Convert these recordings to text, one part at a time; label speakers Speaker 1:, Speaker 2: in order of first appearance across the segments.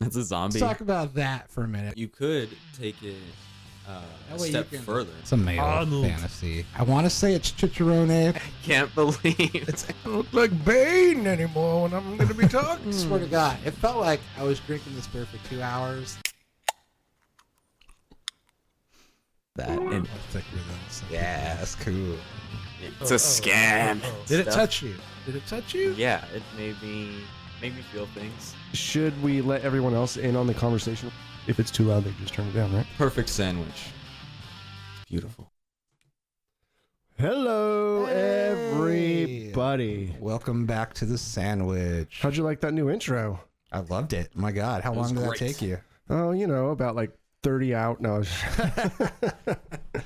Speaker 1: that's a zombie.
Speaker 2: Let's talk about that for a minute.
Speaker 3: You could take it uh, a
Speaker 2: way you
Speaker 3: step
Speaker 2: can-
Speaker 3: further.
Speaker 2: It's a male
Speaker 4: Arnold.
Speaker 2: fantasy. I want to say it's Chicharone.
Speaker 1: I can't believe
Speaker 4: I don't look like Bane anymore when I'm gonna be
Speaker 2: I
Speaker 4: talking.
Speaker 2: swear to God, it felt like I was drinking this beer for two hours.
Speaker 1: that. And
Speaker 4: Thicker than some-
Speaker 2: Yeah, that's cool.
Speaker 1: it's a scam.
Speaker 4: Did it
Speaker 1: Stuff.
Speaker 4: touch you? Did it touch you?
Speaker 1: Oh, Yeah, it made me made me feel things.
Speaker 5: Should we let everyone else in on the conversation? If it's too loud, they just turn it down, right?
Speaker 3: Perfect sandwich. Beautiful.
Speaker 5: Hello,
Speaker 2: Hey.
Speaker 5: everybody.
Speaker 2: Welcome back to the sandwich.
Speaker 5: How'd you like that new intro?
Speaker 2: I loved it. My God, how
Speaker 3: It was
Speaker 2: long did
Speaker 3: great.
Speaker 2: that take you?
Speaker 5: Oh, you know, about like 30 out. No. I was-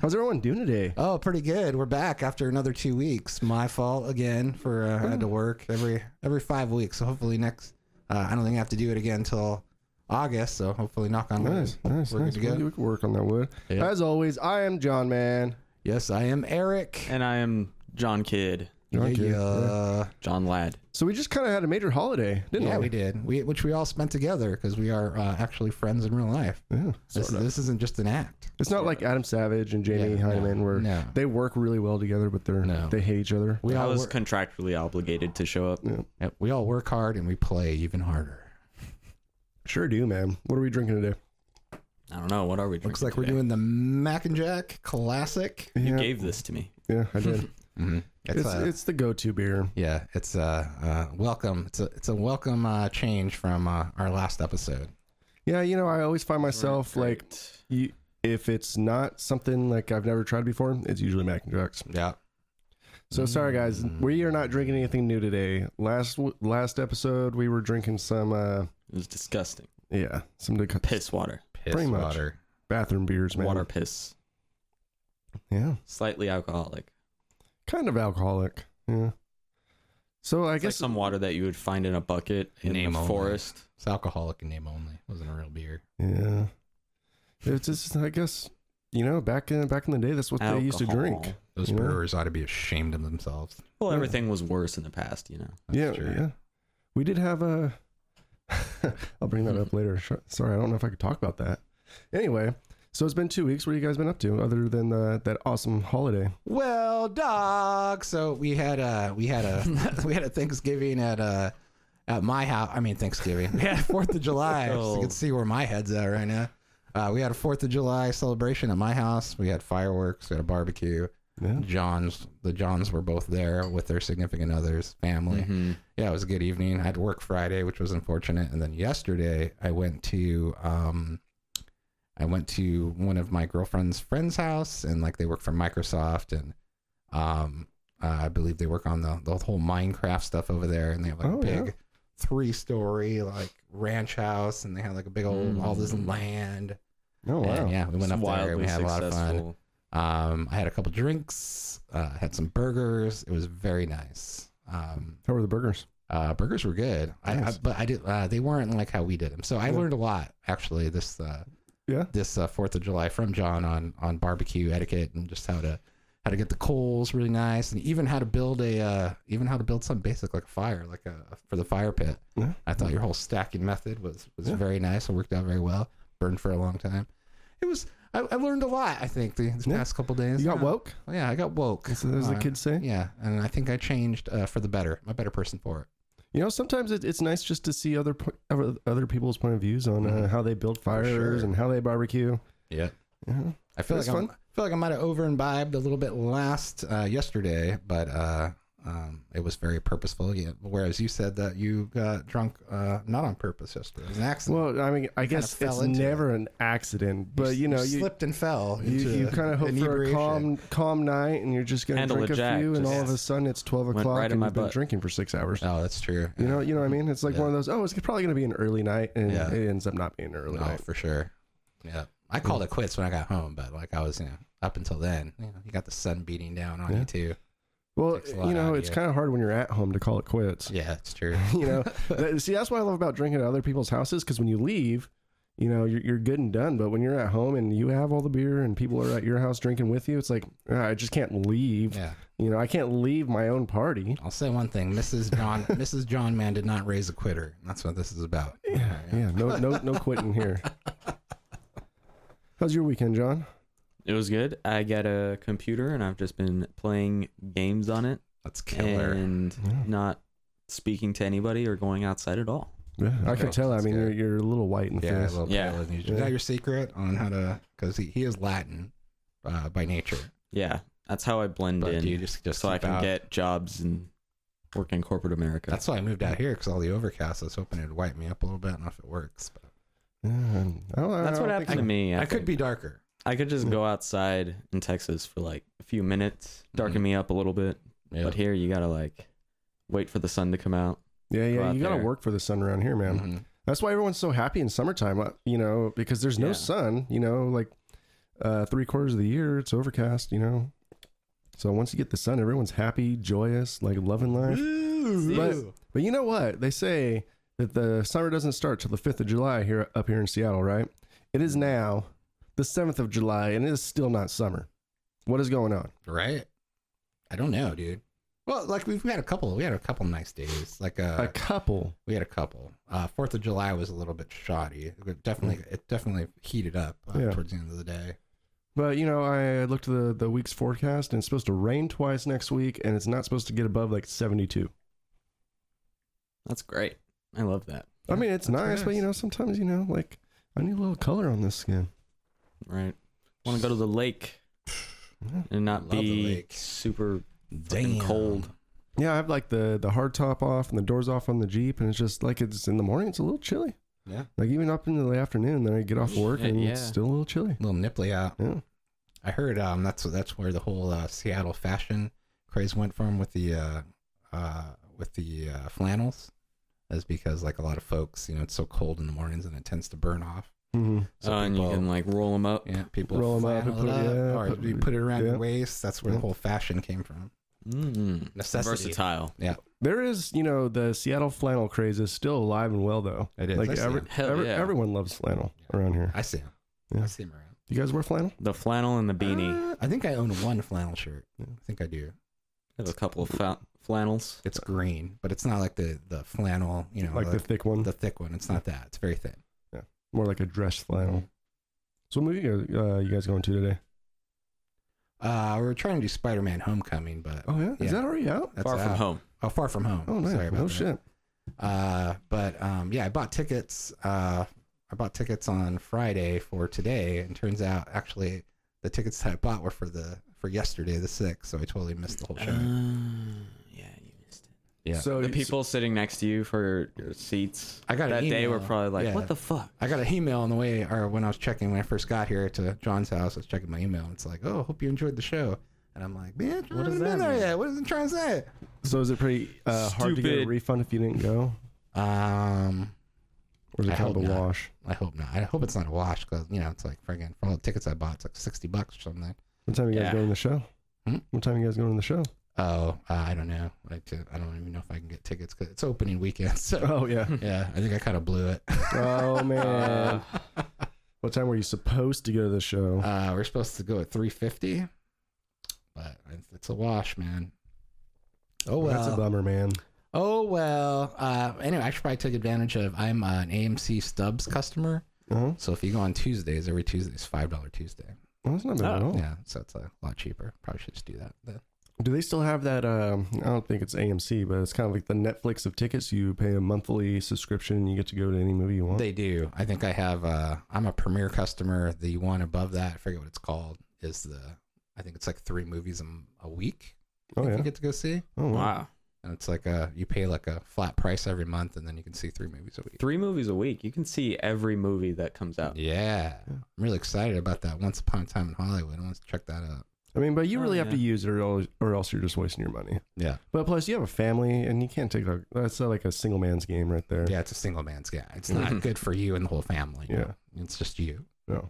Speaker 5: How's everyone doing today?
Speaker 2: Oh, pretty good. We're back after another two weeks. My fault again for uh, I had to work every every five weeks. So hopefully next, uh, I don't think I have to do it again until August. So hopefully, knock on wood.
Speaker 5: Nice, nice,
Speaker 2: We're
Speaker 5: nice.
Speaker 2: good to
Speaker 5: Well,
Speaker 2: go.
Speaker 5: We can work on that wood.
Speaker 1: Yeah.
Speaker 5: As always, I am John Man.
Speaker 2: Yes, I am Eric.
Speaker 1: And I am John Kidd,
Speaker 5: John
Speaker 2: yeah,
Speaker 5: Kidd,
Speaker 2: yeah.
Speaker 1: John Ladd.
Speaker 5: So we just kind of had a major holiday, didn't
Speaker 2: Yeah,
Speaker 5: we?
Speaker 2: we did. We which we all spent together because we are uh, actually friends in real life.
Speaker 5: Yeah.
Speaker 2: This, this isn't just an act.
Speaker 5: It's not like Adam Savage and Jamie
Speaker 2: Yeah, no,
Speaker 5: Hyneman where
Speaker 2: no.
Speaker 5: they work really well together, but they're
Speaker 2: No.
Speaker 5: they hate each other.
Speaker 2: We
Speaker 1: I
Speaker 2: all
Speaker 1: was
Speaker 2: work,
Speaker 1: contractually obligated to show up.
Speaker 2: yep, we all work hard and we play even harder.
Speaker 5: Sure do, man. What are we drinking today?
Speaker 1: I don't know what are we drinking.
Speaker 2: Looks like we're
Speaker 1: today?
Speaker 2: doing the Mac and Jack classic.
Speaker 1: You
Speaker 5: yeah,
Speaker 1: gave this to me.
Speaker 5: yeah, I did.
Speaker 2: Mhm.
Speaker 5: it's
Speaker 2: a-
Speaker 5: it's the go-to beer.
Speaker 2: Yeah, it's a uh, uh, welcome. It's a it's a welcome uh, change from uh, our last episode.
Speaker 5: Yeah, you know, I always find myself like you, if it's not something like I've never tried before, it's usually Mac and Jacks.
Speaker 2: Yeah,
Speaker 5: So sorry guys, we are not drinking anything new today. Last w- last episode we were drinking some uh
Speaker 1: it was disgusting.
Speaker 5: yeah, some deco-
Speaker 1: Piss water,
Speaker 2: piss
Speaker 5: Pretty much.
Speaker 2: water.
Speaker 5: bathroom beers, man.
Speaker 1: water piss,
Speaker 5: Yeah.
Speaker 1: slightly alcoholic.
Speaker 5: Kind of alcoholic. Yeah. So I
Speaker 1: It's like
Speaker 5: guess
Speaker 1: some water that you would find in a bucket in
Speaker 2: Name
Speaker 1: a
Speaker 2: only.
Speaker 1: forest.
Speaker 2: It's alcoholic in name only. It wasn't a real beer.
Speaker 5: Yeah. It's just I guess you know, back in back in the day that's what they used to
Speaker 1: Alcohol.
Speaker 5: drink.
Speaker 2: Those
Speaker 5: Yeah.
Speaker 2: brewers ought to be ashamed of themselves.
Speaker 1: Well,
Speaker 5: Yeah.
Speaker 1: everything was worse in the past, you know.
Speaker 2: That's
Speaker 5: yeah,
Speaker 2: true.
Speaker 5: yeah. We did have a. I'll bring that up later. Sh- Sorry, I don't know if I could talk about that. Anyway, so it's been two weeks. What have you guys been up to, other than the, that awesome holiday?
Speaker 2: Well, dog. So we had a we had a we had a Thanksgiving at uh at my house. I mean Thanksgiving. We had Fourth of July. So you
Speaker 1: Oh.
Speaker 2: can see where my head's at right now. Uh, we had a Fourth of July celebration at my house. We had fireworks. We had a barbecue.
Speaker 5: Yeah.
Speaker 2: Johns the Johns were both there with their significant others,
Speaker 1: Mm-hmm.
Speaker 2: family. Yeah, it was a good evening. I had to work Friday, which was unfortunate, and then yesterday I went to um, I went to one of my girlfriend's friend's house, and like they work for Microsoft, and um, uh, I believe they work on the the whole Minecraft stuff over there, and they have like
Speaker 5: Oh,
Speaker 2: a
Speaker 5: yeah.
Speaker 2: big three story like ranch house, and they have like a big old all this
Speaker 1: Mm.
Speaker 2: land.
Speaker 5: Oh wow.
Speaker 2: And, yeah, we
Speaker 1: It's
Speaker 2: went up there, and
Speaker 1: wildly
Speaker 2: we had a lot of fun.
Speaker 1: successful.
Speaker 2: Um, I had a couple drinks, uh, had some burgers. It was very nice. Um,
Speaker 5: How were the burgers?
Speaker 2: uh, burgers were good, I, I,
Speaker 5: Nice.
Speaker 2: but I did. Uh, they weren't like how we did them. So I
Speaker 5: Yeah.
Speaker 2: learned a lot actually this uh,
Speaker 5: Yeah.
Speaker 2: this uh, Fourth of July from John on on barbecue etiquette and just how to how to get the coals really nice and even how to build a uh, even how to build something basic like a fire like a for the fire pit.
Speaker 5: Yeah.
Speaker 2: I thought your whole stacking method was was
Speaker 5: Yeah.
Speaker 2: very nice. It worked out very well. Burned for a long time. It was. I, I learned a lot. I think the, the
Speaker 5: Yeah.
Speaker 2: past couple days.
Speaker 5: You got
Speaker 2: Yeah. Oh,
Speaker 5: woke,
Speaker 2: Yeah, I got woke.
Speaker 5: as, as the
Speaker 2: Uh,
Speaker 5: kids say.
Speaker 2: Yeah, and I think I changed uh, for the better. I'm a better person for it.
Speaker 5: You know, sometimes it, it's nice just to see other po- other- other people's point of views on uh,
Speaker 2: Mhm.
Speaker 5: how they build fires
Speaker 2: sure.
Speaker 5: and how they barbecue.
Speaker 2: Yeah.
Speaker 5: Yeah.
Speaker 2: I feel
Speaker 5: That's
Speaker 2: like I'm,
Speaker 5: fun.
Speaker 2: I feel like I might have over imbibed a little bit last uh, yesterday, but uh, um, it was very purposeful. Yeah. Whereas you said that you got drunk uh, not on purpose yesterday, it was an accident.
Speaker 5: Well, I mean, I guess
Speaker 2: fell
Speaker 5: it's
Speaker 2: into
Speaker 5: never an accident, but you, know, you,
Speaker 2: slipped and fell.
Speaker 5: You,
Speaker 2: into
Speaker 5: you kind of hope for a
Speaker 2: inebriation.
Speaker 5: calm, calm night, and you're just gonna
Speaker 1: Handle
Speaker 5: drink
Speaker 1: a
Speaker 5: a
Speaker 1: Jack,
Speaker 5: few, and
Speaker 1: just-
Speaker 5: all of a sudden it's twelve
Speaker 1: Went
Speaker 5: o'clock,
Speaker 1: right in
Speaker 5: and
Speaker 1: my
Speaker 5: you've been
Speaker 1: butt.
Speaker 5: drinking for six hours.
Speaker 2: Oh, that's true.
Speaker 5: You know, you know what I mean? It's like one of those. Oh, it's probably gonna be an early night, and
Speaker 2: Yeah.
Speaker 5: it ends up not being an early
Speaker 2: oh,
Speaker 5: night.
Speaker 2: for sure. Yeah, I called it quits when I got home, but like I was, you know, up until then, you know, you got the sun beating down on
Speaker 5: Yeah.
Speaker 2: you too.
Speaker 5: Well,
Speaker 2: Takes a lot
Speaker 5: you know,
Speaker 2: out of
Speaker 5: it's
Speaker 2: you.
Speaker 5: kind of hard when you're at home to call it quits.
Speaker 2: Yeah, it's true.
Speaker 5: you know, That- see, that's what I love about drinking at other people's houses because when you leave, you know, you're, you're good and done. But when you're at home and you have all the beer and people are at your house drinking with you, it's like, "Ah, I just can't leave.
Speaker 2: Yeah.
Speaker 5: You know, I can't leave my own party.
Speaker 2: I'll say one thing. Mrs. John Mrs. John Man did not raise a quitter. That's what this is about.
Speaker 5: Yeah, yeah. No, no, no quitting here. How's your weekend, John?
Speaker 1: It was good. I got a computer and I've just been playing games on it
Speaker 2: That's killer.
Speaker 1: and not speaking to anybody or going outside at all.
Speaker 5: Yeah, I
Speaker 2: Okay.
Speaker 5: can tell. I
Speaker 2: That's
Speaker 5: mean,
Speaker 2: good.
Speaker 5: you're, you're a little white in the
Speaker 2: Yeah, a
Speaker 5: face.
Speaker 2: little
Speaker 1: Yeah.
Speaker 2: pale in Egypt. Is
Speaker 5: Yeah.
Speaker 2: that your secret on how to? Because he, he is Latin uh, by nature,
Speaker 1: Yeah, that's how I blend
Speaker 2: but
Speaker 1: in,
Speaker 2: you just just
Speaker 1: so I
Speaker 2: keep
Speaker 1: can
Speaker 2: out-
Speaker 1: get jobs and work in corporate America.
Speaker 2: That's why I moved out here because all the overcast. I was hoping it'd wipe me up a little bit. I don't know if it works. But
Speaker 5: Yeah, and- I don't- I
Speaker 1: That's
Speaker 5: don't
Speaker 1: what
Speaker 5: think
Speaker 1: happened to
Speaker 5: so.
Speaker 1: me. I,
Speaker 2: I, could
Speaker 1: think. Mm.
Speaker 2: be darker.
Speaker 1: I could just
Speaker 5: Yeah.
Speaker 1: go outside in Texas for like a few minutes, darken
Speaker 2: Mhm.
Speaker 1: me up a little bit. But here, you gotta like wait for the sun to come out.
Speaker 5: Yeah,
Speaker 1: Go
Speaker 5: yeah.
Speaker 1: out
Speaker 5: You got to
Speaker 1: there. Mm-hmm.
Speaker 5: work for the sun around here, man.
Speaker 2: Mhm.
Speaker 5: That's why everyone's so happy in summertime, uh, you know, because there's no
Speaker 1: Yeah.
Speaker 5: sun, you know, like uh, three quarters of the year, it's overcast, you know. So once you get the sun, everyone's happy, joyous, like loving life. But, but you know what? They say that the summer doesn't start till the 5th of July here up here in Seattle, right? It is now the 7th of July and it is still not summer. What is going on?
Speaker 2: right? I don't know, dude. Well, like we've we had a couple. We had a couple nice days. Like uh,
Speaker 5: A couple.
Speaker 2: we had a couple. Uh, Fourth of July was a little bit shoddy. It definitely, it definitely heated up uh,
Speaker 5: Mm. Yeah.
Speaker 2: towards the end of the day.
Speaker 5: But you know, I looked at the, the week's forecast and it's supposed to rain twice next week and it's not supposed to get above like 72.
Speaker 1: That's great. I love that.
Speaker 5: I mean, it's
Speaker 2: That's
Speaker 5: nice, but you know, sometimes you know, like I need a little color on this skin.
Speaker 1: Right. Want to go to the lake and not
Speaker 2: Love the
Speaker 1: be
Speaker 2: lake.
Speaker 1: super Fucking cold.
Speaker 5: Yeah, I have like the the hard top off and the doors off on the Jeep, and it's just like it's in the morning. It's a little chilly.
Speaker 2: Yeah.
Speaker 5: Like even up into the afternoon, then I get off work
Speaker 1: Yeah,
Speaker 5: and
Speaker 1: yeah.
Speaker 5: it's still a little chilly.
Speaker 2: little nipply out.
Speaker 5: Yeah.
Speaker 2: I heard um that's that's where the whole uh, Seattle fashion craze went from with the uh, uh with the uh, flannels, is because like a lot of folks, you know, it's so cold in the mornings and it tends to burn off.
Speaker 5: Mm-hmm.
Speaker 2: So
Speaker 1: Oh, and you
Speaker 2: people-
Speaker 1: can like roll them up.
Speaker 2: yeah, people
Speaker 5: Roll 'em up and
Speaker 2: flannel it
Speaker 5: put- yeah,
Speaker 2: or
Speaker 5: put-
Speaker 2: you put it around
Speaker 5: yeah.
Speaker 2: your waist. That's where
Speaker 5: Yeah.
Speaker 2: the whole fashion came from.
Speaker 1: Mm.
Speaker 2: Necessity.
Speaker 1: Versatile.
Speaker 5: There is, you know, the Seattle flannel craze is still alive and well though.
Speaker 2: It is.
Speaker 5: Like
Speaker 2: I, see
Speaker 5: every,
Speaker 2: him.
Speaker 1: Hell
Speaker 5: every-
Speaker 1: yeah.
Speaker 5: everyone loves flannel around here.
Speaker 2: I see him.
Speaker 5: Yeah.
Speaker 2: I see him around.
Speaker 5: You guys wear flannel?
Speaker 1: The flannel and the beanie.
Speaker 2: Uh, I think I own one flannel shirt.
Speaker 5: Yeah.
Speaker 2: I think I do.
Speaker 1: I have a couple of fa- flannels.
Speaker 2: It's green, but it's not like the the flannel, you know,
Speaker 5: Uh, like the thick one,
Speaker 2: the thick one. It's not that. It's very thin.
Speaker 5: more like a dress flannel. So, what movie you guys, uh, you guys going to today?
Speaker 2: Uh, we were trying to do Spider-Man: Homecoming, but
Speaker 5: Oh yeah,
Speaker 2: Yeah.
Speaker 5: is that already out?
Speaker 2: that's
Speaker 1: Far from
Speaker 2: out.
Speaker 1: home.
Speaker 2: Oh, Far From Home.
Speaker 5: Oh nice.
Speaker 2: Sorry about
Speaker 5: oh
Speaker 2: that.
Speaker 5: shit.
Speaker 2: Uh, but um, yeah, I bought tickets. Uh, I bought tickets on Friday for today, and turns out actually the tickets that I bought were for the for yesterday, the sixth. So I totally missed the whole show.
Speaker 1: Uh, yeah, you missed it.
Speaker 2: Yeah.
Speaker 5: So
Speaker 1: The people sitting next to you for your seats
Speaker 2: I got an
Speaker 1: that day were
Speaker 2: email.
Speaker 1: probably like,
Speaker 2: Yeah.
Speaker 1: "What the fuck?"
Speaker 2: I got an email on the way, or when I was checking when I first got here to John's house, I was checking my email. And it's like, oh, hope you enjoyed the show. And I'm like, man, what is that? There yet. What is it trying to say?
Speaker 5: So is it pretty uh, hard to get a
Speaker 1: Stupid.
Speaker 5: refund if you didn't go,
Speaker 2: Um,
Speaker 5: or is
Speaker 2: I
Speaker 5: it kind of a
Speaker 2: hope not.
Speaker 5: wash?
Speaker 2: I hope not. I hope it's not a wash because you know it's like friggin' for all the tickets I bought, it's like sixty bucks or something.
Speaker 5: What time you guys
Speaker 1: Yeah.
Speaker 5: going to the show?
Speaker 2: Hmm?
Speaker 5: What time you guys going to the show?
Speaker 2: Oh, uh, I don't know. Like, to- I don't even know if I can get tickets because it's opening weekend. So
Speaker 5: Oh yeah.
Speaker 2: yeah, I think I kind of blew it.
Speaker 5: oh man. What time were you supposed to go to the show?
Speaker 2: Uh, we're supposed to go at three fifty, but it's- it's a wash, man. Oh well.
Speaker 5: That's a bummer, man.
Speaker 2: Oh well. Uh, anyway, I should probably take advantage of. I'm uh, an AMC Stubbs customer,
Speaker 5: Uh-huh.
Speaker 2: so if you go on Tuesdays, every Tuesday is five dollar Tuesday.
Speaker 5: Well, that's not bad
Speaker 1: Oh.
Speaker 5: at all.
Speaker 2: Yeah, so it's a lot cheaper. Probably should just do that. then.
Speaker 5: Do they still have that? Um, I don't think it's AMC, but it's kind of like the Netflix of tickets. You pay a monthly subscription, and you get to go to any movie you want.
Speaker 2: They do. I think I have. Uh, I'm a premier customer. The one above that, I forget what it's called, is the. I think it's like three movies a, m- a week. I
Speaker 5: oh
Speaker 2: think
Speaker 5: yeah.
Speaker 2: you get to go see,
Speaker 5: oh wow.
Speaker 1: Wow,
Speaker 2: and it's like a you pay like a flat price every month, and then you can see three movies a week.
Speaker 1: three movies a week. You can see every movie that comes out.
Speaker 2: Yeah,
Speaker 5: Yeah.
Speaker 2: I'm really excited about that. Once upon a time in Hollywood, I want to check that out.
Speaker 5: I mean, but you
Speaker 1: Oh,
Speaker 5: really have
Speaker 1: yeah.
Speaker 5: to use it, or else, or else you're just wasting your money.
Speaker 2: Yeah,
Speaker 5: But plus, you have a family, and you can't take a, that's uh, like a single man's game right there.
Speaker 2: yeah, it's a single man's guy. It's not
Speaker 1: Mhm.
Speaker 2: good for you and the whole family. you
Speaker 5: Yeah.
Speaker 2: know? it's just you.
Speaker 5: But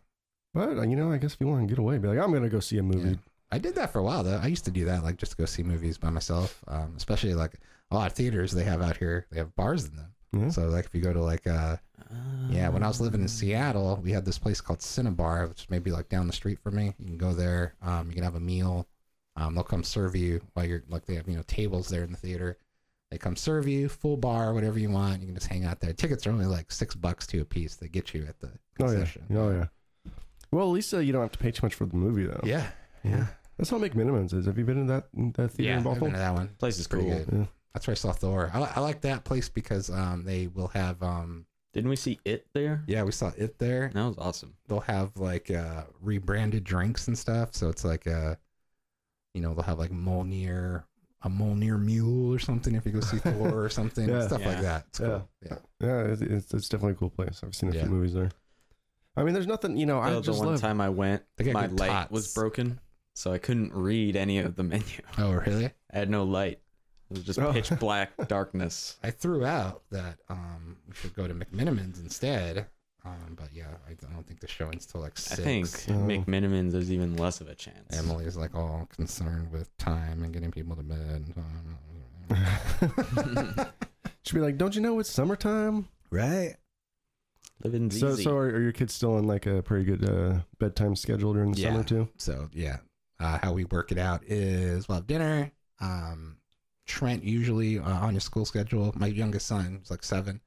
Speaker 5: uh, you know, I guess if you want to get away, be like, I'm gonna go see a movie. Oh,
Speaker 2: Yeah. I did that for a while though. I used to do that, like just go see movies by myself. Um, especially like a lot of theaters they have out here, they have bars in them.
Speaker 5: Yeah.
Speaker 2: So like if you go to like uh,
Speaker 1: Ah.
Speaker 2: Yeah, when I was living in Seattle, we had this place called Cinnabar, which is maybe like down the street from me. You can go there. Um, you can have a meal. Um, they'll come serve you while you're like they have you know tables there in the theater. They come serve you full bar, whatever you want. You can just hang out there. Tickets are only like six bucks to a piece. They get you at the
Speaker 5: Oh yeah.
Speaker 2: concession.
Speaker 5: Oh yeah. Well, at least uh, you don't have to pay too much for the movie though.
Speaker 2: yeah,
Speaker 5: Yeah. That's how Make Minimums is. Have you been to that that theater in
Speaker 2: I've been
Speaker 5: Bothell?
Speaker 2: to that one.
Speaker 1: Place is
Speaker 2: Pretty
Speaker 1: cool.
Speaker 2: good.
Speaker 5: Yeah.
Speaker 2: That's where I saw Thor. I, li- I like that place because um, they will have um,
Speaker 1: Didn't we see it there?
Speaker 2: yeah, we saw it there.
Speaker 1: That was awesome.
Speaker 2: they'll have like uh rebranded drinks and stuff. So it's like uh you know, they'll have like Molnir a Molnir mule or something if you go see Thor or something.
Speaker 5: Yeah.
Speaker 2: Stuff like
Speaker 1: Yeah.
Speaker 2: that. It's cool. Yeah.
Speaker 5: Yeah, it's, it's, it's definitely a cool place. I've seen a
Speaker 2: Yeah.
Speaker 5: few movies there. I mean, there's nothing, you know, I
Speaker 1: the, the
Speaker 5: just
Speaker 1: one
Speaker 5: love.
Speaker 1: time I went,
Speaker 2: They got
Speaker 1: my
Speaker 2: good
Speaker 1: light
Speaker 2: tots.
Speaker 1: was broken, so I couldn't read any of the menu.
Speaker 2: Oh really?
Speaker 1: I had no light. It was just
Speaker 5: Oh.
Speaker 1: pitch black darkness.
Speaker 2: I threw out that um we should go to McMinimins instead. Um but yeah, I don't think the showing's till like
Speaker 1: I
Speaker 2: six.
Speaker 1: think
Speaker 5: Oh.
Speaker 1: McMinimins is even less of a chance.
Speaker 2: Emily's like all concerned with time and getting people to bed.
Speaker 5: Should be like, don't you know it's summertime?
Speaker 2: right?
Speaker 1: Living
Speaker 5: So,
Speaker 1: easy.
Speaker 5: so are, are your kids still on like a pretty good uh, bedtime schedule during the
Speaker 2: Yeah.
Speaker 5: summer too?
Speaker 2: So yeah, uh, how we work it out is we'll have dinner. Um, Trent usually uh, on his school schedule. My youngest son is like seven.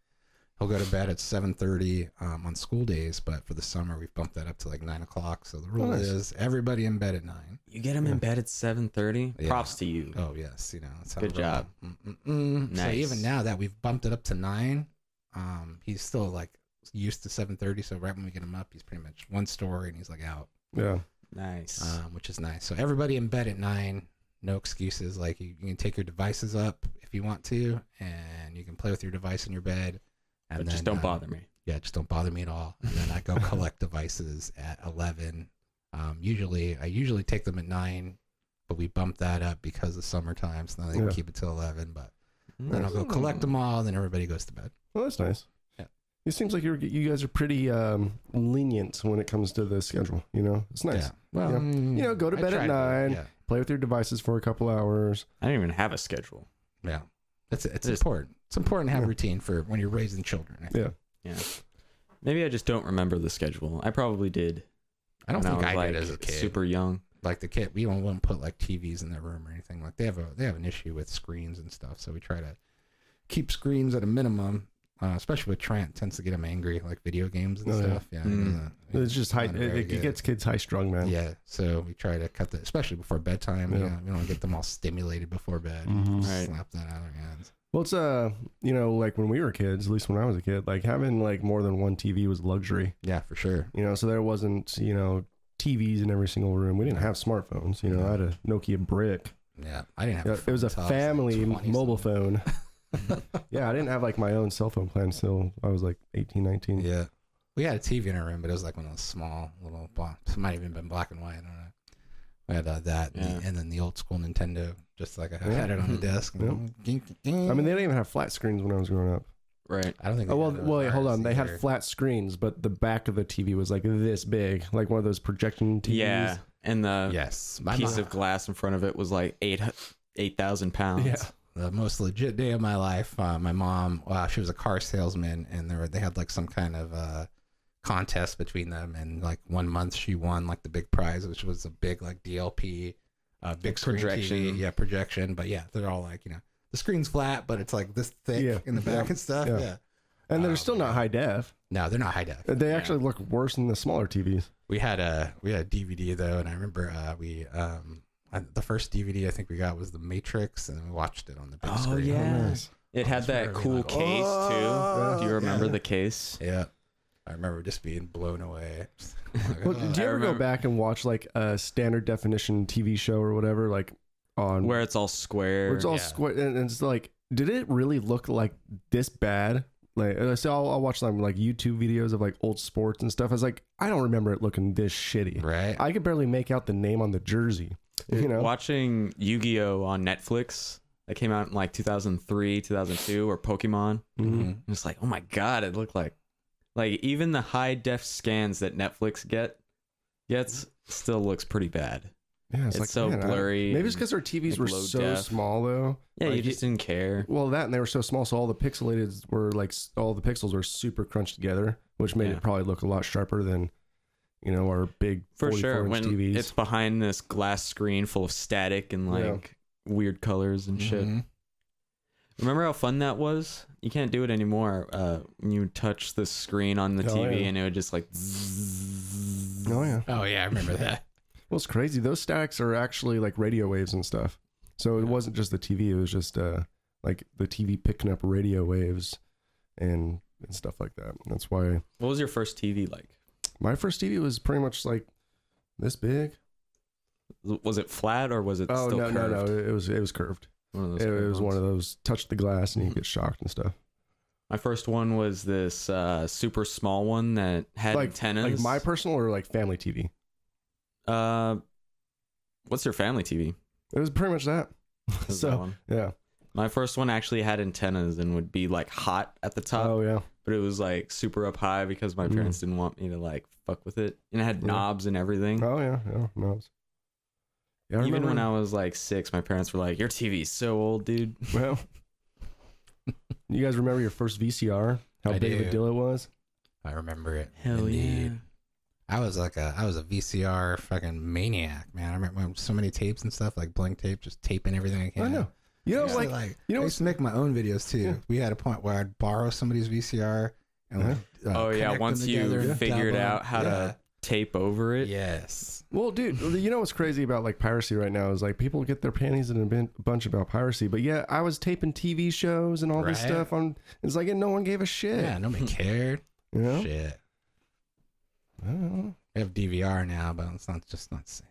Speaker 2: He'll go to bed at seven thirty um, on school days, but for the summer we've bumped that up to like nine o'clock. So the
Speaker 1: Oh,
Speaker 2: rule
Speaker 5: Nice.
Speaker 2: is everybody in bed at nine.
Speaker 1: you get them
Speaker 5: Yeah.
Speaker 1: in bed at 7:30.
Speaker 2: Yeah.
Speaker 1: Props to you.
Speaker 2: Oh yes, you know that's how
Speaker 1: Good
Speaker 2: we roll.
Speaker 1: job.
Speaker 2: Mm-mm-mm. So
Speaker 1: Nice.
Speaker 2: even now that we've bumped it up to nine, um, he's still like used to seven thirty. So right when we get him up, he's pretty much one story and he's like out.
Speaker 5: Yeah.
Speaker 1: Nice.
Speaker 2: um, which is nice. So everybody in bed at nine, no excuses. Like you, you can take your devices up if you want to, and you can play with your device in your bed. And
Speaker 1: but just
Speaker 2: then,
Speaker 1: don't
Speaker 2: uh,
Speaker 1: bother me.
Speaker 2: Yeah, just don't bother me at all. And then I go collect devices at eleven. Um, usually, I usually take them at nine, but we bump that up because of summertime, so then they can
Speaker 5: Yeah.
Speaker 2: keep it till eleven. But then I'll go collect them all, and then everybody goes to bed.
Speaker 5: Well, that's nice.
Speaker 2: Yeah.
Speaker 5: It seems like you're, you guys are pretty um, lenient when it comes to the schedule. You know, it's nice.
Speaker 2: Yeah. Well,
Speaker 5: Yeah.
Speaker 2: mm,
Speaker 5: You know, go to
Speaker 2: I
Speaker 5: bed at
Speaker 2: tried, but
Speaker 5: nine.
Speaker 2: Yeah,
Speaker 5: Play with your devices for a couple hours.
Speaker 1: I don't even have a schedule.
Speaker 2: yeah. It's it's
Speaker 1: Just-
Speaker 2: important. It's important to have
Speaker 5: Yeah.
Speaker 2: routine for when you're raising children. I think.
Speaker 5: Yeah.
Speaker 1: Maybe I just don't remember the schedule. I probably did.
Speaker 2: I don't
Speaker 1: when
Speaker 2: think I,
Speaker 1: was,
Speaker 2: did
Speaker 1: like,
Speaker 2: as a kid.
Speaker 1: Super young.
Speaker 2: like the kid, we don't want to put like TVs in their room or anything. Like they have a they have an issue with screens and stuff, so we try to keep screens at a minimum. Uh, especially with Trent, tends to get him angry, like video games and
Speaker 5: Oh, yeah.
Speaker 2: stuff. Yeah, he
Speaker 1: Mm.
Speaker 2: doesn't- he-
Speaker 5: It's just high.
Speaker 2: not
Speaker 5: It,
Speaker 2: very
Speaker 5: it
Speaker 2: good.
Speaker 5: gets kids high strung, man.
Speaker 2: yeah. So we try to cut the, especially before bedtime. Yeah,
Speaker 5: Yeah.
Speaker 2: you know, we don't get them all stimulated before bed.
Speaker 5: Mhm.
Speaker 1: Mm-hmm. Right.
Speaker 2: Slap that out of their hands.
Speaker 5: Well, it's uh, you know, like when we were kids, at least when I was a kid, like having like more than one TV was luxury.
Speaker 2: Yeah, for sure.
Speaker 5: You know, so there wasn't you know TVs in every single room. We didn't have smartphones. You know, I had a Nokia brick.
Speaker 2: Yeah, I didn't have.
Speaker 5: Yeah, it was a
Speaker 2: phone until I
Speaker 5: family
Speaker 2: like, 20
Speaker 5: mobile
Speaker 2: something.
Speaker 5: phone. yeah, I didn't have like my own cell phone plan until I was like 18, 19.
Speaker 2: Yeah. We had a TV in our room, but it was like one of those small little box. It might have even been black and white. I don't know. We had uh, that and, the-
Speaker 1: Yeah.
Speaker 2: and then the old school Nintendo, just like I
Speaker 5: Yeah.
Speaker 2: had it on the
Speaker 1: Mhm.
Speaker 2: desk.
Speaker 5: Yep. I mean, they didn't even have flat screens when I was growing up.
Speaker 1: Right.
Speaker 2: I don't think.
Speaker 5: Oh
Speaker 2: they
Speaker 5: well,
Speaker 2: had those
Speaker 5: well, wait, hold
Speaker 2: ours
Speaker 5: on. They
Speaker 2: either.
Speaker 5: had flat screens, but the back of the TV was like this big, like one of those projection TVs.
Speaker 1: Yeah. And
Speaker 5: uh,
Speaker 1: the
Speaker 2: yes, my
Speaker 1: piece
Speaker 2: mom-
Speaker 1: of glass in front of it was like eight eight thousand pounds.
Speaker 5: Yeah.
Speaker 2: the most legit day of my life. Uh, my mom, uh, she was a car salesman, and there were, they had like some kind of uh, contest between them. And like one month, she won like the big prize, which was a big like DLP, uh, big screen
Speaker 1: projection.
Speaker 2: TV. yeah, projection. But yeah, they're all like you know the screen's flat, but it's like this thick
Speaker 5: Yeah.
Speaker 2: in the back and stuff.
Speaker 5: Yeah.
Speaker 2: Yeah.
Speaker 5: and they're
Speaker 2: Oh,
Speaker 5: still not
Speaker 2: man.
Speaker 5: high def.
Speaker 2: no, they're not high def.
Speaker 5: They actually look worse than the smaller TVs.
Speaker 2: We had a we had a DVD though, and I remember uh, we um I, the first DVD I think we got was The Matrix, and we watched it on the big
Speaker 1: Oh,
Speaker 2: screen.
Speaker 1: yeah.
Speaker 5: Nice.
Speaker 1: It had
Speaker 2: That's
Speaker 1: that
Speaker 2: where we
Speaker 1: cool
Speaker 2: like-
Speaker 1: case
Speaker 5: Oh,
Speaker 1: too. Do you
Speaker 2: Yeah.
Speaker 1: remember the case?
Speaker 2: Yeah. I remember just being blown away.
Speaker 5: Well, do you
Speaker 1: I
Speaker 5: ever go
Speaker 1: remember-
Speaker 5: back and watch like a standard definition TV show or whatever, like on
Speaker 1: Where it's all square.
Speaker 5: where it's all
Speaker 2: yeah.
Speaker 5: square and, and it's like, did it really look like this bad? Like, and I say I'll, I'll watch some like YouTube videos of like old sports and stuff. I was like, I don't remember it looking this shitty.
Speaker 2: right?
Speaker 5: I could barely make out the name on the jersey. You know,
Speaker 1: Watching Yu-Gi-Oh on Netflix that came out in like 2003, 2002, or Pokemon.
Speaker 5: Mhm.
Speaker 2: Mhm.
Speaker 1: And it's like, oh my god, it looked like like even the high def scans that Netflix get gets still looks pretty bad.
Speaker 5: yeah,
Speaker 1: It's, so
Speaker 5: man, I-
Speaker 1: blurry.
Speaker 5: maybe it's
Speaker 1: and-
Speaker 5: because our TVs
Speaker 1: like,
Speaker 5: were
Speaker 1: low
Speaker 5: so
Speaker 1: def.
Speaker 5: small though.
Speaker 1: yeah,
Speaker 5: like,
Speaker 1: you just didn't care.
Speaker 5: Well, that and they were so small, so all the pixelated were like s- all the pixels were super crunched together, which made
Speaker 1: Yeah.
Speaker 5: it probably look a lot sharper than you know our big
Speaker 1: for
Speaker 5: 44
Speaker 1: sure.
Speaker 5: inch
Speaker 1: When
Speaker 5: TVs.
Speaker 1: it's behind this glass screen full of static and
Speaker 5: Yeah.
Speaker 1: like weird colors and shit.
Speaker 2: Mhm.
Speaker 1: Remember how fun that was? You can't do it anymore. Uh, when you touch the screen on the
Speaker 5: Oh,
Speaker 1: TV
Speaker 5: yeah.
Speaker 1: and it would just like. zzzz.
Speaker 5: oh yeah.
Speaker 2: Oh yeah, I remember that.
Speaker 5: Well, it's crazy. Those stacks are actually like radio waves and stuff. So it wasn't just the TV. It was just uh, like the TV picking up radio waves and and stuff like that. That's why
Speaker 1: What was your first TV like?
Speaker 5: my first TV was pretty much like this big.
Speaker 1: Was it flat or was it
Speaker 5: oh
Speaker 1: still
Speaker 5: no
Speaker 1: curved?
Speaker 5: no no! It was it was curved.
Speaker 1: One of those Mm-hmm.
Speaker 5: It,
Speaker 1: curved
Speaker 5: it was
Speaker 1: ones?
Speaker 5: one of those touch the glass and you get shocked and stuff.
Speaker 1: My first one was this uh, super small one that had
Speaker 5: Like-
Speaker 1: antennas.
Speaker 5: Like my personal or like family TV.
Speaker 1: uh, what's your family TV?
Speaker 5: It was pretty much that.
Speaker 1: It was
Speaker 5: So-
Speaker 1: that one.
Speaker 5: Yeah.
Speaker 1: My first one actually had antennas and would be like hot at the top,
Speaker 5: oh yeah.
Speaker 1: but it was like super up high because my
Speaker 5: Mm.
Speaker 1: parents didn't want me to like fuck with it. And it had
Speaker 5: Yeah.
Speaker 1: knobs and everything.
Speaker 5: Oh yeah. Yeah. Knobs. Yeah. I
Speaker 1: Even
Speaker 5: remember-
Speaker 1: when I was like six, my parents were like, Your TV's so old, dude.
Speaker 5: Well, you guys remember your first VCR? How
Speaker 2: I
Speaker 5: big of
Speaker 2: do.
Speaker 5: a deal it was?
Speaker 2: I remember it.
Speaker 1: Hell
Speaker 2: Indeed. I was like a I was a VCR fucking maniac, man. I remember so many tapes and stuff, like blank tape, just taping everything I can.
Speaker 5: I know. You know,
Speaker 2: used to,
Speaker 5: like, you know
Speaker 2: I used to make my own videos too.
Speaker 5: Yeah.
Speaker 2: We had a point where I'd borrow somebody's VCR and
Speaker 5: Uh-huh.
Speaker 2: like, uh,
Speaker 1: Oh, yeah,
Speaker 2: connect them
Speaker 1: once you
Speaker 2: together and
Speaker 1: figured
Speaker 2: download.
Speaker 1: out how to- Tape over
Speaker 2: Yeah.
Speaker 1: it.
Speaker 2: Yes.
Speaker 5: well, dude, you know what's crazy about like piracy right now is like people get their panties in a bin- bunch about piracy, but yeah, I was taping TV shows and all this
Speaker 2: Right.
Speaker 5: stuff on. It's like and no one gave a shit.
Speaker 2: Yeah, nobody cared.
Speaker 5: You know?
Speaker 2: Shit.
Speaker 5: I don't know.
Speaker 2: We have DVR now, but it's not just not the same.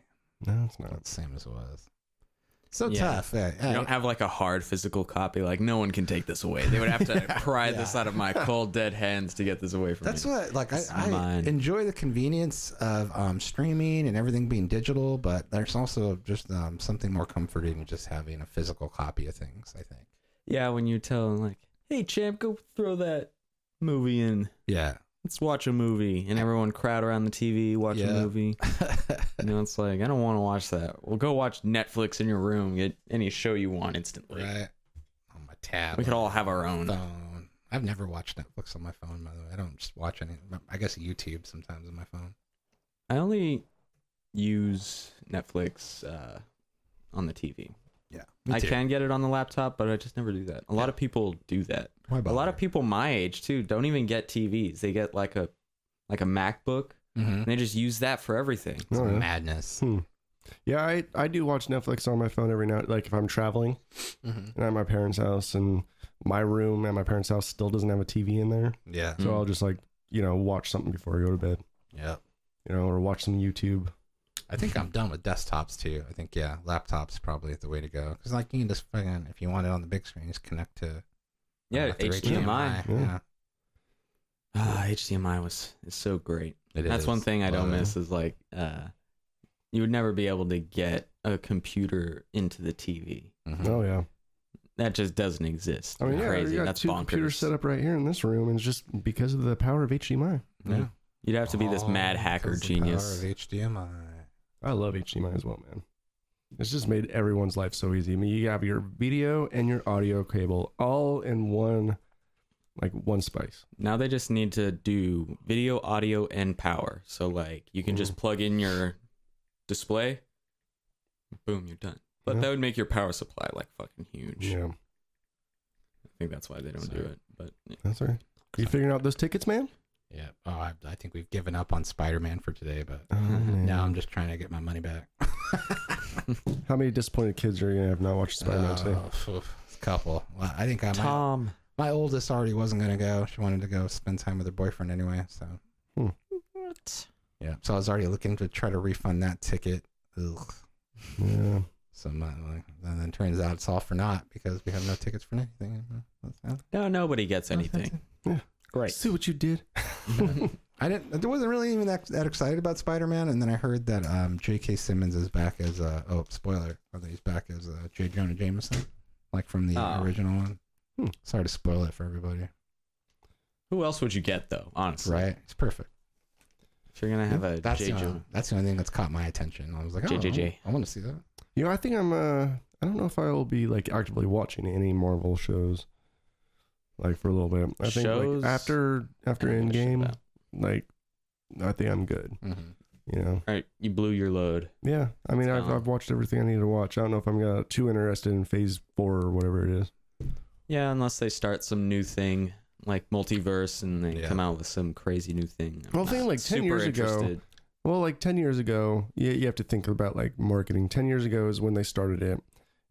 Speaker 5: No, it's
Speaker 2: Not
Speaker 5: not.
Speaker 2: the same as it was. So
Speaker 1: Yeah.
Speaker 2: tough. eh, Yeah,
Speaker 1: You
Speaker 2: yeah,
Speaker 1: don't have like a hard physical copy. Like no one can take this away. They would have to pry this
Speaker 2: yeah.
Speaker 1: out of my cold dead hands to get this away from
Speaker 2: That's
Speaker 1: me.
Speaker 2: what like I,
Speaker 1: It's
Speaker 2: I
Speaker 1: mine.
Speaker 2: enjoy the convenience of um, streaming and everything being digital, but there's also just um, something more comforting in just having a physical copy of things. I think.
Speaker 1: yeah, when you tell them like, "Hey, champ, go throw that movie in.
Speaker 2: Yeah.
Speaker 1: Let's watch a movie," and everyone crowd around the TV watch a
Speaker 2: Yeah.
Speaker 1: movie. You know, it's like I don't want to watch that. Well, go watch Netflix in your room. Get any show you want instantly.
Speaker 2: right. On my tab.
Speaker 1: We could all have our own.
Speaker 2: phone. I've never watched Netflix on my phone. By the way, I don't just watch any. I guess YouTube sometimes on my phone.
Speaker 1: I only use Netflix uh, on the TV.
Speaker 2: Yeah.
Speaker 1: I can get it on the laptop, but I just never do that. A lot of people do that.
Speaker 2: Why
Speaker 1: A lot of people my age too don't even get TVs. They get like a like a MacBook
Speaker 2: hmm
Speaker 1: and they just use that for everything.
Speaker 5: Oh, yeah.
Speaker 2: Madness.
Speaker 5: yeah, I I do watch Netflix on my phone every night. Like if I'm traveling
Speaker 1: Mm-hmm.
Speaker 2: Mhm.
Speaker 5: and I'm at my parents' house and my room at my parents' house still doesn't have a TV in there,
Speaker 2: Yeah.
Speaker 5: so
Speaker 1: Mm.
Speaker 5: I'll just like you know watch something before I go to bed,
Speaker 2: Yeah.
Speaker 5: you know, or watch some YouTube.
Speaker 2: I think I'm done with desktops too. I think yeah, laptops probably the way to go because like you can just fucking if you want it on the big screen, just connect to
Speaker 1: Yeah,
Speaker 2: uh, through
Speaker 1: HDMI.
Speaker 5: Yeah.
Speaker 2: Yeah,
Speaker 1: Ah, HDMI was is so great.
Speaker 2: It
Speaker 1: That's
Speaker 2: is.
Speaker 1: one thing I don't
Speaker 2: Love it.
Speaker 1: miss is like uh you would never be able to get a computer into the TV.
Speaker 2: Mhm.
Speaker 5: Oh yeah.
Speaker 1: That just doesn't exist.
Speaker 5: I mean, yeah,
Speaker 1: Hmm. crazy.
Speaker 5: we got
Speaker 1: That's
Speaker 5: two
Speaker 1: bonkers.
Speaker 5: computers set up right here in this room, and it's just because of the power of HDMI.
Speaker 2: Yeah.
Speaker 1: You'd have to be this
Speaker 2: All
Speaker 1: mad hacker
Speaker 2: because the power
Speaker 1: genius.
Speaker 2: of HDMI.
Speaker 5: I love HDMI as well, man. It's just made everyone's life so easy. I mean, you have your video and your audio cable all in one, like one space.
Speaker 1: Now they just need to do video, audio, and power. So like you can just plug in your display, boom, you're done. But
Speaker 5: Yeah.
Speaker 1: that would make your power supply like fucking huge.
Speaker 5: Yeah,
Speaker 1: I think that's why they don't do
Speaker 2: Sorry.
Speaker 1: it. But
Speaker 5: that's right. You figuring out those tickets, man?
Speaker 2: Yeah. Oh, I, I think we've given up on Spider-Man for today, but
Speaker 5: Oh, man.
Speaker 2: now I'm just trying to get my money back.
Speaker 5: How many disappointed kids are you gonna have not watched Spider-Man today?
Speaker 2: Oh, oof, it's a couple. Well, I think I might,
Speaker 1: Tom,
Speaker 2: my oldest already wasn't gonna go. She wanted to go spend time with her boyfriend anyway. So
Speaker 5: Hmm.
Speaker 1: What?
Speaker 2: Yeah. So I was already looking to try to refund that ticket. Ugh.
Speaker 1: Oh.
Speaker 5: Yeah,
Speaker 2: So my, like, and then turns out it's all for naught because we have no tickets for anything.
Speaker 1: no, nobody gets anything. Great.
Speaker 5: see what you did.
Speaker 2: I didn't. I wasn't really even that, that excited about Spider Man, and then I heard that um, J.K. Simmons is back as uh, oh spoiler, I think he's back as uh, J. Jonah Jameson, like from the
Speaker 1: Oh.
Speaker 2: original one.
Speaker 5: Hmm.
Speaker 2: Sorry to spoil it for everybody.
Speaker 1: Who else would you get though? Honestly,
Speaker 2: Right? It's perfect.
Speaker 1: if you're gonna have a
Speaker 2: That's uh, the,
Speaker 1: JJ,
Speaker 2: only- that's the only thing that's caught my attention. I was like, oh,
Speaker 1: JJJ.
Speaker 2: I want to see that.
Speaker 5: You know, I think I'm. uh I don't know if I will be like actively watching any Marvel shows, like for a little bit. I think
Speaker 1: Shows?
Speaker 5: like after after
Speaker 1: I don't give a shit
Speaker 5: Endgame,
Speaker 1: about.
Speaker 5: like I think I'm good.
Speaker 2: Mhm.
Speaker 5: You know.
Speaker 1: All right, you blew your load.
Speaker 5: Yeah. I mean, I've,
Speaker 1: Solid.
Speaker 5: I've watched everything I need to watch. I don't know if I'm uh, too interested in Phase Four or whatever it is.
Speaker 1: Yeah, unless they start some new thing like multiverse and they
Speaker 2: Yeah.
Speaker 1: come out with some crazy new thing. I'm
Speaker 5: Well, thing
Speaker 1: not
Speaker 5: like 10
Speaker 1: super
Speaker 5: years ago-
Speaker 1: interested.
Speaker 5: Well, like ten years ago, you, you have to think about like marketing. Ten years ago is when they started it,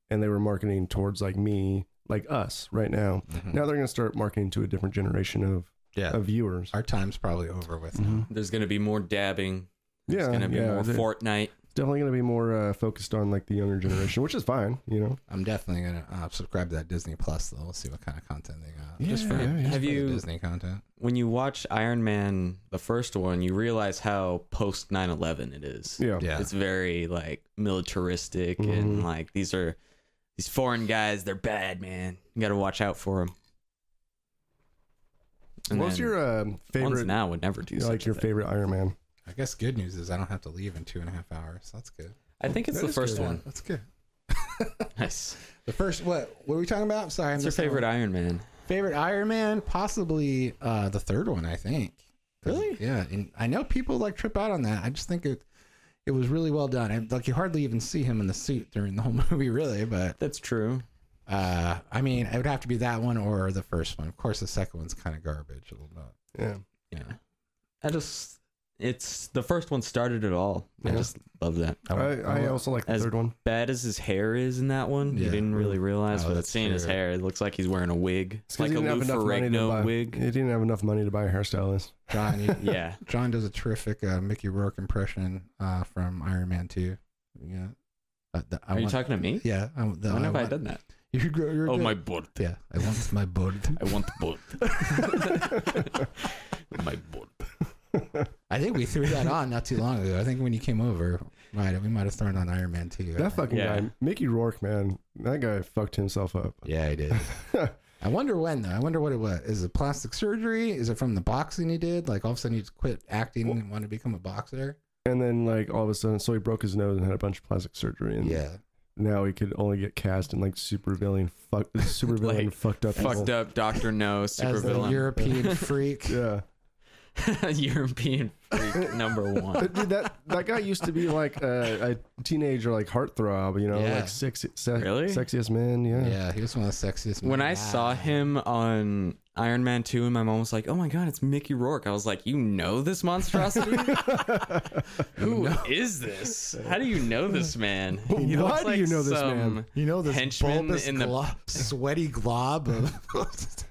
Speaker 5: and they were marketing towards like me, like us right now.
Speaker 2: Mhm.
Speaker 5: Now they're going to start marketing to a different generation of,
Speaker 2: yeah,
Speaker 5: of viewers.
Speaker 2: our time's probably over with.
Speaker 5: Mm-hmm.
Speaker 1: There's gonna be more dabbing. There's
Speaker 5: Yeah,
Speaker 1: gonna be
Speaker 5: yeah,
Speaker 1: more
Speaker 5: they're-
Speaker 1: Fortnite.
Speaker 5: Definitely going to be more uh, focused on like the younger generation, which is fine, you know.
Speaker 2: I'm definitely gonna uh, subscribe to that Disney Plus though. We'll see what kind of content they got. just for,
Speaker 5: Yeah, yeah.
Speaker 2: just
Speaker 1: Have
Speaker 2: for the
Speaker 1: you-
Speaker 2: Disney content?
Speaker 1: When you watch Iron Man, the first one, you realize how post 9/11 it is.
Speaker 5: Yeah.
Speaker 2: Yeah,
Speaker 1: Oh, It's very like militaristic
Speaker 5: Mhm.
Speaker 1: and like these are these foreign guys. They're bad, man. You gotta watch out for them.
Speaker 5: What was your uh,
Speaker 1: ones
Speaker 5: favorite?
Speaker 1: now would never do
Speaker 5: you know,
Speaker 1: such
Speaker 5: like
Speaker 1: a
Speaker 5: your
Speaker 1: thing.
Speaker 5: favorite Iron Man?
Speaker 2: I guess good news is I don't have to leave in two and a half hours. So that's good.
Speaker 1: I think it's
Speaker 5: That
Speaker 1: the
Speaker 5: is
Speaker 1: first
Speaker 5: good,
Speaker 1: one.
Speaker 2: That's good.
Speaker 1: Nice.
Speaker 2: the first what? What were we talking about? Sorry,
Speaker 1: What's your favorite Iron Man?
Speaker 2: Favorite Iron Man, possibly uh, the third one, I think.
Speaker 1: Really?
Speaker 2: Yeah, and I know people like trip out on that. I just think it it was really well done. And like you hardly even see him in the suit during the whole movie, really. But
Speaker 1: That's true.
Speaker 2: uh, I mean, it would have to be that one or the first one. Of course, the second one's kind of garbage a little bit.
Speaker 5: Yeah.
Speaker 2: Yeah,
Speaker 1: I just it's the first one started it all. I
Speaker 5: Yeah.
Speaker 1: just love that.
Speaker 5: I,
Speaker 2: would-
Speaker 5: I
Speaker 2: would-
Speaker 5: also like the
Speaker 1: As-
Speaker 5: third one.
Speaker 1: Bad as his hair is in that one,
Speaker 2: Yeah.
Speaker 1: you didn't really realize,
Speaker 2: Oh,
Speaker 1: but
Speaker 2: that's
Speaker 1: seeing his
Speaker 2: true.
Speaker 1: hair, it looks like he's wearing a wig. It's like
Speaker 5: 'cause he
Speaker 1: a
Speaker 5: didn't have
Speaker 1: Lou
Speaker 5: enough money to buy-
Speaker 1: Ferrigno wig.
Speaker 5: He didn't have enough money to buy a hairstylist.
Speaker 2: John, you,
Speaker 1: Yeah.
Speaker 2: John does a terrific uh, Mickey Rourke impression uh, from Iron Man Two. Yeah, uh, the, I
Speaker 1: Are you
Speaker 2: want-
Speaker 1: talking to me?
Speaker 2: Yeah, I, the,
Speaker 1: When have I
Speaker 2: want-
Speaker 1: done that?
Speaker 2: You go- you're
Speaker 1: Oh
Speaker 2: good.
Speaker 1: my board.
Speaker 2: Yeah, I want my bird.
Speaker 1: I want the board. my board.
Speaker 2: I think we threw that on not too long ago. I think when you came over, right, we might have thrown on Iron Man too.
Speaker 5: That fucking
Speaker 1: Yeah.
Speaker 5: guy, Mickey Rourke, man, that guy fucked himself up.
Speaker 2: yeah, I did. I wonder when though. I wonder what it was. Is it plastic surgery? Is it from the boxing he did? Like all of a sudden he just quit acting and wanted to become a boxer?
Speaker 5: And then, like, all of a sudden, so he broke his nose and had a bunch of plastic surgery. And
Speaker 2: Yeah.
Speaker 5: now he could only get cast in, like, super villain, fuck, super villain
Speaker 1: Like,
Speaker 5: fucked up.
Speaker 1: Fucked
Speaker 5: people.
Speaker 1: up Doctor No
Speaker 2: As the
Speaker 1: supervillain.
Speaker 2: European freak.
Speaker 5: Yeah.
Speaker 1: European freak number one.
Speaker 5: But dude, that that guy used to be like a, a teenager, like heartthrob, you know,
Speaker 2: Yeah.
Speaker 5: like sexy, se-
Speaker 1: Really?
Speaker 5: sexiest man. Yeah.
Speaker 2: Yeah, he was one of the sexiest.
Speaker 1: When
Speaker 2: men
Speaker 1: I saw
Speaker 2: alive.
Speaker 1: him on Iron Man 2, and my mom was like, oh my god, it's Mickey Rourke. I was like, you know this monstrosity? Who is this? How do you know this man? He
Speaker 5: why
Speaker 1: looks
Speaker 5: do you know this man?
Speaker 2: you know this
Speaker 1: henchman
Speaker 2: bulbous
Speaker 1: in the-
Speaker 2: glo- sweaty glob of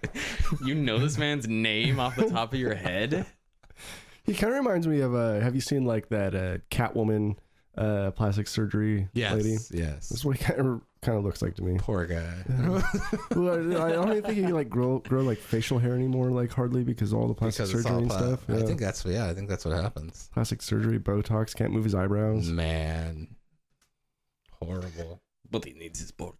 Speaker 1: You know this man's name off the top of your head?
Speaker 5: He kind of reminds me of uh, have you seen like that uh, Catwoman uh, plastic surgery
Speaker 2: yes,
Speaker 5: lady? That's
Speaker 2: yes.
Speaker 5: what he kind of kind of looks like to me.
Speaker 2: Poor guy.
Speaker 5: well, I, I don't even think he can, like grow grow like facial hair anymore, like hardly because all the plastic
Speaker 2: Because it's
Speaker 5: surgery
Speaker 2: all
Speaker 5: and
Speaker 2: pla-
Speaker 5: stuff.
Speaker 2: I
Speaker 5: Yeah.
Speaker 2: think that's yeah. I think that's what happens.
Speaker 5: plastic surgery, Botox, can't move his eyebrows.
Speaker 2: Man, horrible.
Speaker 1: But he needs his board.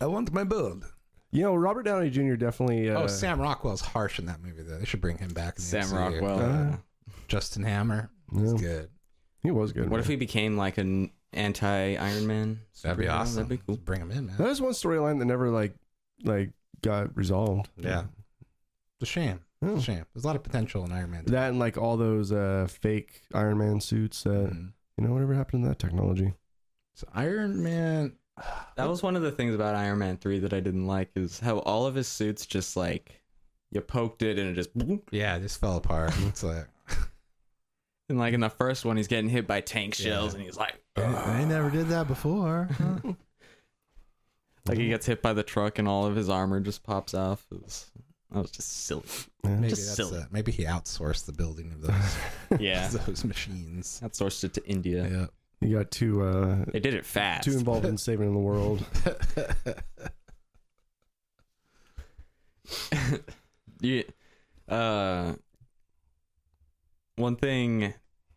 Speaker 2: I want my build.
Speaker 5: You know, Robert Downey Jr. definitely. Uh,
Speaker 2: oh, Sam Rockwell's harsh in that movie though. They should bring him back. In the
Speaker 1: Sam
Speaker 2: MCU.
Speaker 1: Rockwell.
Speaker 5: Uh,
Speaker 2: Justin Hammer.
Speaker 5: yeah,
Speaker 2: He's good.
Speaker 5: he was good.
Speaker 1: what
Speaker 5: man.
Speaker 1: if he became like an anti Iron Man?
Speaker 2: That'd be
Speaker 1: superhero?
Speaker 2: awesome.
Speaker 1: That'd be cool.
Speaker 2: Bring him in, man.
Speaker 5: That is one storyline that never like like got resolved.
Speaker 2: Yeah. It's a shame.
Speaker 5: Yeah.
Speaker 2: It's a shame. There's a lot of potential in Iron Man.
Speaker 5: That and like all those uh fake Iron Man suits that
Speaker 2: Mhm.
Speaker 5: you know whatever happened to that technology.
Speaker 2: So Iron Man.
Speaker 1: That was one of the things about Iron Man 3 that I didn't like is how all of his suits just like you poked it and it just boom.
Speaker 2: Yeah, this fell apart. It's like
Speaker 1: and like in the first one he's getting hit by tank shells
Speaker 2: Yeah.
Speaker 1: and he's like
Speaker 2: I never did that before.
Speaker 1: like he gets hit by the truck and all of his armor just pops off. It was that was just silly.
Speaker 5: Yeah.
Speaker 2: Maybe
Speaker 1: Just
Speaker 2: that's
Speaker 1: silly.
Speaker 2: it. Maybe he outsourced the building of those
Speaker 1: Yeah.
Speaker 2: those machines.
Speaker 1: Outsourced it to India.
Speaker 2: Yeah.
Speaker 5: You got too uh
Speaker 1: They did it fast.
Speaker 5: too involved in saving the world.
Speaker 1: yeah. Uh, one thing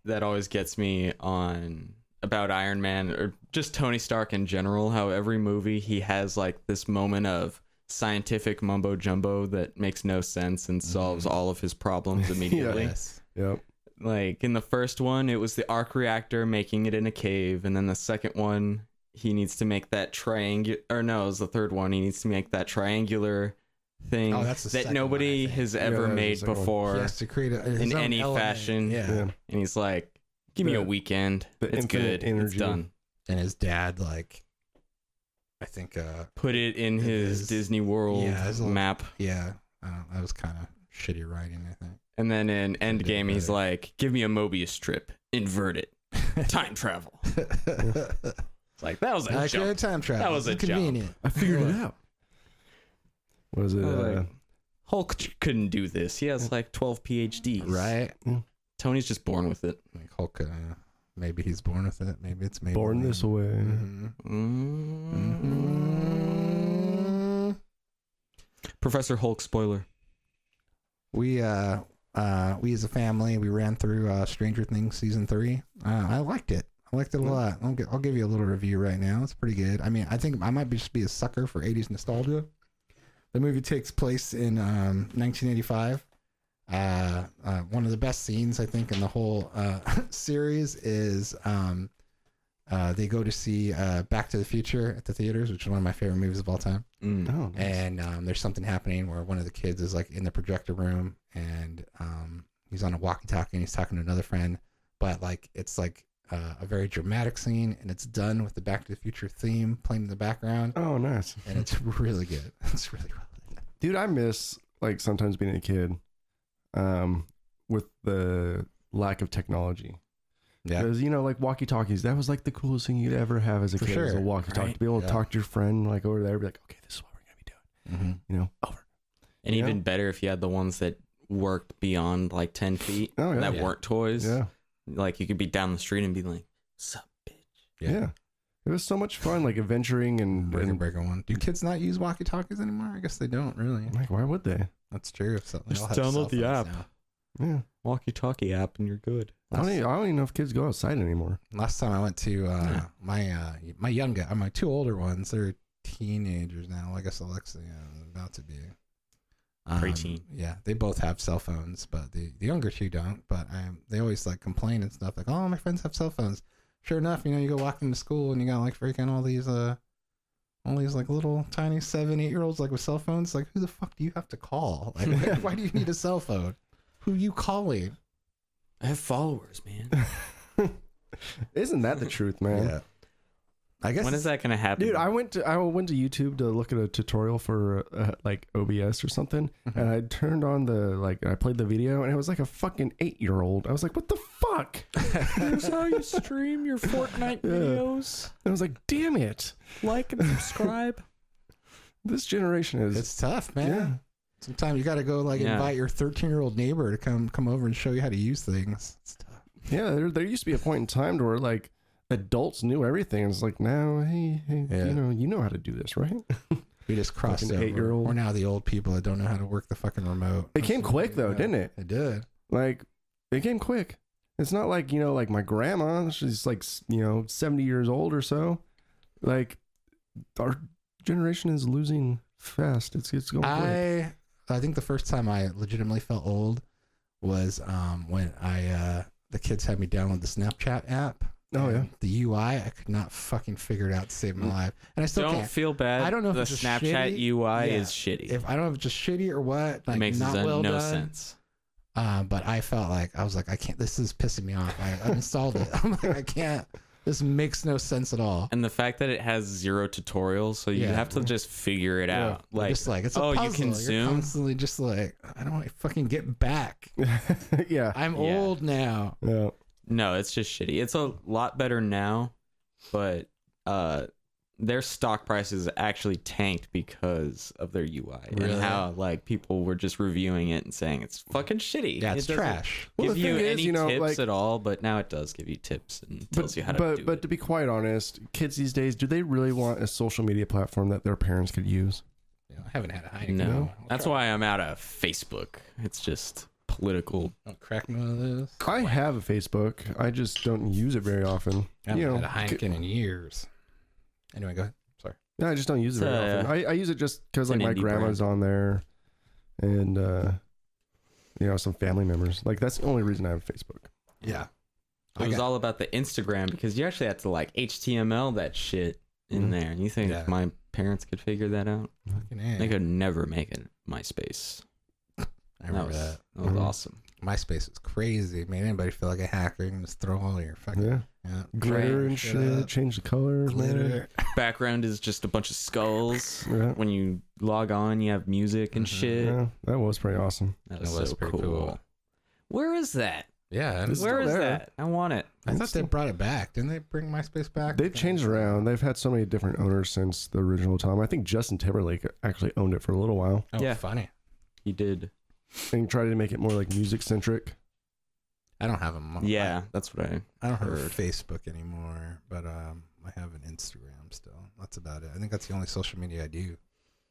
Speaker 1: that always gets me on about Iron Man or just Tony Stark in general, how every movie he has like this moment of scientific mumbo jumbo that makes no sense and solves all of his problems immediately.
Speaker 2: Yes.
Speaker 5: Yep.
Speaker 1: Like in the first one, it was the arc reactor making it in a cave, and then the second one, he needs to make that triangular. Or no, it was the third one. He needs to make that triangular thing
Speaker 2: Oh, that's the
Speaker 1: that
Speaker 2: second
Speaker 1: nobody
Speaker 2: one, I think.
Speaker 1: has
Speaker 5: Yeah, that
Speaker 1: ever
Speaker 5: is the
Speaker 1: made
Speaker 5: second one.
Speaker 1: before.
Speaker 2: He has to create a, his
Speaker 1: in
Speaker 2: own
Speaker 1: any
Speaker 2: element.
Speaker 1: fashion.
Speaker 2: Yeah.
Speaker 5: Yeah.
Speaker 1: And he's like, "Give me
Speaker 5: The-
Speaker 1: a weekend.
Speaker 5: the
Speaker 1: It's
Speaker 5: infinite
Speaker 1: good. It's
Speaker 5: energy.
Speaker 1: done."
Speaker 2: And his dad, like, I think, uh,
Speaker 1: Put it in
Speaker 2: It
Speaker 1: his
Speaker 2: is-
Speaker 1: Disney World
Speaker 2: yeah, it's a-
Speaker 1: map,
Speaker 2: yeah, I don't, that was kind of shitty writing, I think.
Speaker 1: and then in
Speaker 2: did it
Speaker 1: Endgame, he's
Speaker 2: better.
Speaker 1: like, "Give me a Mobius strip. Invert it. Time travel." It's like that was a
Speaker 2: I
Speaker 1: jump.
Speaker 2: created time travel.
Speaker 1: That was a
Speaker 2: It's convenient.
Speaker 5: I figured it out. What is it?
Speaker 1: I
Speaker 2: Oh,
Speaker 1: was
Speaker 5: Uh,
Speaker 1: Oh, like, Hulk ch- couldn't do this. He has like twelve PhDs.
Speaker 2: Right?
Speaker 1: Tony's just born with it.
Speaker 2: Like Hulk, uh, maybe he's born with it. Maybe it's made.
Speaker 5: born
Speaker 2: with Mm-hmm. it.
Speaker 5: this way.
Speaker 2: Mhm.
Speaker 1: Mm-hmm.
Speaker 2: Mhm.
Speaker 1: Professor Hulk spoiler.
Speaker 2: We uh uh we as a family we ran through uh Stranger Things season three. Uh, I liked it. I liked it a lot. I'll, gi- I'll give you a little review right now. It's pretty good. I mean, I think I might be just be a sucker for '80s nostalgia. The movie takes place in um, 1985. Uh, uh, one of the best scenes I think in the whole uh, series is um, uh, they go to see uh, Back to the Future at the theaters, which is one of my favorite movies of all time
Speaker 5: Oh, nice.
Speaker 2: and um, there's something happening where one of the kids is like in the projector room and um, he's on a walkie-talkie and he's talking to another friend but like it's like uh, a very dramatic scene and it's done with the back to the future theme playing in the background
Speaker 5: oh, nice.
Speaker 2: and it's really good it's really well done.
Speaker 5: Dude, I miss like sometimes being a kid um, with the lack of technology.
Speaker 2: yeah
Speaker 5: Because, you know, like walkie talkies, that was like the coolest thing you'd ever have as a
Speaker 2: For
Speaker 5: kid as a
Speaker 2: sure,
Speaker 5: walkie talkie.
Speaker 1: right?
Speaker 5: To be able
Speaker 2: Yeah.
Speaker 5: to talk to your friend like over there, be like, okay, this is what we're going to be doing.
Speaker 2: Mhm.
Speaker 5: You know, over.
Speaker 1: And
Speaker 5: Yeah.
Speaker 1: even better if you had the ones that worked beyond like ten feet
Speaker 5: Oh, yeah.
Speaker 1: that
Speaker 2: Yeah.
Speaker 1: weren't toys.
Speaker 5: Yeah.
Speaker 1: Like you could be down the street and be like, "Sup, bitch."
Speaker 2: Yeah.
Speaker 5: yeah. It was so much fun, like adventuring and,
Speaker 2: breaker
Speaker 5: and
Speaker 2: breaker one do kids not use walkie-talkies anymore i guess they don't really
Speaker 5: like, why would they?
Speaker 2: that's true so, they
Speaker 1: Just
Speaker 2: all have cell
Speaker 1: download the app.
Speaker 2: phones now.
Speaker 5: Yeah.
Speaker 1: Walkie-talkie app, and you're good.
Speaker 5: I don't, even, I don't even know if kids go outside anymore.
Speaker 2: Last time I went to uh,
Speaker 1: Yeah.
Speaker 2: my uh, my younger, uh, my two older ones, they're teenagers now. I guess Alexa yeah, is about to be um,
Speaker 1: Preteen.
Speaker 2: Yeah, they both have cell phones, but the, the younger two don't. But I, they always like complain and stuff like, "Oh, my friends have cell phones." Sure enough, you know, you go walk into school and you got like freaking all these uh, all these like little tiny seven, eight year olds like with cell phones. Like, who the fuck do you have to call? Like, why, why do you need a cell phone? Who you calling?
Speaker 1: I have followers, man.
Speaker 5: Isn't that the truth, man?
Speaker 2: I guess
Speaker 1: when is that gonna happen?
Speaker 5: Dude, I went to I went to YouTube to look at a tutorial for uh, like OBS or something,
Speaker 2: Mm-hmm.
Speaker 5: and I turned on the like I played the video, and it was like a fucking eight year old. I was like, what the fuck?
Speaker 1: Here's how you stream your Fortnite videos.
Speaker 5: And I was like, damn it,
Speaker 1: Like and subscribe.
Speaker 5: this generation is
Speaker 2: It's tough, man.
Speaker 5: yeah.
Speaker 2: Sometimes you got to go like
Speaker 1: Yeah.
Speaker 2: invite your 13 year old neighbor to come come over and show you how to use things. It's tough.
Speaker 5: Yeah, there, there used to be a point in time to where like adults knew everything. It's like now, hey, hey
Speaker 2: Yeah.
Speaker 5: you know, you know how to do this, right?
Speaker 2: We just crossed
Speaker 5: Fucking
Speaker 2: over.
Speaker 5: eight-year-old.
Speaker 2: We're now the old people that don't know how to work the fucking remote.
Speaker 5: It came
Speaker 2: That's
Speaker 5: quick
Speaker 2: what we
Speaker 5: though,
Speaker 2: are.
Speaker 5: didn't it?
Speaker 2: It did.
Speaker 5: Like it came quick. It's not like you know, like my grandma. She's like s- you know, seventy years old or so. Like our generation is losing fast. It's it's going. quick.
Speaker 2: I I think the first time I legitimately felt old was um when I uh the kids had me download the Snapchat app.
Speaker 5: Oh yeah. Mm.
Speaker 2: And The UI I could not fucking figure it out to save my life, and I still
Speaker 1: don't
Speaker 2: can't.
Speaker 1: feel bad.
Speaker 2: I don't know if
Speaker 1: the
Speaker 2: it's just
Speaker 1: Snapchat
Speaker 2: shitty.
Speaker 1: UI
Speaker 2: Yeah.
Speaker 1: is shitty.
Speaker 2: If I don't know if it's just shitty or what, like
Speaker 1: it makes
Speaker 2: not
Speaker 1: zen-
Speaker 2: well
Speaker 1: no
Speaker 2: done.
Speaker 1: sense.
Speaker 2: Uh, but I felt like I was like, I can't. This is pissing me off. I uninstalled it. I'm like, I can't. This makes no sense at all.
Speaker 1: And the fact that it has zero tutorials, so you
Speaker 2: Yeah.
Speaker 1: have to just figure it
Speaker 5: Yeah.
Speaker 1: out.
Speaker 2: You're
Speaker 1: Like,
Speaker 2: just like it's a
Speaker 1: oh, you
Speaker 2: puzzle.
Speaker 1: can
Speaker 2: You're
Speaker 1: zoom?
Speaker 2: constantly just like, I don't want to fucking get back.
Speaker 5: yeah.
Speaker 2: I'm
Speaker 1: Yeah.
Speaker 2: old now.
Speaker 5: Yeah.
Speaker 1: no, it's just shitty. It's a lot better now, but uh, their stock prices actually tanked because of their UI
Speaker 2: Really?
Speaker 1: and how like people were just reviewing it and saying it's fucking shitty.
Speaker 2: Yeah,
Speaker 1: It
Speaker 2: it's
Speaker 1: doesn't
Speaker 2: trash.
Speaker 5: Well,
Speaker 1: give
Speaker 5: the
Speaker 1: you
Speaker 5: thing is,
Speaker 1: any
Speaker 5: you know,
Speaker 1: tips
Speaker 5: like-
Speaker 1: at all, but now it does give you tips and tells you how to
Speaker 5: but
Speaker 1: do
Speaker 5: but
Speaker 1: it.
Speaker 5: to be quite honest, kids these days, do they really want a social media platform that their parents could use?
Speaker 2: You know, I haven't had a Heineken.
Speaker 1: no,
Speaker 5: No.
Speaker 1: that's why I'm out of Facebook. It's just political.
Speaker 2: I'll crack me one of those.
Speaker 5: I have a Facebook. I just don't use it very often.
Speaker 2: I haven't
Speaker 5: you know,
Speaker 2: had a Heineken in years. Anyway, go ahead.
Speaker 5: No, I just don't use it
Speaker 1: It's,
Speaker 5: very
Speaker 1: uh,
Speaker 5: often. I, I use it just because
Speaker 1: it's an
Speaker 5: like my
Speaker 1: indie
Speaker 5: grandma's on there, and uh, you know some family members. Like that's the only reason I have Facebook.
Speaker 2: Yeah.
Speaker 1: It
Speaker 2: I
Speaker 1: was
Speaker 2: got-
Speaker 1: all about the Instagram because you actually have to like HTML that shit in
Speaker 5: Mhm.
Speaker 1: there. And you think
Speaker 2: Yeah.
Speaker 1: my parents could figure that out?
Speaker 2: fucking A.
Speaker 1: They could never make it MySpace.
Speaker 2: I remember
Speaker 1: was,
Speaker 2: that.
Speaker 1: That was
Speaker 5: Mhm.
Speaker 1: awesome.
Speaker 2: MySpace was crazy. It made anybody feel like a hacker. You can just throw all your fucking
Speaker 5: Yeah.
Speaker 2: yeah.
Speaker 5: Glitter and
Speaker 2: Shut
Speaker 5: shit.
Speaker 2: up.
Speaker 5: Change the color.
Speaker 2: glitter.
Speaker 1: Background is just a bunch of skulls.
Speaker 5: Yeah.
Speaker 1: When you log on, you have music and
Speaker 2: Mhm.
Speaker 1: shit.
Speaker 5: yeah. That was pretty awesome.
Speaker 1: That
Speaker 2: That
Speaker 1: was,
Speaker 2: was
Speaker 1: so
Speaker 2: pretty
Speaker 1: cool.
Speaker 2: cool.
Speaker 1: Where is that?
Speaker 2: Yeah, and
Speaker 5: It's
Speaker 1: Where
Speaker 5: still
Speaker 1: is
Speaker 5: there.
Speaker 1: that? I want it.
Speaker 2: I thought they brought it back. Didn't they bring MySpace back? Oh,
Speaker 5: They've changed around. They've had so many different owners since the original time. I think Justin Timberlake actually owned it for a little while
Speaker 2: Oh,
Speaker 1: Yeah.
Speaker 2: funny.
Speaker 1: You did.
Speaker 5: and tried to make it more like music centric.
Speaker 2: Oh, I don't have them.
Speaker 1: Yeah, that's what I.
Speaker 2: I don't have
Speaker 1: Heard.
Speaker 2: Facebook anymore, but um, I have an Instagram still. That's about it. I think that's the only social media I do.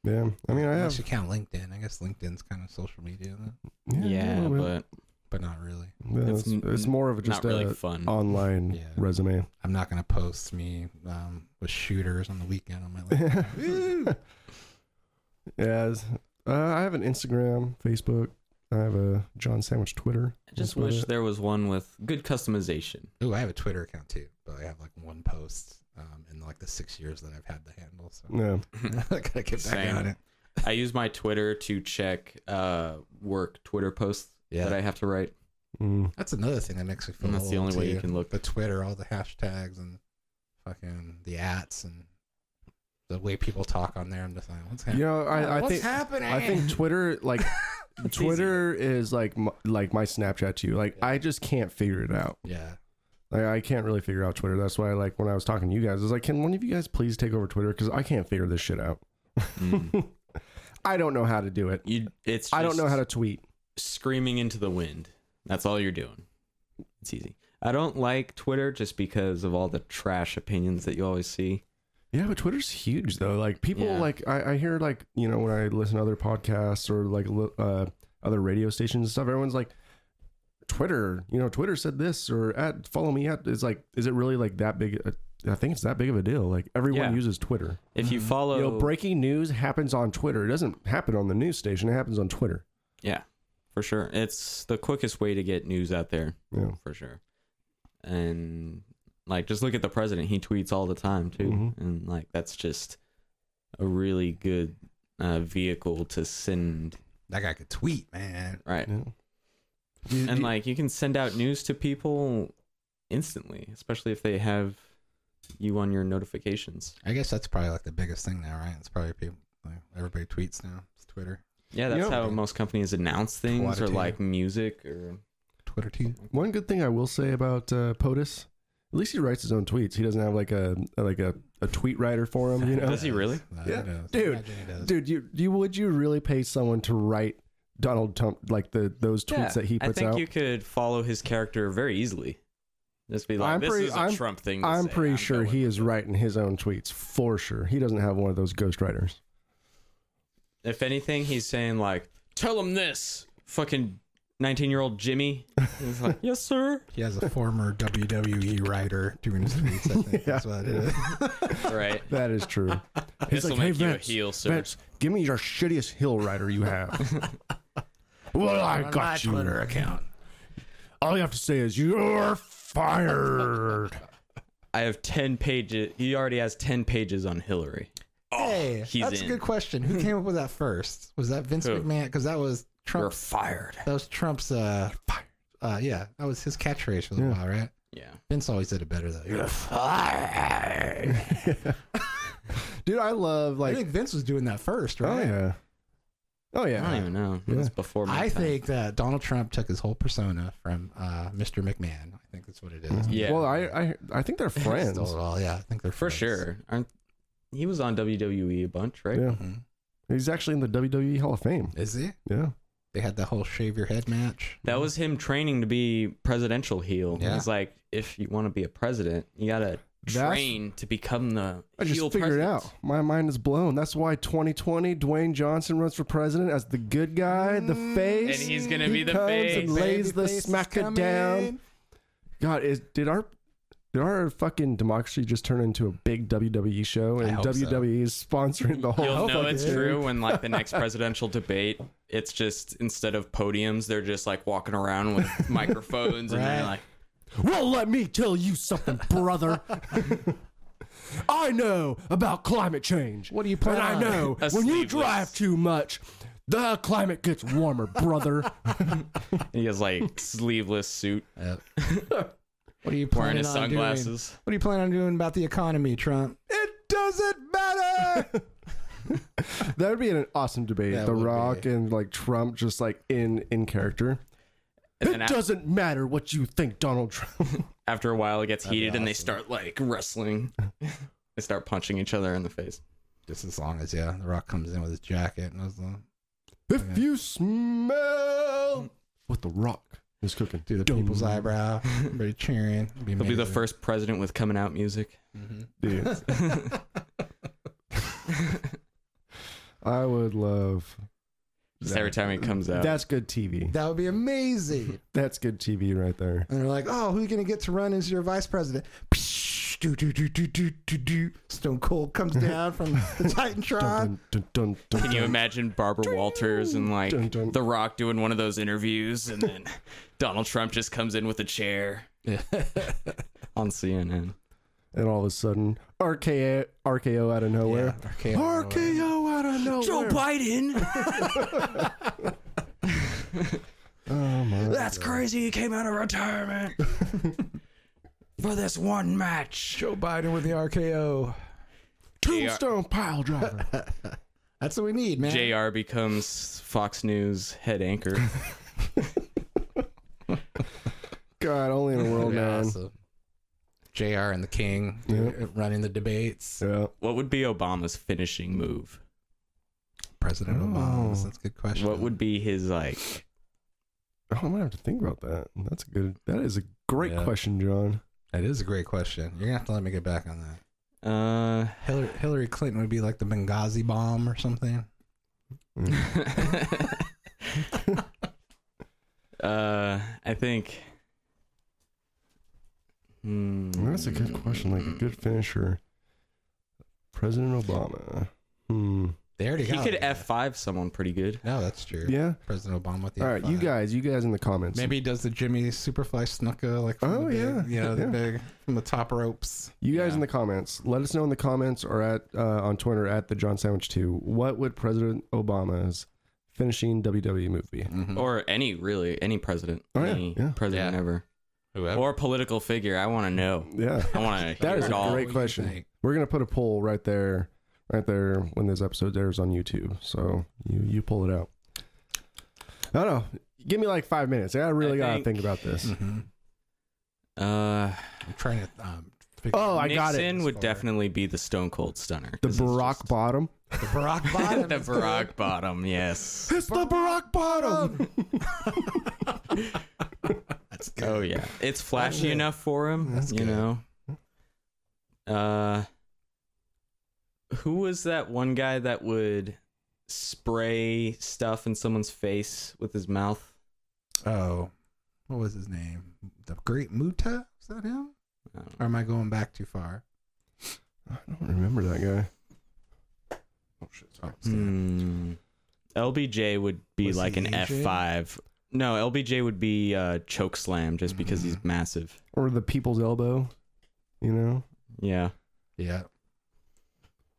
Speaker 5: Yeah. I mean, I
Speaker 2: unless
Speaker 5: have.
Speaker 2: you count LinkedIn. I guess LinkedIn's kind of social media, isn't it?
Speaker 5: a
Speaker 1: Yeah,
Speaker 5: little bit.
Speaker 1: but
Speaker 2: but not really.
Speaker 5: Yeah,
Speaker 1: it's
Speaker 5: it's,
Speaker 1: n-
Speaker 5: it's more of just uh,
Speaker 1: not really
Speaker 5: a
Speaker 1: fun.
Speaker 5: online
Speaker 2: Yeah.
Speaker 5: resume.
Speaker 2: I'm not gonna post me um, with shooters on the weekend on my LinkedIn.
Speaker 5: yeah, it's- uh, I have an Instagram, Facebook. I have a John Sandwich Twitter.
Speaker 1: I just
Speaker 5: That's about
Speaker 1: wish
Speaker 5: it.
Speaker 1: there was one with good customization.
Speaker 2: Ooh, I have a Twitter account too, but I have like one post um, in like the six years that I've had the handle. So
Speaker 5: No.
Speaker 2: I gotta get back
Speaker 1: Same.
Speaker 2: on it.
Speaker 1: I use my Twitter to check uh, work Twitter posts
Speaker 2: Yeah, Oh,
Speaker 1: that I have to write.
Speaker 5: Mm.
Speaker 2: that's another thing that makes me feel.
Speaker 1: And that's the
Speaker 2: old,
Speaker 1: only way you
Speaker 2: too.
Speaker 1: can look.
Speaker 2: The Twitter, all the hashtags and fucking the ats and the way people talk on there. I'm just like, what's
Speaker 5: You
Speaker 2: happening?
Speaker 5: know, I, I
Speaker 2: what's
Speaker 5: think
Speaker 2: happening?
Speaker 5: I think Twitter like
Speaker 1: It's
Speaker 5: Twitter is like my, like my Snapchat to you. Like
Speaker 2: Yeah.
Speaker 5: I just can't figure it out.
Speaker 2: yeah,
Speaker 5: Like I can't really figure out Twitter. That's why like when I was talking to you guys, I was like, can one of you guys please take over Twitter because I can't figure this shit out.
Speaker 1: Mm.
Speaker 5: I don't know how to do it.
Speaker 1: You, it's
Speaker 5: I don't
Speaker 1: just
Speaker 5: know how to tweet.
Speaker 1: screaming into the wind. That's all you're doing. It's easy. I don't like Twitter just because of all the trash opinions that you always see.
Speaker 5: Yeah, but Twitter's huge though. Like people
Speaker 1: Yeah.
Speaker 5: like I, I hear like you know when I listen to other podcasts or like li- uh, other radio stations and stuff, everyone's like Twitter. You know, Twitter said this or at follow me at. It's like, is it really like that big? A, I think it's that big of a deal. Like everyone
Speaker 1: Yeah.
Speaker 5: uses Twitter.
Speaker 1: If you
Speaker 2: Mhm.
Speaker 1: follow,
Speaker 5: You know, breaking news happens on Twitter. It doesn't happen on the news station. It happens on Twitter.
Speaker 1: yeah, for sure. It's the quickest way to get news out there,
Speaker 5: Yeah.
Speaker 1: for sure. And like, just look at the president. He tweets all the time too,
Speaker 5: Mhm.
Speaker 1: and like, that's just a really good uh, vehicle to send.
Speaker 2: that guy could tweet, man.
Speaker 1: Right.
Speaker 5: yeah.
Speaker 1: and Eh. like you can send out news to people instantly especially if they have you on your notifications
Speaker 2: I guess that's probably like the biggest thing now, right? It's probably people. Like, everybody tweets now. It's Twitter.
Speaker 1: yeah
Speaker 5: You
Speaker 1: that's
Speaker 5: know-
Speaker 1: how most companies announce things or
Speaker 2: Twatitude.
Speaker 1: like music or
Speaker 2: Twitter too.
Speaker 5: One good thing I will say about uh, POTUS, at least he writes his own tweets. He doesn't have like a like a, a tweet writer for him. You know,
Speaker 1: Does he really?
Speaker 2: No,
Speaker 5: Yeah.
Speaker 2: does.
Speaker 5: Dude.
Speaker 2: Imagine he does.
Speaker 5: dude you, you would you really pay someone to write donald trump like the those tweets
Speaker 1: Yeah,
Speaker 5: that he
Speaker 1: i
Speaker 5: puts
Speaker 1: think
Speaker 5: out
Speaker 1: you could follow his character very easily just be like
Speaker 5: I'm
Speaker 1: this
Speaker 5: pretty-
Speaker 1: is a
Speaker 5: I'm-
Speaker 1: trump thing to
Speaker 5: i'm
Speaker 1: say.
Speaker 5: pretty
Speaker 1: I'm
Speaker 5: sure
Speaker 1: going
Speaker 5: he
Speaker 1: with
Speaker 5: is
Speaker 1: it."
Speaker 5: writing his own tweets for sure he doesn't have one of those ghostwriters
Speaker 1: if anything he's saying like tell him this fucking 19 year old jimmy he's like yes sir
Speaker 2: He has a former WWE writer doing his tweets. I think that's what it is.
Speaker 1: right
Speaker 5: that is true
Speaker 1: this
Speaker 5: he's
Speaker 1: will
Speaker 5: like hey
Speaker 1: make you a
Speaker 5: vince,
Speaker 1: heel sir
Speaker 5: vince give me your shittiest hill writer you have well i
Speaker 2: On my
Speaker 5: got you
Speaker 2: Twitter account.
Speaker 5: all you have to say is you're fired
Speaker 1: i have 10 pages he already has 10 pages on hillary
Speaker 2: hey,
Speaker 1: Oh, he's
Speaker 2: that's
Speaker 1: in.
Speaker 2: a good question. Who came up with that first? Was that Vince
Speaker 1: Who?
Speaker 2: McMahon? Because that was
Speaker 1: you're
Speaker 2: Trump's.
Speaker 1: fired
Speaker 2: That was Trump's. Uh, uh, yeah, that was his catchphrase for a little
Speaker 5: Yeah.
Speaker 2: while, right?
Speaker 1: yeah
Speaker 2: Vince always did it better though. You're fired.
Speaker 5: dude i love
Speaker 2: I
Speaker 5: like
Speaker 2: think Vince was doing that first,
Speaker 5: oh
Speaker 2: right?
Speaker 5: yeah oh
Speaker 1: I don't
Speaker 5: yeah
Speaker 1: even know. It was before my
Speaker 2: I
Speaker 1: time.
Speaker 2: think that Donald Trump took his whole persona from uh, Mr. McMahon. I think that's what it is.
Speaker 1: Yeah.
Speaker 5: well i i, I think they're friends
Speaker 2: Stole it all. Yeah, I think they're
Speaker 1: for
Speaker 2: friends.
Speaker 1: sure. Aren't, he was on WWE a bunch, right?
Speaker 5: yeah
Speaker 2: Mhm.
Speaker 5: He's actually in the WWE Hall of Fame.
Speaker 2: Is he?
Speaker 5: Yeah.
Speaker 2: They had the whole shave your head match.
Speaker 1: That was him training to be presidential heel.
Speaker 2: Yeah.
Speaker 1: He's like, if you want to be a president, you gotta
Speaker 5: That's-
Speaker 1: train to become the
Speaker 5: I just
Speaker 1: heel
Speaker 5: figured it
Speaker 1: president.
Speaker 5: out. My mind is blown. That's why 2020, Dwayne Johnson runs for president as the good guy, the face.
Speaker 1: And he's gonna be the
Speaker 5: comes
Speaker 1: face.
Speaker 5: and lays the
Speaker 2: Babyface is
Speaker 5: smacker
Speaker 2: coming.
Speaker 5: down. God, is did our did our fucking democracy just turn into a big WWE show and
Speaker 2: hope so.
Speaker 5: WWE is sponsoring the whole?
Speaker 2: Oh,
Speaker 1: You'll know
Speaker 5: fucking
Speaker 1: it's
Speaker 5: thing?
Speaker 1: true when like the next presidential debate, it's just instead of podiums, they're just like walking around with microphones and they're
Speaker 2: Right.
Speaker 1: like
Speaker 5: Well, let me tell you something, brother. I know about climate change.
Speaker 2: What do you plan
Speaker 5: And I
Speaker 2: on?
Speaker 5: know
Speaker 1: A
Speaker 5: when you
Speaker 1: sleeveless.
Speaker 5: drive too much, The climate gets warmer, brother.
Speaker 1: And he has like sleeveless suit,
Speaker 2: Yep. what are
Speaker 1: wearing
Speaker 2: you planning
Speaker 1: his
Speaker 2: on Doing?
Speaker 1: sunglasses.
Speaker 2: What are you planning on doing about the economy, Trump? It doesn't matter.
Speaker 5: that would be an awesome debate.
Speaker 2: That
Speaker 5: the
Speaker 2: would
Speaker 5: Rock
Speaker 2: be.
Speaker 5: and like Trump, just like in in character.
Speaker 1: And
Speaker 5: It
Speaker 1: then af-
Speaker 5: doesn't matter what you think, Donald Trump.
Speaker 1: after a while, it gets
Speaker 2: That'd be
Speaker 1: heated, and they
Speaker 2: awesome.
Speaker 1: start like wrestling. they start punching each other in the face.
Speaker 2: Just as long as yeah, The Rock comes in with his jacket and does the
Speaker 5: if
Speaker 2: Yeah.
Speaker 5: you smell what the Rock is cooking,
Speaker 2: do the
Speaker 5: Dum.
Speaker 2: people's eyebrow, everybody cheering. It'd
Speaker 1: He'll be the
Speaker 2: amazing.
Speaker 1: first president with coming out music.
Speaker 2: Mhm.
Speaker 5: Dude, I would love.
Speaker 1: Just every time he comes out.
Speaker 5: That's good TV.
Speaker 2: That would be amazing.
Speaker 5: That's good TV right there.
Speaker 2: And they're like, "Oh, who are you gonna get to run as your vice president?" Psh, do, do, do, do, do, do, do. Stone Cold comes down from the Titantron.
Speaker 5: Dun, dun, dun, dun,
Speaker 1: Can you
Speaker 5: dun.
Speaker 1: imagine Barbara Walters and like
Speaker 5: Dun, dun.
Speaker 1: The Rock doing one of those interviews, and then Donald Trump just comes in with a chair on CNN.
Speaker 5: And all of a sudden, RKO, RKO out of nowhere.
Speaker 2: Yeah, RKO.
Speaker 5: RKO out of nowhere.
Speaker 1: Joe Biden,
Speaker 5: Oh my
Speaker 1: that's crazy. He came out of retirement for this one match.
Speaker 2: Joe Biden with the RKO.
Speaker 5: Tombstone pile driver.
Speaker 2: That's what we need, man.
Speaker 1: JR becomes Fox News head anchor.
Speaker 5: God, only in a world
Speaker 2: That'd be
Speaker 5: known.
Speaker 2: awesome. JR and the King
Speaker 5: Yeah.
Speaker 2: running the debates.
Speaker 5: Yeah.
Speaker 1: What would be Obama's finishing move?
Speaker 2: President
Speaker 5: Oh.
Speaker 2: Obama. That's a good question.
Speaker 1: What would be his like?
Speaker 5: Oh, I'm gonna have to think about that. That's a good. That is a great
Speaker 2: Yeah.
Speaker 5: question, John.
Speaker 2: That is a great question. You're gonna have to let me get back on that.
Speaker 1: Uh,
Speaker 2: Hillary, Hillary Clinton would be like the Benghazi bomb or something.
Speaker 1: uh, I think. Hmm.
Speaker 5: That's a good question. Like a good finisher. President Obama. Hmm.
Speaker 2: They already
Speaker 1: He
Speaker 2: got
Speaker 1: could
Speaker 2: one.
Speaker 1: F five someone pretty good.
Speaker 2: No, that's true.
Speaker 5: Yeah.
Speaker 2: President Obama with the
Speaker 5: All right, you
Speaker 2: F5.
Speaker 5: guys. You guys in the comments.
Speaker 2: Maybe he does the Jimmy Superfly Snuka like from
Speaker 5: Oh,
Speaker 2: the big,
Speaker 5: yeah.
Speaker 2: you know, the
Speaker 5: Yeah.
Speaker 2: big from the top ropes.
Speaker 5: You guys
Speaker 2: Yeah.
Speaker 5: in the comments. Let us know in the comments or at uh, on Twitter at the John Sandwich Two. What would President Obama's finishing WWE move be?
Speaker 2: Mhm.
Speaker 1: Or any really any president,
Speaker 5: Oh, yeah,
Speaker 1: any
Speaker 5: yeah.
Speaker 1: president
Speaker 2: Yeah.
Speaker 1: ever,
Speaker 2: whoever.
Speaker 1: or political figure. I want to know.
Speaker 5: Yeah.
Speaker 1: I want to.
Speaker 5: That
Speaker 1: hear
Speaker 5: is
Speaker 1: it
Speaker 5: a
Speaker 1: all.
Speaker 5: great
Speaker 2: What do you
Speaker 5: question.
Speaker 2: think?
Speaker 5: We're gonna put a poll right there, right there when this episode airs on YouTube. So you you pull it out. I don't know. Give me like five minutes. I really
Speaker 1: I
Speaker 5: gotta
Speaker 1: think-
Speaker 5: think about this.
Speaker 2: Mhm.
Speaker 1: Uh,
Speaker 2: I'm trying to. Um, figure
Speaker 5: Oh, I
Speaker 1: Nixon
Speaker 5: got it.
Speaker 2: As
Speaker 1: would
Speaker 2: far-
Speaker 1: definitely be the Stone Cold Stunner.
Speaker 5: The
Speaker 1: 'cause he's
Speaker 5: Barack
Speaker 1: just-
Speaker 5: bottom.
Speaker 2: the Barack bottom.
Speaker 1: the
Speaker 2: is good.
Speaker 1: Barack Bottom. Yes.
Speaker 5: It's the Barack bottom.
Speaker 2: That's good.
Speaker 1: Oh yeah, it's flashy
Speaker 2: yeah.
Speaker 1: enough for him.
Speaker 2: That's
Speaker 1: you
Speaker 2: good.
Speaker 1: know. Uh, who was that one guy that would spray stuff in someone's face with his mouth?
Speaker 2: Oh, what was his name? The Great Muta? Is that him?
Speaker 1: I don't know.
Speaker 2: Or am I going back too far?
Speaker 5: I don't remember that guy.
Speaker 2: Oh mm, shit! Sorry.
Speaker 1: Hmm. LBJ would be
Speaker 2: Was
Speaker 1: like
Speaker 2: he
Speaker 1: an F
Speaker 2: VJ?
Speaker 1: five. No, LBJ would be uh, choke slam just because he's
Speaker 2: Mhm.
Speaker 1: massive.
Speaker 5: Or the people's elbow. You know,
Speaker 1: Yeah,
Speaker 2: Yeah,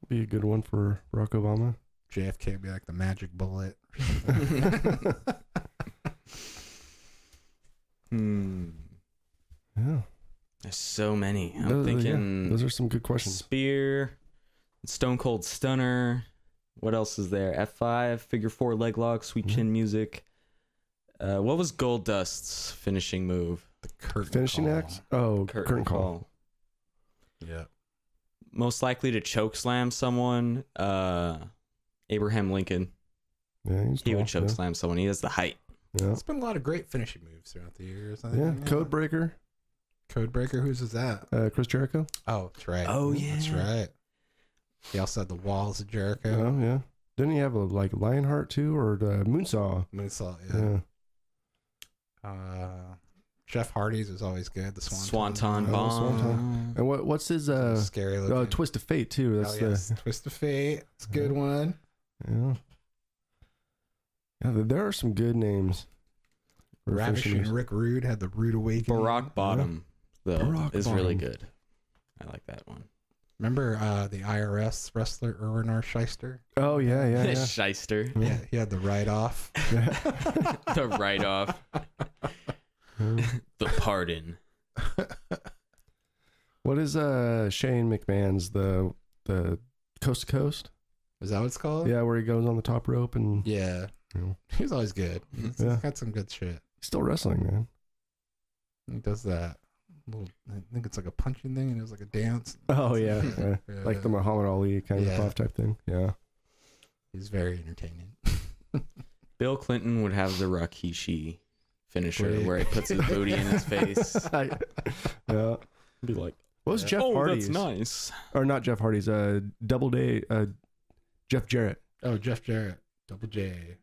Speaker 5: be a good one for Barack Obama.
Speaker 2: JFK would be like the magic bullet.
Speaker 1: hmm.
Speaker 5: Yeah,
Speaker 1: there's so many. I'm
Speaker 5: Those are- yeah,
Speaker 1: thinking
Speaker 5: those are some good questions.
Speaker 1: Spear, Stone Cold Stunner. What else is there? F five, figure four leg lock, sweet
Speaker 5: Mm-hmm.
Speaker 1: chin music. Uh, what was Gold Dust's finishing move?
Speaker 2: The curtain
Speaker 5: Finishing
Speaker 2: call.
Speaker 5: axe. Oh, curtain, call.
Speaker 2: Yeah.
Speaker 1: Most likely to choke slam someone. Uh, Abraham Lincoln.
Speaker 5: Yeah, he's
Speaker 1: He would
Speaker 5: tall,
Speaker 1: choke slam someone. He has the height.
Speaker 5: Yeah.
Speaker 2: It's been a lot of great finishing moves throughout the years. I
Speaker 5: yeah. yeah.
Speaker 2: think.
Speaker 5: Codebreaker.
Speaker 2: Codebreaker. Whose was that?
Speaker 5: Uh, Chris Jericho.
Speaker 2: Oh, that's right.
Speaker 1: Oh,
Speaker 2: that's
Speaker 1: yeah.
Speaker 2: right. He also had the walls of Jericho.
Speaker 5: Oh yeah. Didn't he have a like Lionheart too or the Moonsaw?
Speaker 2: Moonsault.
Speaker 5: Yeah.
Speaker 2: Yeah. Uh, Jeff Hardy's was always good. The Swanton.
Speaker 1: Swanton
Speaker 5: Oh,
Speaker 1: bomb.
Speaker 5: And what what's his uh,
Speaker 2: Scary looking.
Speaker 5: uh Twist uh, of Fate too? That's
Speaker 2: oh, yes. Twist of Fate. It's a good one.
Speaker 5: the yeah. Yeah, th- there are some good names. for
Speaker 2: Ravishing
Speaker 5: finishers.
Speaker 2: Rick Rude had the Rude Awakening.
Speaker 1: Barack Bottom though
Speaker 5: Barack
Speaker 1: is really
Speaker 5: Bottom.
Speaker 1: good. I like that one.
Speaker 2: Remember uh, the IRS wrestler Erwin R. Shyster?
Speaker 5: Oh yeah, yeah, yeah.
Speaker 1: Shyster,
Speaker 2: Yeah, he had the write off.
Speaker 1: the write off, the pardon.
Speaker 5: What is uh Shane McMahon's the the coast to coast?
Speaker 2: Is that what it's called?
Speaker 5: Yeah, where he goes on the top rope and
Speaker 2: Yeah.
Speaker 5: Yeah.
Speaker 2: He's always good. He's, he's
Speaker 5: Yeah.
Speaker 2: got some good shit.
Speaker 5: he's still wrestling, man.
Speaker 2: He does that little, I think it's like a punching thing and it was like a dance.
Speaker 5: Oh yeah, yeah.
Speaker 2: Yeah,
Speaker 5: like the Muhammad Ali kind of
Speaker 2: Yeah.
Speaker 5: off type thing. Yeah,
Speaker 2: He's very entertaining.
Speaker 1: Bill Clinton would have the Rakishi finisher
Speaker 2: Wait.
Speaker 1: where he puts his booty in his face.
Speaker 5: yeah. What
Speaker 1: Be like,
Speaker 5: was
Speaker 2: Yeah.
Speaker 5: Jeff
Speaker 1: oh,
Speaker 5: Hardy's?
Speaker 1: that's nice.
Speaker 5: Or not Jeff Hardy's? Uh, Double Day. Uh, Jeff Jarrett.
Speaker 2: Oh, Jeff Jarrett, double J.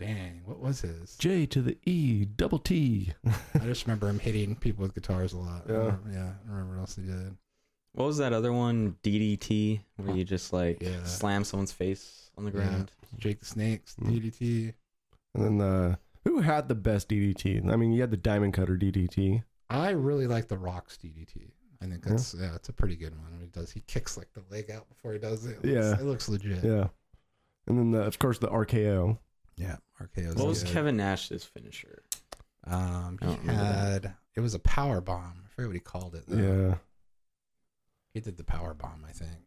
Speaker 2: Dang, what was his?
Speaker 5: J to the E, double T.
Speaker 2: I just remember him hitting people with guitars a lot. I
Speaker 5: Yeah.
Speaker 2: don't- yeah, I don't remember what else he did.
Speaker 1: What was that other one? DDT, where you just like
Speaker 2: Yeah.
Speaker 1: slam someone's face on the
Speaker 2: Yeah.
Speaker 1: ground.
Speaker 2: Jake the Snake's
Speaker 5: Mm.
Speaker 2: DDT.
Speaker 5: And then the who had the best DDT? I mean, you had the Diamond Cutter DDT.
Speaker 2: I really like the Rock's DDT. I think
Speaker 5: Yeah.
Speaker 2: that's yeah, it's a pretty good one. He does he kicks like the leg out before he does it. It looks-
Speaker 5: Yeah.
Speaker 2: it looks legit.
Speaker 5: Yeah. And then the, of course the RKO.
Speaker 2: Yeah, RKO's
Speaker 1: What was
Speaker 2: good. Uh,
Speaker 1: Kevin Nash's finisher?
Speaker 2: Um,
Speaker 1: I don't
Speaker 2: he
Speaker 1: remember that.
Speaker 2: had it was a power bomb. I forget what he called it. Though.
Speaker 5: Yeah.
Speaker 2: he did the power bomb. I think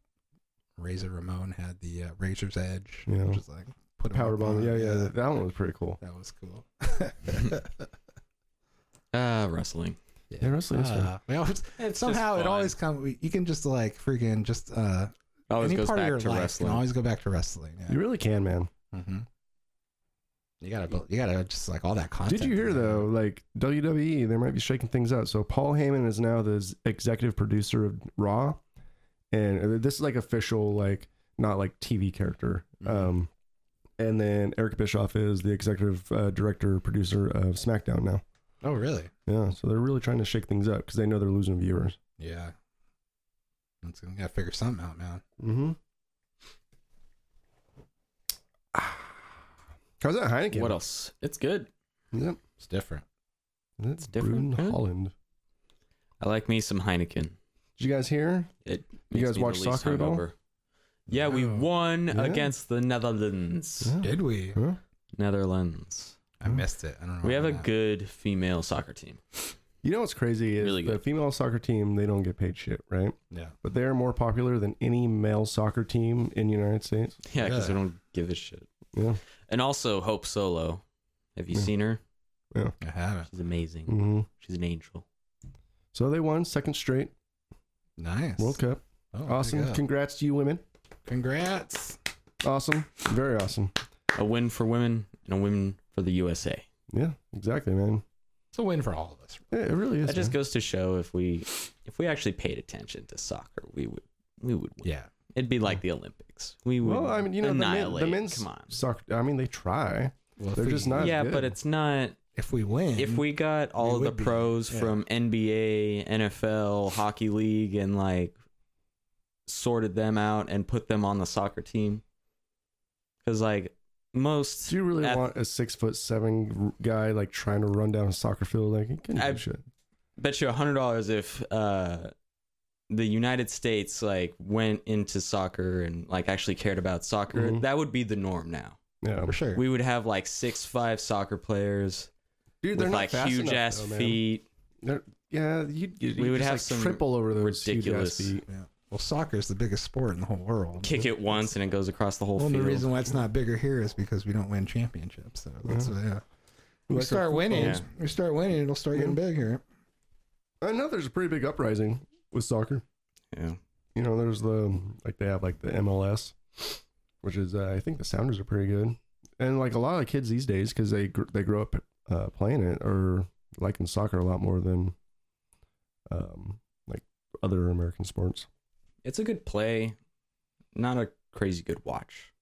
Speaker 2: Razor Ramon had the uh, Razor's Edge,
Speaker 5: Yeah.
Speaker 2: which is like put him
Speaker 5: Power
Speaker 2: up
Speaker 5: bomb.
Speaker 2: on-
Speaker 5: Yeah, yeah. That one was pretty cool.
Speaker 2: That was cool.
Speaker 1: Uh, Mm-hmm. wrestling.
Speaker 5: Yeah, wrestling is fun.
Speaker 2: Uh, we always,
Speaker 1: It's
Speaker 2: somehow
Speaker 1: just
Speaker 2: it
Speaker 1: fun.
Speaker 2: always comes. You can just like freaking just uh,
Speaker 1: always
Speaker 2: any
Speaker 1: Oh, goes
Speaker 2: part of your
Speaker 1: back to
Speaker 2: life
Speaker 1: wrestling.
Speaker 2: can always go back to wrestling.
Speaker 5: You
Speaker 2: Yeah.
Speaker 5: really can, man.
Speaker 2: hmm You gotta, bu- you gotta just like all that content.
Speaker 5: Did you hear though? Like WWE, they might be shaking things up. So Paul Heyman is now the z- executive producer of Raw, and uh, this is like official, like not like TV character.
Speaker 2: Mhm.
Speaker 1: Mm-hmm.
Speaker 5: Um, and then Eric Bischoff is the executive uh, director producer of SmackDown now.
Speaker 2: Oh, really?
Speaker 5: Yeah, so they're really trying to shake things up because they know they're losing viewers.
Speaker 2: Yeah. That's, we gotta figure something out, man.
Speaker 5: Mm-hmm. How's that Heineken?
Speaker 1: What else? It's good.
Speaker 5: Yep.
Speaker 2: It's different.
Speaker 5: It's
Speaker 1: different,
Speaker 5: different.
Speaker 1: huh?
Speaker 5: Holland.
Speaker 1: I like me some Heineken.
Speaker 5: Did you guys hear?
Speaker 1: It
Speaker 5: You
Speaker 1: makes
Speaker 5: guys
Speaker 1: me the
Speaker 5: watch
Speaker 1: least
Speaker 5: soccer at all?
Speaker 1: hungover. Yeah, we
Speaker 2: No.
Speaker 1: won
Speaker 5: Yeah.
Speaker 1: against the Netherlands.
Speaker 5: Yeah.
Speaker 2: Did we?
Speaker 5: Huh?
Speaker 1: Netherlands.
Speaker 2: I missed it. I don't know.
Speaker 1: We
Speaker 2: why
Speaker 1: have a
Speaker 2: not.
Speaker 1: good female soccer team.
Speaker 5: You know what's crazy is
Speaker 1: Really
Speaker 5: the
Speaker 1: good.
Speaker 5: female soccer team, they don't get paid shit, right?
Speaker 2: Yeah.
Speaker 5: But they're more popular than any male soccer team in the United States.
Speaker 1: Yeah, because
Speaker 2: Yeah.
Speaker 1: we don't give a shit.
Speaker 5: Yeah.
Speaker 1: And also Hope Solo. Have you
Speaker 5: Yeah.
Speaker 1: seen her?
Speaker 2: I haven't.
Speaker 1: She's amazing.
Speaker 5: hmm
Speaker 1: She's an angel.
Speaker 5: So they won second straight
Speaker 2: Nice.
Speaker 5: World Cup.
Speaker 2: Oh, there you
Speaker 5: Awesome.
Speaker 2: go.
Speaker 5: Congrats to you women.
Speaker 2: Congrats.
Speaker 5: Awesome. Very awesome.
Speaker 1: A win for women and a win for the USA.
Speaker 5: Yeah, exactly, man.
Speaker 2: It's a win for all of us.
Speaker 5: Yeah, it really is.
Speaker 1: That just
Speaker 5: man.
Speaker 1: goes to show if we if we actually paid attention to soccer, we would we would win.
Speaker 2: Yeah.
Speaker 1: It'd be like the Olympics. We would
Speaker 5: Well, I mean, you know, the, men,
Speaker 1: annihilate.
Speaker 5: the men's
Speaker 1: Come on.
Speaker 5: soccer, I mean, they try.
Speaker 2: Well, if
Speaker 5: They're
Speaker 2: we-
Speaker 5: just not-
Speaker 1: yeah,
Speaker 5: good.
Speaker 1: but it's not
Speaker 2: If we win,
Speaker 1: if we got all
Speaker 2: Mm-hmm. we
Speaker 1: of the
Speaker 2: would be,
Speaker 1: pros
Speaker 2: yeah.
Speaker 1: from NBA, NFL, hockey league, and like sorted them out and put them on the soccer team, because like most,
Speaker 5: Do you really
Speaker 1: Ath-
Speaker 5: want a six foot seven r- guy like trying to run down a soccer field? Like, you can do
Speaker 1: I-
Speaker 5: shit.
Speaker 1: bet you a hundred dollars if uh, the United States like went into soccer and like actually cared about soccer,
Speaker 5: Mhm.
Speaker 1: that would be the norm now.
Speaker 5: Yeah,
Speaker 2: for Mm-hmm. sure.
Speaker 1: We would have like six five soccer players
Speaker 5: dude,
Speaker 1: with like
Speaker 5: fast
Speaker 1: huge
Speaker 5: enough,
Speaker 1: ass
Speaker 5: though, man.
Speaker 1: feet.
Speaker 5: Yeah, you'd, you'd
Speaker 1: We would
Speaker 5: just,
Speaker 1: have
Speaker 5: like,
Speaker 1: some
Speaker 5: triple over those
Speaker 1: ridiculous-
Speaker 5: huge ass feet.
Speaker 2: yeah. Well, soccer is the biggest sport in the whole world.
Speaker 1: Kick it once and it goes across the whole
Speaker 2: Well, the
Speaker 1: field.
Speaker 2: reason why it's not bigger here is because we don't win championships. So that's yeah. Mm-hmm. We
Speaker 5: Like
Speaker 2: start
Speaker 5: our
Speaker 2: winning.
Speaker 1: Yeah.
Speaker 2: We start winning. It'll start getting big here.
Speaker 5: I know there's a pretty big uprising with soccer.
Speaker 1: Yeah.
Speaker 5: You know, there's the like they have like the MLS, which is uh, I think the Sounders are pretty good, and like a lot of kids these days because they gr- they grow up uh, playing it or liking soccer a lot more than um, like other American sports.
Speaker 1: It's a good play, not a crazy good watch.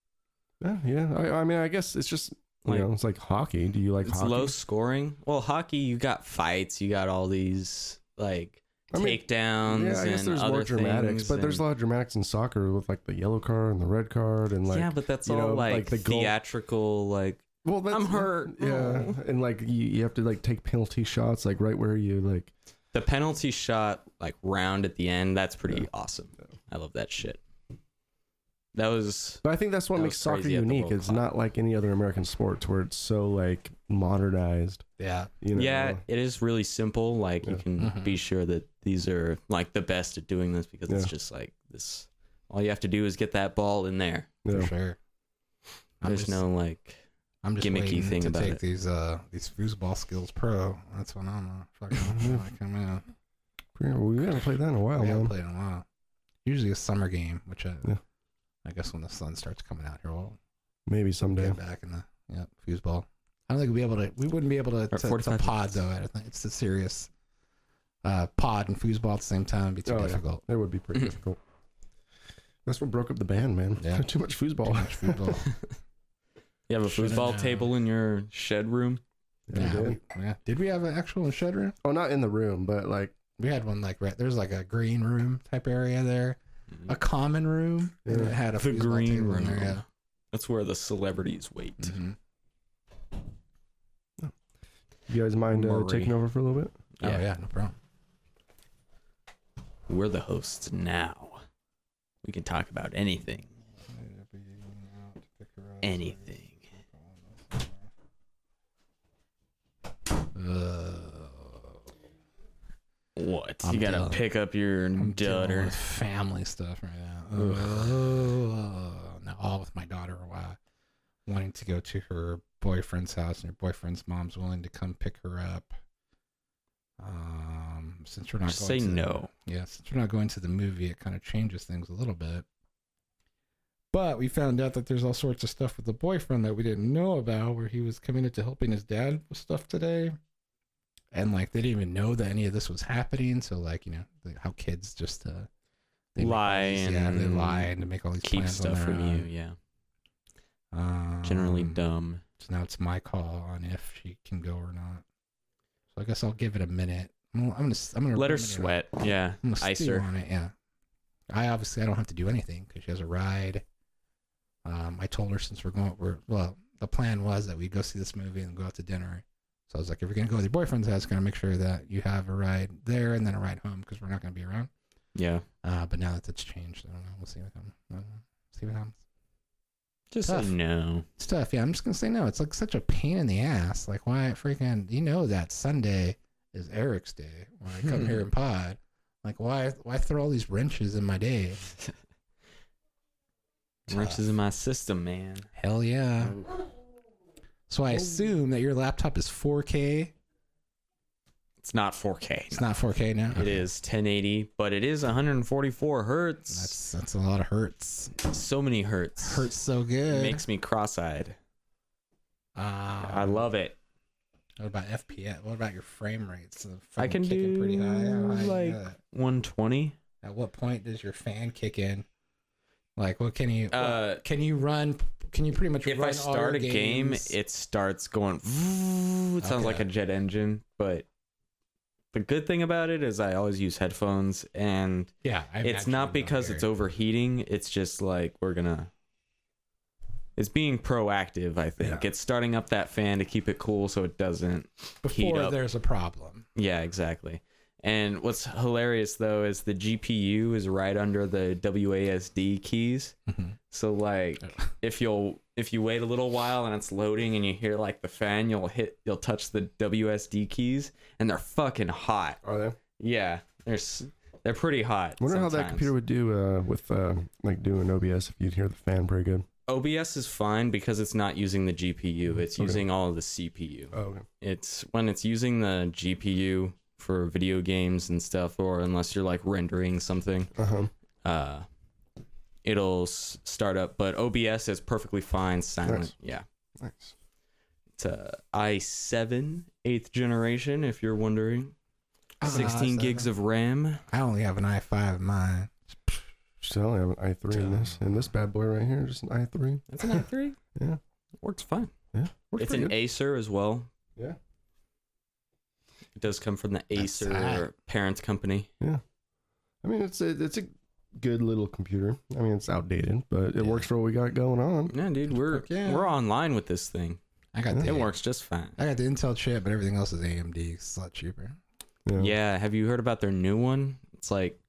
Speaker 5: Yeah, yeah. I, I mean, I guess it's just you
Speaker 1: Like-
Speaker 5: know it's like hockey. Do you like
Speaker 1: it's
Speaker 5: hockey?
Speaker 1: low scoring. Well, hockey, you got fights, you got all these like
Speaker 5: I mean,
Speaker 1: takedowns.
Speaker 5: yeah, I guess
Speaker 1: and
Speaker 5: there's
Speaker 1: other
Speaker 5: more dramatics,
Speaker 1: things
Speaker 5: but there's a
Speaker 1: and-
Speaker 5: lot of dramatics in soccer with like the yellow card and the red card and like
Speaker 1: yeah, but that's
Speaker 5: you
Speaker 1: all
Speaker 5: know,
Speaker 1: like,
Speaker 5: like the goal-
Speaker 1: theatrical. Like
Speaker 5: Well, that's,
Speaker 1: I'm hurt.
Speaker 5: Yeah,
Speaker 1: Oh.
Speaker 5: and like you, you have to like take penalty shots like right where you like
Speaker 1: the penalty shot like round at the end. That's pretty awesome. I love that shit. That was
Speaker 5: But I think that's what
Speaker 1: That
Speaker 5: makes
Speaker 1: was
Speaker 5: soccer
Speaker 1: crazy at the
Speaker 5: unique.
Speaker 1: World
Speaker 5: It's
Speaker 1: Cup.
Speaker 5: not like any other American sports where it's so like modernized.
Speaker 2: Yeah.
Speaker 5: You know?
Speaker 1: yeah, it is really simple. Like you
Speaker 5: Yeah.
Speaker 1: can
Speaker 2: Mhm.
Speaker 1: be sure that these are like the best at doing this because it's
Speaker 5: Yeah.
Speaker 1: just like this. All you have to do is get that ball in there.
Speaker 5: Yeah.
Speaker 2: For sure. I'm
Speaker 1: There's
Speaker 2: just-
Speaker 1: no like.
Speaker 2: I'm just
Speaker 1: gimmicky
Speaker 2: waiting
Speaker 1: thing
Speaker 2: to
Speaker 1: about
Speaker 2: take
Speaker 1: it.
Speaker 2: these uh these foosball skills pro. That's when I'm gonna fucking when I come out.
Speaker 5: Pretty- We haven't played that in a while,
Speaker 2: we haven't
Speaker 5: man.
Speaker 2: played in a while. Usually a summer game, which I,
Speaker 5: Yeah.
Speaker 2: I guess when the sun starts coming out here, we'll
Speaker 5: Maybe someday.
Speaker 2: get back in the yeah foosball. I don't think we'd be able to. We wouldn't be able to,
Speaker 1: Or
Speaker 2: to, to
Speaker 1: 45
Speaker 2: pod
Speaker 1: minutes.
Speaker 2: though. I don't think it's a serious uh, pod and foosball at the same time. It'd be too
Speaker 5: Oh, yeah.
Speaker 2: difficult.
Speaker 5: That would be pretty
Speaker 1: Mm.
Speaker 5: difficult. That's what broke up the band, man.
Speaker 2: Yeah.
Speaker 5: Too much foosball.
Speaker 2: Too much foosball.
Speaker 1: You have a
Speaker 2: Should've
Speaker 1: foosball
Speaker 2: known.
Speaker 1: table in your shed room.
Speaker 5: Yeah,
Speaker 2: yeah,
Speaker 5: we
Speaker 2: we- yeah. Did we have an actual shed room?
Speaker 5: Oh, not in the room, but like
Speaker 2: We had one like right. There's like a green room type area there, a common room, and
Speaker 5: Yeah.
Speaker 2: it had a
Speaker 1: Mm-hmm. The
Speaker 2: foosball
Speaker 1: green
Speaker 2: table
Speaker 1: room.
Speaker 2: in there. Yeah.
Speaker 1: That's where the celebrities wait.
Speaker 2: Mhm.
Speaker 5: you guys mind uh,
Speaker 1: Murray.
Speaker 5: taking over for a little bit?
Speaker 2: Oh
Speaker 1: Yeah.
Speaker 2: yeah, no problem. Mm-hmm.
Speaker 1: We're the hosts now. We can talk about anything. Anything.
Speaker 2: Uh,
Speaker 1: What?
Speaker 2: I'm
Speaker 1: you gotta
Speaker 2: done.
Speaker 1: pick up your
Speaker 2: I'm dealing
Speaker 1: daughter.
Speaker 2: with family stuff right now. Oh, now all with my daughter. Why wanting to go to her boyfriend's house, and her boyfriend's mom's willing to come pick her up. Um, since we're not
Speaker 1: Just say
Speaker 2: going to the-
Speaker 1: no.
Speaker 2: yeah, since we're not going to the movie, it kind of changes things a little bit. But we found out that there's all sorts of stuff with the boyfriend that we didn't know about, where he was committed to helping his dad with stuff today. And like they didn't even know that any of this was happening. So like you know like, how kids just uh, make all
Speaker 1: Lie
Speaker 2: these- yeah, they
Speaker 1: and
Speaker 2: lie and they make all these
Speaker 1: Keep
Speaker 2: plans on
Speaker 1: stuff
Speaker 2: their
Speaker 1: from you.
Speaker 2: own.
Speaker 1: Yeah.
Speaker 2: Um,
Speaker 1: Generally dumb.
Speaker 2: So now it's my call on if she can go or not. So I guess I'll give it a minute. I'm gonna I'm gonna, I'm gonna
Speaker 1: Let her
Speaker 2: ruminate on it.
Speaker 1: sweat. Yeah.
Speaker 2: I'm gonna
Speaker 1: Ice
Speaker 2: stew
Speaker 1: her.
Speaker 2: on it. Yeah. I obviously I don't have to do anything because she has a ride. Um, I told her since we're going, we're well. The plan was that we'd go see this movie and go out to dinner. So I was like, if you're gonna go with your boyfriend's house, gonna make sure that you have a ride there and then a ride home because we're not gonna be around.
Speaker 1: Yeah.
Speaker 2: Uh, but now that that's changed, I don't know. We'll see what happens. I don't know. See what happens.
Speaker 1: Just
Speaker 2: Tough.
Speaker 1: say no.
Speaker 2: It's tough. Yeah, I'm just gonna say no. It's like such a pain in the ass. Like why freaking you know that Sunday is Eric's day when I come here and pod. Like why why throw all these wrenches in my day?
Speaker 1: Wrenches in my system, man.
Speaker 2: Hell yeah. So I assume that your laptop is 4K.
Speaker 1: It's not 4K.
Speaker 2: It's not 4K now.
Speaker 1: It
Speaker 2: Okay.
Speaker 1: is 1080, but it is 144 hertz.
Speaker 2: That's that's a lot of hurts.
Speaker 1: so many hertz.
Speaker 2: Hurts so
Speaker 1: It
Speaker 2: good.
Speaker 1: makes me cross-eyed.
Speaker 2: Ah.
Speaker 1: I love it.
Speaker 2: What about FPS? What about your frame rates? The
Speaker 1: I
Speaker 2: phone
Speaker 1: can
Speaker 2: kicking
Speaker 1: do
Speaker 2: pretty high. How high you
Speaker 1: like
Speaker 2: got?
Speaker 1: 120.
Speaker 2: At what point does your fan kick in? Like, what can you?
Speaker 1: Uh,
Speaker 2: what- can you run? Can you pretty much?
Speaker 1: If
Speaker 2: run
Speaker 1: I
Speaker 2: all your
Speaker 1: start a game,
Speaker 2: games?
Speaker 1: it starts going. vroom. It sounds like
Speaker 2: Okay.
Speaker 1: a jet engine, but the good thing about it is I always use headphones, and
Speaker 2: yeah, I
Speaker 1: it's not
Speaker 2: naturally don't
Speaker 1: because
Speaker 2: hear
Speaker 1: it's
Speaker 2: it.
Speaker 1: overheating. It's just like we're gonna. It's being proactive. I think
Speaker 2: Yeah.
Speaker 1: it's starting up that fan to keep it cool, so it doesn't heat
Speaker 2: before
Speaker 1: up.
Speaker 2: there's a problem.
Speaker 1: Yeah, exactly. And what's hilarious though is the GPU is right under the WASD keys.
Speaker 2: Mhm.
Speaker 1: So like if you'll if you wait a little while and it's loading and you hear like the fan, you'll hit you'll touch the WSD keys and they're fucking hot.
Speaker 5: Are they?
Speaker 1: Yeah. They're s- they're pretty hot.
Speaker 5: Wonder how that
Speaker 1: sometimes.
Speaker 5: computer would do uh, with uh, like doing OBS if you'd hear the fan pretty good.
Speaker 1: OBS is fine because it's not using the GPU. It's
Speaker 5: Mm-hmm. Okay.
Speaker 1: using all of the CPU.
Speaker 5: Oh, okay.
Speaker 1: it's when it's using the GPU for video games and stuff, or unless you're like rendering something,
Speaker 5: Uh huh.
Speaker 1: uh, it'll s- start up. But OBS is perfectly fine, silent.
Speaker 5: Nice.
Speaker 1: Yeah,
Speaker 5: Nice.
Speaker 1: it's a i7 eighth generation. If you're wondering,
Speaker 5: Ah,
Speaker 1: 16 gigs of RAM.
Speaker 2: Ah, I only have an i5 in mine.
Speaker 5: Still, I have an i3 in this, and this bad boy right here, just an i3.
Speaker 1: That's an i3.
Speaker 5: Yeah.
Speaker 1: works fine.
Speaker 5: Works
Speaker 1: it's
Speaker 5: pretty
Speaker 1: an
Speaker 5: good.
Speaker 1: Acer as well.
Speaker 5: Yeah.
Speaker 1: It does come from the
Speaker 2: That's
Speaker 1: Acer
Speaker 2: hot.
Speaker 1: parent company.
Speaker 5: I mean, it's a it's a good little computer. I mean, it's outdated, but it
Speaker 2: Yeah.
Speaker 5: works for what we got going on.
Speaker 1: Yeah, dude, we're
Speaker 2: Fuck yeah.
Speaker 1: we're online with this thing.
Speaker 2: I got the
Speaker 1: It works just fine.
Speaker 2: I got the Intel chip, but everything else is AMD. 'cause It's a lot cheaper.
Speaker 5: Yeah.
Speaker 1: Yeah, have you heard about their new one? It's like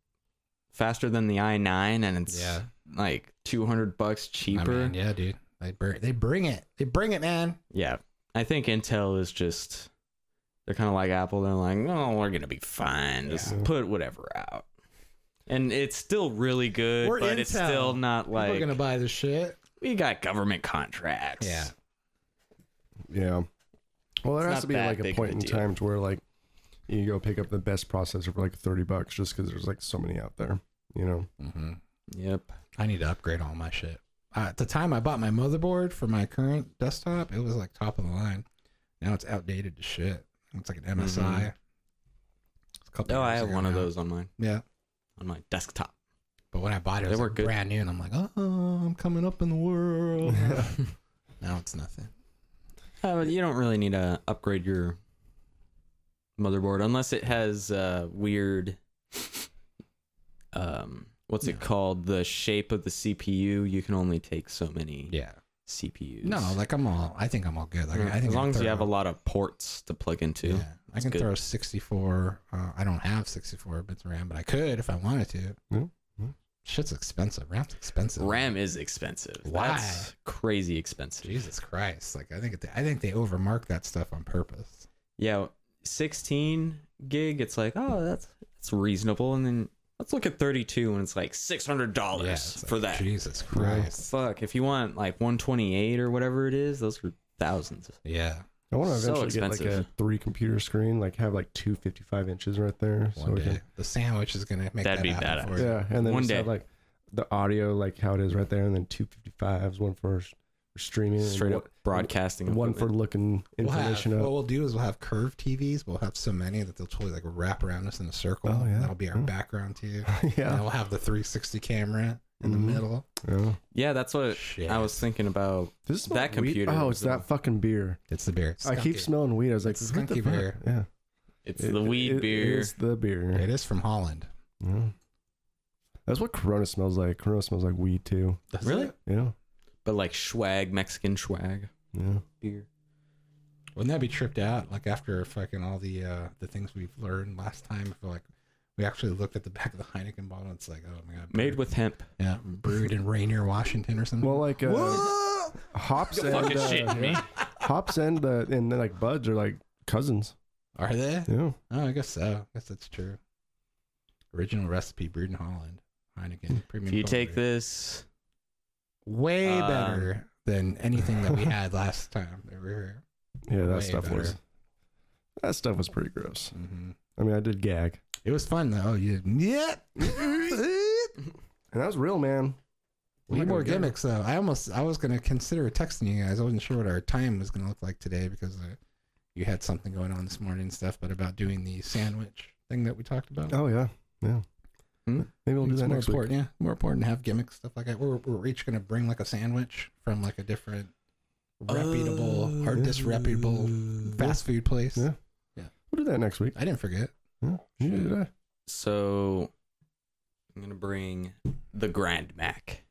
Speaker 1: faster than the i9 and it's
Speaker 2: Yeah.
Speaker 1: like 200 bucks cheaper.
Speaker 2: I mean, yeah, dude. They bring, they bring it. They bring it, man.
Speaker 1: Yeah. I think Intel is just they're kind of like Apple. They're like, "No, we're going to be fine. Just
Speaker 5: Yeah.
Speaker 1: put whatever out." And it's still really good,
Speaker 2: We're
Speaker 1: but it's
Speaker 2: Intel.
Speaker 1: still not
Speaker 2: We're
Speaker 1: like
Speaker 2: gonna buy this shit.
Speaker 1: we got government contracts.
Speaker 2: Yeah.
Speaker 5: Yeah. Well, there
Speaker 1: It's
Speaker 5: has
Speaker 1: not
Speaker 5: to be
Speaker 1: that
Speaker 5: like
Speaker 1: big
Speaker 5: a
Speaker 1: of
Speaker 5: point
Speaker 1: a
Speaker 5: in
Speaker 1: deal.
Speaker 5: time to where like you go pick up the best processor for like thirty bucks just because there's like so many out there. You know.
Speaker 2: Mm-hmm.
Speaker 1: Yep.
Speaker 2: I need to upgrade all my shit. Uh, at the time I bought my motherboard for my current desktop, it was like top of the line. Now it's outdated to shit. It's like an MSI.
Speaker 1: Mhm.
Speaker 2: It's a couple
Speaker 1: Oh, I
Speaker 2: years
Speaker 1: have
Speaker 2: ago
Speaker 1: one of
Speaker 2: now.
Speaker 1: those on mine
Speaker 2: Yeah,
Speaker 1: on my desktop.
Speaker 2: but when I bought it, it
Speaker 1: They
Speaker 2: was
Speaker 1: were
Speaker 2: like,
Speaker 1: good.
Speaker 2: brand new, and I'm like, oh, I'm coming up in the world. now it's nothing.
Speaker 1: Uh, but you don't really need to upgrade your motherboard unless it has uh, weird. Um, what's
Speaker 2: Yeah.
Speaker 1: it called? The shape of the CPU. You can only take so many
Speaker 2: Yeah.
Speaker 1: CPUs.
Speaker 2: No, like I'm all. I think I'm all good. Like I
Speaker 1: Mm-hmm.
Speaker 2: think
Speaker 1: Uh, as
Speaker 2: I
Speaker 1: long
Speaker 2: can
Speaker 1: as you
Speaker 2: throw-
Speaker 1: have a lot of ports to plug into.
Speaker 2: Yeah, I can
Speaker 1: good.
Speaker 2: throw 64. Uh, I don't have 64 bits of RAM, but I could if I wanted to.
Speaker 5: Yeah, yeah.
Speaker 2: Shit's expensive. RAM's expensive.
Speaker 1: RAM is expensive.
Speaker 2: Why?
Speaker 1: That's crazy expensive.
Speaker 2: Jesus Christ! Like I think it- I think they overmark that stuff on purpose.
Speaker 1: Yeah, 16 gig. It's like, oh, that's that's reasonable. And then let's look at 32, and it's like six hundred dollars
Speaker 2: it's like,
Speaker 1: Oh, for that.
Speaker 2: Jesus Christ!
Speaker 1: Fuck, if you want like 128 or whatever it is, those are thousands.
Speaker 2: Yeah,
Speaker 5: I want to
Speaker 1: So
Speaker 5: eventually get like a
Speaker 1: expensive.
Speaker 5: three computer screen, like have like two 55 inches right there.
Speaker 2: one
Speaker 5: we
Speaker 2: day
Speaker 5: can-
Speaker 2: the sandwich is gonna make
Speaker 1: That'd
Speaker 2: that
Speaker 1: be
Speaker 2: happen
Speaker 1: badass.
Speaker 2: for you.
Speaker 5: yeah, and then
Speaker 1: One
Speaker 5: just
Speaker 1: day.
Speaker 5: have like the audio like how it is right there, and then two 55s, one for s- for streaming, and
Speaker 1: Straight
Speaker 5: one,
Speaker 1: up broadcasting.
Speaker 5: one for
Speaker 1: equipment.
Speaker 5: looking
Speaker 2: We'll have,
Speaker 5: information
Speaker 2: what
Speaker 5: up.
Speaker 2: we'll do is we'll have curved TVs. We'll have so many that they'll totally like wrap around us in a circle.
Speaker 5: Oh, yeah.
Speaker 2: That'll be our
Speaker 5: Yeah.
Speaker 2: background too. And then
Speaker 5: yeah,
Speaker 2: we'll have the 360 camera in
Speaker 5: Mhm.
Speaker 2: the middle.
Speaker 5: yeah.
Speaker 1: Yeah, that's what
Speaker 2: Shit.
Speaker 1: I was thinking about.
Speaker 5: This
Speaker 1: That
Speaker 5: smells weed-
Speaker 1: computer
Speaker 5: Oh,
Speaker 1: is
Speaker 5: it's
Speaker 1: the-
Speaker 5: that fucking beer.
Speaker 2: It's the beer. It's
Speaker 5: I keep
Speaker 2: skunky.
Speaker 5: smelling weed. I was like,
Speaker 2: It's
Speaker 5: what the
Speaker 2: skunky
Speaker 5: fuck?
Speaker 2: beer.
Speaker 5: Yeah,
Speaker 1: It's
Speaker 5: It-
Speaker 1: the weed
Speaker 5: it-
Speaker 1: beer.
Speaker 5: It's the beer.
Speaker 2: It is from Holland.
Speaker 5: Yeah. That's what Corona smells like. Corona smells like weed too.
Speaker 2: Does
Speaker 1: Really?
Speaker 2: it?
Speaker 5: Yeah,
Speaker 1: But like swag, Mexican swag
Speaker 5: yeah.
Speaker 1: beer.
Speaker 2: Wouldn't that be tripped out? Like after fucking all the uh the things we've learned last time, if like we actually looked at the back of the Heineken bottle, it's like, oh my god,
Speaker 1: Made
Speaker 2: brewed-
Speaker 1: with hemp.
Speaker 2: yeah, brewed in Rainier, Washington, or something.
Speaker 5: Well, like uh,
Speaker 2: Whoa!
Speaker 5: hops
Speaker 1: You're
Speaker 5: and
Speaker 1: fucking
Speaker 5: uh,
Speaker 1: shitting me.
Speaker 5: hops and the and then like buds are like cousins.
Speaker 2: are they?
Speaker 5: Yeah,
Speaker 2: Oh, I guess so. I guess that's true. Original recipe brewed in Holland, Heineken premium.
Speaker 1: If you
Speaker 2: cold
Speaker 1: take
Speaker 2: brew.
Speaker 1: this,
Speaker 2: way
Speaker 1: um,
Speaker 2: better than anything that we had last time that we were here.
Speaker 5: yeah. That
Speaker 2: Way
Speaker 5: stuff was
Speaker 2: better.
Speaker 5: that stuff was pretty gross.
Speaker 2: hmm
Speaker 5: I mean, I did gag,
Speaker 2: It was fun though. You, yeah.
Speaker 5: and that was real, man. I'm
Speaker 2: We need
Speaker 5: not
Speaker 2: more
Speaker 5: gonna get it.
Speaker 2: gimmicks though. I almost I was gonna consider texting you guys. I wasn't sure what our time was gonna look like today because uh, you had something going on this morning and stuff. But about doing the sandwich thing that we talked about.
Speaker 5: Oh yeah, yeah.
Speaker 1: Hmm?
Speaker 5: Maybe we'll do
Speaker 2: It's
Speaker 5: that
Speaker 2: more
Speaker 5: next week.
Speaker 2: important, yeah. More important to have gimmicks stuff like that. We're, we're each gonna bring like a sandwich from like a different reputable or
Speaker 5: yeah.
Speaker 2: disreputable fast food place.
Speaker 5: Oh, Yeah. We'll do that next week.
Speaker 2: I didn't forget.
Speaker 5: Yeah. Neither did I.
Speaker 1: So I'm gonna bring the Grand Mac.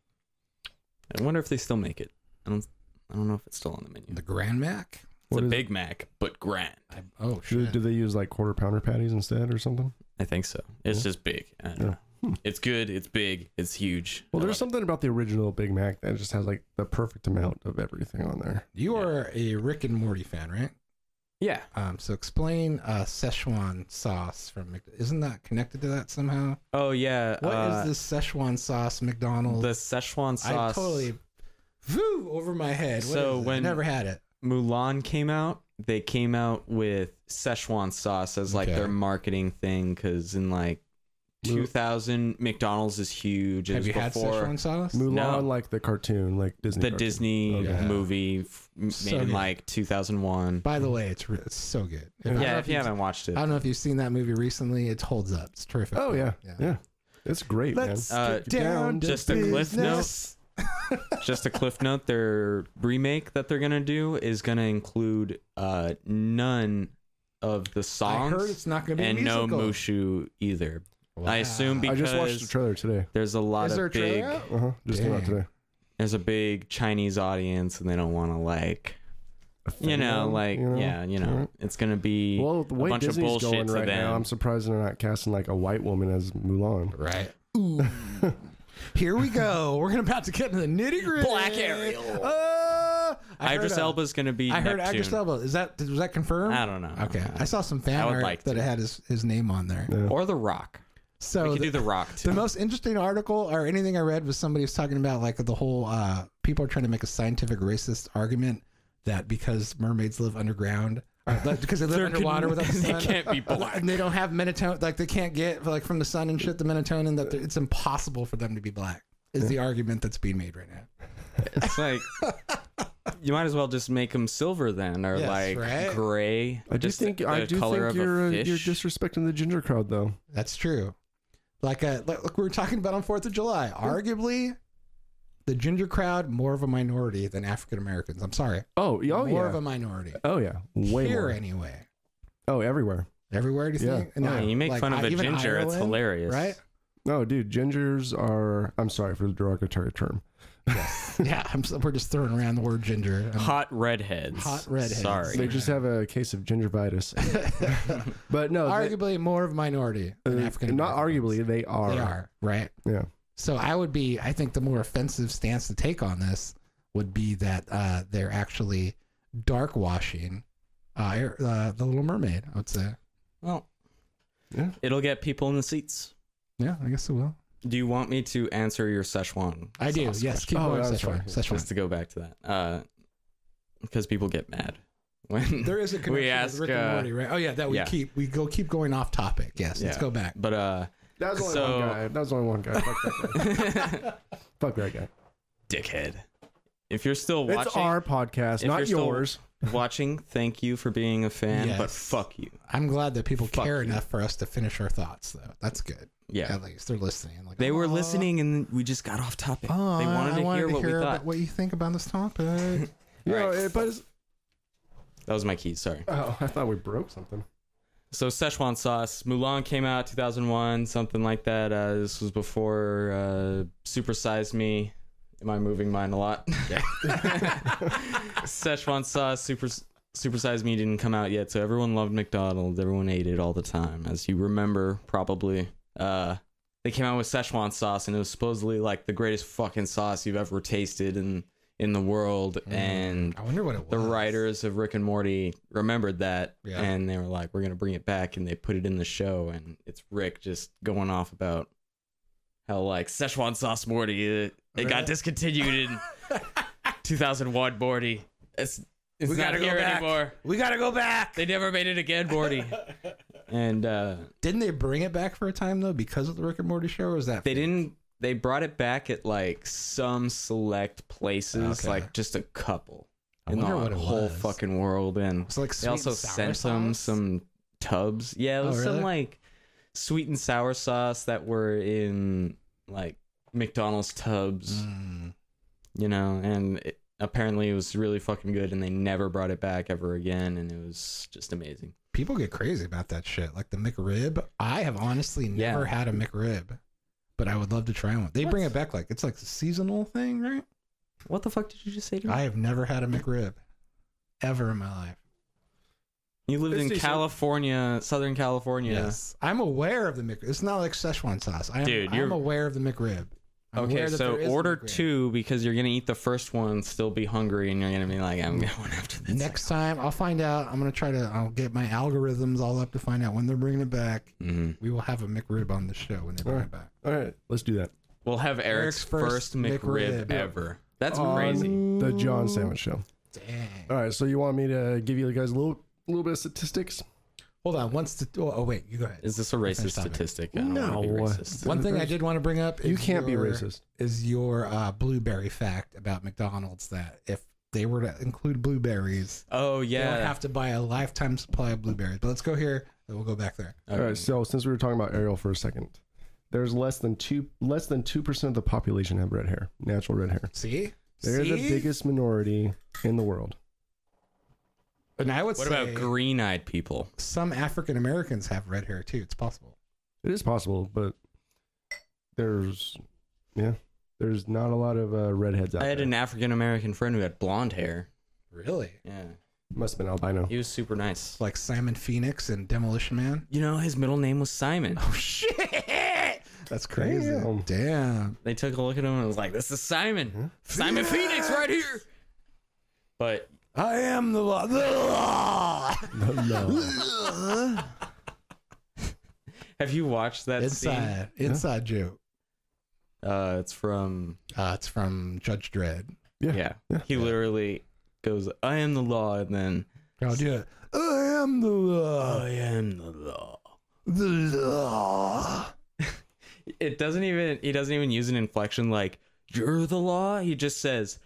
Speaker 1: I wonder if they still make it. I don't. I don't know if it's still on the menu.
Speaker 2: The Grand Mac.
Speaker 1: It's a
Speaker 5: What is it?
Speaker 1: Big Mac, but grand.
Speaker 2: I, oh
Speaker 5: Do,
Speaker 2: shit.
Speaker 5: do they use like quarter pounder patties instead or something?
Speaker 1: I think so. It's
Speaker 5: Yeah.
Speaker 1: just big. I don't
Speaker 5: Yeah.
Speaker 1: know.
Speaker 5: Hmm.
Speaker 1: It's good. It's big. It's huge.
Speaker 5: Well,
Speaker 1: I
Speaker 5: there's
Speaker 1: love
Speaker 5: something about the original Big Mac that just has like the perfect amount of everything on there.
Speaker 2: you
Speaker 1: Yeah.
Speaker 2: are a Rick and Morty fan, right?
Speaker 1: it. Yeah.
Speaker 2: Um, so explain uh, Szechuan sauce from Mc- isn't that connected to that somehow?
Speaker 1: Oh yeah.
Speaker 2: What is
Speaker 1: uh,
Speaker 2: this Szechuan sauce McDonald's?
Speaker 1: The Szechuan sauce.
Speaker 2: I totally flew over my head. What
Speaker 1: So
Speaker 2: is it?
Speaker 1: when-
Speaker 2: I never had it.
Speaker 1: Mulan came out. They came out with Szechuan sauce as like
Speaker 2: Okay.
Speaker 1: their marketing thing because in like
Speaker 5: Mu-
Speaker 1: 2000, McDonald's is huge. It
Speaker 2: Have
Speaker 1: was
Speaker 2: you had
Speaker 1: before
Speaker 2: Szechuan sauce?
Speaker 5: Mulan,
Speaker 1: No.
Speaker 5: like the cartoon, like Disney.
Speaker 1: the
Speaker 5: cartoon.
Speaker 1: Disney
Speaker 5: Okay.
Speaker 2: Yeah.
Speaker 1: movie f- made
Speaker 2: So
Speaker 1: in
Speaker 2: good.
Speaker 1: like 2001.
Speaker 2: By the way, it's re- it's so good. If- I don't know
Speaker 1: Yeah, if you
Speaker 2: you've-
Speaker 1: haven't watched it.
Speaker 2: I don't know if you've seen that movie recently. It holds up. It's terrific.
Speaker 5: Oh yeah, yeah,
Speaker 2: Yeah.
Speaker 5: it's great,
Speaker 2: Let's
Speaker 5: man.
Speaker 1: Uh,
Speaker 2: get down to
Speaker 1: just a cliff
Speaker 2: business.
Speaker 1: just a cliff note their remake that they're gonna do is gonna include uh none of the
Speaker 2: I
Speaker 1: songs
Speaker 2: heard it's not going to be
Speaker 1: and
Speaker 2: a
Speaker 1: no
Speaker 2: musical.
Speaker 1: mushu either I assume
Speaker 2: Wow.
Speaker 5: I just watched the
Speaker 1: because-
Speaker 5: trailer today.
Speaker 1: there's a lot
Speaker 2: Is there a
Speaker 1: of big
Speaker 2: trailer out?
Speaker 5: Uh huh. Just came out
Speaker 2: Dang.
Speaker 5: today.
Speaker 1: there's a big chinese audience and they don't want to like you know, like
Speaker 5: you know?
Speaker 1: yeah, you know,
Speaker 5: Alright.
Speaker 1: it's gonna be
Speaker 5: Well, the way
Speaker 1: bunch of
Speaker 5: Disney's
Speaker 1: bullshit
Speaker 5: going
Speaker 1: to
Speaker 5: right now,
Speaker 1: them.
Speaker 5: I'm surprised they're not casting like a white woman as Mulan.
Speaker 2: Right. Ooh. Here we go. We're gonna about to get into the nitty gritty.
Speaker 1: Black Ariel.
Speaker 2: Uh, I
Speaker 1: Idris
Speaker 2: heard, uh,
Speaker 1: Elba's gonna be.
Speaker 2: I heard
Speaker 1: Neptune.
Speaker 2: Idris Elba. Is that was that confirmed?
Speaker 1: I don't know.
Speaker 2: Okay, I saw some fan
Speaker 1: I would
Speaker 2: art
Speaker 1: like
Speaker 2: that
Speaker 1: to.
Speaker 2: had his, his name on there.
Speaker 1: Or the Rock.
Speaker 2: So
Speaker 1: We could
Speaker 2: Oh, the-
Speaker 1: do the Rock too.
Speaker 2: The most interesting article or anything I read was somebody was talking about like the whole uh, people are trying to make a scientific racist argument that because mermaids live underground, or that- because they live
Speaker 1: There can-
Speaker 2: underwater without the
Speaker 1: they
Speaker 2: sun,
Speaker 1: can't be black.
Speaker 2: and they don't have melatonin, like they can't get like from the sun and shit the melatonin that they're- it's impossible for them to be black. Is the argument that's being made right now?
Speaker 1: It's like you might as well just make them silver then, or
Speaker 2: Yes,
Speaker 1: like
Speaker 2: right?
Speaker 1: gray.
Speaker 5: I do
Speaker 1: just the-
Speaker 5: think I
Speaker 1: the
Speaker 5: do
Speaker 1: color
Speaker 5: think
Speaker 1: of
Speaker 5: you're
Speaker 1: a
Speaker 5: uh,
Speaker 1: fish.
Speaker 5: you're disrespecting the ginger crowd though.
Speaker 2: That's true. Like uh, like like we were talking about on Fourth of July, arguably. The ginger crowd more of a minority than African Americans. I'm sorry,
Speaker 5: Oh, y- oh
Speaker 2: more of
Speaker 5: yeah,
Speaker 2: a minority.
Speaker 5: oh yeah, way
Speaker 2: here
Speaker 5: more.
Speaker 2: anyway.
Speaker 5: Oh, everywhere.
Speaker 2: Everywhere do you
Speaker 5: Yeah.
Speaker 2: think?
Speaker 5: Oh,
Speaker 1: Yeah, you make
Speaker 2: like,
Speaker 1: fun of
Speaker 2: I-
Speaker 1: a
Speaker 2: even
Speaker 1: ginger, it's
Speaker 2: Ireland,
Speaker 1: hilarious,
Speaker 2: right?
Speaker 5: No, dude, gingers are. I'm sorry for the derogatory term.
Speaker 2: yeah, I'm, so- we're just throwing around the word ginger. I'm-
Speaker 1: Hot redheads.
Speaker 2: Hot redheads.
Speaker 1: Sorry.
Speaker 5: They just have a case of gingivitis. but no, they-
Speaker 2: arguably more of a minority than
Speaker 5: uh,
Speaker 2: African.
Speaker 5: not arguably. They are.
Speaker 2: they are right.
Speaker 5: Yeah.
Speaker 2: So I would be. I think the more offensive stance to take on this would be that uh, they're actually dark washing uh, Ir- uh, the Little Mermaid. I would say.
Speaker 1: Well,
Speaker 5: Yeah.
Speaker 1: it'll get people in the seats.
Speaker 2: Yeah, I guess it will.
Speaker 1: Do you want me to answer your Szechuan?
Speaker 2: I do.
Speaker 1: sauce
Speaker 2: yes,
Speaker 1: question?
Speaker 2: keep
Speaker 5: Oh,
Speaker 2: going.
Speaker 5: I'm
Speaker 2: Szechuan.
Speaker 5: sorry.
Speaker 2: Szechuan.
Speaker 1: Just to go back to that, uh, because people get mad when
Speaker 2: There is a connection
Speaker 1: ask,
Speaker 2: with Rick and
Speaker 1: uh,
Speaker 2: Morty, right? Oh yeah, that we
Speaker 1: yeah.
Speaker 2: keep we go keep going off topic. Yes, let's
Speaker 1: Yeah.
Speaker 2: go back.
Speaker 1: But uh,
Speaker 5: That was only
Speaker 1: So-
Speaker 5: one guy. That was only one guy. Fuck that guy. Fuck that guy.
Speaker 1: dickhead. If you're still watching,
Speaker 5: It's our podcast,
Speaker 1: if
Speaker 5: not
Speaker 1: you're still-
Speaker 5: yours.
Speaker 1: watching, thank you for being a fan, but
Speaker 2: Yes.
Speaker 1: fuck you.
Speaker 2: I'm glad that people
Speaker 1: Fuck
Speaker 2: care
Speaker 1: you.
Speaker 2: enough for us to finish our thoughts, though. That's good.
Speaker 1: Yeah.
Speaker 2: At least they're listening. Like
Speaker 1: They were
Speaker 2: "Aw,
Speaker 1: listening and we just got off topic.
Speaker 2: aw,
Speaker 1: they wanted
Speaker 2: I
Speaker 1: to hear what we
Speaker 2: about
Speaker 1: thought.
Speaker 2: what you think about this topic.
Speaker 5: You know,
Speaker 1: Right.
Speaker 5: it- but it's,
Speaker 1: That was my key, sorry.
Speaker 5: oh, I thought we broke something.
Speaker 1: So Szechuan sauce, Mulan came out 2001, something like that. Uh, this was before uh, Super Size Me. Am I moving mine a lot? Szechuan sauce, Super Super Size Me didn't come out yet, so everyone loved McDonald's. Everyone ate it all the time, as you remember probably. Uh, they came out with Szechuan sauce, and it was supposedly like the greatest fucking sauce you've ever tasted in in the world. And
Speaker 2: I wonder what it was.
Speaker 1: the writers of Rick and Morty remembered that
Speaker 2: Yeah.
Speaker 1: and they were like, we're going to bring it back. And they put it in the show. And it's Rick just going off about how, like, Szechuan sauce Morty, uh, it, got discontinued in 2001 Morty. It's, it's
Speaker 2: We
Speaker 1: not
Speaker 2: gotta go
Speaker 1: here
Speaker 2: back.
Speaker 1: anymore.
Speaker 2: We gotta go back.
Speaker 1: They never made it again, Morty. and uh,
Speaker 2: Didn't they bring it back for a time though, because of the Rick and Morty show? Or was that
Speaker 1: they
Speaker 2: fake?
Speaker 1: didn't. They brought it back at like some select places,
Speaker 2: Okay.
Speaker 1: like just a couple
Speaker 2: I
Speaker 1: in the
Speaker 2: wonder what it
Speaker 1: whole
Speaker 2: was.
Speaker 1: fucking world. And
Speaker 2: It's like
Speaker 1: They also sent them some tubs. Yeah, it
Speaker 2: Oh,
Speaker 1: was some
Speaker 2: really?
Speaker 1: like sweet and sour sauce that were in like McDonald's tubs,
Speaker 2: Mm.
Speaker 1: you know, and it, apparently it was really fucking good and they never brought it back ever again and it was just amazing.
Speaker 2: People get crazy about that shit. Like the McRib. I have honestly
Speaker 1: Yeah.
Speaker 2: never had a McRib, but I would love to try one. They bring it back like it's like a seasonal thing, right?
Speaker 1: What the fuck did you just say to me?
Speaker 2: I have never had a McRib ever in my life.
Speaker 1: you lived
Speaker 5: It's
Speaker 1: in
Speaker 5: decent.
Speaker 1: California, Southern California.
Speaker 2: Yes, I'm aware of the McRib. It's not like Szechuan sauce. I'm,
Speaker 1: Dude,
Speaker 2: I'm
Speaker 1: you're-
Speaker 2: aware of the McRib. I'm
Speaker 1: Okay,
Speaker 2: aware that
Speaker 1: so
Speaker 2: there is a
Speaker 1: order
Speaker 2: McRib.
Speaker 1: two because you're gonna eat the first one, still be hungry, and you're gonna be like, "I'm going after this."
Speaker 2: Next time, I'll find out. I'm gonna try to. I'll get my algorithms all up to find out when they're bringing it back.
Speaker 1: hmm
Speaker 2: We will have a McRib on the show when they bring it back.
Speaker 5: All right, let's do that.
Speaker 1: We'll have Eric's,
Speaker 2: Eric's
Speaker 1: first,
Speaker 2: first
Speaker 1: McRib,
Speaker 2: McRib.
Speaker 1: ever. That's
Speaker 5: On
Speaker 1: crazy.
Speaker 5: The John Sandwich Show.
Speaker 2: Dang.
Speaker 5: All right, so you want me to give you guys a little little bit of statistics?
Speaker 2: Hold on. Once the. Oh, oh, wait. You go ahead.
Speaker 1: Is this a racist
Speaker 2: Finish topic.
Speaker 1: statistic? I don't wanna be
Speaker 5: No.
Speaker 1: racist.
Speaker 2: One thing I did want to bring up. Is
Speaker 5: You can't
Speaker 2: your-
Speaker 5: be racist.
Speaker 2: Is your uh, blueberry fact about McDonald's that if they were to include blueberries,
Speaker 1: Oh
Speaker 2: yeah. they
Speaker 1: yeah.
Speaker 2: would have to buy a lifetime supply of blueberries. But let's go here. Then we'll go back there.
Speaker 1: Okay.
Speaker 5: All right, so since we were talking about Ariel for a second, there's less than two less than two percent of the population have red hair, natural red hair.
Speaker 2: See.
Speaker 5: They're the
Speaker 2: See?
Speaker 5: biggest minority in the world.
Speaker 2: And I would
Speaker 1: What
Speaker 2: say
Speaker 1: about green-eyed people?
Speaker 2: some African Americans have red hair too. It's possible.
Speaker 5: It is possible, but there's yeah, there's not a lot of uh, redheads out
Speaker 1: I had
Speaker 5: there.
Speaker 1: an African American friend who had blonde hair.
Speaker 2: Really?
Speaker 1: Yeah.
Speaker 5: Must have been albino.
Speaker 1: He was super nice.
Speaker 2: like Simon Phoenix and Demolition Man.
Speaker 1: You know, his middle name was Simon.
Speaker 2: Oh shit! That's crazy.
Speaker 5: Damn.
Speaker 2: Damn.
Speaker 1: They took a look at him and was like, "This is Simon, Simon Phoenix, right here." But
Speaker 2: I am the law. The law.
Speaker 1: have you watched that scene?
Speaker 2: inside inside joke.
Speaker 1: Uh, it's from
Speaker 2: Uh, it's from Judge Dredd.
Speaker 1: yeah. He literally goes, "I am the law," and then
Speaker 2: I'll do it. I am the law.
Speaker 1: am the law.
Speaker 2: The law.
Speaker 1: It doesn't even. He doesn't even use an inflection like "You're the law." He just says,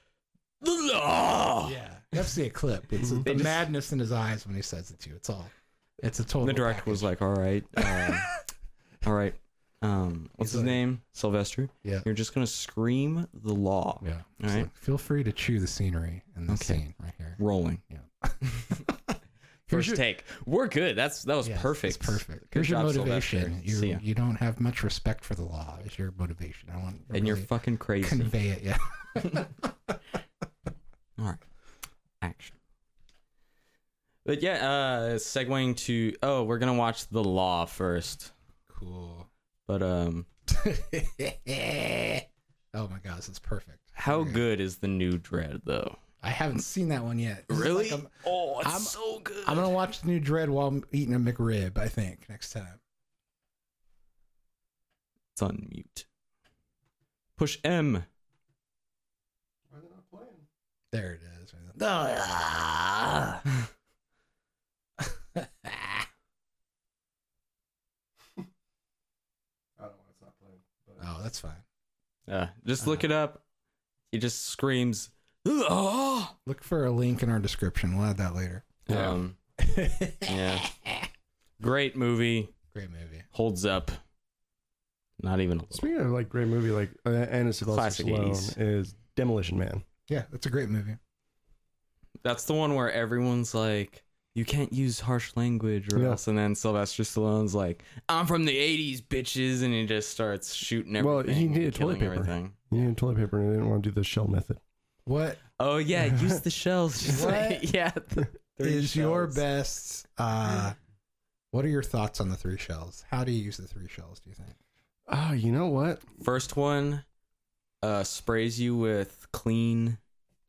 Speaker 1: "The law."
Speaker 2: Yeah, you have to see a clip. It's the
Speaker 1: just-
Speaker 2: madness in his eyes when he says it to you. It's all. It's a total.
Speaker 1: the director was like, "All right, uh, all right." Um, what's
Speaker 2: He's
Speaker 1: his
Speaker 2: like-
Speaker 1: name? Sylvester.
Speaker 2: Yeah.
Speaker 1: You're just gonna scream the law.
Speaker 2: Yeah.
Speaker 1: All
Speaker 2: All
Speaker 1: right.
Speaker 2: right. feel free to chew the scenery in this
Speaker 1: Okay.
Speaker 2: scene right here.
Speaker 1: Rolling.
Speaker 2: Yeah. Here's
Speaker 1: First
Speaker 2: your-
Speaker 1: take. We're good. That's that was
Speaker 2: Yeah, it's
Speaker 1: perfect.
Speaker 2: perfect.
Speaker 1: Good
Speaker 2: Here's your
Speaker 1: job,
Speaker 2: motivation.
Speaker 1: Sylvester.
Speaker 2: You
Speaker 1: See ya.
Speaker 2: you don't have much respect for the law. Is your motivation? I want. to
Speaker 1: And you're
Speaker 2: really
Speaker 1: fucking crazy.
Speaker 2: convey it. Yeah.
Speaker 1: All right. Action. But yeah, uh segueing to oh, we're gonna watch the law first.
Speaker 2: Cool.
Speaker 1: But um
Speaker 2: oh my gosh, that's perfect.
Speaker 1: how
Speaker 2: Okay.
Speaker 1: good is the new dread though?
Speaker 2: I haven't seen that one yet. This is like a-
Speaker 1: oh,
Speaker 2: it's I'm-
Speaker 1: so good.
Speaker 2: I'm gonna watch the new Dread while I'm eating a McRib. I think next time.
Speaker 1: It's on mute. Push M.
Speaker 2: There it is. Ah. oh, that's fine.
Speaker 1: Uh, just look it up. He just screams. "Law!"
Speaker 2: Look for a link in our description. We'll add that later.
Speaker 6: Yeah.
Speaker 1: Um, yeah. Great movie.
Speaker 2: Great movie.
Speaker 1: Holds up. Not even a little.
Speaker 5: Speaking of like great movie, like uh, Anna Sylvester
Speaker 1: Classic
Speaker 5: Stallone
Speaker 1: 80s.
Speaker 5: is Demolition Man.
Speaker 2: Yeah, that's a great movie.
Speaker 1: That's the one where everyone's like, you can't use harsh language or
Speaker 5: Yeah.
Speaker 1: else. And then Sylvester Stallone's like, I'm from the 80s, bitches. And he just starts shooting everything.
Speaker 5: Well, he needed
Speaker 1: and killing
Speaker 5: toilet paper.
Speaker 1: Everything.
Speaker 5: You need toilet paper, and I didn't want to do the shell method.
Speaker 2: What
Speaker 1: Oh, yeah. Use the shells. Just like-
Speaker 2: What?
Speaker 1: yeah. The
Speaker 2: is
Speaker 1: three
Speaker 2: your
Speaker 1: shells.
Speaker 2: best? Uh, what are your thoughts on the three shells? How do you use the three shells? Do you think?
Speaker 5: Oh, you know what?
Speaker 1: First one uh, sprays you with clean,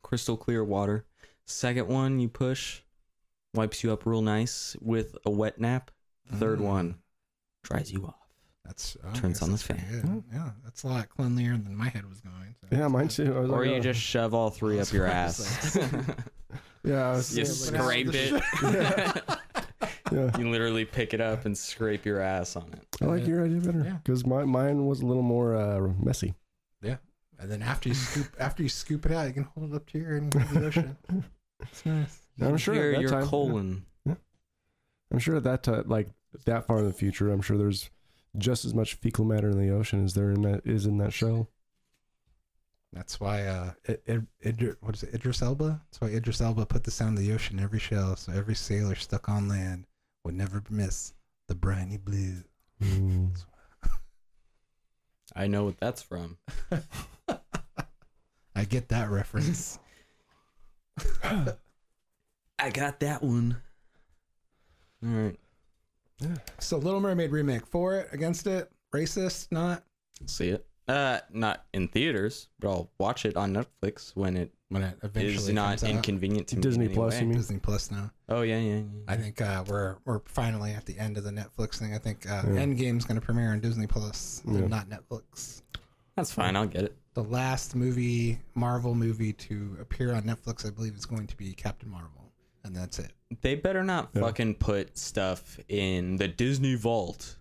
Speaker 1: crystal clear water. Second one you push, wipes you up real nice with a wet nap. Third
Speaker 2: Mm.
Speaker 1: one dries you off.
Speaker 2: That's oh, I
Speaker 1: Turns
Speaker 2: guess
Speaker 1: on the
Speaker 2: that's pretty
Speaker 1: fan.
Speaker 2: good. Yeah, that's a lot cleanlier than my head was going. so
Speaker 5: Yeah,
Speaker 2: that's
Speaker 5: mine
Speaker 2: good.
Speaker 5: too. I was
Speaker 1: Or
Speaker 5: like,
Speaker 1: you
Speaker 5: oh.
Speaker 1: just shove all three up your ass.
Speaker 2: That's
Speaker 5: yeah, I was-
Speaker 1: you
Speaker 2: Yeah, like-
Speaker 1: scrape it.
Speaker 5: yeah.
Speaker 1: you literally pick it up and scrape your ass on it.
Speaker 5: I like your idea better
Speaker 2: Yeah.
Speaker 5: because my mine was a little more uh, messy.
Speaker 2: And then after you scoop after you scoop it out, you can hold it up to your and give the ocean. It's nice.
Speaker 5: I'm sure at
Speaker 1: Here,
Speaker 5: that
Speaker 1: your
Speaker 5: time,
Speaker 1: colon.
Speaker 5: I'm sure at that time, like that far in the future, I'm sure there's just as much fecal matter in the ocean as there in that is in that shell.
Speaker 2: That's why uh Id- Id- Idri- what is it, Idris Elba? That's why Idris Elba put the sound of the ocean in every shell, so every sailor stuck on land would never miss the briny blue.
Speaker 5: Mm.
Speaker 1: I know what that's from.
Speaker 2: I get that reference.
Speaker 1: I got that one. All right.
Speaker 2: so Little Mermaid remake for it, against it, racist, not
Speaker 1: See it. Uh, not in theaters, but I'll watch it on Netflix when it
Speaker 2: when it eventually
Speaker 1: is not
Speaker 2: comes out.
Speaker 1: inconvenient to me. in
Speaker 5: Disney
Speaker 1: any
Speaker 5: Plus,
Speaker 1: way.
Speaker 5: you mean?
Speaker 2: Disney Plus now.
Speaker 1: Oh yeah, yeah. yeah.
Speaker 2: I think uh, we're we're finally at the end of the Netflix thing. I think uh,
Speaker 5: Yeah.
Speaker 2: Endgame's going to premiere on Disney Plus, and
Speaker 5: Yeah.
Speaker 2: not Netflix.
Speaker 1: That's fine. I'll get it.
Speaker 2: The last movie, Marvel movie, to appear on Netflix, I believe, is going to be Captain Marvel, and that's it.
Speaker 1: They better not
Speaker 5: Yeah.
Speaker 1: fucking put stuff in the Disney Vault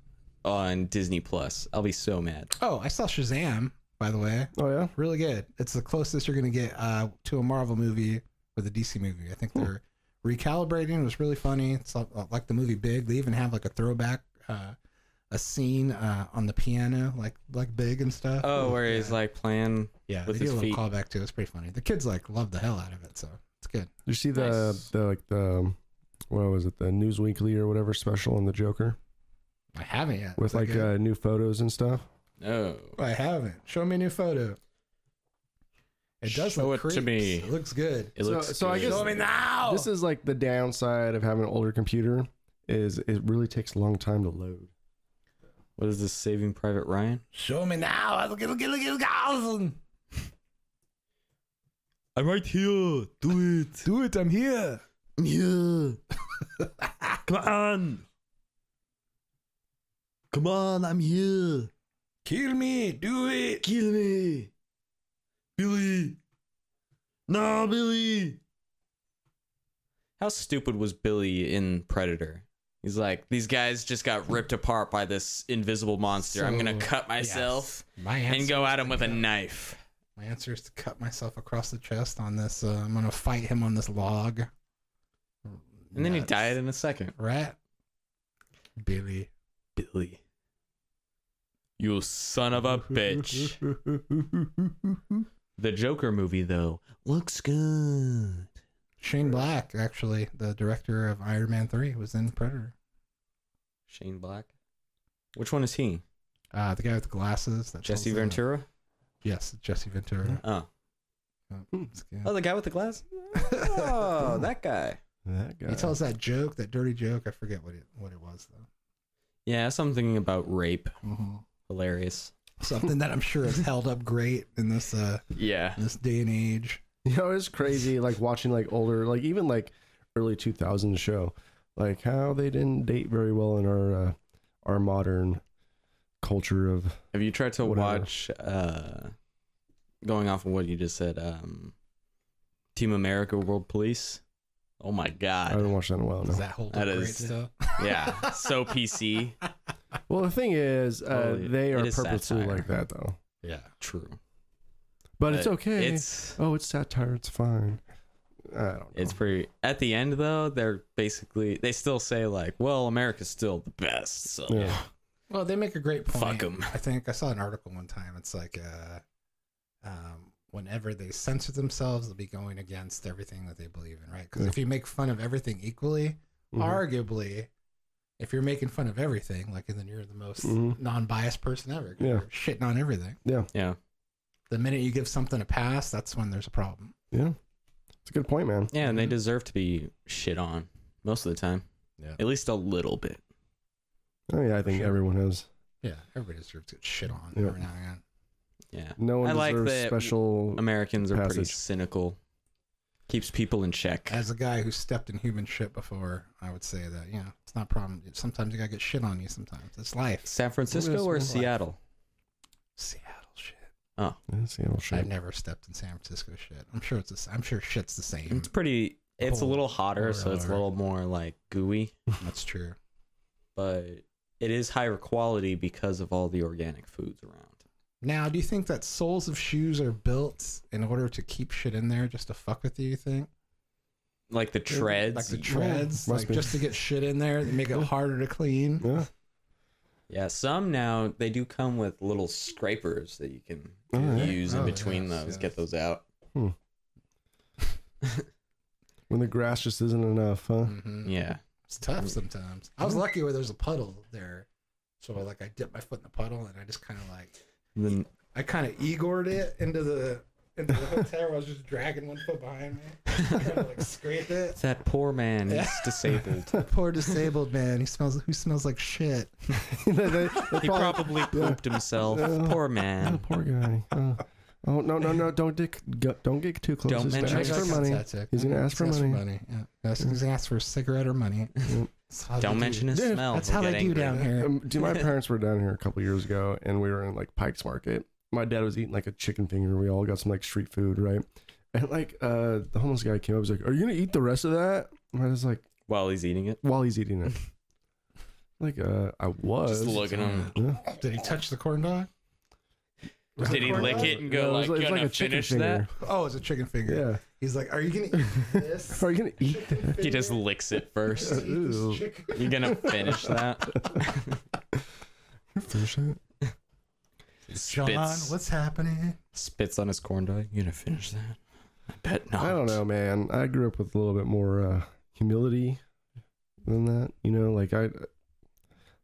Speaker 1: on Disney Plus. I'll be so mad.
Speaker 2: Oh, I saw Shazam, by the way.
Speaker 5: Oh yeah,
Speaker 2: Really good. It's the closest you're going to get uh, to a Marvel movie with a DC movie. I think they're recalibrating. It was really funny. It's like, uh, like the movie Big. They even have like a throwback. Uh, a scene uh, on the piano, like like big and stuff.
Speaker 1: Oh, where
Speaker 2: yeah.
Speaker 1: he's like playing.
Speaker 2: Yeah,
Speaker 1: with
Speaker 2: they
Speaker 1: his
Speaker 2: do a little
Speaker 1: feet.
Speaker 2: callback to it. It's pretty funny. The kids like love the hell out of it, so it's good.
Speaker 5: you see the
Speaker 1: Nice.
Speaker 5: the like the um, what was it the News Weekly or whatever special on the Joker
Speaker 2: I haven't yet.
Speaker 5: with
Speaker 2: Is it
Speaker 5: like
Speaker 2: good?
Speaker 5: uh, new photos and stuff.
Speaker 1: Oh,
Speaker 2: I haven't. Show me a new photo. It does
Speaker 1: Show
Speaker 2: look
Speaker 1: it to
Speaker 2: creeps.
Speaker 1: me.
Speaker 2: It looks good.
Speaker 1: It
Speaker 5: So-
Speaker 1: looks
Speaker 5: so I
Speaker 1: good.
Speaker 5: guess-
Speaker 2: Show me
Speaker 1: Oh.
Speaker 2: now.
Speaker 5: This is like the downside of having an older computer is it really takes a long time to load.
Speaker 1: what is this Saving Private Ryan?
Speaker 2: Show me now. Look at look at look at look at awesome.
Speaker 1: I'm right here. Do it.
Speaker 2: Do it. I'm here.
Speaker 1: Yeah. Come on. Come on, I'm here.
Speaker 2: Kill me. Do it.
Speaker 1: Kill me. Billy. No, Billy. How stupid was Billy in Predator? He's like, these guys just got ripped apart by this invisible monster. I'm going to
Speaker 2: So,
Speaker 1: cut myself
Speaker 2: My
Speaker 1: and go at him with a
Speaker 2: yeah.
Speaker 1: knife.
Speaker 2: My answer is to cut myself across the chest on this. Uh, I'm gonna fight him on this log.
Speaker 1: And then he
Speaker 2: Nuts.
Speaker 1: died in a second.
Speaker 2: Rat. Billy.
Speaker 1: Billy. You son of a bitch. the Joker movie, though, looks good.
Speaker 2: Shane Black, actually, the director of Iron Man 3, was in Predator.
Speaker 1: Shane Black. Which one is he?
Speaker 2: Uh, the guy with the glasses. That
Speaker 1: Jesse
Speaker 2: tells the-
Speaker 1: Ventura?
Speaker 2: Yes, Jesse Ventura.
Speaker 1: Oh.
Speaker 2: It's good.
Speaker 1: Oh, the guy with the glass? Oh, that guy.
Speaker 5: That guy.
Speaker 2: He tells that joke, that dirty joke. I forget what it what it was though.
Speaker 1: Yeah, so I'm thinking about rape.
Speaker 2: Mm-hmm.
Speaker 1: Hilarious.
Speaker 2: Something that I'm sure is held up great in this uh
Speaker 1: Yeah.
Speaker 2: this day and age.
Speaker 5: You know, it's crazy. Like watching like older, like even like early 2000s show, like how they didn't date very well in our uh, our modern culture of
Speaker 1: Have you tried to
Speaker 5: Whatever.
Speaker 1: watch, uh, going off of what you just said, um, Team America World Police? Oh my
Speaker 5: I
Speaker 1: god.
Speaker 5: haven't watched that in a while
Speaker 2: Does
Speaker 5: now.
Speaker 2: that hold
Speaker 1: That
Speaker 2: up great
Speaker 1: is-
Speaker 2: stuff?
Speaker 5: Oh.
Speaker 1: Yeah, so PC.
Speaker 5: Well, the thing is, uh,
Speaker 1: Totally.
Speaker 5: they are
Speaker 1: It is
Speaker 5: purposely
Speaker 1: satire.
Speaker 5: like that though.
Speaker 2: Yeah.
Speaker 1: True.
Speaker 5: But it's
Speaker 1: But
Speaker 5: okay.
Speaker 1: It's
Speaker 5: oh, it's satire. It's fine. I don't know.
Speaker 1: It's pretty. At the end, though, they're basically they still say like, "Well, America's still the best." So
Speaker 5: yeah.
Speaker 2: Well, they make a great point.
Speaker 1: Fuck 'em.
Speaker 2: I think I saw an article one time. It's like, uh, um, whenever they censor themselves, they'll be going against everything that they believe in, right? Because
Speaker 5: Yeah.
Speaker 2: if you make fun of everything equally,
Speaker 5: Mhm.
Speaker 2: arguably, if you're making fun of everything, like, then you're the most
Speaker 5: Mhm.
Speaker 2: non-biased person ever. 'cause
Speaker 5: Yeah.
Speaker 2: You're shitting on everything.
Speaker 1: yeah,
Speaker 2: The minute you give something a pass, that's when there's a problem.
Speaker 5: Yeah. It's a good point, man.
Speaker 1: yeah, and they deserve to be shit on most of the time.
Speaker 2: Yeah.
Speaker 1: at least a little bit.
Speaker 5: Oh yeah, I think
Speaker 2: Sure.
Speaker 5: everyone has.
Speaker 2: Yeah, everybody deserves to get shit on
Speaker 5: Yeah.
Speaker 2: every now and again.
Speaker 1: Yeah,
Speaker 5: No one
Speaker 1: I like
Speaker 5: deserves
Speaker 1: that-
Speaker 5: special.
Speaker 1: Americans are pretty
Speaker 5: Passage.
Speaker 1: cynical. Keeps people in check.
Speaker 2: As a guy who stepped in human shit before, I would say that yeah, it's not a problem. Sometimes you gotta get shit on you. Sometimes it's life.
Speaker 1: San Francisco
Speaker 2: Yes,
Speaker 1: or
Speaker 2: we're
Speaker 1: Seattle?
Speaker 2: Seattle shit.
Speaker 5: Yeah, Seattle shit.
Speaker 2: I've never stepped in San Francisco shit. I'm sure it's. the s- I'm sure shit's the same.
Speaker 1: It's pretty. It's a
Speaker 2: Cold.
Speaker 1: little hotter, so it's a
Speaker 2: Or-
Speaker 1: little more like gooey,
Speaker 2: That's true.
Speaker 1: but it is higher quality because of all the organic foods around.
Speaker 2: Now, do you think that soles of shoes are built in order to keep shit in there just to fuck with you? You think
Speaker 1: Like the treads.
Speaker 2: like the treads,
Speaker 5: must
Speaker 2: like
Speaker 5: be.
Speaker 2: just to get shit in there, to make it harder to clean?
Speaker 5: Yeah.
Speaker 1: Yeah, some now they do come with little scrapers that you can
Speaker 5: All right.
Speaker 1: use in
Speaker 2: Oh,
Speaker 1: between
Speaker 2: yes,
Speaker 1: those.
Speaker 2: yes.
Speaker 1: Get those out.
Speaker 5: When the grass just isn't enough, huh?
Speaker 2: Mm-hmm.
Speaker 1: Yeah,
Speaker 2: It's tough sometimes. I was
Speaker 5: Mm-hmm.
Speaker 2: lucky where there's a puddle there, so like I dipped my foot in the puddle and I just kind of like
Speaker 1: then
Speaker 2: I kind of egored it into the into the hotel. where I was just dragging one foot behind me, trying to like scrape it.
Speaker 1: that poor man
Speaker 2: Yeah.
Speaker 1: is disabled.
Speaker 2: Poor disabled man. He smells. Who smells like shit.
Speaker 5: They- they- they
Speaker 1: He
Speaker 5: probably-
Speaker 1: probably pooped himself.
Speaker 5: Yeah.
Speaker 1: Poor
Speaker 5: Oh,
Speaker 1: man.
Speaker 5: poor guy. Oh. Oh, no no no! Don't dick, go, don't get too close.
Speaker 1: Don't
Speaker 5: He's gonna
Speaker 1: mention
Speaker 5: ask
Speaker 1: it.
Speaker 5: for money. He's gonna ask for money. Mm-hmm.
Speaker 2: Yeah. That's- He's gonna ask for a cigarette or money.
Speaker 5: Yep.
Speaker 2: That's how they
Speaker 1: Don't
Speaker 2: do.
Speaker 1: mention his
Speaker 5: Dude,
Speaker 1: smell.
Speaker 2: That's
Speaker 1: he'll
Speaker 2: how
Speaker 1: get
Speaker 2: they do
Speaker 1: angry.
Speaker 2: down here.
Speaker 5: Um, dude, my parents were down here a couple years ago, and we were in like Pike's Market. My dad was eating like a chicken finger. We all got some like street food, right? And like uh, the homeless guy came up, was like, "Are you gonna eat the rest of that?" And I was like,
Speaker 1: while he's eating it.
Speaker 5: while he's eating it, like uh, I was.
Speaker 2: Oh,
Speaker 1: Just look at him.
Speaker 5: Yeah.
Speaker 2: Did he touch the corn dog? Was
Speaker 1: Did he
Speaker 2: corn
Speaker 1: lick
Speaker 2: dog?
Speaker 1: it and go
Speaker 5: No,
Speaker 1: like,
Speaker 5: it was it was
Speaker 1: "Gonna
Speaker 5: a chicken
Speaker 1: finish
Speaker 5: finger.
Speaker 1: that"?
Speaker 2: Oh, it's a chicken finger. He's like, are you gonna eat this?
Speaker 5: Yeah. Are you gonna eat that?
Speaker 1: He just licks it
Speaker 2: Eat
Speaker 1: first.
Speaker 5: Ew.
Speaker 2: this chicken?
Speaker 1: You're gonna finish that.
Speaker 5: Finish it?
Speaker 2: John,
Speaker 1: Spits.
Speaker 2: what's happening?
Speaker 1: Spits on his corn dog. You gonna finish that? I bet not.
Speaker 5: I don't know, man. I grew up with a little bit more uh, humility than that. You know, like I,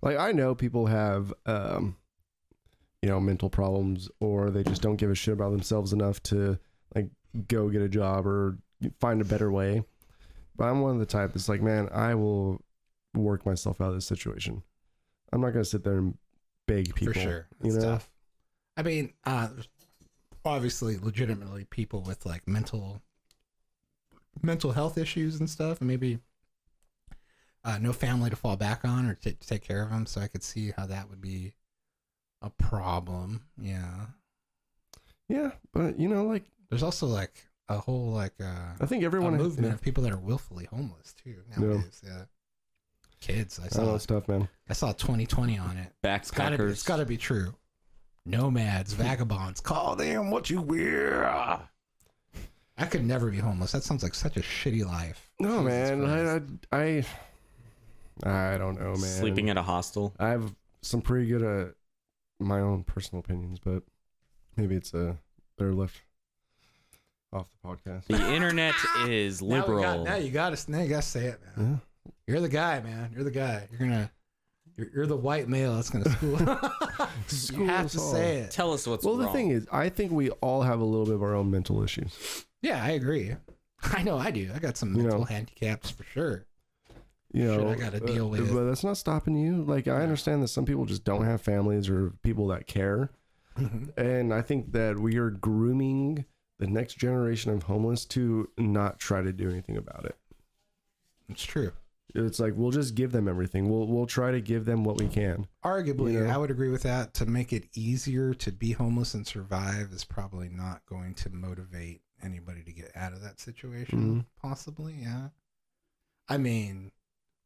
Speaker 5: like I know people have, um, you know, mental problems or they just don't give a shit about themselves enough to like go get a job or find a better way. But I'm one of the type that's like, man, I will work myself out of this situation. I'm not gonna sit there and beg people.
Speaker 2: for sure.
Speaker 5: you
Speaker 2: It's
Speaker 5: know?
Speaker 2: tough. I mean, uh, obviously, legitimately, people with like mental mental health issues and stuff, and maybe uh, no family to fall back on or to to take care of them. So I could see how that would be a problem. Yeah.
Speaker 5: Yeah, but you know, like
Speaker 2: There's also like a whole like uh,
Speaker 5: I think
Speaker 2: a
Speaker 5: everyone
Speaker 2: movement of people that are willfully homeless too nowadays. Yeah. Kids, I
Speaker 5: I don't know,
Speaker 2: saw
Speaker 5: it's tough, man.
Speaker 2: I saw 2020 on it. It's gotta, be,
Speaker 1: Backpackers.
Speaker 2: it's gotta be true. Nomads, vagabonds, call them what you will. I could never be homeless. That sounds like such a shitty life.
Speaker 5: No,
Speaker 2: Jesus Christ.
Speaker 5: man. I, I, I, I don't know, Oh, man.
Speaker 1: Sleeping at a hostel.
Speaker 5: I have some pretty good, uh, my own personal opinions, but maybe it's uh, they're left off the podcast.
Speaker 1: The internet is
Speaker 2: Now we
Speaker 1: liberal.
Speaker 2: got- Now, you got to now you got to say it, man.
Speaker 5: Yeah.
Speaker 2: You're the guy, man. You're the guy. You're gonna. You're, you're the white male that's gonna school. you
Speaker 5: School
Speaker 2: have
Speaker 5: us
Speaker 2: to
Speaker 5: all.
Speaker 2: say it.
Speaker 1: Tell us what's
Speaker 5: well, the
Speaker 1: wrong.
Speaker 5: thing is, I think we all have a little bit of our own mental issues.
Speaker 2: Yeah, I agree. I know I do. I got some
Speaker 5: You know.
Speaker 2: mental handicaps for sure.
Speaker 5: You
Speaker 2: Shit
Speaker 5: know,
Speaker 2: I gotta
Speaker 5: uh,
Speaker 2: deal with.
Speaker 5: But that's not stopping you. Like I understand that some people just don't have families or people that care, and I think that we are grooming the next generation of homeless to not try to do anything about it.
Speaker 2: It's true.
Speaker 5: It's like we'll just give them everything. We'll we'll try to give them what we can.
Speaker 2: Arguably,
Speaker 5: Yeah.
Speaker 2: I would agree with that. To make it easier to be homeless and survive is probably not going to motivate anybody to get out of that situation.
Speaker 5: Mhm.
Speaker 2: Possibly, yeah. I mean,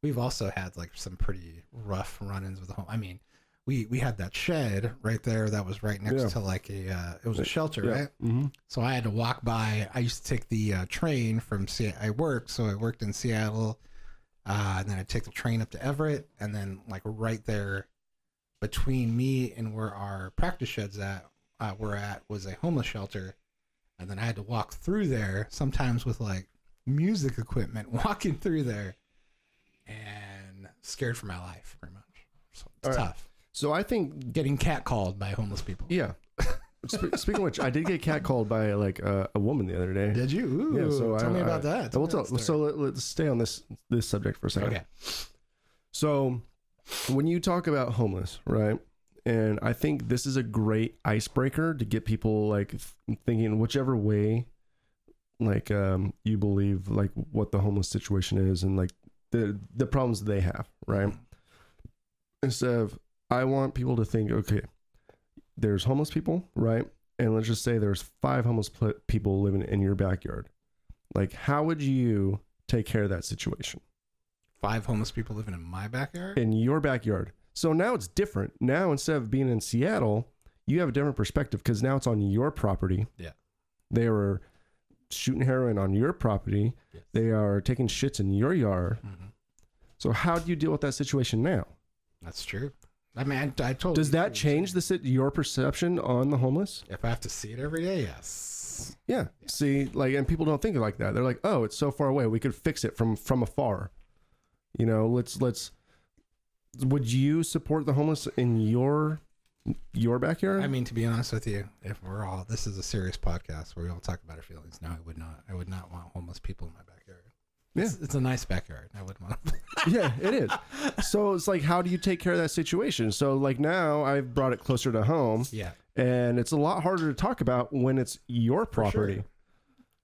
Speaker 2: we've also had like some pretty rough run-ins with the home. I mean, we we had that shed right there that was right next
Speaker 5: Yeah.
Speaker 2: to like a uh, it was a shelter,
Speaker 5: Yeah.
Speaker 2: right?
Speaker 5: Mm-hmm.
Speaker 2: So I had to walk by. I used to take the uh, train from Se- I worked, so I worked in Seattle, uh, and then I take the train up to Everett, and then like right there, between me and where our practice sheds at uh, were at was a homeless shelter, and then I had to walk through there sometimes with like music equipment, walking through there, and scared for my life pretty much. So it's
Speaker 5: All right.
Speaker 2: tough
Speaker 5: So I think,
Speaker 2: getting catcalled by homeless people.
Speaker 5: yeah. Sp- speaking of which, I did get catcalled by like uh, a woman the other day.
Speaker 2: Did you? Ooh,
Speaker 5: Yeah, so
Speaker 2: tell
Speaker 5: I-
Speaker 2: me about
Speaker 5: I-
Speaker 2: that.
Speaker 5: So
Speaker 2: Tell
Speaker 5: we'll
Speaker 2: me
Speaker 5: tell,
Speaker 2: that story.
Speaker 5: so let, let's stay on this this subject for a second.
Speaker 2: Okay.
Speaker 5: So when you talk about homeless, right? And I think this is a great icebreaker to get people like th- thinking whichever way like um you believe like what the homeless situation is and like the the problems they have, right? Instead of I want people to think okay, there's homeless people, right? And let's just say there's five homeless pl- people living in your backyard. Like how would you take care of that situation?
Speaker 2: five homeless people living in my backyard.
Speaker 5: in your backyard. So now it's different. Now instead of being in Seattle, you have a different perspective because now it's on your property.
Speaker 2: Yeah.
Speaker 5: They were shooting heroin on your property.
Speaker 2: Yes.
Speaker 5: They are taking shits in your yard.
Speaker 2: Mhm.
Speaker 5: So how do you deal with that situation now?
Speaker 2: That's true. I mean, I, I told.
Speaker 5: Does that change the sit- your perception on the homeless?
Speaker 2: If I have to see it every day, yes.
Speaker 5: Yeah. See, like, and people don't think like that. They're like, oh, it's so far away. We could fix it from from afar. You know, let's let's. Would you support the homeless in your your backyard?
Speaker 2: I mean, to be honest with you, if we're all this is a serious podcast where we all talk about our feelings. No, I would not. I would not want homeless people in my backyard.
Speaker 5: Yeah.
Speaker 2: It's, it's a nice backyard. I wouldn't want.
Speaker 5: yeah, it is. So it's like, how do you take care of that situation? So like now I've brought it closer to home,
Speaker 2: yeah,
Speaker 5: and it's a lot harder to talk about when it's your
Speaker 2: sure.
Speaker 5: property.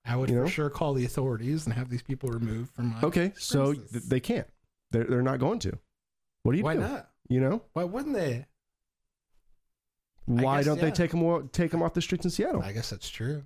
Speaker 2: I would
Speaker 5: You
Speaker 2: for
Speaker 5: know?
Speaker 2: sure call the authorities and have these people removed from my.
Speaker 5: Okay, so th-
Speaker 2: premises.
Speaker 5: they can't. They're they're not going to. What do you
Speaker 2: Why
Speaker 5: do?
Speaker 2: not?
Speaker 5: You know
Speaker 2: Why wouldn't they?
Speaker 5: why
Speaker 2: guess,
Speaker 5: don't
Speaker 2: yeah.
Speaker 5: they take them take them off the streets in Seattle?
Speaker 2: I guess that's true.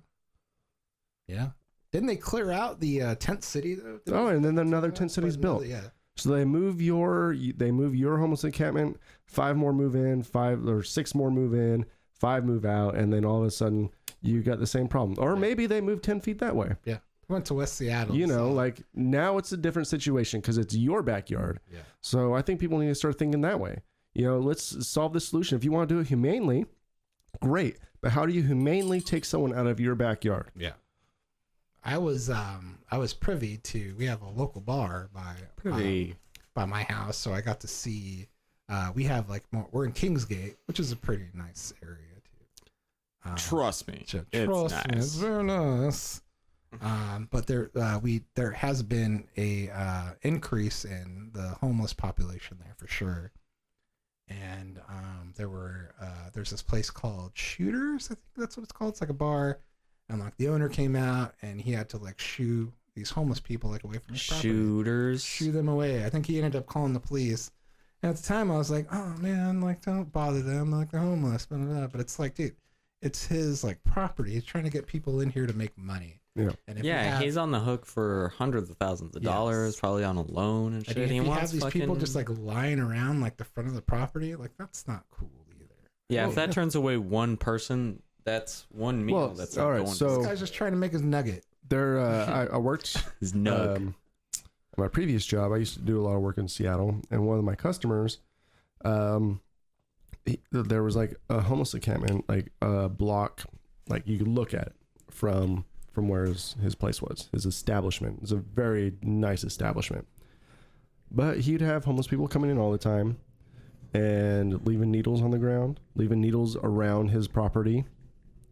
Speaker 2: Yeah. Didn't they clear out the uh, tent city though? Didn't
Speaker 5: oh,
Speaker 2: they-
Speaker 5: and then another tent city's
Speaker 2: wasn't really-
Speaker 5: built.
Speaker 2: Yeah.
Speaker 5: So they move your they move your homeless encampment. Five more move in, five or six more move in, five move out, and then all of a sudden you got the same problem. Or maybe they move ten feet that way.
Speaker 2: Yeah. We went to West Seattle.
Speaker 5: you know
Speaker 2: so-
Speaker 5: like now it's a different situation because it's your backyard
Speaker 2: Yeah.
Speaker 5: so i think people need to start thinking that way you know let's solve this solution if you want to do it humanely great but how do you humanely take someone out of your backyard
Speaker 2: Yeah. I was um I was privy to we have a local bar by um, by my house, so I got to see uh we have like more we're in Kingsgate, which is a pretty nice area too. Um,
Speaker 1: Trust me.
Speaker 2: so
Speaker 1: it's
Speaker 2: trust me,
Speaker 1: nice.
Speaker 2: it's very nice. Um, but there, uh, we there has been a uh, increase in the homeless population there for sure. And um, there were uh, there's this place called Shooters, I think that's what it's called. It's like a bar, and like the owner came out and he had to like shoo these homeless people like away from his property
Speaker 1: Shooters.
Speaker 2: shoo them away. I think he ended up calling the police. And at the time, I was like, oh man, like don't bother them, like they're homeless, blah, blah, blah. but it's like, dude, it's his like property. He's trying to get people in here to make money.
Speaker 5: Yeah.
Speaker 2: and if we
Speaker 1: yeah,
Speaker 2: have-
Speaker 1: he's on the hook for hundreds of thousands of
Speaker 2: Yes.
Speaker 1: dollars, probably on a loan and
Speaker 2: I
Speaker 1: shit.
Speaker 2: mean, if
Speaker 1: he
Speaker 2: you
Speaker 1: wants
Speaker 2: have these
Speaker 1: fucking...
Speaker 2: people just like lying around like the front of the property, like that's not cool either.
Speaker 1: yeah,
Speaker 5: Whoa.
Speaker 1: if that turns away one person, that's one meal.
Speaker 5: Oh. Well,
Speaker 1: that's
Speaker 5: all right,
Speaker 1: Going
Speaker 5: so-
Speaker 2: This guy's just trying to make his nugget.
Speaker 5: There, uh, I, I worked
Speaker 1: his nug.
Speaker 5: Um, my previous job, I used to do a lot of work in Seattle, and one of my customers, um, he, there was like a homeless encampment, like a block, like you could look at it from from where his, his place was, his establishment. It's a very nice establishment, but he'd have homeless people coming in all the time, and leaving needles on the ground, leaving needles around his property,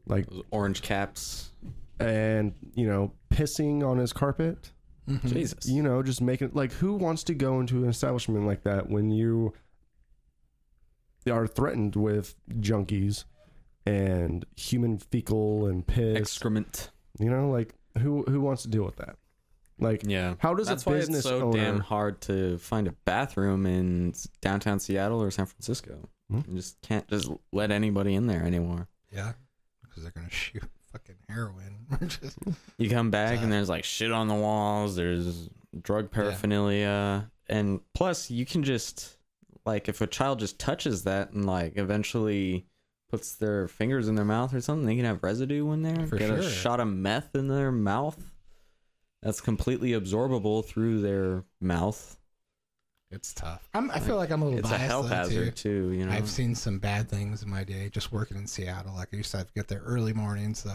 Speaker 5: like
Speaker 1: Those orange caps.
Speaker 5: and you know pissing on his carpet
Speaker 1: Jesus.
Speaker 5: Mm-hmm. you know, just making like who wants to go into an establishment like that when you are threatened with junkies and human fecal and piss?
Speaker 1: Excrement.
Speaker 5: you know, like who who wants to deal with that? Like
Speaker 1: Yeah.
Speaker 5: how does
Speaker 1: That's
Speaker 5: a
Speaker 1: why
Speaker 5: business
Speaker 1: it's so
Speaker 5: owner?
Speaker 1: damn hard to find a bathroom in s- downtown Seattle or San Francisco.
Speaker 5: Hmm.
Speaker 1: You just can't just let anybody in there anymore.
Speaker 2: Yeah, because they're gonna shoot fucking heroin. just,
Speaker 1: You come back
Speaker 2: Sad.
Speaker 1: and there's like shit on the walls, there's drug paraphernalia, and plus you can just like if a child just touches that and like eventually puts their fingers in their mouth or something, they can have residue in there.
Speaker 2: For
Speaker 1: get a
Speaker 2: sure.
Speaker 1: shot of meth in their mouth. That's completely absorbable through their mouth.
Speaker 2: it's tough. I'm, I feel like I'm a little
Speaker 1: It's a
Speaker 2: biased
Speaker 1: health
Speaker 2: though, too.
Speaker 1: hazard too, you know.
Speaker 2: I've seen some bad things in my day just working in Seattle. Like I used to have to get there early mornings. So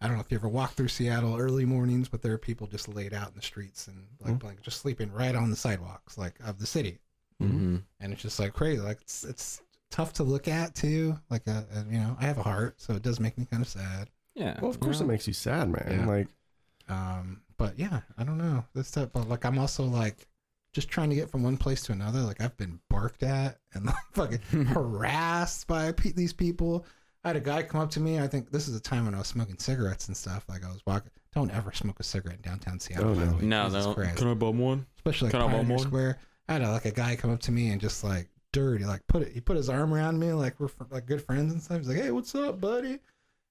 Speaker 2: I don't know if you ever walk through Seattle early mornings, but there are people just laid out in the streets and like,
Speaker 1: Mm-hmm.
Speaker 2: like just sleeping right on the sidewalks, like of the city.
Speaker 1: hmm
Speaker 2: And it's just like crazy. Like it's, it's tough to look at too. Like uh uh, you know, I have a heart, so it does make me kind of sad.
Speaker 1: Yeah.
Speaker 5: Well, of course
Speaker 1: yeah.
Speaker 5: it makes you sad, man.
Speaker 2: Yeah.
Speaker 5: Like
Speaker 2: Um, but yeah, I don't know. That's tough. But like I'm also like. Just trying to get from one place to another. Like I've been barked at and like fucking harassed by pe- these people. I had a guy come up to me. I think this is a time when I was smoking cigarettes and stuff. Like I was walking. Don't ever smoke a cigarette in downtown Seattle.
Speaker 5: Oh,
Speaker 2: by
Speaker 5: no.
Speaker 2: the way.
Speaker 1: No,
Speaker 2: Jesus
Speaker 1: no.
Speaker 2: Christ.
Speaker 1: I bum one?
Speaker 2: especially
Speaker 1: can I
Speaker 2: like
Speaker 1: have
Speaker 2: Pioneer
Speaker 1: one?
Speaker 2: Square. I had a, like a guy come up to me and just like dirty, like put it. He put his arm around me, like we're fr- like good friends and stuff. He's like, "Hey, what's up, buddy?"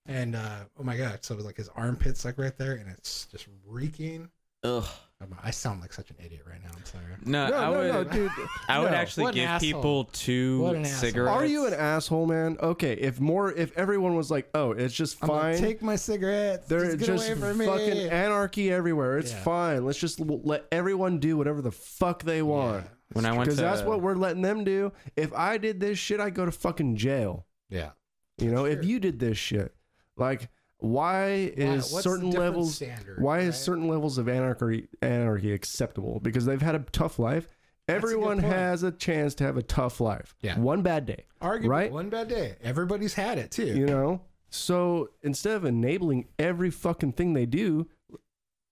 Speaker 2: And uh, oh my god, so it was like his armpits like right there, and it's just reeking.
Speaker 1: Ugh.
Speaker 2: I'm- I sound like such an idiot right now. I'm sorry.
Speaker 1: No,
Speaker 5: no,
Speaker 1: I
Speaker 5: no,
Speaker 1: would.
Speaker 5: no, dude.
Speaker 1: I would
Speaker 5: no.
Speaker 1: actually
Speaker 2: What an
Speaker 1: give
Speaker 2: asshole.
Speaker 1: people
Speaker 2: What
Speaker 1: two
Speaker 2: an asshole.
Speaker 1: cigarettes.
Speaker 5: Are you an asshole, man? Okay, if more, if everyone was like, "Oh, it's just
Speaker 2: I'm like,
Speaker 5: fine,"
Speaker 2: take my cigarettes.
Speaker 5: There is
Speaker 2: just get
Speaker 5: just
Speaker 2: away from
Speaker 5: fucking
Speaker 2: me.
Speaker 5: anarchy everywhere. It's
Speaker 2: Yeah.
Speaker 5: fine. Let's just l- let everyone do whatever the fuck they want.
Speaker 2: Yeah.
Speaker 1: when I went
Speaker 5: Because
Speaker 1: to
Speaker 5: that's what we're letting them do. If I did this shit, I'd go to fucking jail.
Speaker 2: yeah.
Speaker 5: You know, if
Speaker 2: Sure.
Speaker 5: you did this shit, like why
Speaker 2: Why-
Speaker 5: is
Speaker 2: what's the
Speaker 5: certain
Speaker 2: different
Speaker 5: levels
Speaker 2: Standard,
Speaker 5: why
Speaker 2: right?
Speaker 5: is certain levels of anarchy anarchy acceptable? Because they've had a tough life.
Speaker 2: a good
Speaker 5: Everyone
Speaker 2: point.
Speaker 5: has a chance to have a tough life.
Speaker 2: Yeah.
Speaker 5: One bad day.
Speaker 2: Arguably,
Speaker 5: right?
Speaker 2: One bad day. Everybody's had it too.
Speaker 5: you know so instead of enabling every fucking thing they do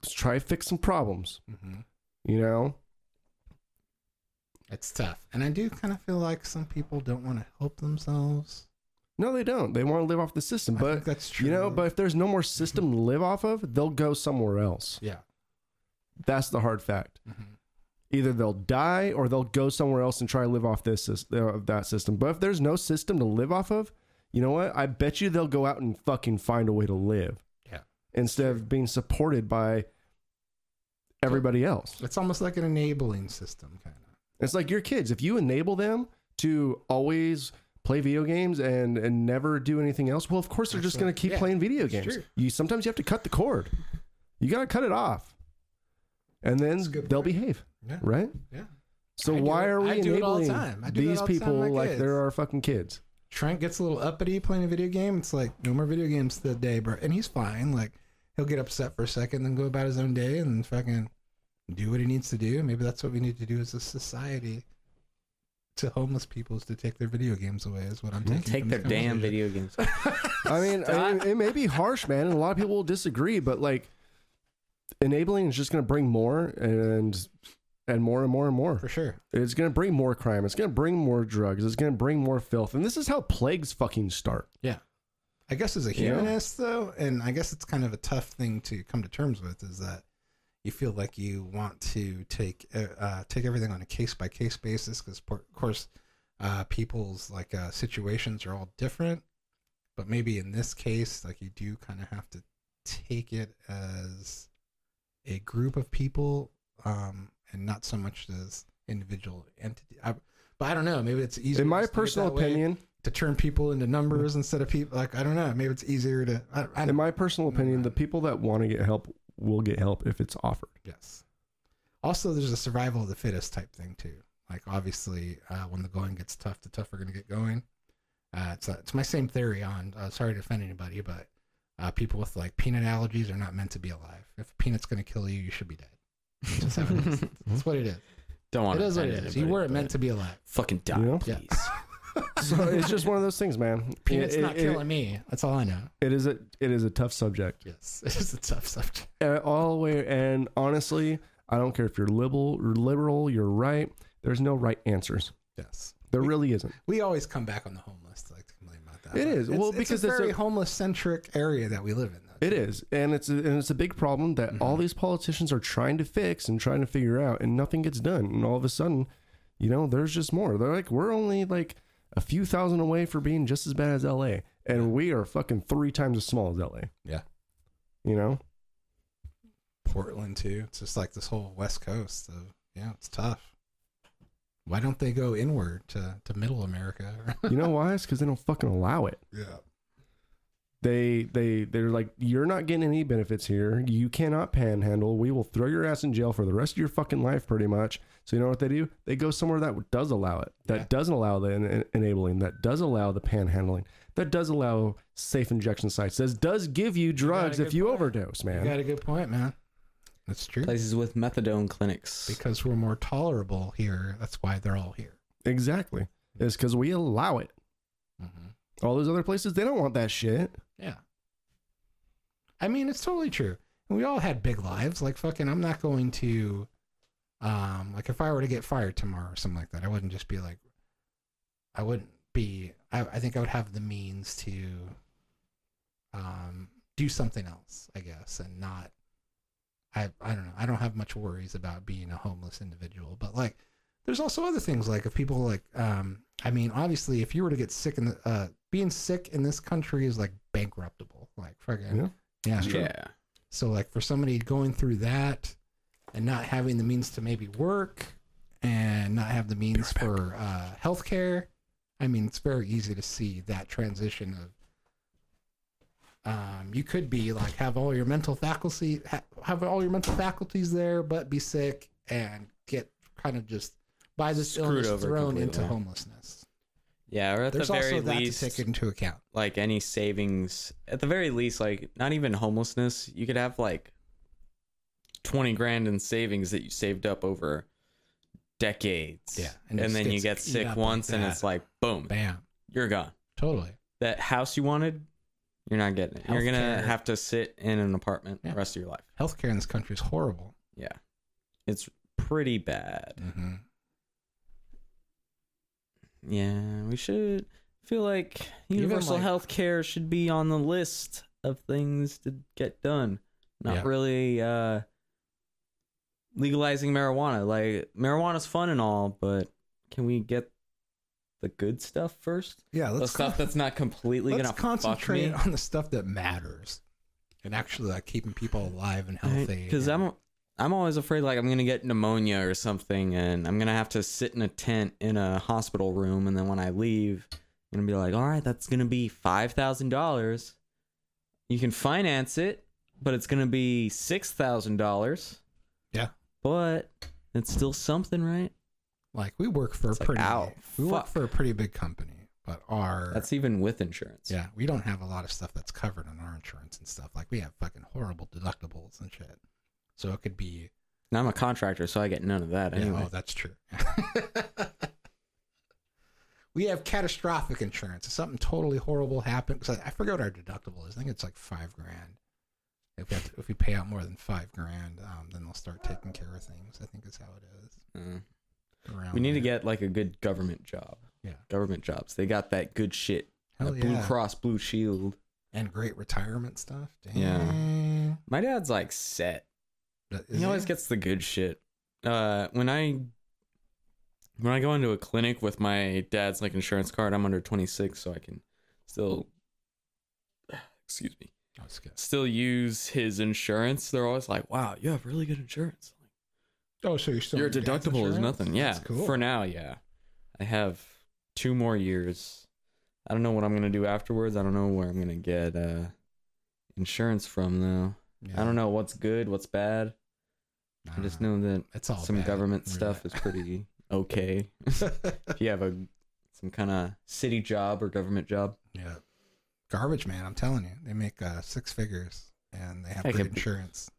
Speaker 5: let's try to fix some problems
Speaker 2: Mhm.
Speaker 5: you know
Speaker 2: It's tough. And I do kind of feel like some people don't want to help themselves.
Speaker 5: no they don't they want to live off the system
Speaker 2: I
Speaker 5: but
Speaker 2: think that's true.
Speaker 5: you know but if there's no more system to live off of they'll go somewhere else
Speaker 2: yeah.
Speaker 5: that's the hard fact
Speaker 2: Mhm.
Speaker 5: either they'll die or they'll go somewhere else and try to live off this sys- uh, of that system but if there's no system to live off of you know what i bet you they'll go out and fucking find a way to live
Speaker 2: Yeah.
Speaker 5: instead of being supported by everybody else
Speaker 2: It's almost like an enabling system, kind of.
Speaker 5: It's like your kids. If you enable them to always play video games and and never do anything else, well, of course they're just
Speaker 2: Actually,
Speaker 5: going to keep
Speaker 2: yeah,
Speaker 5: playing video
Speaker 2: it's
Speaker 5: games.
Speaker 2: true.
Speaker 5: You sometimes you have to cut the cord. You got to cut it off, and then
Speaker 2: That's a good
Speaker 5: they'll
Speaker 2: point.
Speaker 5: behave,
Speaker 2: Yeah.
Speaker 5: right?
Speaker 2: Yeah.
Speaker 5: So
Speaker 2: I do
Speaker 5: why
Speaker 2: it-
Speaker 5: are we
Speaker 2: I do it all the
Speaker 5: enabling
Speaker 2: time. I do that
Speaker 5: these
Speaker 2: all the time
Speaker 5: people
Speaker 2: with my
Speaker 5: like
Speaker 2: kids.
Speaker 5: they're our fucking kids?
Speaker 2: Trent gets a little uppity playing a video game. It's like, no more video games today, bro. And he's fine. Like, he'll get upset for a second, then go about his own day and fucking do what he needs to do. Maybe that's what we need to do as a society to homeless people is to take their video games away, is what I'm taking.
Speaker 1: take
Speaker 2: from
Speaker 1: their
Speaker 2: this
Speaker 1: damn
Speaker 2: conversation.
Speaker 1: video games.
Speaker 5: I mean, I mean, it may be harsh, man, and a lot of people will disagree, but like, enabling is just going to bring more and and more and more and more.
Speaker 2: for sure.
Speaker 5: It's going to bring more crime. It's going to bring more drugs. It's going to bring more filth. And this is how plagues fucking start.
Speaker 2: I guess as a
Speaker 5: You know?
Speaker 2: humanist, though, and I guess it's kind of a tough thing to come to terms with, is that you feel like you want to take uh, uh, take everything on a case by case basis, because of course, uh, people's like uh, situations are all different. But maybe in this case, like you do kind of have to take it as a group of people, um, and not so much as individual entity. I, but I don't know. Maybe it's easier.
Speaker 5: In my
Speaker 2: to state it
Speaker 5: personal
Speaker 2: that way
Speaker 5: opinion,
Speaker 2: to turn people into numbers instead of people. Like I don't know. Maybe it's easier to. I, I
Speaker 5: in
Speaker 2: don't,
Speaker 5: my personal opinion, the people that want to get help will get help if it's offered.
Speaker 2: yes. Also, there's a survival of the fittest type thing too. Like obviously, uh, when the going gets tough, the tough are going to get going. Uh, it's it's my same theory on. Uh, sorry to offend anybody, but uh, people with like peanut allergies are not meant to be alive. If a peanut's going to kill you, you should be dead. Just how it is. That's what it is.
Speaker 1: Don't want
Speaker 2: It
Speaker 1: to.
Speaker 2: is what it is. You weren't meant to be alive.
Speaker 1: uh, fucking die,
Speaker 5: You know?
Speaker 2: Yeah.
Speaker 1: please.
Speaker 5: So it's just one of those things, man.
Speaker 2: Peanut's
Speaker 5: It-
Speaker 2: not
Speaker 5: it-
Speaker 2: killing me. That's all I know.
Speaker 5: it is a it is a tough subject.
Speaker 2: Yes, it's a tough subject.
Speaker 5: Uh, all the way and honestly i don't care if you're liberal you're liberal you're right there's no right answers
Speaker 2: Yes.
Speaker 5: there really isn't
Speaker 2: we always come back on the homeless to like to complain about that.
Speaker 5: It
Speaker 2: But
Speaker 5: is. Well,
Speaker 2: it's
Speaker 5: because
Speaker 2: a
Speaker 5: it's
Speaker 2: very
Speaker 5: a-
Speaker 2: homeless centric area that we live in. Though.
Speaker 5: it is and it's a, and it's a big problem that all these politicians are trying to fix and trying to figure out and nothing gets done and all of a sudden you know there's just more they're like we're only like a few thousand away for being just as bad as la and we are fucking three times as small as la
Speaker 2: Yeah.
Speaker 5: you know
Speaker 2: Portland too. It's just like this whole West Coast. Of, yeah, it's tough. Why don't they go inward to, to Middle America?
Speaker 5: you know why it's because they don't fucking allow it
Speaker 2: yeah.
Speaker 5: they they they're like you're not getting any benefits here you cannot panhandle we will throw your ass in jail for the rest of your fucking life pretty much so you know what they do they go somewhere that does allow it that
Speaker 2: Yeah.
Speaker 5: doesn't allow the en- en- enabling that does allow the panhandling that does allow safe injection sites that does give you drugs if
Speaker 2: good
Speaker 5: you
Speaker 2: point.
Speaker 5: overdose
Speaker 2: You
Speaker 5: man
Speaker 2: got a good point, man. That's true.
Speaker 1: Places with methadone clinics.
Speaker 2: Because we're more tolerable here. That's why they're all here.
Speaker 5: exactly it's because we allow it Mm-hmm.
Speaker 2: hmm
Speaker 5: all those other places they don't want that shit
Speaker 2: Yeah. I mean, it's totally true. And we all had big lives. Like fucking, I'm not going to, um, like if I were to get fired tomorrow or something like that, I wouldn't just be like, I wouldn't be. I, I think I would have the means to, um, do something else, I guess, and not. I I don't know. I don't have much worries about being a homeless individual, but like, there's also other things like if people like, um, I mean, obviously, if you were to get sick in the, uh, being sick in this country is like bankruptable. Like fucking
Speaker 5: Yeah.
Speaker 2: yeah.
Speaker 1: yeah.
Speaker 2: So like for somebody going through that and not having the means to maybe work and not have the means for uh, healthcare, I mean it's very easy to see that transition of um, you could be like have all your mental faculty ha- have all your mental faculties there, but be sick and get kind of just by this
Speaker 1: Screwed
Speaker 2: illness
Speaker 1: over
Speaker 2: thrown
Speaker 1: completely.
Speaker 2: into homelessness.
Speaker 1: Yeah, or at
Speaker 2: There's
Speaker 1: the
Speaker 2: also
Speaker 1: very
Speaker 2: that
Speaker 1: least,
Speaker 2: to take into account.
Speaker 1: like any savings. At the very least, like not even homelessness. You could have like twenty grand in savings that you saved up over decades.
Speaker 2: Yeah, and
Speaker 1: and,
Speaker 2: just
Speaker 1: then you
Speaker 2: gets
Speaker 1: get
Speaker 2: eaten
Speaker 1: sick
Speaker 2: up like
Speaker 1: once, and
Speaker 2: that.
Speaker 1: it's like boom,
Speaker 2: Bam,
Speaker 1: you're gone.
Speaker 2: totally.
Speaker 1: That house you wanted, you're not getting it. You're gonna
Speaker 2: Healthcare.
Speaker 1: have to sit in an apartment
Speaker 2: Yeah.
Speaker 1: the rest of your life.
Speaker 2: Healthcare in this country is horrible.
Speaker 1: Yeah, it's pretty bad.
Speaker 2: Mm-hmm.
Speaker 1: Yeah, we should I feel like
Speaker 2: Even,
Speaker 1: universal healthcare
Speaker 2: like-
Speaker 1: health care should be on the list of things to get done. Not
Speaker 2: Yeah.
Speaker 1: really uh legalizing marijuana. Like marijuana's fun and all, but can we get the good stuff first?
Speaker 2: Yeah,
Speaker 1: The
Speaker 2: let's
Speaker 1: stuff
Speaker 2: con-
Speaker 1: that's not completely
Speaker 2: let's
Speaker 1: gonna
Speaker 2: concentrate
Speaker 1: fuck me.
Speaker 2: on the stuff that matters and actually like keeping people alive and healthy.
Speaker 1: Because I'm I'm always afraid like I'm gonna get pneumonia or something and I'm gonna have to sit in a tent in a hospital room and then when I leave I'm gonna be like, all right, that's gonna be five thousand dollars. You can finance it, but it's gonna be six thousand dollars.
Speaker 2: Yeah.
Speaker 1: But it's still something, right?
Speaker 2: like we work for a
Speaker 1: It's like,
Speaker 2: pretty
Speaker 1: ow,
Speaker 2: we work
Speaker 1: fuck.
Speaker 2: for a pretty big company, but our
Speaker 1: That's even with insurance.
Speaker 2: yeah we don't have a lot of stuff that's covered on our insurance and stuff. Like we have fucking horrible deductibles and shit. So it could be
Speaker 1: And I'm a contractor, so I get none of that
Speaker 2: Yeah,
Speaker 1: anyway. Uh,
Speaker 2: oh, that's true. we have catastrophic insurance. If something totally horrible happens, 'cause I, I forget what our deductible is. I think it's like five grand. If we, have to, if we pay out more than five grand, um, then they'll start taking care of things. I think is how it is.
Speaker 1: Uh,
Speaker 2: Around
Speaker 1: we need to
Speaker 2: there.
Speaker 1: get like a good government job.
Speaker 2: Yeah.
Speaker 1: Government jobs. They got that good shit.
Speaker 2: Hell
Speaker 1: That Blue
Speaker 2: yeah.
Speaker 1: Cross Blue Shield.
Speaker 2: and great retirement stuff. Dang.
Speaker 1: Yeah. My dad's like set.
Speaker 2: But is
Speaker 1: he always
Speaker 2: it?
Speaker 1: gets the good shit. Uh, when I when I go into a clinic with my dad's like insurance card, I'm under 26, so I can still excuse me,
Speaker 2: Oh, it's good.
Speaker 1: still use his insurance. They're always like, "Wow, you have really good insurance.
Speaker 2: Oh, so you're still
Speaker 1: Your
Speaker 2: on dad's
Speaker 1: deductible is
Speaker 2: insurance?
Speaker 1: nothing." Yeah,
Speaker 2: That's cool.
Speaker 1: for now, yeah. I have two more years. I don't know what I'm gonna do afterwards. I don't know where I'm gonna get uh, insurance from though.
Speaker 2: Yeah. Uh-huh.
Speaker 1: I don't know what's good, what's bad. I just know that
Speaker 2: It's all
Speaker 1: some
Speaker 2: bad.
Speaker 1: government
Speaker 2: We're
Speaker 1: stuff is pretty okay. if you have a some kind of city job or government job,
Speaker 2: Yeah. Garbage man, I'm telling you. They make uh, six figures and they have
Speaker 1: I
Speaker 2: great
Speaker 1: can-
Speaker 2: insurance.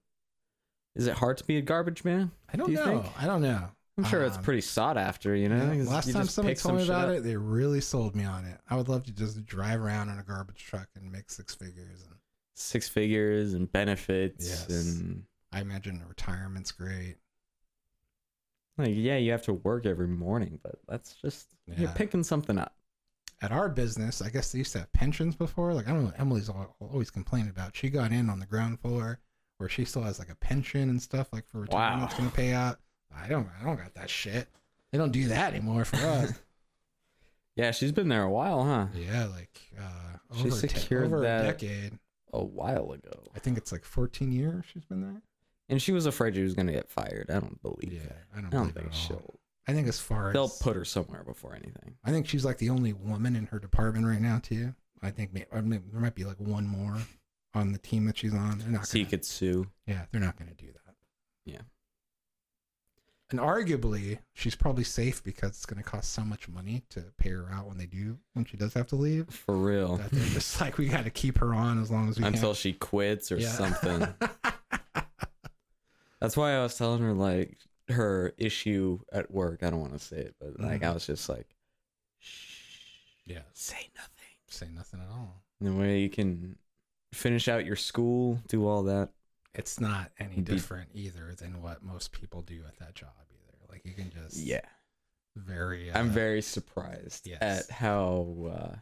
Speaker 1: is it hard to be a garbage man?
Speaker 2: I don't
Speaker 1: Do you
Speaker 2: know.
Speaker 1: think?
Speaker 2: I don't know.
Speaker 1: I'm sure it's
Speaker 2: Um,
Speaker 1: pretty sought after. You know,
Speaker 2: Yeah,
Speaker 1: 'cause
Speaker 2: Last
Speaker 1: you
Speaker 2: time
Speaker 1: just
Speaker 2: somebody
Speaker 1: pick
Speaker 2: told
Speaker 1: some
Speaker 2: me
Speaker 1: shit
Speaker 2: about
Speaker 1: up.
Speaker 2: it, they really sold me on it. I would love to just drive around in a garbage truck and make six figures. And
Speaker 1: six figures and benefits
Speaker 2: Yes.
Speaker 1: and
Speaker 2: I imagine the retirement's great.
Speaker 1: like yeah, you have to work every morning, but that's just you're
Speaker 2: Yeah.
Speaker 1: picking something up.
Speaker 2: At our business, I guess they used to have pensions before. Like I don't know, Emily's al- always complaining about. She got in on the ground floor where she still has like a pension and stuff like for retirement
Speaker 1: Wow.
Speaker 2: that's gonna pay out. I don't, I don't got that shit. They don't do that anymore for us.
Speaker 1: Yeah, she's been there a while, huh?
Speaker 2: Yeah, like uh,
Speaker 1: She
Speaker 2: over, te-
Speaker 1: secured
Speaker 2: over
Speaker 1: that-
Speaker 2: a decade.
Speaker 1: A while ago,
Speaker 2: I think it's like 14 years she's been there.
Speaker 1: and she was afraid she was gonna get fired. I don't believe. that.
Speaker 2: I don't,
Speaker 1: I don't
Speaker 2: believe
Speaker 1: think
Speaker 2: it at all.
Speaker 1: she'll.
Speaker 2: I think as far
Speaker 1: They'll
Speaker 2: as
Speaker 1: put her somewhere before anything.
Speaker 2: I think she's like the only woman in her department right now too. I think may, I mean, there might be like one more on the team that she's on. They're not
Speaker 1: So you
Speaker 2: gonna,
Speaker 1: could sue.
Speaker 2: yeah, they're not going to do that.
Speaker 1: Yeah.
Speaker 2: And arguably, she's probably safe because it's going to cost so much money to pay her out when they do when she does have to leave.
Speaker 1: For real.
Speaker 2: That they're just like we got to keep her on as long as we can.
Speaker 1: Until she quits or
Speaker 2: Yeah.
Speaker 1: something. That's why I was telling her like her issue at work. I don't want to say it, but like I
Speaker 2: Mhm.
Speaker 1: was just like,
Speaker 2: Yeah.
Speaker 1: say nothing.
Speaker 2: Say nothing at all.
Speaker 1: And the way you can finish out your school, do all that.
Speaker 2: It's not any
Speaker 1: Be-
Speaker 2: different either than what most people do at that job either. Like you can just very.
Speaker 1: I'm
Speaker 2: uh,
Speaker 1: very surprised
Speaker 2: Yes.
Speaker 1: at how uh,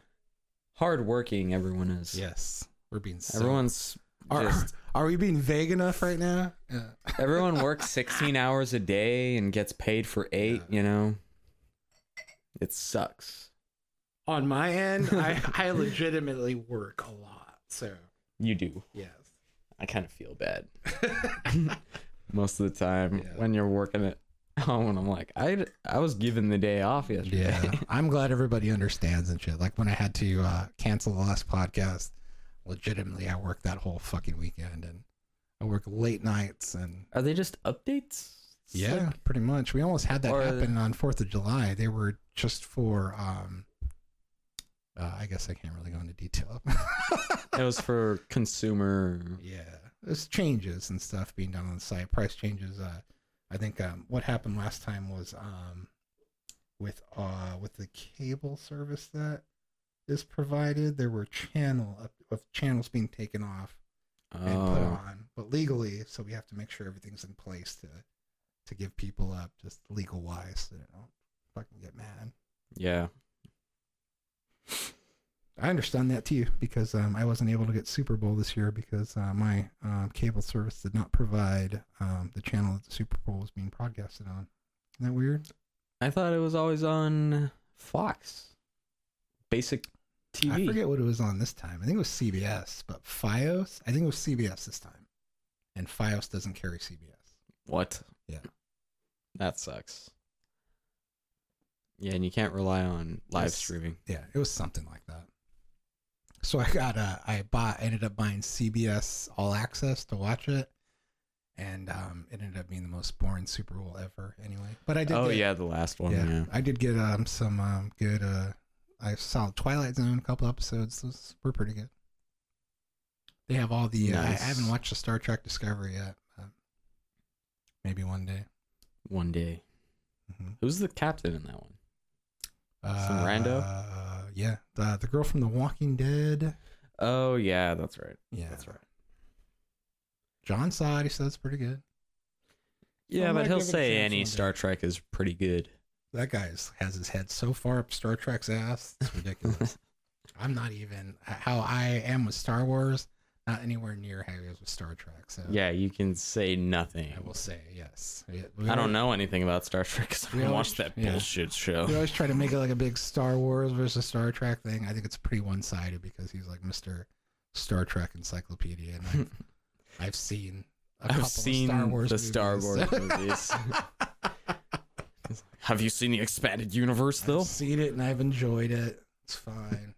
Speaker 1: hardworking everyone is.
Speaker 2: Yes, we're being. So,
Speaker 1: Everyone's
Speaker 2: are,
Speaker 1: just
Speaker 2: are we being vague enough right now? Uh, Yeah.
Speaker 1: everyone works 16 hours a day and gets paid for eight,
Speaker 2: Yeah.
Speaker 1: you know? It sucks.
Speaker 2: On my end, I I legitimately work a lot. So
Speaker 1: You do.
Speaker 2: yes.
Speaker 1: I kind of feel bad most of the time
Speaker 2: Yeah.
Speaker 1: when you're working at home. And I'm like, I, I was given the day off yesterday.
Speaker 2: Yeah, I'm glad everybody understands and shit. Like when I had to uh, cancel the last podcast, legitimately, I worked that whole fucking weekend and I work late nights and
Speaker 1: Are they just updates? It's
Speaker 2: yeah,
Speaker 1: like-
Speaker 2: pretty much. We almost had that
Speaker 1: or-
Speaker 2: happen on Fourth of July. They were just for, um, uh, I guess I can't really go into detail.
Speaker 1: it was for consumer.
Speaker 2: yeah, there's changes and stuff being done on the site. Price changes. Uh, I think um, what happened last time was um, with uh, with the cable service that is provided, there were channel up of channels being taken off and put
Speaker 1: Oh,
Speaker 2: on, but legally, so we have to make sure everything's in place to to give people up, just legal wise, so they don't fucking get mad.
Speaker 1: yeah.
Speaker 2: I understand that too because um, I wasn't able to get Super Bowl this year because uh, my um, cable service did not provide um, the channel that the Super Bowl was being broadcasted on. Isn't that weird?
Speaker 1: I thought it was always on Fox. Basic
Speaker 2: I
Speaker 1: TV.
Speaker 2: forget what it was on this time. I think it was CBS, but FiOS. I think it was CBS this time, and FiOS doesn't carry CBS.
Speaker 1: What?
Speaker 2: Yeah.
Speaker 1: That sucks. Yeah, and you can't rely on live
Speaker 2: Yes.
Speaker 1: streaming.
Speaker 2: yeah, it was something like that. So I got uh, I bought, I ended up buying CBS All Access to watch it, and um, it ended up being the most boring Super Bowl ever. Anyway, but I did.
Speaker 1: Oh
Speaker 2: get,
Speaker 1: yeah, the last one.
Speaker 2: yeah,
Speaker 1: Yeah.
Speaker 2: I did get um some um good uh, I saw Twilight Zone a couple episodes. Those were pretty good. They have all the. Uh, I
Speaker 1: Nice.
Speaker 2: haven't watched the Star Trek Discovery yet. But maybe one day.
Speaker 1: One day.
Speaker 2: Mm-hmm.
Speaker 1: Who's the captain in that one? Some rando?
Speaker 2: Uh, yeah, the the girl from The Walking Dead.
Speaker 1: Oh yeah, that's right.
Speaker 2: Yeah,
Speaker 1: That's right.
Speaker 2: John saw it. He said it's pretty good.
Speaker 1: Yeah,
Speaker 7: I'm
Speaker 1: but
Speaker 7: gonna
Speaker 1: he'll
Speaker 7: give it a
Speaker 1: say
Speaker 7: chance
Speaker 1: any
Speaker 7: one day.
Speaker 1: Star Trek is pretty good.
Speaker 2: That guy is, has his head so far up Star Trek's ass. It's ridiculous. I'm not even how I am with Star Wars. Not anywhere near how he is with Star Trek. So
Speaker 1: Yeah, you can say nothing.
Speaker 2: I will say yes.
Speaker 1: I don't know anything about Star Trek because I
Speaker 2: We
Speaker 1: don't
Speaker 2: always-
Speaker 1: watch that
Speaker 2: yeah.
Speaker 1: bullshit show.
Speaker 2: We always try to make it like a big Star Wars versus Star Trek thing. I think it's pretty one sided because he's like Mr. Star Trek Encyclopedia, and I've, I've seen
Speaker 1: I've
Speaker 2: a couple
Speaker 1: seen
Speaker 2: of Star Wars
Speaker 1: the Star
Speaker 2: movies.
Speaker 1: Wars movies. Have you seen the expanded universe though?
Speaker 2: I've seen it and I've enjoyed it. It's fine.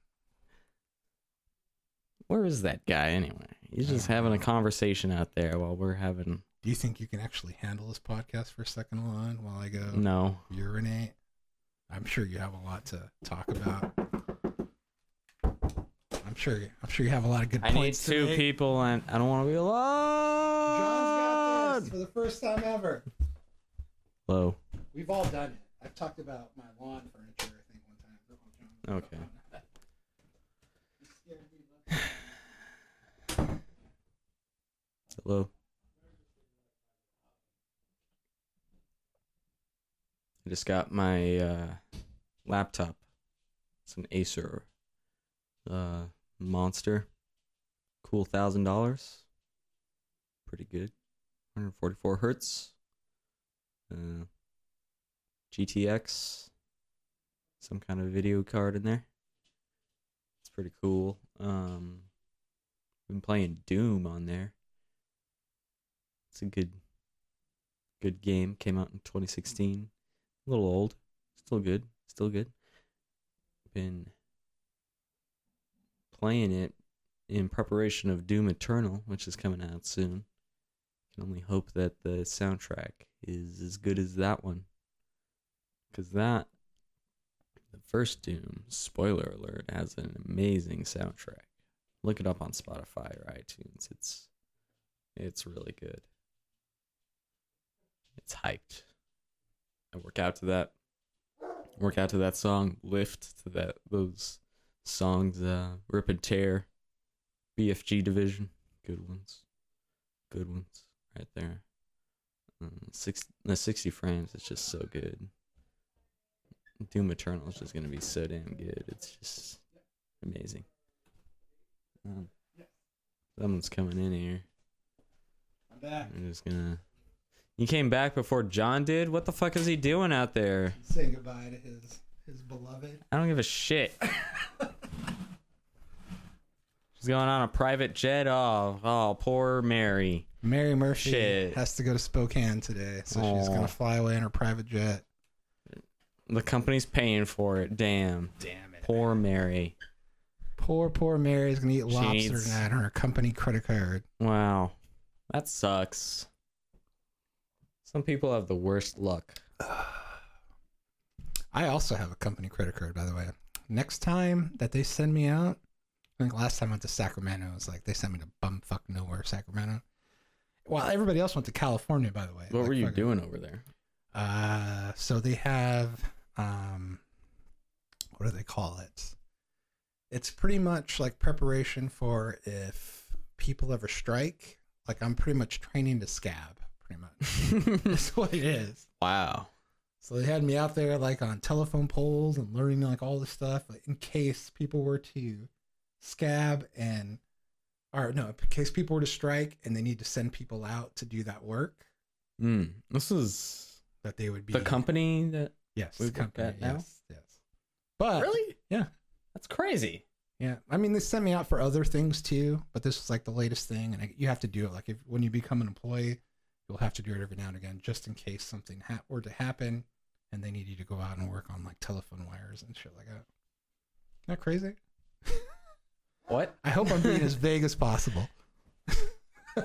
Speaker 1: Where is that guy anyway? He's just
Speaker 2: I don't
Speaker 1: having a
Speaker 2: know.
Speaker 1: conversation out there while we're having
Speaker 2: Do you think you can actually handle this podcast for a second on while I go
Speaker 1: no.
Speaker 2: urinate? I'm sure you have a lot to talk about. I'm sure. I'm sure you have a lot of good
Speaker 1: I need
Speaker 2: points.
Speaker 1: two
Speaker 2: to make.
Speaker 1: people and I don't want to be alone.
Speaker 2: John's got this for the first time ever.
Speaker 1: Low.
Speaker 2: We've all done it. I've talked about my lawn furniture, I think, one time.
Speaker 1: Okay. Hello. I just got my uh, laptop. It's an Acer uh, Monster. Cool thousand dollars. Pretty good. 144 hertz. Uh, GTX. Some kind of video card in there. It's pretty cool. Um, been playing Doom on there. It's a good good game. Came out in 2016. A little old. Still good. Still good. Been playing it in preparation of Doom Eternal, which is coming out soon. Can only hope that the soundtrack is as good as that one. Cause that the first Doom, spoiler alert, has an amazing soundtrack. Look it up on Spotify or iTunes. It's it's really good. It's hyped. I work out to that. Work out to that song. Lift to that those songs. Uh, Rip and tear. BFG division. Good ones. Good ones right there. Um, six the sixty frames. It's just so good. Doom Eternal is just gonna be so damn good. It's just amazing. Um, someone's coming in here.
Speaker 2: I'm back.
Speaker 1: I'm just gonna. You came back before John did. What the fuck is he doing out there?
Speaker 2: Saying goodbye to his his beloved.
Speaker 1: I don't give a shit. She's going on a private jet. Oh, oh, poor Mary.
Speaker 2: Mary Murphy
Speaker 1: Shit.
Speaker 2: has to go to Spokane today, so she's
Speaker 1: Aw.
Speaker 2: gonna fly away in her private jet.
Speaker 1: The company's paying for it. Damn.
Speaker 2: Damn it.
Speaker 1: Poor Mary.
Speaker 2: Poor, poor Mary is gonna eat
Speaker 1: She
Speaker 2: lobster
Speaker 1: needs-
Speaker 2: tonight on her company credit card.
Speaker 1: Wow. That sucks. Some people have the worst luck.
Speaker 2: I also have a company credit card, by the way. Next time that they send me out, I think last time I went to Sacramento, it was like they sent me to bumfuck nowhere, Sacramento. Well, everybody else went to California, by the way.
Speaker 1: What
Speaker 2: Like,
Speaker 1: were you
Speaker 2: fucking-
Speaker 1: doing over there?
Speaker 2: Uh, so they have um, what do they call it? It's pretty much like preparation for if people ever strike. Like I'm pretty much training to scab, pretty much. That's what it is.
Speaker 1: wow.
Speaker 2: So they had me out there like on telephone poles and learning like all this stuff in case people were to scab and or no, in case people were to strike and they need to send people out to do that work
Speaker 1: Mm, this is
Speaker 2: that they would be
Speaker 1: the company that.
Speaker 2: Yes,
Speaker 1: we
Speaker 2: the
Speaker 1: work
Speaker 2: company.
Speaker 1: at now?
Speaker 2: Yes, yes. But Yeah.
Speaker 1: That's crazy.
Speaker 2: Yeah, I mean, they sent me out for other things too, but this was like the latest thing, and I, you have to do it. Like, if when you become an employee, you'll have to do it every now and again, just in case something ha- were to happen, and they need you to go out and work on like telephone wires and shit like that. Not crazy.
Speaker 1: What?
Speaker 2: I hope I'm being as vague as possible. we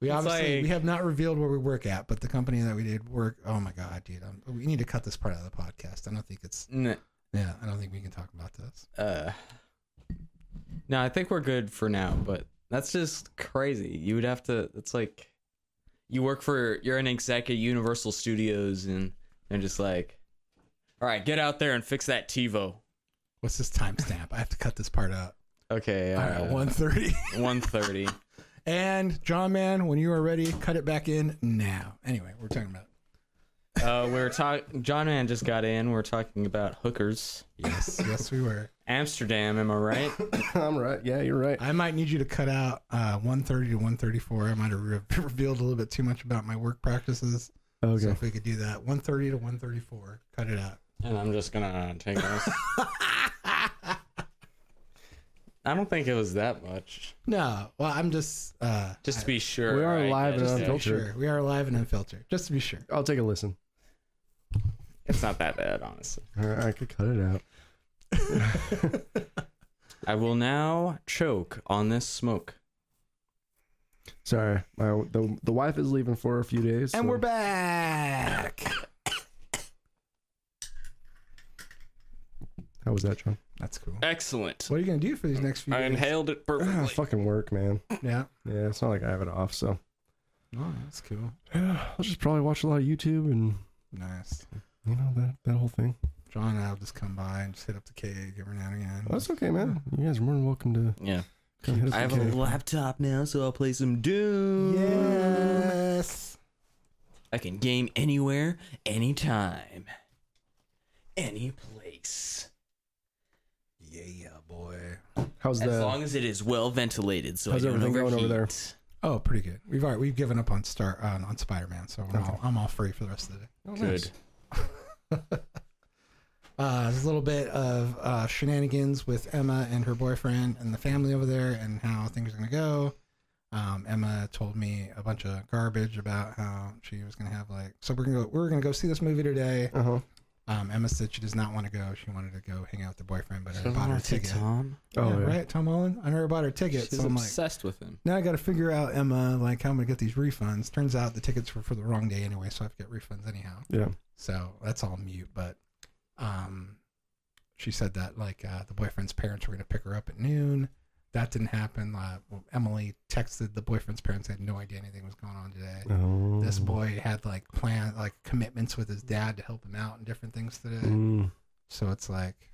Speaker 1: It's
Speaker 2: obviously
Speaker 1: like-
Speaker 2: we have not revealed where we work at, but the company that we did work. Oh my god, dude, I'm, we need to cut this part out of the podcast. I don't think it's.
Speaker 1: N-
Speaker 2: Yeah, I don't think we can talk about this.
Speaker 1: uh, no, I think we're good for now, but that's just crazy. You would have to. It's like you work for. You're an exec at Universal Studios, and they're just like, all right, get out there and fix that TiVo.
Speaker 2: What's this timestamp? I have to cut this part out.
Speaker 1: Okay.
Speaker 2: All
Speaker 1: Uh,
Speaker 2: right, one thirty.
Speaker 1: one thirty.
Speaker 2: And John Man, when you are ready, cut it back in now. Anyway, we're talking about
Speaker 1: Uh, we we're talking. John Man just got in. We We're talking about hookers.
Speaker 2: yes, yes, we were.
Speaker 1: Amsterdam, am I right?
Speaker 5: I'm right. Yeah, you're right.
Speaker 2: I might need you to cut out uh, 130 to 134. I might have re- revealed a little bit too much about my work practices. So
Speaker 5: Okay.
Speaker 2: if we could do that, 130 to 134, cut it out.
Speaker 1: And I'm just gonna take this. I don't think it was that much.
Speaker 2: No, well, I'm just uh,
Speaker 1: Just to be sure.
Speaker 5: We are
Speaker 1: right?
Speaker 5: live
Speaker 1: Yeah,
Speaker 5: and
Speaker 1: just
Speaker 2: just
Speaker 1: to
Speaker 2: to
Speaker 1: make
Speaker 2: be
Speaker 1: sure.
Speaker 5: unfiltered.
Speaker 2: sure we are live and unfiltered. Just to be sure.
Speaker 5: I'll take a listen.
Speaker 1: It's not that bad, honestly.
Speaker 5: Uh, I could cut it out.
Speaker 1: I will now choke on this smoke.
Speaker 5: Sorry, my the the wife is leaving for a few days,
Speaker 2: And
Speaker 5: so-
Speaker 2: we're back.
Speaker 5: How was that, John?
Speaker 2: That's cool.
Speaker 1: Excellent.
Speaker 2: What are you gonna do for these next few?
Speaker 1: I
Speaker 2: days?
Speaker 1: inhaled it perfectly.
Speaker 5: Ah, fucking work, man.
Speaker 2: Yeah.
Speaker 5: Yeah, it's not like I have it off, so
Speaker 2: Oh, that's cool.
Speaker 5: I'll just probably watch a lot of YouTube and
Speaker 2: Nice.
Speaker 5: you know that that whole thing.
Speaker 2: John and I'll just come by and just hit up the keg every now and again.
Speaker 5: That's okay, man. You guys are more than welcome to
Speaker 1: Yeah.
Speaker 5: come hit us.
Speaker 1: I have a laptop now, so I'll play some Doom.
Speaker 2: Yes.
Speaker 1: I can game anywhere, anytime, any place,
Speaker 2: Yeah, boy.
Speaker 5: How's
Speaker 1: as
Speaker 5: the
Speaker 1: long as it is well ventilated, so
Speaker 5: How's
Speaker 1: I don't
Speaker 5: everything
Speaker 1: overheat.
Speaker 5: going over there?
Speaker 2: Oh, pretty good. We've already, we've given up on Star on, on Spider Man, so I'm, all, I'm all free for the rest of the day.
Speaker 1: Good.
Speaker 2: Uh, there's a little bit of uh, shenanigans with Emma and her boyfriend and the family over there, and how things are gonna go. Um, Emma told me a bunch of garbage about how she was gonna have like, so we're gonna go, we're gonna go see this movie today.
Speaker 5: uh huh?
Speaker 2: Um, Emma said she does not want to go. She wanted to go hang out with her boyfriend, but I bought her a ticket.
Speaker 1: Tom.
Speaker 5: Oh,
Speaker 2: yeah,
Speaker 5: yeah.
Speaker 2: right, Tom Holland. I never bought her a ticket,
Speaker 1: She's
Speaker 2: so I'm like,
Speaker 1: obsessed with him.
Speaker 2: now I got to figure out Emma like how I'm gonna get these refunds. Turns out the tickets were for the wrong day anyway, so I have to get refunds anyhow.
Speaker 5: Yeah.
Speaker 2: So that's all mute. But um, she said that like uh, the boyfriend's parents were gonna pick her up at noon. That didn't happen. Uh, well, Emily texted the boyfriend's parents. They had no idea anything was going on today.
Speaker 5: Oh.
Speaker 2: This boy had like plan like commitments with his dad to help him out and different things today.
Speaker 5: Mm.
Speaker 2: So it's like,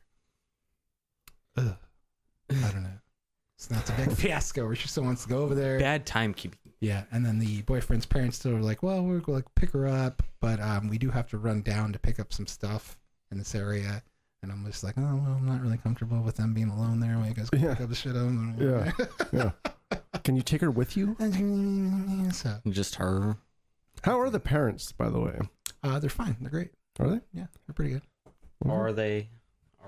Speaker 2: ugh, I don't know. It's not the big fiasco where she still wants to go over there.
Speaker 1: Bad timekeeping.
Speaker 2: Yeah, and then the boyfriend's parents still were like, "Well, we're gonna like pick her up, but um, we do have to run down to pick up some stuff in this area." And I'm just like, "Oh, well, I'm not really comfortable with them being alone there while you guys go
Speaker 5: Yeah.
Speaker 2: pick up the shit." on
Speaker 5: Yeah. Can you take her with you?
Speaker 2: yeah. so
Speaker 1: Just her.
Speaker 5: How are the parents, by the way?
Speaker 2: uh, they're fine. They're great.
Speaker 5: Are they?
Speaker 2: Yeah, they're pretty good.
Speaker 1: Are they?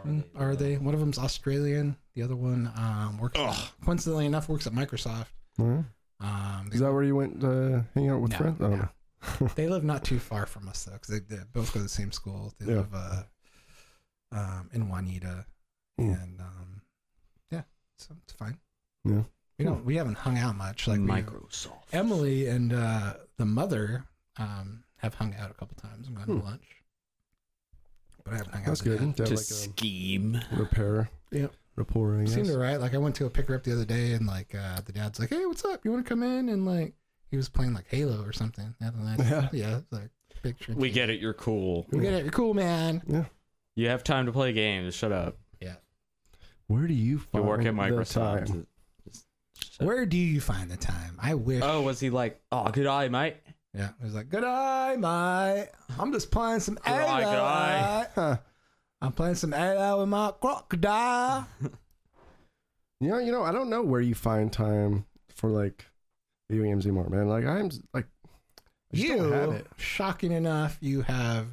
Speaker 2: Mm, Are they? One of them's Australian. The other one um, works. at- coincidentally enough, works at Microsoft.
Speaker 5: Mhm.
Speaker 2: Um,
Speaker 5: Is that where you went to hang out with
Speaker 2: No,
Speaker 5: friends? Oh, I don't
Speaker 2: no.
Speaker 5: know.
Speaker 2: they live not too far from us though, because they, they both go to the same school. They
Speaker 5: Yeah.
Speaker 2: live uh, um, in Juanita,
Speaker 5: Hmm.
Speaker 2: and um, yeah, so it's fine.
Speaker 5: Yeah. Hmm.
Speaker 2: we don't. We haven't hung out much. Like we-
Speaker 1: Microsoft.
Speaker 2: Emily and uh, the mother um, have hung out a couple times. I'm going
Speaker 5: Hmm.
Speaker 2: to lunch, but I haven't hung out.
Speaker 5: That's
Speaker 2: with them
Speaker 5: good. To
Speaker 1: To
Speaker 5: have like
Speaker 1: scheme.
Speaker 5: a repair.
Speaker 2: Yep.
Speaker 5: Rapport, I
Speaker 2: It
Speaker 5: guess.
Speaker 2: seemed alright. Like I went to go pick her up the other day, and like uh, the dad's like, "Hey, what's up? You want to come in?" And like he was playing like Halo or something. And I-
Speaker 5: Yeah.
Speaker 2: yeah, it's like picture.
Speaker 1: We get it. You're cool.
Speaker 2: We get it. You're cool, man.
Speaker 1: You have time to play games. Shut up.
Speaker 5: Where do you
Speaker 1: You
Speaker 5: find
Speaker 1: work at
Speaker 5: the time?
Speaker 1: Microsoft. Just shut-
Speaker 2: Where do you find the time? I wish.
Speaker 1: Oh, was he like? Oh, good eye, mate.
Speaker 2: Yeah, it was like, good eye, mate. I'm just playing some
Speaker 1: Good eye, good
Speaker 2: AI. I'm playing some AI with my crocodile.
Speaker 5: You know, you know, I don't know where you find time for like video games anymore, man. Like I'm s- like I just don't have
Speaker 2: You,
Speaker 5: it.
Speaker 2: shocking enough, you have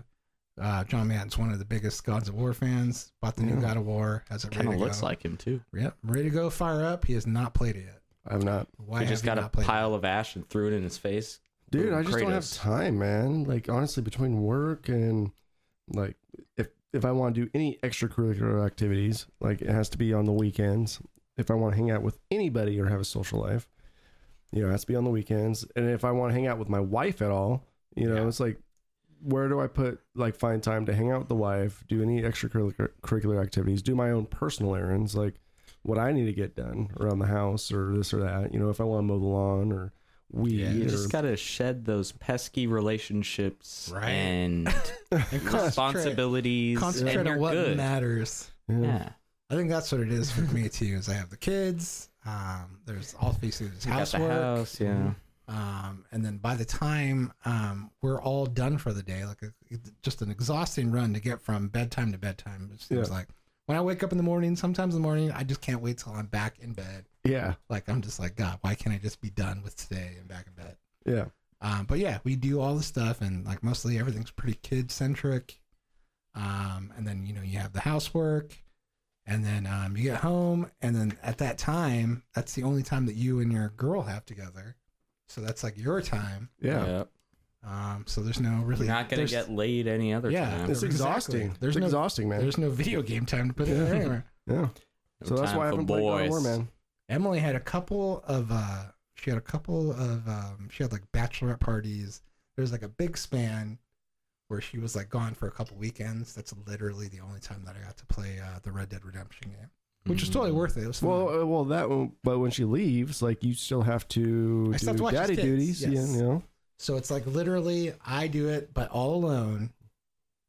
Speaker 2: uh, John Madden's one of the biggest Gods of War fans. Bought the new
Speaker 5: Yeah.
Speaker 2: God of War. Has it
Speaker 1: Kind
Speaker 2: ready
Speaker 1: of
Speaker 2: to
Speaker 1: looks
Speaker 2: go.
Speaker 1: like him too.
Speaker 2: Yep, ready to go. Fire up. He has not played it yet.
Speaker 5: I'm not,
Speaker 2: Why
Speaker 1: He
Speaker 2: have
Speaker 1: just
Speaker 2: you
Speaker 1: got a
Speaker 2: not played
Speaker 1: pile of ash and threw it in his face.
Speaker 5: dude.
Speaker 1: Ooh,
Speaker 5: I just don't have
Speaker 1: Kratos.
Speaker 5: time, man. Like honestly, between work and like if if I want to do any extracurricular activities, like it has to be on the weekends. If I want to hang out with anybody or have a social life, you know, it has to be on the weekends. And if I want to hang out with my wife at all, you know,
Speaker 1: Yeah.
Speaker 5: it's like where do I put like find time to hang out with the wife, do any extracurricular curricular activities, do my own personal errands, like what I need to get done around the house or this or that. You know, if I want to mow the lawn or weed
Speaker 2: Yeah, you
Speaker 1: You
Speaker 5: or
Speaker 1: just gotta shed those pesky relationships
Speaker 2: Right.
Speaker 1: and
Speaker 2: And concentrate-
Speaker 1: responsibilities,
Speaker 2: Concentrate
Speaker 1: and
Speaker 2: on
Speaker 1: you're
Speaker 2: what
Speaker 1: good.
Speaker 2: matters.
Speaker 5: yeah.
Speaker 1: Yeah.
Speaker 2: I I think that's what it is for me too. Is I have the kids. Um, there's all basically there's
Speaker 1: Got the
Speaker 2: housework.
Speaker 1: house, yeah.
Speaker 2: Um, and then by the time um, we're all done for the day, like a, just an exhausting run to get from bedtime to bedtime. It seems
Speaker 5: Yeah.
Speaker 2: like when I wake up in the morning, sometimes in the morning, I just can't wait till I'm back in bed.
Speaker 5: Yeah.
Speaker 2: Like I'm just like God, why can't I just be done with today and back in bed?
Speaker 5: Yeah.
Speaker 2: Um, but yeah, we do all the stuff, and like mostly everything's pretty kid centric. Um, and then you know you have the housework, and then um, you get home, and then at that time, that's the only time that you and your girl have together. So that's like your time.
Speaker 5: Yeah.
Speaker 1: Yep.
Speaker 2: Um, so there's no really
Speaker 1: Not gonna
Speaker 2: there's-
Speaker 1: get laid any other
Speaker 2: Yeah,
Speaker 1: time.
Speaker 5: It's
Speaker 2: Exactly.
Speaker 5: exhausting.
Speaker 2: There's
Speaker 5: it's
Speaker 2: no-
Speaker 5: exhausting, man.
Speaker 2: there's no video game time to put in
Speaker 5: Yeah.
Speaker 2: there anywhere.
Speaker 5: Yeah.
Speaker 1: No
Speaker 5: So that's
Speaker 1: time
Speaker 5: why I
Speaker 1: for
Speaker 5: haven't played God of War,
Speaker 1: boys.
Speaker 5: man.
Speaker 2: Emily had a couple of uh she had a couple of um she had like bachelorette parties. There was like a big span where she was like gone for a couple weekends. That's literally the only time that I got to play uh, the Red Dead Redemption game, which was totally
Speaker 1: Mhm.
Speaker 2: worth it. It was fun.
Speaker 5: Mm. Well, uh, well, that. One, but when she leaves, like you still have to
Speaker 2: I
Speaker 5: do
Speaker 2: still have to watch his
Speaker 5: daddy
Speaker 2: kids,
Speaker 5: duties.
Speaker 2: yes.
Speaker 5: Yeah, you know.
Speaker 2: so it's like literally I do it, but all alone.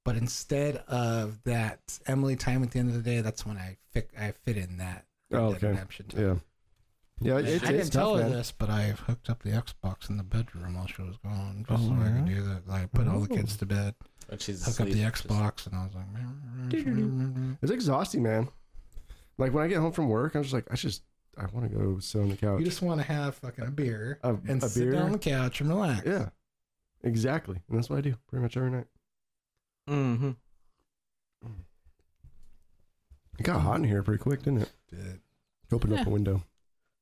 Speaker 2: But instead of that Emily time at the end of the day, that's when I fit I fit in that Red
Speaker 5: Oh,
Speaker 2: Dead
Speaker 5: okay.
Speaker 2: Redemption time.
Speaker 5: Yeah. Yeah, it,
Speaker 2: I
Speaker 5: it's, it's
Speaker 2: didn't tell
Speaker 5: tough,
Speaker 2: her
Speaker 5: man.
Speaker 2: this, but I hooked up the Xbox in the bedroom while she was gone, just
Speaker 5: Oh,
Speaker 2: so I could
Speaker 5: yeah?
Speaker 2: do that. Like put all the kids
Speaker 5: Oh.
Speaker 2: to bed,
Speaker 1: But she's
Speaker 2: hook up
Speaker 1: asleep,
Speaker 2: the
Speaker 1: just-
Speaker 2: Xbox, and I was like,
Speaker 5: It's exhausting, man. Like when I get home from work, I'm just like, I just, I want to go sit on the couch.
Speaker 2: you just want to have fucking a beer
Speaker 5: a,
Speaker 2: and
Speaker 5: a
Speaker 2: sit
Speaker 5: beer.
Speaker 2: down on the couch and relax.
Speaker 5: yeah, exactly. And that's what I do pretty much every night.
Speaker 1: Mm-hmm.
Speaker 5: It got hot in here pretty quick, didn't it?
Speaker 2: Dude.
Speaker 5: Open up a window.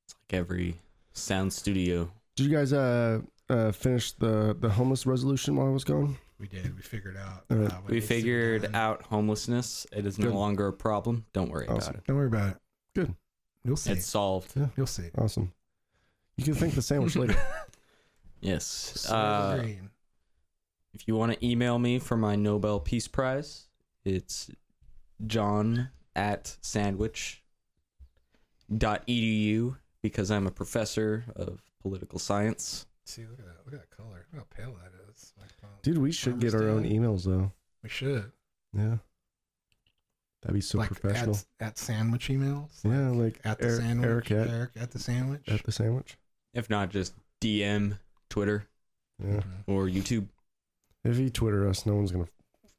Speaker 1: It's like every sound studio.
Speaker 5: Did you guys uh, uh finish the the homeless resolution while I was gone?
Speaker 2: we did. We figured out. uh,
Speaker 5: All right.
Speaker 2: what
Speaker 1: we
Speaker 2: needs to be
Speaker 1: figured
Speaker 2: done.
Speaker 1: out homelessness. It is no
Speaker 5: Good.
Speaker 1: longer a problem. Don't worry
Speaker 5: Awesome.
Speaker 2: Don't worry about it.
Speaker 5: Good.
Speaker 2: You'll see.
Speaker 1: about it. It's uh, solved.
Speaker 2: You'll see.
Speaker 5: Awesome. You can thank the sandwich later.
Speaker 1: Yes.
Speaker 2: Soil
Speaker 1: Uh,
Speaker 2: green.
Speaker 1: if you want to email me for my Nobel Peace Prize, it's john at sandwich dot edu because I'm a professor of political science.
Speaker 2: See, look at that. Look at that color. Look how pale that is. Like, well,
Speaker 5: Dude, we should get our own emails though.
Speaker 2: we should
Speaker 5: Yeah. That'd be so
Speaker 2: like
Speaker 5: professional.
Speaker 2: at, at sandwich emails.
Speaker 5: yeah, like
Speaker 2: at the
Speaker 5: Eric-
Speaker 2: sandwich.
Speaker 5: Eric at,
Speaker 2: Eric at the sandwich.
Speaker 5: at the sandwich.
Speaker 1: If not, just DM, Twitter,
Speaker 5: Yeah.
Speaker 2: Mhm.
Speaker 1: or YouTube.
Speaker 5: If you Twitter us, no one's gonna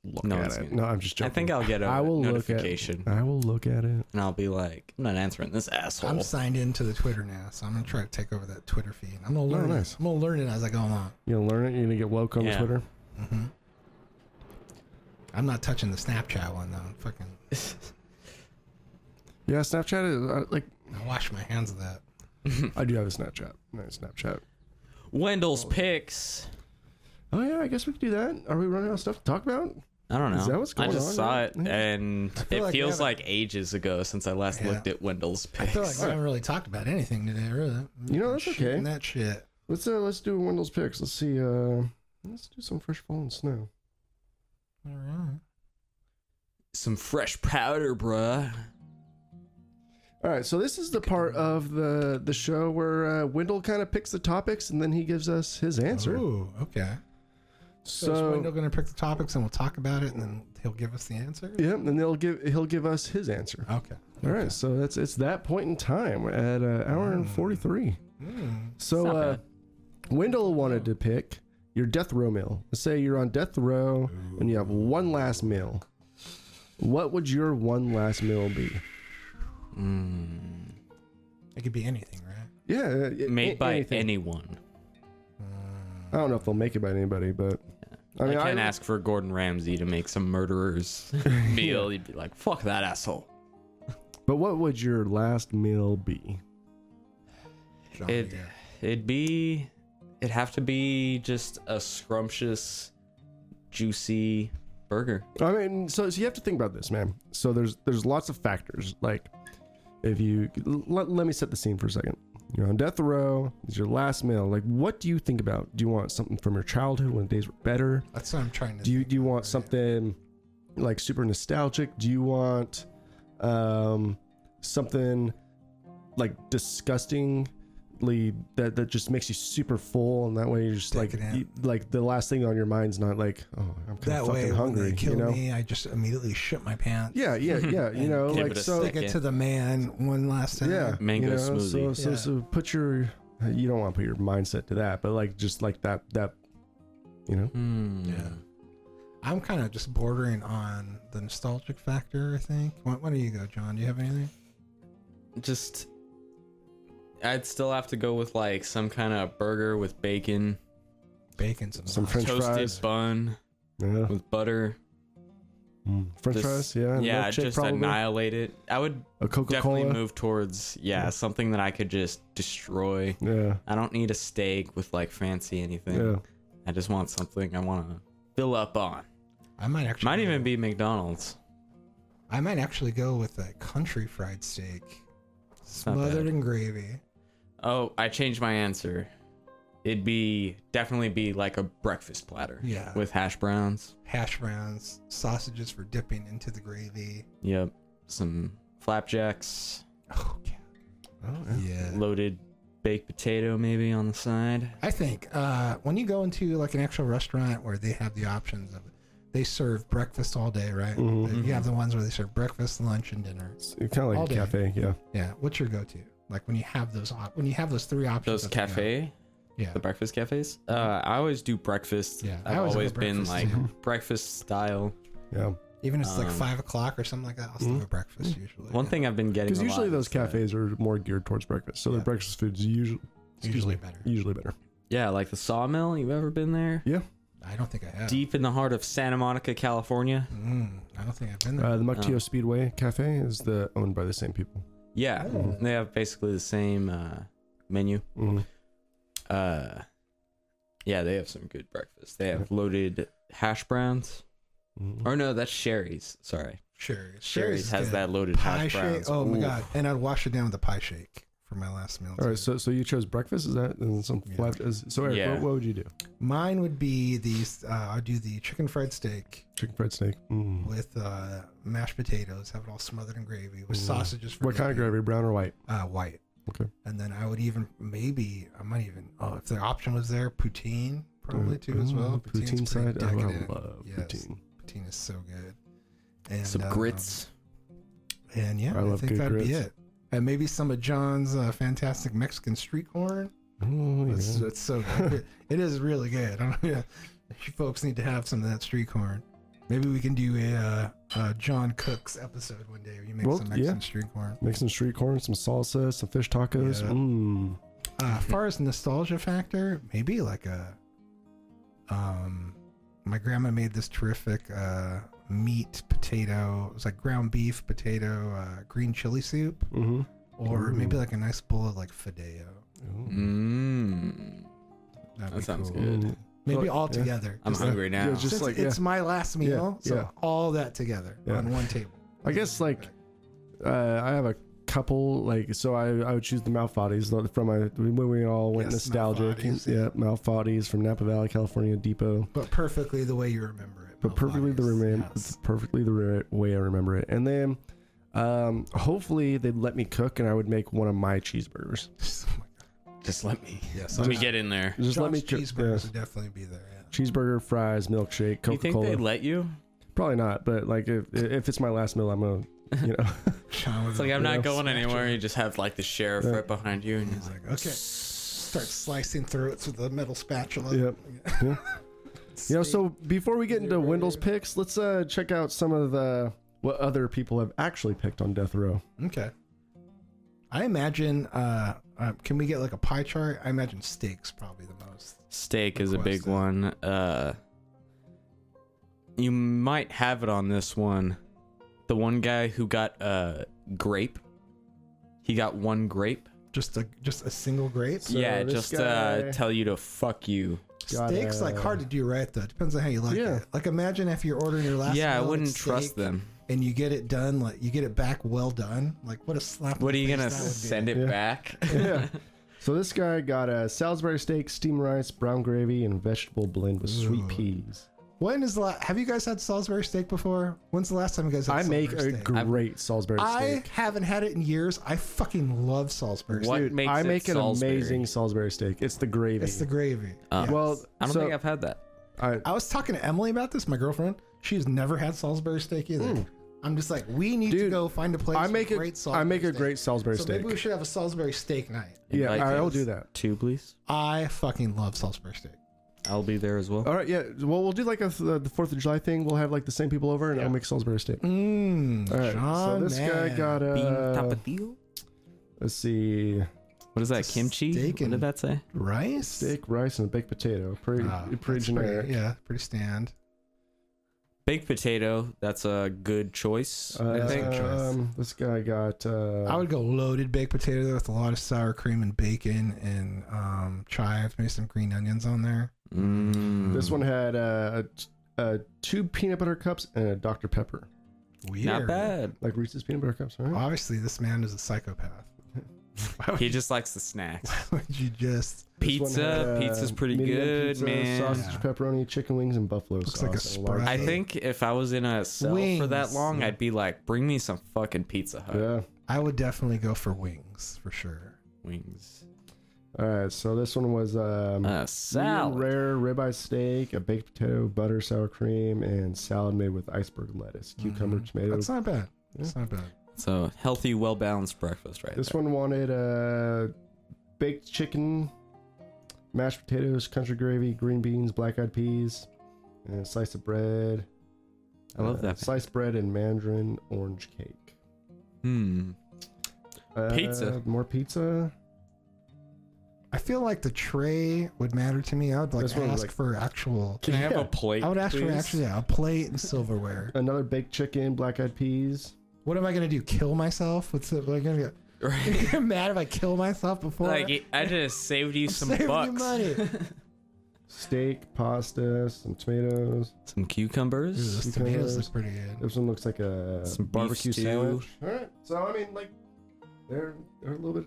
Speaker 5: look
Speaker 1: No
Speaker 5: at
Speaker 1: one's
Speaker 5: it.
Speaker 1: gonna-
Speaker 5: No, I'm just
Speaker 1: I
Speaker 5: joking.
Speaker 1: think I'll get a
Speaker 5: I will look at-
Speaker 1: notification
Speaker 5: I will look at it.
Speaker 1: and I'll be like, I'm not answering this
Speaker 2: I'm
Speaker 1: asshole.
Speaker 2: signed into the Twitter now, so I'm gonna try to take over that Twitter feed. I'm gonna learn.
Speaker 5: Oh,
Speaker 2: it.
Speaker 5: nice.
Speaker 2: I'm gonna learn it as I go along.
Speaker 5: You're gonna learn it. You're gonna get woke on
Speaker 1: Yeah.
Speaker 5: Twitter.
Speaker 2: hmm I'm not touching the Snapchat one though. Fucking,
Speaker 5: Yeah, Snapchat is uh, like
Speaker 2: I wash my hands of that.
Speaker 5: I do have a Snapchat. No, Snapchat.
Speaker 1: Wendell's picks.
Speaker 5: Oh yeah, I guess we could do that. Are we running out of stuff to talk about?
Speaker 1: I don't know.
Speaker 5: Is that what's
Speaker 1: I
Speaker 5: going
Speaker 1: just
Speaker 5: on
Speaker 1: saw
Speaker 5: now?
Speaker 1: it,
Speaker 5: Yeah.
Speaker 1: and
Speaker 2: feel
Speaker 1: it
Speaker 2: like we
Speaker 1: feels
Speaker 2: haven't-
Speaker 1: like ages ago since I last
Speaker 2: Yeah.
Speaker 1: looked at Wendell's
Speaker 2: I
Speaker 1: picks.
Speaker 2: feel like we haven't really talked about anything today, really.
Speaker 5: You know, that's
Speaker 2: Shooting
Speaker 5: okay.
Speaker 2: That shit.
Speaker 5: Let's uh, let's do Wendell's picks. Let's see. Uh, let's do some fresh fallen snow.
Speaker 2: All right.
Speaker 1: Some fresh powder, bruh.
Speaker 5: All right, so this is the part of the the show where uh, Wendell kind of picks the topics and then he gives us his answer.
Speaker 2: Ooh, okay. Oh, So, is Wendell
Speaker 5: so
Speaker 2: gonna pick the topics and we'll talk about it, and then he'll give us the answer.
Speaker 5: yeah, and they'll give he'll give us his answer.
Speaker 2: Okay.
Speaker 5: All right, so that's it's that point in time We're at uh, hour and forty three.
Speaker 2: Mm.
Speaker 5: So
Speaker 1: Not
Speaker 5: uh, Wendell wanted to pick your death row meal. Let's say you're on death row and you have one last meal. What would your one last meal be?
Speaker 1: Mm.
Speaker 2: It could be anything, right?
Speaker 5: Yeah, uh, a-
Speaker 1: Made
Speaker 5: a-
Speaker 1: by
Speaker 5: anything.
Speaker 1: anyone.
Speaker 2: Hmm.
Speaker 5: I don't know if they'll make it by anybody, but
Speaker 1: I,
Speaker 5: I mean, I,
Speaker 1: can't ask for Gordon Ramsay to make some murderer's meal. You'd be like, fuck that asshole.
Speaker 5: But what would your last meal be?
Speaker 2: John,
Speaker 1: It-
Speaker 2: you got-
Speaker 1: It'd be. It'd have to be just a scrumptious, juicy burger.
Speaker 5: I mean, so, so you have to think about this, man. So there's there's lots of factors. Like, if you let, let me set the scene for a second. You're on death row. It's your last meal. Like, what do you think about? Do you want something from your childhood when days were better?
Speaker 2: That's what I'm trying to.
Speaker 5: Do you
Speaker 2: think
Speaker 5: do you
Speaker 2: about
Speaker 5: want
Speaker 2: right
Speaker 5: something like super nostalgic? Do you want um, something like disgusting? perfectly that that just makes you super full, and that way you're just
Speaker 2: Take
Speaker 5: like
Speaker 2: it in.
Speaker 5: you- like the last thing on your mind's not like oh I'm kind
Speaker 2: That
Speaker 5: of
Speaker 2: way,
Speaker 5: fucking
Speaker 2: when
Speaker 5: hungry,
Speaker 2: they kill
Speaker 5: you know?
Speaker 2: me, I just immediately shit my pants.
Speaker 5: Yeah, yeah, yeah. You
Speaker 2: And
Speaker 5: know,
Speaker 1: give
Speaker 5: like
Speaker 1: it a
Speaker 5: so.
Speaker 2: Stick it to the man one last time.
Speaker 5: Yeah,
Speaker 1: Mango
Speaker 5: you know, So,
Speaker 1: smoothie.
Speaker 5: so,
Speaker 2: Yeah.
Speaker 5: so put your you don't want to put your mindset to that, but like just like that that you know.
Speaker 1: Hmm.
Speaker 2: Yeah. I'm kind of just bordering on the nostalgic factor, I think. Why why do you go, John? Do you have anything?
Speaker 1: Just, I'd still have to go with like some kind of burger with bacon,
Speaker 2: Bacon, some,
Speaker 5: Some
Speaker 2: sausage.
Speaker 5: French
Speaker 1: toasted
Speaker 5: fries.
Speaker 1: bun
Speaker 5: Yeah. Mm.
Speaker 1: with butter.
Speaker 5: French
Speaker 1: Just-
Speaker 5: fries, yeah. and
Speaker 1: yeah,
Speaker 5: milkshake
Speaker 1: just
Speaker 5: probably.
Speaker 1: annihilate it. I would
Speaker 5: a Coca
Speaker 1: definitely
Speaker 5: Cola.
Speaker 1: move towards yeah
Speaker 5: Yeah.
Speaker 1: something that I could just destroy.
Speaker 5: Yeah,
Speaker 1: I don't need a steak with like fancy anything.
Speaker 5: yeah.
Speaker 1: I just want something I want to fill up on.
Speaker 2: I might actually
Speaker 1: Might
Speaker 2: go-
Speaker 1: even be McDonald's.
Speaker 2: I might actually go with a country fried steak,
Speaker 1: It's not
Speaker 2: smothered
Speaker 1: bad.
Speaker 2: in gravy.
Speaker 1: Oh, I changed my answer. It'd be definitely be like a breakfast platter
Speaker 2: Yeah, with
Speaker 1: with hash browns.
Speaker 2: hash browns, sausages for dipping into the gravy.
Speaker 1: Yep, some flapjacks,
Speaker 2: Oh yeah.
Speaker 5: Oh, yeah.
Speaker 1: loaded baked potato maybe on the side.
Speaker 2: I think uh, when you go into like an actual restaurant where they have the options of, they serve breakfast all day, right?
Speaker 5: Mhm.
Speaker 1: Mm-hmm.
Speaker 2: You have the ones where they serve breakfast, lunch, and dinner.
Speaker 5: It's kind of
Speaker 2: All
Speaker 5: like
Speaker 2: day.
Speaker 5: a cafe, yeah.
Speaker 2: Yeah. What's your go-to? Like when you have those op- when you have those three options.
Speaker 1: Those
Speaker 2: at the go.
Speaker 1: cafe,
Speaker 2: Yeah.
Speaker 1: the breakfast cafes. Uh, I always do breakfast.
Speaker 2: Yeah, I
Speaker 1: I've
Speaker 2: always
Speaker 1: always,
Speaker 2: go
Speaker 1: been
Speaker 2: breakfast,
Speaker 1: like
Speaker 5: too.
Speaker 1: breakfast style.
Speaker 5: Yeah,
Speaker 2: Even if it's like
Speaker 1: Um, Mm-hmm.
Speaker 2: five o'clock or something like that, I'll still
Speaker 5: Mhm.
Speaker 2: have breakfast usually.
Speaker 1: One
Speaker 2: yeah.
Speaker 1: thing I've been getting
Speaker 5: because
Speaker 1: a
Speaker 5: usually
Speaker 1: lot
Speaker 5: those
Speaker 1: is that-
Speaker 5: cafes are more geared towards breakfast, so
Speaker 2: Yeah.
Speaker 5: their breakfast food's usually
Speaker 2: usually better.
Speaker 5: usually better.
Speaker 1: Yeah, like the sawmill. You've ever been there?
Speaker 2: I don't think I have.
Speaker 1: Deep in the heart of Santa Monica, California.
Speaker 2: Mm, I don't think I've been there.
Speaker 5: Uh, the Mukto
Speaker 1: Oh.
Speaker 5: Speedway Cafe is the owned by the same people.
Speaker 1: Yeah,
Speaker 2: Oh.
Speaker 1: they have basically the same uh, menu.
Speaker 5: Mhm.
Speaker 1: Uh, yeah, they have some good breakfast. They have loaded hash browns.
Speaker 5: Mhm.
Speaker 1: Or no, that's Sherry's. Sorry,
Speaker 2: Sherry's.
Speaker 1: Sherry's
Speaker 2: is
Speaker 1: has
Speaker 2: good.
Speaker 1: that loaded
Speaker 2: pie
Speaker 1: hash
Speaker 2: shake.
Speaker 1: browns.
Speaker 2: Oh my
Speaker 1: Ooh.
Speaker 2: god! And I'd wash it down with a pie shake for my last meal.
Speaker 5: All
Speaker 2: too.
Speaker 5: right, so so you chose breakfast? Is that and some
Speaker 2: Yeah.
Speaker 5: flap? Is, so Eric,
Speaker 1: Yeah.
Speaker 5: what, what would you do?
Speaker 2: Mine would be these. Uh, I'd do the chicken fried steak
Speaker 5: Chicken fried steak. Mm.
Speaker 2: with uh, mashed potatoes, have it all smothered in gravy with
Speaker 5: Mm.
Speaker 2: sausages. For
Speaker 5: What kind of
Speaker 2: dipping.
Speaker 5: gravy? Brown or white?
Speaker 2: Uh, white.
Speaker 5: Okay.
Speaker 2: And then I would even maybe I might even oh if the option was there poutine probably too as well.
Speaker 5: Ooh, Mm, poutine
Speaker 2: Poutine's pretty
Speaker 5: side. Oh, I
Speaker 2: decadent.
Speaker 5: love
Speaker 2: Yes.
Speaker 5: poutine.
Speaker 2: Poutine is so good. And,
Speaker 1: Some
Speaker 2: um,
Speaker 1: grits.
Speaker 2: and yeah,
Speaker 5: I
Speaker 2: I,
Speaker 5: love
Speaker 2: think
Speaker 5: good
Speaker 2: that'd be
Speaker 5: grits.
Speaker 2: it. And maybe some of John's uh, fantastic Mexican street corn.
Speaker 5: Oh,
Speaker 2: That's,
Speaker 5: yeah.
Speaker 2: that's so good. it is really good. I don't know. You folks need to have some of that street corn. Maybe we can do a uh, uh, John Cooks episode one day. where You make
Speaker 5: Well,
Speaker 2: some Mexican
Speaker 5: yeah.
Speaker 2: street corn.
Speaker 5: Make some street corn, some salsa, some fish tacos.
Speaker 2: Yeah.
Speaker 5: Mm.
Speaker 2: Uh, as far as nostalgia factor, maybe like a. Um, my grandma made this terrific uh, meat potato. It was like ground beef potato uh, green chili soup,
Speaker 5: Mm-hmm.
Speaker 2: or
Speaker 5: Ooh.
Speaker 2: maybe like a nice bowl of like fideo.
Speaker 5: Mm-hmm.
Speaker 1: Mm.
Speaker 2: That'd
Speaker 1: That
Speaker 2: be
Speaker 1: sounds
Speaker 2: cool.
Speaker 1: good.
Speaker 2: Maybe
Speaker 5: Yeah.
Speaker 2: all together.
Speaker 1: I'm
Speaker 2: Just-
Speaker 1: hungry now.
Speaker 5: yeah, just
Speaker 2: Since
Speaker 5: like yeah.
Speaker 2: it's my last meal,
Speaker 5: Yeah,
Speaker 2: so
Speaker 5: yeah.
Speaker 2: all that together
Speaker 5: Yeah.
Speaker 2: on one table.
Speaker 5: I guess like uh, I have a couple like so I, I would choose the Malfottis from my when we all went
Speaker 2: Yes,
Speaker 5: nostalgic.
Speaker 2: Malfottis, yeah.
Speaker 5: yeah, Malfottis from Napa Valley, California Depot.
Speaker 2: but perfectly the way you remember it.
Speaker 5: but perfectly the
Speaker 2: Melvades.
Speaker 5: remem-
Speaker 2: Oh, Yes.
Speaker 5: perfectly the re- way I remember it. And then, um, hopefully they'd let me cook, and I would make one of my cheeseburgers.
Speaker 2: Oh my God.
Speaker 1: Just let me.
Speaker 2: Yes,
Speaker 1: Let me
Speaker 2: John's-
Speaker 1: get in there.
Speaker 5: Just let me cook.
Speaker 2: John's cheeseburgers would definitely be there. Yeah.
Speaker 5: yeah. Cheeseburger, fries, milkshake,
Speaker 1: Do you
Speaker 5: Coca
Speaker 1: think they
Speaker 5: Cola.
Speaker 1: let you?
Speaker 5: Probably not, but like if if it's my last meal, I'm gonna, you know,
Speaker 2: Sean
Speaker 1: It's like I'm not going anywhere. You just have like the sheriff
Speaker 5: Yeah.
Speaker 1: right behind you, and
Speaker 2: He's like, okay, start slicing throats with a metal spatula.
Speaker 5: Yep. Yeah. you know. So before we get into Wendell's picks, let's uh check out some of the what other people have actually picked on death row.
Speaker 2: okay. I imagine. Uh, uh, can we get like a pie chart? I imagine steaks probably the most.
Speaker 1: Steak is a big
Speaker 2: Requested.
Speaker 1: one. Uh, you might have it on this one. The one guy who got uh, grape, he got one grape.
Speaker 2: Just a just a single grape.
Speaker 5: So
Speaker 1: yeah,
Speaker 5: this
Speaker 1: just
Speaker 5: guy-
Speaker 1: uh, tell you to fuck you.
Speaker 5: Got
Speaker 2: Steaks like
Speaker 5: a-
Speaker 2: hard to do right though. Depends on how you like
Speaker 5: Yeah.
Speaker 2: it. Like imagine if you're ordering your last.
Speaker 1: yeah, I
Speaker 2: meal, like,
Speaker 1: wouldn't
Speaker 2: steak,
Speaker 1: trust them.
Speaker 2: And you get it done like you get it back well done. Like what a slap. in
Speaker 1: What are
Speaker 2: the
Speaker 1: you
Speaker 2: face
Speaker 1: gonna
Speaker 2: that would be.
Speaker 1: send it
Speaker 5: Yeah.
Speaker 1: back?
Speaker 5: Yeah. So this guy got a Salisbury steak, steamed rice, brown gravy, and vegetable blend with sweet
Speaker 2: Ooh.
Speaker 5: peas.
Speaker 2: When is the la- have you guys had Salisbury steak before? When's the last time you guys had
Speaker 5: I make a
Speaker 2: Salisbury steak?
Speaker 5: great Salisbury
Speaker 2: I
Speaker 5: steak.
Speaker 2: haven't had it in years. I fucking love Salisbury.
Speaker 1: What
Speaker 2: steak.
Speaker 1: makes
Speaker 5: I
Speaker 1: it
Speaker 5: make an
Speaker 1: Salisbury?
Speaker 5: amazing Salisbury steak. It's the gravy.
Speaker 2: It's the gravy.
Speaker 1: Uh,
Speaker 5: well,
Speaker 1: I don't
Speaker 5: so
Speaker 1: think I've had that.
Speaker 5: I,
Speaker 2: I was talking to Emily about this, my girlfriend. She's never had Salisbury steak either. I'm just like, we need to
Speaker 5: Hmm. Dude,
Speaker 2: go find a place.
Speaker 5: I make
Speaker 2: with
Speaker 5: a
Speaker 2: great Salisbury
Speaker 5: I make a
Speaker 2: steak.
Speaker 5: great Salisbury
Speaker 2: So
Speaker 5: steak.
Speaker 2: maybe we should have a Salisbury steak night.
Speaker 5: yeah,
Speaker 1: Invite
Speaker 5: I will
Speaker 1: us
Speaker 5: do that.
Speaker 1: Two, please.
Speaker 2: I fucking love Salisbury steak.
Speaker 1: I'll be there as well.
Speaker 5: All right, yeah. Well, we'll do like a, the the Fourth of July thing. We'll have like the same people over, and I'll make Salisbury steak.
Speaker 2: Mmm.
Speaker 5: All right. so this guy got a.
Speaker 1: tapatio.
Speaker 5: Let's see,
Speaker 1: What is that?
Speaker 2: Just
Speaker 1: Kimchi?
Speaker 2: steak
Speaker 1: What
Speaker 2: and-
Speaker 1: did that say?
Speaker 2: rice.
Speaker 5: steak, rice, and a baked potato. Pretty,
Speaker 2: Ah,
Speaker 5: pretty
Speaker 2: that's pretty-
Speaker 5: generic.
Speaker 2: yeah, pretty stand.
Speaker 1: Baked potato. That's a good choice. I think.
Speaker 2: good choice.
Speaker 5: Um, this guy got. Uh,
Speaker 2: I would go loaded baked potato with a lot of sour cream and bacon and um, chives, maybe some green onions on there.
Speaker 1: Mm.
Speaker 5: This one had uh, a, a two peanut butter cups and a Dr Pepper,
Speaker 2: Weird.
Speaker 1: Not bad.
Speaker 5: like Reese's peanut butter cups, right?
Speaker 2: Obviously, this man is a psychopath. Why
Speaker 1: He just likes the snacks.
Speaker 2: would you just
Speaker 5: This one
Speaker 1: Pizza.
Speaker 5: had, uh,
Speaker 1: Pizza's pretty
Speaker 5: medium
Speaker 1: good,
Speaker 5: pizza,
Speaker 1: man.
Speaker 5: Sausage, pepperoni, chicken wings, and buffalo
Speaker 2: Looks
Speaker 5: sauce.
Speaker 2: like a
Speaker 5: and large
Speaker 1: I
Speaker 2: Right.
Speaker 1: think if I was in a cell for that
Speaker 2: Wings.
Speaker 1: long, I'd be like, bring me some fucking Pizza Hut
Speaker 5: Yeah.
Speaker 2: I would definitely go for wings for sure.
Speaker 1: wings. Uh,
Speaker 5: All right. So this one was um,
Speaker 1: A
Speaker 5: medium
Speaker 1: salad.
Speaker 5: rare ribeye steak, a baked potato, butter, sour cream, and salad made with iceberg lettuce,
Speaker 1: Mm-hmm.
Speaker 5: cucumber,
Speaker 2: Mhm.
Speaker 5: tomato.
Speaker 2: That's not bad. That's not bad.
Speaker 1: So healthy, well balanced breakfast right
Speaker 5: This
Speaker 1: there.
Speaker 5: one wanted uh, baked chicken, mashed potatoes, country gravy, green beans, black eyed peas, and a slice of bread.
Speaker 1: I love that.
Speaker 5: Sliced bread and mandarin orange cake.
Speaker 1: Hmm.
Speaker 5: Uh,
Speaker 1: Pizza.
Speaker 5: More pizza.
Speaker 2: I feel like the tray would matter to me. I would like
Speaker 5: This one's
Speaker 2: ask
Speaker 5: like-
Speaker 2: for actual.
Speaker 1: Can I have
Speaker 5: Yeah.
Speaker 1: a plate?
Speaker 2: I would ask for
Speaker 1: please?
Speaker 2: actually yeah, a plate and silverware.
Speaker 5: Another baked chicken, black eyed peas.
Speaker 2: What am I gonna do? Kill myself? What's it? Am I gonna get
Speaker 1: Right.
Speaker 2: am I mad if I kill myself before?
Speaker 1: Like I just saved you
Speaker 2: I'm
Speaker 1: some
Speaker 2: saving you
Speaker 1: bucks.
Speaker 2: money.
Speaker 5: Steak, pasta, some tomatoes.
Speaker 1: Some
Speaker 2: Ooh,
Speaker 1: cucumbers.
Speaker 2: those tomatoes look pretty good.
Speaker 5: This one looks like a
Speaker 1: Some beef
Speaker 5: barbecue
Speaker 1: stew.
Speaker 5: sandwich. All right. So I mean, like, they're they're a little bit.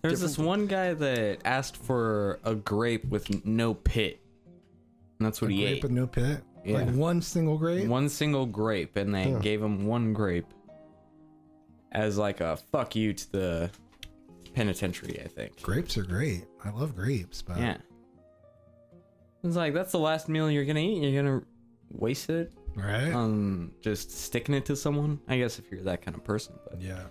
Speaker 1: There's this
Speaker 5: different-
Speaker 1: one guy that asked for a grape with n- no pit. And that's what
Speaker 2: A
Speaker 1: he
Speaker 2: grape
Speaker 1: ate.
Speaker 2: with no pit.
Speaker 1: Yeah.
Speaker 2: Like one single grape.
Speaker 1: One single grape, and they
Speaker 5: Huh.
Speaker 1: gave him one grape as like a fuck you to the penitentiary, I think.
Speaker 2: Grapes are great. I love grapes, but
Speaker 1: Yeah. It's like that's the last meal you're gonna eat. You're gonna waste it
Speaker 2: right?
Speaker 1: Uh, on Um, just sticking it to someone. I guess if you're that kind of person, but
Speaker 2: yeah,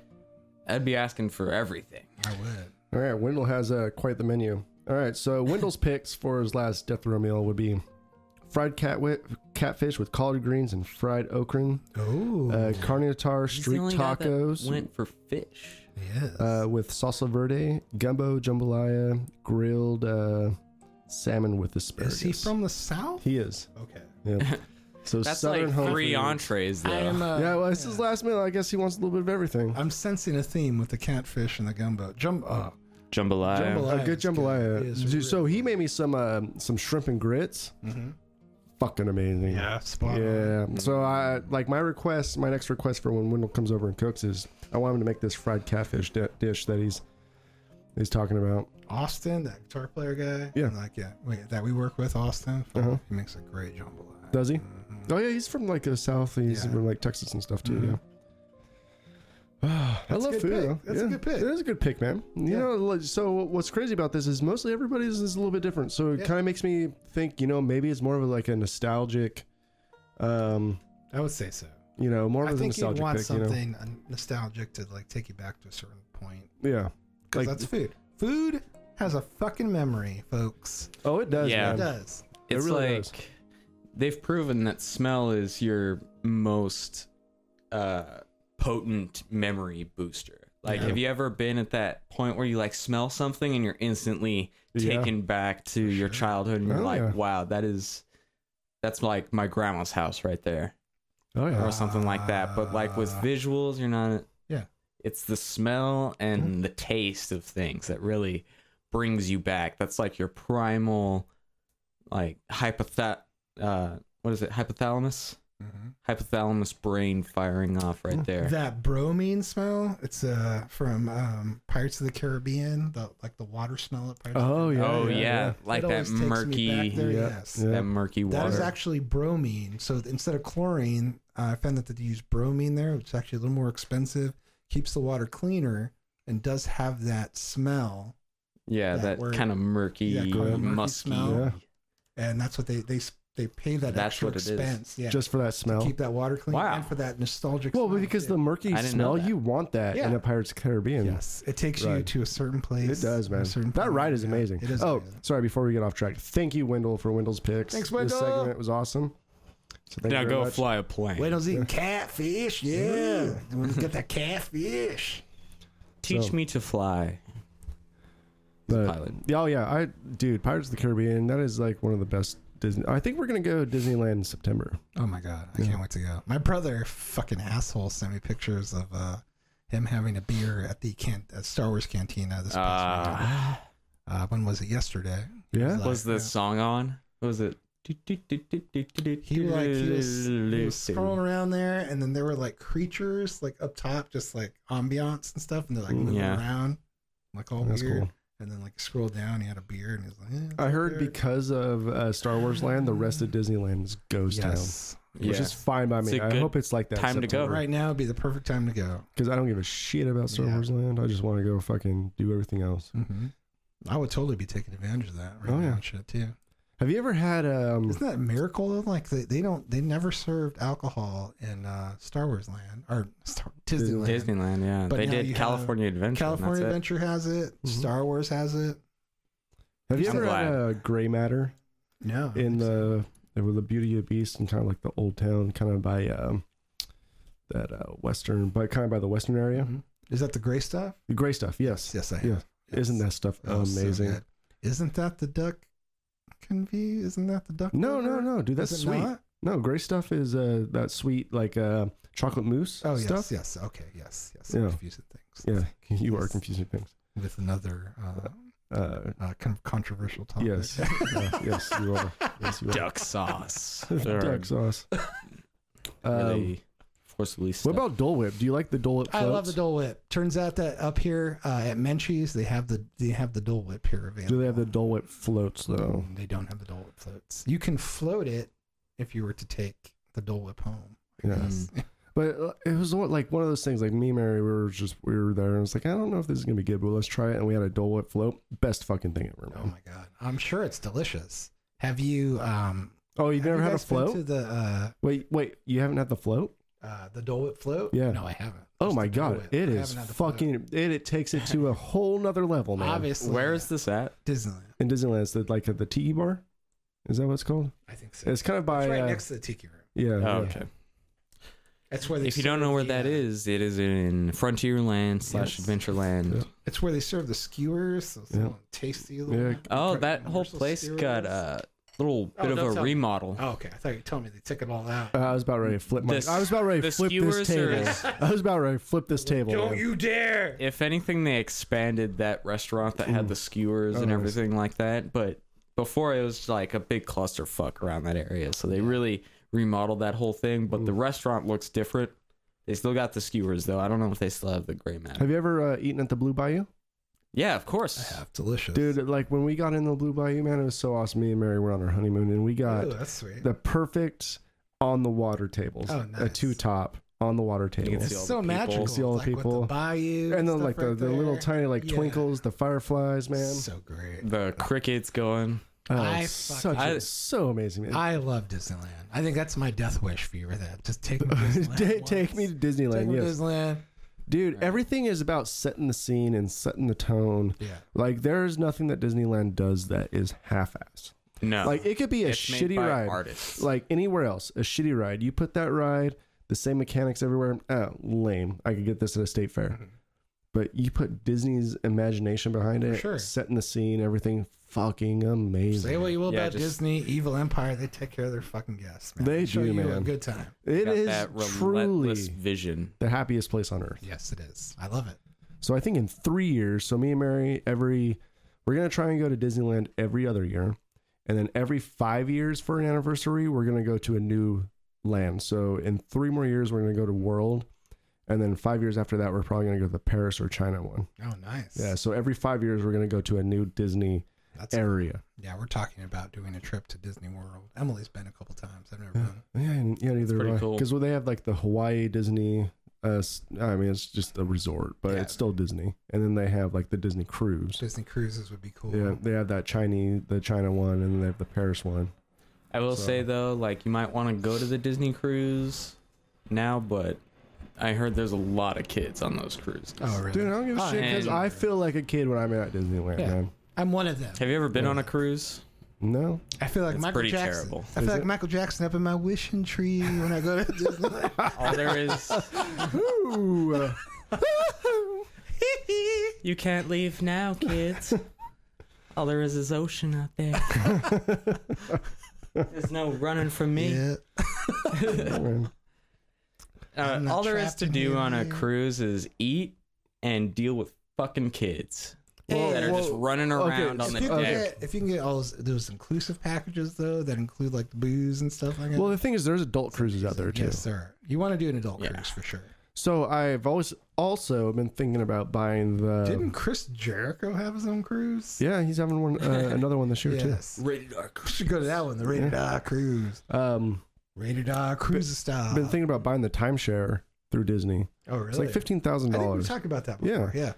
Speaker 1: I'd be asking for everything.
Speaker 2: I would.
Speaker 5: All right, Wendell has uh, quite the menu. All right, so Wendell's picks for his last death row meal would be fried cat catfish with collard greens and fried okra,
Speaker 2: Oh,
Speaker 5: uh, carne tartar
Speaker 1: He's the
Speaker 5: street
Speaker 1: only guy that
Speaker 5: tacos
Speaker 1: went for fish.
Speaker 2: yes.
Speaker 5: uh, with salsa verde, gumbo jambalaya, grilled uh, salmon with asparagus.
Speaker 2: Is he from the south?
Speaker 5: He is.
Speaker 2: Okay.
Speaker 5: Yeah. So
Speaker 1: That's
Speaker 5: southern
Speaker 1: like
Speaker 5: home
Speaker 1: three
Speaker 5: food.
Speaker 1: entrees though.
Speaker 2: I am. Uh,
Speaker 5: yeah, well, it's his last meal. I guess he wants a little bit of everything.
Speaker 2: I'm sensing a theme with the catfish and the gumbo. Jum- uh,
Speaker 1: jambalaya.
Speaker 2: Jambalaya.
Speaker 5: A good
Speaker 2: is good.
Speaker 5: jambalaya.
Speaker 2: It is
Speaker 5: Dude,
Speaker 2: really
Speaker 5: so he made me some uh, some shrimp and grits. Fucking amazing.
Speaker 2: spot. on.
Speaker 5: Mm-hmm. Yeah. So I like my request. My next request for when Wendell comes over and cooks is I want him to make this fried catfish di- dish that he's he's talking about.
Speaker 2: Austin, that guitar player guy.
Speaker 5: Yeah.
Speaker 2: Like yeah, we, that we work with Austin.
Speaker 5: Uh-huh.
Speaker 2: He makes a great jambalaya.
Speaker 5: Does he?
Speaker 2: Mhm.
Speaker 5: Oh yeah, he's from like the south. He's
Speaker 2: Yeah.
Speaker 5: from like Texas and stuff too.
Speaker 2: Mhm.
Speaker 5: Yeah. I
Speaker 2: That's a
Speaker 5: love
Speaker 2: good
Speaker 5: food.
Speaker 2: pick.
Speaker 5: Though.
Speaker 2: That's a
Speaker 5: Yeah.
Speaker 2: good pick.
Speaker 5: It is a good pick, man. You
Speaker 2: Yeah.
Speaker 5: know, like, so what's crazy about this is mostly everybody's is a little bit different. So it
Speaker 2: Yeah.
Speaker 5: kind of makes me think, you know, maybe it's more of a, like a nostalgic, um,
Speaker 2: I would say so.
Speaker 5: you know, more
Speaker 2: I
Speaker 5: of a
Speaker 2: think you'd
Speaker 5: nostalgic
Speaker 2: want
Speaker 5: pick.
Speaker 2: something uh, nostalgic to like take you back to a certain point
Speaker 5: You know, yeah.
Speaker 2: because
Speaker 5: Like-
Speaker 2: that's food. Food has a fucking memory, folks.
Speaker 5: Oh, it does.
Speaker 1: Yeah.
Speaker 2: It
Speaker 5: man.
Speaker 2: does.
Speaker 1: It's
Speaker 5: really
Speaker 1: like
Speaker 5: does.
Speaker 1: they've proven that smell is your most uh, potent memory booster. Like,
Speaker 5: Yeah.
Speaker 1: have you ever been at that point where you like smell something and you're instantly
Speaker 5: Yeah.
Speaker 1: taken back to your childhood and you're
Speaker 5: Oh,
Speaker 1: like,
Speaker 5: yeah.
Speaker 1: wow, that is that's like my grandma's house right there
Speaker 5: Oh yeah.
Speaker 1: or something like that. But like with
Speaker 2: Ah.
Speaker 1: visuals, you're not.
Speaker 2: Yeah.
Speaker 1: It's the smell and the taste of things that really brings you back. That's like your primal, like hypothet. Uh, what is it? Hypothalamus.
Speaker 5: Mm-hmm.
Speaker 1: Hypothalamus brain firing off right
Speaker 2: Mm,
Speaker 1: there.
Speaker 2: That bromine smell. It's uh from um, Pirates of the Caribbean, the like the water smell at Pirates.
Speaker 5: Oh,
Speaker 2: of the
Speaker 5: yeah.
Speaker 1: oh yeah,
Speaker 2: Caribbean.
Speaker 1: like
Speaker 2: It
Speaker 1: that
Speaker 2: always takes me back
Speaker 1: murky,
Speaker 2: there,
Speaker 5: Yeah.
Speaker 2: Yes.
Speaker 5: Yeah.
Speaker 1: that murky water.
Speaker 2: That is actually bromine. So th- instead of chlorine, uh, I found that they use bromine there, which is actually a little more expensive, keeps the water cleaner, and does have that smell.
Speaker 1: yeah,
Speaker 2: that
Speaker 1: that,
Speaker 2: word.
Speaker 1: kind of murky,
Speaker 2: Yeah, kinda
Speaker 5: murky
Speaker 1: musky.
Speaker 2: smell.
Speaker 5: Yeah.
Speaker 2: And that's what they they s- they pay that
Speaker 1: That's
Speaker 2: extra
Speaker 1: what it is.
Speaker 2: expense. Yeah.
Speaker 5: Just for that
Speaker 2: to
Speaker 5: smell.
Speaker 2: keep that water clean
Speaker 1: Wow.
Speaker 2: and for that nostalgic.
Speaker 5: Well,
Speaker 2: smell,
Speaker 5: because
Speaker 2: too.
Speaker 5: the murky
Speaker 1: I didn't know
Speaker 5: smell,
Speaker 1: that.
Speaker 5: you want that
Speaker 2: Yeah.
Speaker 5: in a Pirates of the Caribbean.
Speaker 2: Yes, it takes you
Speaker 5: Right.
Speaker 2: to a certain place.
Speaker 5: It does,
Speaker 2: and a
Speaker 5: man.
Speaker 2: certain
Speaker 5: That
Speaker 2: point.
Speaker 5: ride is
Speaker 2: Yeah,
Speaker 5: amazing.
Speaker 2: It is.
Speaker 5: oh,
Speaker 2: amazing.
Speaker 5: sorry. Before we get off track, thank you, Wendell, for Wendell's picks.
Speaker 2: Thanks,
Speaker 5: This
Speaker 2: Wendell.
Speaker 5: segment was awesome. So thank
Speaker 1: now
Speaker 5: you very
Speaker 1: go
Speaker 5: much.
Speaker 1: fly a plane.
Speaker 2: Wendell's eating catfish. Yeah, want to get that catfish.
Speaker 1: Teach
Speaker 5: So-
Speaker 1: me to fly.
Speaker 5: But-
Speaker 1: pilot.
Speaker 5: Yeah, Oh yeah, I dude, Pirates of the Caribbean. That is like one of the best Disney. I think we're gonna go Disneyland in September.
Speaker 2: Oh my god, I
Speaker 5: Yeah.
Speaker 2: can't wait to go. My brother, fucking asshole, sent me pictures of uh, him having a beer at the can- uh, Star Wars cantina. This past
Speaker 5: Ah.
Speaker 2: weekend.
Speaker 1: Uh,
Speaker 2: uh, when was it? Yesterday.
Speaker 5: Yeah.
Speaker 1: was the song on? What was it?
Speaker 2: He like he was, he was scrolling around there, and then there were like creatures like up top, just like ambiance and stuff, and they're like
Speaker 5: Mm,
Speaker 2: moving
Speaker 1: yeah.
Speaker 2: around, like all
Speaker 5: That's
Speaker 2: weird.
Speaker 5: cool.
Speaker 2: And then like scroll down, he had a beer, and he's like, eh, it's
Speaker 5: I
Speaker 2: up
Speaker 5: heard
Speaker 2: there.
Speaker 5: because of uh, Star Wars Land, the rest of Disneyland is Ghost
Speaker 2: yes,
Speaker 5: Town, which
Speaker 1: Yeah.
Speaker 5: is fine by
Speaker 1: It's
Speaker 5: me.
Speaker 1: a
Speaker 5: I
Speaker 1: good
Speaker 5: hope it's like that
Speaker 1: time to go.
Speaker 2: right now would be the perfect time to go.
Speaker 5: because I don't give a shit about Star
Speaker 2: Yeah.
Speaker 5: Wars Land. I just want to go fucking do everything else.
Speaker 2: I would totally be taking advantage of that right
Speaker 5: Mm-hmm. Oh,
Speaker 2: now
Speaker 5: yeah.
Speaker 2: and shit too.
Speaker 5: Have you ever had um?
Speaker 2: Isn't that a miracle though? Like they, they don't they never served alcohol in uh, Star Wars Land or Star, Disneyland.
Speaker 1: Disneyland, yeah.
Speaker 2: But
Speaker 1: they
Speaker 2: now you
Speaker 1: did
Speaker 2: have
Speaker 1: California Adventure.
Speaker 2: California
Speaker 1: California Adventure.
Speaker 2: Adventure has it.
Speaker 5: Mhm.
Speaker 2: Star Wars has it.
Speaker 5: Have you
Speaker 1: I'm
Speaker 5: ever had a gray matter
Speaker 2: No,
Speaker 5: in the with the Beauty of the Beast and kind of like the old town, kind of by um that uh, western, but kind of by the western area.
Speaker 2: Mhm. is that the gray stuff?
Speaker 5: The gray stuff, yes.
Speaker 2: Yes, I have.
Speaker 5: Yeah. Isn't that stuff
Speaker 2: Oh, so
Speaker 5: amazing?
Speaker 2: good. Isn't that the duck convey? Isn't that the duck?
Speaker 5: no, no,
Speaker 2: lover?
Speaker 5: no, dude, that's
Speaker 2: Is it
Speaker 5: sweet.
Speaker 2: not?
Speaker 5: No, gray stuff is uh that sweet like uh chocolate mousse
Speaker 2: Oh yes,
Speaker 5: stuff.
Speaker 2: yes. Okay, yes, yes.
Speaker 5: Yeah.
Speaker 2: Confusing things.
Speaker 5: Yeah.
Speaker 2: Thank
Speaker 5: You are
Speaker 2: Yes.
Speaker 5: confusing things.
Speaker 2: With another uh,
Speaker 5: Uh,
Speaker 2: uh, con- controversial topic.
Speaker 5: yes, Uh, yes, you are. Yes, you are.
Speaker 1: Duck sauce. They're
Speaker 5: Duck sauce. Um,
Speaker 1: Really forcibly.
Speaker 5: what
Speaker 1: stuck.
Speaker 5: about Dole Whip? Do you like the Dole Whip?
Speaker 2: I love the
Speaker 5: floats?
Speaker 2: Dole Whip. Turns out that up here uh, at Menchie's, they have the they have the Dole Whip here available. Mm,
Speaker 5: Do they have the Dole Whip floats though?
Speaker 2: They don't have the Dole Whip floats. You can float it if you were to take the Dole Whip home. I
Speaker 5: Yeah.
Speaker 2: guess.
Speaker 5: But uh, it was one- like one of those things. Like me, and Mary, we were just we were there, and it's like I don't know if this is gonna be good, but let's try it. And we had a Dole Whip float. Best fucking thing ever,
Speaker 2: Oh
Speaker 5: man.
Speaker 2: my god, I'm sure it's delicious. Have you? um
Speaker 5: Oh, you've
Speaker 2: have
Speaker 5: never
Speaker 2: you
Speaker 5: had a
Speaker 2: guys been
Speaker 5: float?
Speaker 2: To the uh,
Speaker 5: Wait, wait, you haven't had the float?
Speaker 2: uh, the Dole Whip float?
Speaker 5: Yeah.
Speaker 2: No, I haven't.
Speaker 5: Oh
Speaker 2: Just
Speaker 5: my
Speaker 2: the Dole
Speaker 5: god,
Speaker 2: Whip.
Speaker 5: it
Speaker 2: I
Speaker 5: is
Speaker 2: haven't had the float.
Speaker 5: fucking it. It takes it to a whole nother level, man.
Speaker 2: obviously.
Speaker 1: Where is this at?
Speaker 2: Disneyland?
Speaker 5: In Disneyland, it's the, like at the Tiki Bar. Is that what it's called?
Speaker 2: I think so.
Speaker 5: It's kind of by
Speaker 2: It's right
Speaker 5: uh,
Speaker 2: next to the Tiki Room.
Speaker 5: yeah.
Speaker 1: Oh,
Speaker 5: yeah.
Speaker 1: okay.
Speaker 2: That's where they. uh,
Speaker 1: If you don't know where that is, it is in Frontierland slash
Speaker 2: Yes.
Speaker 1: Adventureland.
Speaker 5: Yeah.
Speaker 2: It's where they serve the skewers. So it's
Speaker 5: Yeah.
Speaker 2: yeah. tasty little.
Speaker 5: Yeah.
Speaker 1: Oh, that whole place got uh, a little
Speaker 2: Oh,
Speaker 1: bit
Speaker 2: don't
Speaker 1: of a
Speaker 2: tell me.
Speaker 1: remodel.
Speaker 2: Oh, okay. I thought you were telling me they took it all out.
Speaker 5: Uh, I was about ready to flip my.
Speaker 1: The
Speaker 5: I was about ready to
Speaker 1: s- the
Speaker 5: flip this
Speaker 1: skewers are-
Speaker 5: table. I was about ready to flip this table. man.
Speaker 2: you dare!
Speaker 1: If anything, they expanded that restaurant that had the skewers
Speaker 5: Oh,
Speaker 1: and
Speaker 5: nice.
Speaker 1: everything like that. But before it was like a big clusterfuck around that area. So they really remodeled that whole thing. But the restaurant looks different. They still got the skewers though. I don't know if they still have the gray matter.
Speaker 5: Have you ever uh, eaten at the Blue Bayou,
Speaker 1: Yeah, of course.
Speaker 2: have delicious,
Speaker 5: dude? Like when we got in the Blue Bayou, man, it was so awesome. Me and Mary were on our honeymoon, and we got
Speaker 2: Ooh, that's sweet.
Speaker 5: the perfect on the water tables.
Speaker 2: Oh,
Speaker 5: A
Speaker 2: nice.
Speaker 5: two top on the water
Speaker 1: can
Speaker 5: table.
Speaker 1: see all
Speaker 2: it's so
Speaker 1: the people.
Speaker 2: magical.
Speaker 5: See all the
Speaker 2: like with
Speaker 5: people.
Speaker 2: the bayou,
Speaker 5: And then
Speaker 2: stuff
Speaker 5: like the,
Speaker 2: right
Speaker 5: the little
Speaker 2: there.
Speaker 5: tiny like
Speaker 2: Yeah.
Speaker 5: twinkles, the fireflies, man.
Speaker 2: So great.
Speaker 1: The crickets going.
Speaker 5: Oh,
Speaker 2: I
Speaker 5: it's such
Speaker 1: fucking-
Speaker 5: a- so amazing, man.
Speaker 2: I love Disneyland. I think that's my death wish for you. Right there. Just take me. To Disneyland
Speaker 5: Ta-
Speaker 2: once.
Speaker 5: take me to Disneyland,
Speaker 2: Take me to
Speaker 5: yes,
Speaker 2: Disneyland.
Speaker 5: dude. Everything is about setting the scene and setting the tone.
Speaker 2: Yeah.
Speaker 5: Like there is nothing that Disneyland does that is half-assed.
Speaker 1: No.
Speaker 5: Like it could be a
Speaker 1: It's made
Speaker 5: shitty
Speaker 1: by
Speaker 5: ride,
Speaker 1: artists.
Speaker 5: like anywhere else, a shitty ride. You put that ride, the same mechanics everywhere. Oh, lame. I could get this at a state
Speaker 2: Mm-hmm.
Speaker 5: fair, but you put Disney's imagination behind it,
Speaker 2: Sure.
Speaker 5: setting the scene, everything. Fucking amazing.
Speaker 2: Say what you will
Speaker 1: Yeah,
Speaker 2: about
Speaker 1: just-
Speaker 2: Disney, Evil Empire. They take care of their fucking guests, man.
Speaker 5: They
Speaker 2: show
Speaker 5: do,
Speaker 2: you a
Speaker 5: man.
Speaker 2: good time.
Speaker 5: It
Speaker 1: Got
Speaker 5: is
Speaker 1: that
Speaker 5: truly
Speaker 1: relentless vision.
Speaker 5: the happiest place on earth.
Speaker 2: Yes, it is. I love it.
Speaker 5: So I think in three years, so me and Mary, every we're gonna try and go to Disneyland every other year, and then every five years for an anniversary, we're gonna go to a new land. So in three more years, we're going to go to World, and then five years after that, we're probably going to go to the Paris or China one.
Speaker 2: Oh, nice.
Speaker 5: Yeah. So every five years, we're going to go to a new Disney
Speaker 2: That's
Speaker 5: area.
Speaker 2: yeah. We're talking about doing a trip to Disney World. Emily's been a couple times. I've never
Speaker 5: Yeah.
Speaker 2: been.
Speaker 5: Yeah. And, yeah neither
Speaker 1: pretty
Speaker 5: because
Speaker 1: cool.
Speaker 5: well, they have like the Hawaii Disney. Uh, s- I mean, it's just a resort, but
Speaker 2: Yeah.
Speaker 5: it's still Disney. And then they have like the Disney cruise.
Speaker 2: Disney cruises would be cool.
Speaker 5: Yeah, they have that Chinese, the China one, and then they have the Paris one.
Speaker 1: I will
Speaker 5: So-
Speaker 1: say though, like you might want to go to the Disney cruise now, but I heard there's a lot of kids on those cruises.
Speaker 2: Oh, really?
Speaker 5: Dude, I don't give a
Speaker 1: Oh,
Speaker 5: shit because
Speaker 1: and-
Speaker 5: I feel like a kid when I'm at Disneyland,
Speaker 2: Yeah.
Speaker 5: man.
Speaker 2: I'm one of them.
Speaker 1: Have you ever been on a cruise?
Speaker 5: No,
Speaker 2: I feel like
Speaker 1: It's
Speaker 2: Michael
Speaker 1: pretty
Speaker 2: Jackson.
Speaker 1: terrible.
Speaker 2: I feel
Speaker 5: Is
Speaker 2: like
Speaker 5: it?
Speaker 2: Michael Jackson up in my wishing tree when I go to Disneyland.
Speaker 1: All there is,
Speaker 5: Ooh,
Speaker 1: you can't leave now, kids. All there is is ocean out there. There's no running from me.
Speaker 2: Yeah.
Speaker 5: man.
Speaker 1: Uh,
Speaker 2: I'm not
Speaker 1: all there is
Speaker 2: trapped
Speaker 1: to
Speaker 2: in
Speaker 1: do
Speaker 2: here
Speaker 1: on a
Speaker 2: anymore.
Speaker 1: cruise is eat and deal with fucking kids
Speaker 2: Well,
Speaker 1: that are just
Speaker 5: well,
Speaker 1: running
Speaker 5: okay,
Speaker 1: around on
Speaker 2: If
Speaker 1: the deck.
Speaker 2: you, can get, if you can get all those, those inclusive packages though, that include like the booze and stuff like that.
Speaker 5: well, the thing is, there's adult cruises out there too.
Speaker 2: Yes, sir. You want to do an adult
Speaker 1: Yeah.
Speaker 2: cruise for sure.
Speaker 5: So I've always also been thinking about buying the.
Speaker 2: Didn't Chris Jericho have his own cruise?
Speaker 5: yeah, he's having one, uh, another one this year too.
Speaker 2: Yes. Rated R cruise. Should go to that one, the Rated R cruise.
Speaker 5: Um,
Speaker 2: Rated R cruise style.
Speaker 5: been thinking about buying the timeshare through Disney.
Speaker 2: oh, Uh-huh. really?
Speaker 5: It's like fifteen thousand
Speaker 2: I think we
Speaker 5: dollars.
Speaker 2: talked about that
Speaker 5: Yeah.
Speaker 2: before. Yeah.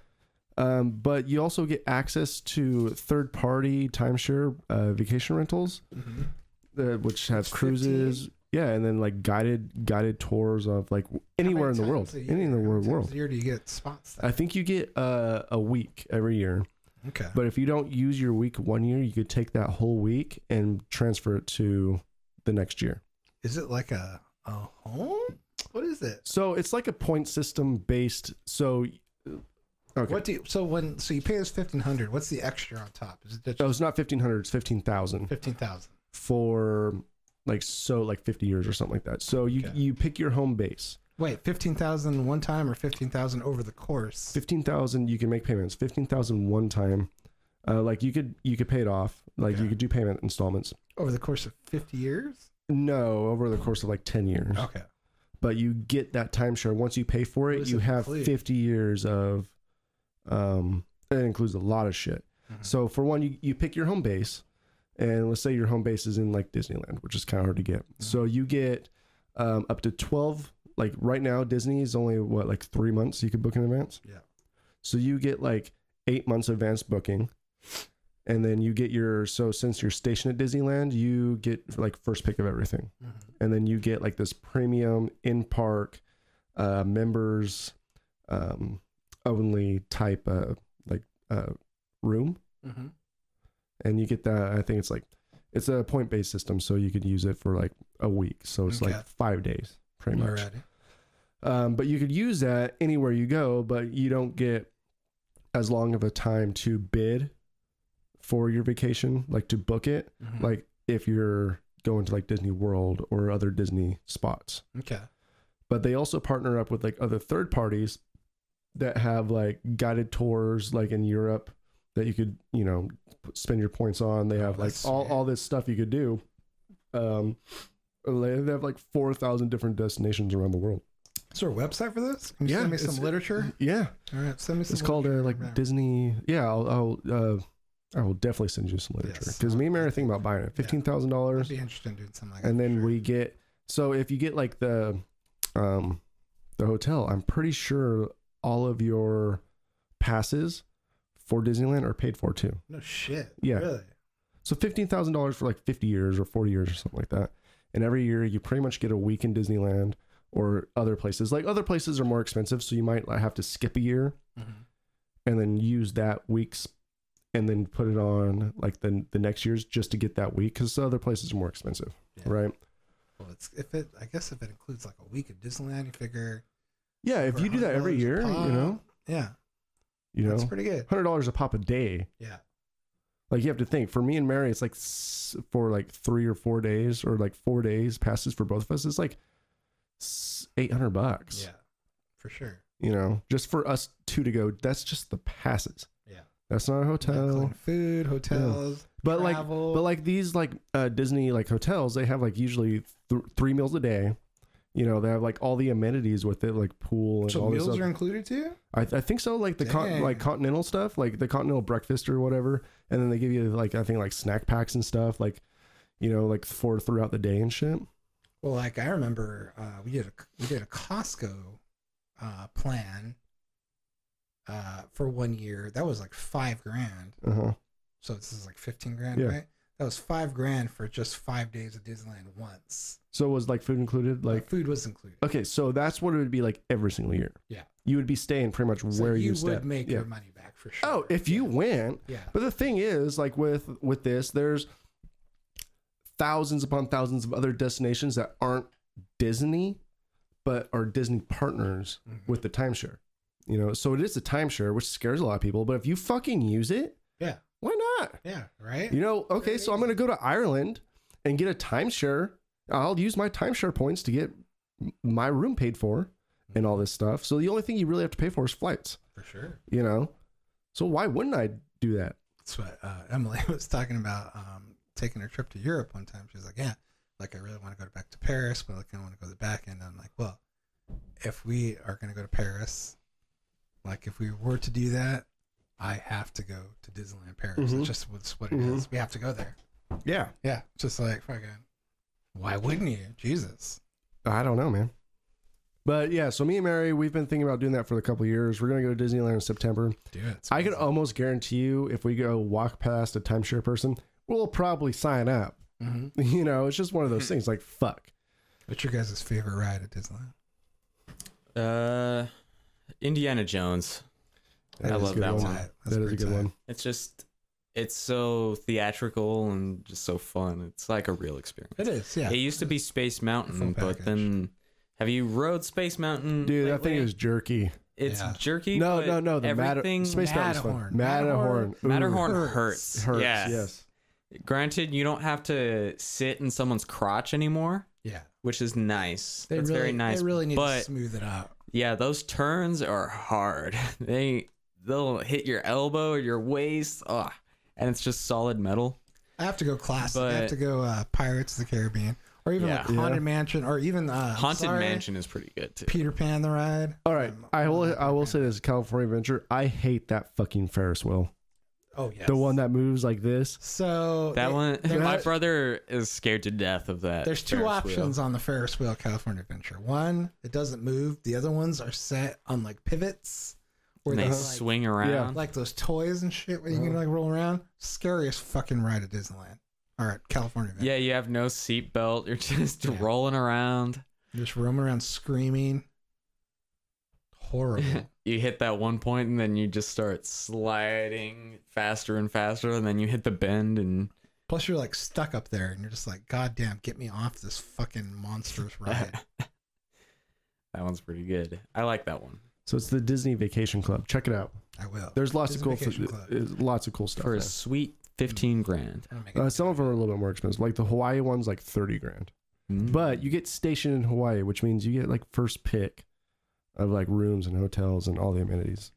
Speaker 5: Um, but you also get access to third-party timeshare uh, vacation rentals, uh, which have
Speaker 2: It's
Speaker 5: cruises. Yeah, and then like guided guided tours of like anywhere in the world, any in the world. world.
Speaker 2: Year do you get spots? Then?
Speaker 5: I think you get uh, a week every year,
Speaker 2: Okay.
Speaker 5: but if you don't use your week one year, you could take that whole week and transfer it to the next year.
Speaker 2: Is it like a a home? What is it?
Speaker 5: So it's like a point system based. So okay,
Speaker 2: What do you, so when so you pay us fifteen hundred? What's the extra on top? Is it
Speaker 5: oh,
Speaker 2: just
Speaker 5: it's not fifteen hundred; it's fifteen thousand.
Speaker 2: fifteen thousand?
Speaker 5: for like so like 50 years or something like that so you
Speaker 2: Okay.
Speaker 5: you pick your home base
Speaker 2: Wait, fifteen thousand one time or fifteen thousand over the course?
Speaker 5: 15000 you can make payments 15000 one time uh, like you could you could pay it off like you
Speaker 2: Okay.
Speaker 5: could do payment installments
Speaker 2: over the course of fifty years?
Speaker 5: no over the course of like 10 years
Speaker 2: Okay.
Speaker 5: but you get that timeshare once you pay for
Speaker 2: Oh. What
Speaker 5: it
Speaker 2: does
Speaker 5: you
Speaker 2: it
Speaker 5: have
Speaker 2: include?
Speaker 5: 50 years of um it includes a lot of shit
Speaker 2: Mm-hmm.
Speaker 5: so for one you, you pick your home base and let's say your home base is in like disneyland which is kind of hard to get so you get um, up to 12 like right now disney is only what like three months you could book in advance
Speaker 2: Yeah.
Speaker 5: so you get like eight months advance booking and then you get your so since you're stationed at disneyland you get like first pick of everything and then you get like this premium in park uh, members um, only type uh, like uh, room,
Speaker 2: Mhm.
Speaker 5: and you get that. I think it's like it's a point based system, so you could use it for like a week. So it's
Speaker 2: Okay.
Speaker 5: like five days, pretty much.
Speaker 2: Alrighty.
Speaker 5: Um, but you could use that anywhere you go, but you don't get as long of a time to bid for your vacation, like to book it,
Speaker 2: Mhm.
Speaker 5: like if you're going to like Disney World or other Disney spots
Speaker 2: okay.
Speaker 5: but they also partner up with like other third parties that have like guided tours like in Europe that you could you know p- spend your points on they have like
Speaker 2: Oh, that's
Speaker 5: all,
Speaker 2: sweet.
Speaker 5: all this stuff you could do um they they have like 4000 different destinations around the world
Speaker 2: Is there a website for this? Can you
Speaker 5: Yeah,
Speaker 2: send me
Speaker 5: it's- uh,
Speaker 2: some literature?
Speaker 5: yeah
Speaker 2: All right, send me some.
Speaker 5: it's called uh,
Speaker 2: literature.
Speaker 5: like
Speaker 2: Right.
Speaker 5: Disney yeah I'll, I'll uh I will definitely send you some literature
Speaker 2: Yes.
Speaker 5: because me and Mary are thinking about buying it
Speaker 2: Yeah.
Speaker 5: fifteen thousand
Speaker 2: I'd
Speaker 5: dollars
Speaker 2: be interested in doing something like that.
Speaker 5: and
Speaker 2: for
Speaker 5: then
Speaker 2: sure.
Speaker 5: we get so if you get like the um the hotel i'm pretty sure all of your passes for disneyland are paid for too
Speaker 2: no shit.
Speaker 5: Yeah.
Speaker 2: Really.
Speaker 5: so $15000 for like 50 years or 40 years or something like that and every year you pretty much get a week in disneyland or other places like other places are more expensive so you might like, have to skip a year
Speaker 2: Mhm.
Speaker 5: and then use that week's and then put it on like the, the next year's just to get that week because other places are more expensive
Speaker 2: Yeah.
Speaker 5: right
Speaker 2: Well, it's if it. I guess if it includes like a week of Disneyland, you figure.
Speaker 5: yeah if
Speaker 2: for
Speaker 5: you do that every
Speaker 2: $100 a
Speaker 5: year you
Speaker 2: pop,
Speaker 5: know
Speaker 2: Yeah,
Speaker 5: You know,
Speaker 2: that's pretty good.
Speaker 5: hundred dollars a pop a day.
Speaker 2: Yeah.
Speaker 5: Like you have to think. For me and Mary, it's like s- for like three or four days, or like four days passes for both of us. It's like eight hundred bucks.
Speaker 2: Yeah, for sure.
Speaker 5: You know, just for us two to go. That's just the passes.
Speaker 2: Yeah.
Speaker 5: That's not a
Speaker 2: Not
Speaker 5: hotel.
Speaker 2: including food, hotels.
Speaker 5: but like
Speaker 2: travel.
Speaker 5: but like these like uh, disney like hotels they have like usually th- three meals a day you know they have like all the amenities with it like pool and
Speaker 2: so
Speaker 5: all this
Speaker 2: meals
Speaker 5: stuff.
Speaker 2: are included too.
Speaker 5: I, I think so like the con-
Speaker 2: Dang.
Speaker 5: like continental stuff like the continental breakfast or whatever and then they give you like i think like snack packs and stuff like you know like for throughout the day and shit
Speaker 2: Well, like I remember, uh, we did a we did a Costco uh, plan uh, for one year. That was like five grand.
Speaker 5: uh-huh
Speaker 2: So this is like fifteen grand,
Speaker 5: Yeah.
Speaker 2: right? That was five grand for just five days of Disneyland once.
Speaker 5: so was like food included
Speaker 2: Like
Speaker 5: like
Speaker 2: food was included.
Speaker 5: okay so that's what it would be like every single year
Speaker 2: Yeah.
Speaker 5: you would be staying pretty much
Speaker 2: So
Speaker 5: where
Speaker 2: you,
Speaker 5: you,
Speaker 2: would
Speaker 5: stay
Speaker 2: make
Speaker 5: yeah.
Speaker 2: your money back for sure.
Speaker 5: oh if you
Speaker 2: Yeah.
Speaker 5: went
Speaker 2: yeah,
Speaker 5: But the thing is, like with with this, there's thousands upon thousands of other destinations that aren't Disney, but are Disney partners
Speaker 2: Mhm.
Speaker 5: with the timeshare. You know, so it is a timeshare, which scares a lot of people. But if you fucking use it,
Speaker 2: Yeah.
Speaker 5: why not?
Speaker 2: yeah, right.
Speaker 5: You know, okay, so I'm gonna go to Ireland and get a timeshare. I'll use my timeshare points to get m- my room paid for and all this stuff. So the only thing you really have to pay for is flights.
Speaker 2: for sure.
Speaker 5: You know, so why wouldn't I do that?
Speaker 2: That's what uh, Emily was talking about. Um, taking her trip to Europe one time, she was like, "Yeah, like I really want to go back to Paris, but like I want to go to the back end." I'm like, "Well, if we are going to go to Paris, like if we were to do that, I have to go to Disneyland Paris.
Speaker 5: Mhm.
Speaker 2: It's just what's what it is.
Speaker 5: Mhm.
Speaker 2: We have to go there.
Speaker 5: Yeah,
Speaker 2: Yeah, just like fucking. Why wouldn't you, Jesus?
Speaker 5: I don't know, man. But yeah, so me and Mary, we've been thinking about doing that for a couple of years. We're gonna go to Disneyland in September.
Speaker 2: Do it.
Speaker 5: I can almost guarantee you, if we go walk past a timeshare person, we'll probably sign up.
Speaker 2: hmm
Speaker 5: You know, it's just one of those things. Like fuck,
Speaker 2: What's your guys' favorite ride at Disneyland?
Speaker 1: Uh, Indiana Jones.
Speaker 5: That
Speaker 1: I
Speaker 5: is a
Speaker 1: love
Speaker 5: good
Speaker 1: that
Speaker 5: one.
Speaker 1: one.
Speaker 2: Tight. That's
Speaker 5: that is a
Speaker 2: pretty
Speaker 5: good
Speaker 2: tight.
Speaker 5: one.
Speaker 1: It's just, it's so theatrical and just so fun. It's like a real experience.
Speaker 2: It is. Yeah.
Speaker 1: It used to be Space
Speaker 2: Full
Speaker 1: Mountain, but
Speaker 2: package.
Speaker 1: then have you rode Space Mountain?
Speaker 5: Dude, I
Speaker 1: lately?
Speaker 5: think it was jerky.
Speaker 1: it's
Speaker 2: Yeah.
Speaker 1: jerky.
Speaker 5: No,
Speaker 1: but
Speaker 5: no, no. The Matter-
Speaker 1: everything
Speaker 5: Space Mountain's fun.
Speaker 2: Matterhorn.
Speaker 5: Matterhorn. Ooh.
Speaker 1: Matterhorn
Speaker 2: Hurts.
Speaker 1: hurts.
Speaker 5: Hurts,
Speaker 1: Yes.
Speaker 5: Yes.
Speaker 1: Granted, you don't have to sit in someone's crotch anymore,
Speaker 2: Yeah.
Speaker 1: which is nice.
Speaker 2: They
Speaker 1: That's
Speaker 2: really,
Speaker 1: very nice.
Speaker 2: They really need to
Speaker 1: but
Speaker 2: smooth it out.
Speaker 1: yeah, those turns are hard. they they'll hit your elbow or your waist. Ugh. And it's just solid metal.
Speaker 2: I have to go classic. I have
Speaker 1: But-
Speaker 2: to go uh, Pirates of the Caribbean, or even
Speaker 1: Yeah.
Speaker 2: like Haunted
Speaker 5: Yeah.
Speaker 2: Mansion, or even uh, I'm
Speaker 1: Haunted
Speaker 2: sorry,
Speaker 1: Mansion is pretty good too.
Speaker 2: Peter Pan the ride.
Speaker 5: All right,
Speaker 2: Um,
Speaker 5: I will. I will say this: California Adventure. I hate that fucking Ferris wheel.
Speaker 2: Oh yeah,
Speaker 5: The one that moves like this.
Speaker 2: So
Speaker 1: That
Speaker 2: they-
Speaker 1: one,
Speaker 2: there's-
Speaker 1: my brother is scared to death of that.
Speaker 2: There's two
Speaker 1: Ferris wheel.
Speaker 2: options on the Ferris wheel California Adventure. One, it doesn't move. The other ones are set on like pivots, where
Speaker 1: And they
Speaker 2: they like,
Speaker 1: swing around.
Speaker 2: like those toys and shit where you can like roll around. Scariest fucking ride at Disneyland. All right, California Adventure.
Speaker 1: Yeah, you have no seatbelt. You're just
Speaker 2: Yeah.
Speaker 1: rolling around.
Speaker 2: Just roaming around screaming. Horrible.
Speaker 1: You hit that one point, and then you just start sliding faster and faster, and then you hit the bend, and
Speaker 2: Plus, you're like stuck up there, and you're just like, "God damn, get me off this fucking monstrous ride."
Speaker 1: that one's pretty good. I like that one.
Speaker 5: So it's the Disney Vacation Club. Check it out.
Speaker 2: I will.
Speaker 5: There's lots
Speaker 2: Disney
Speaker 5: of
Speaker 2: Vacation
Speaker 5: cool,
Speaker 2: Club.
Speaker 5: there's lots of cool stuff.
Speaker 1: For
Speaker 5: there.
Speaker 1: a sweet fifteen grand.
Speaker 2: I'm gonna make it-
Speaker 5: Uh, some of them are a little bit more expensive. Like the Hawaii one's like thirty grand,
Speaker 1: Mm.
Speaker 5: but you get stationed in Hawaii, which means you get like first pick of like rooms and hotels and all the amenities.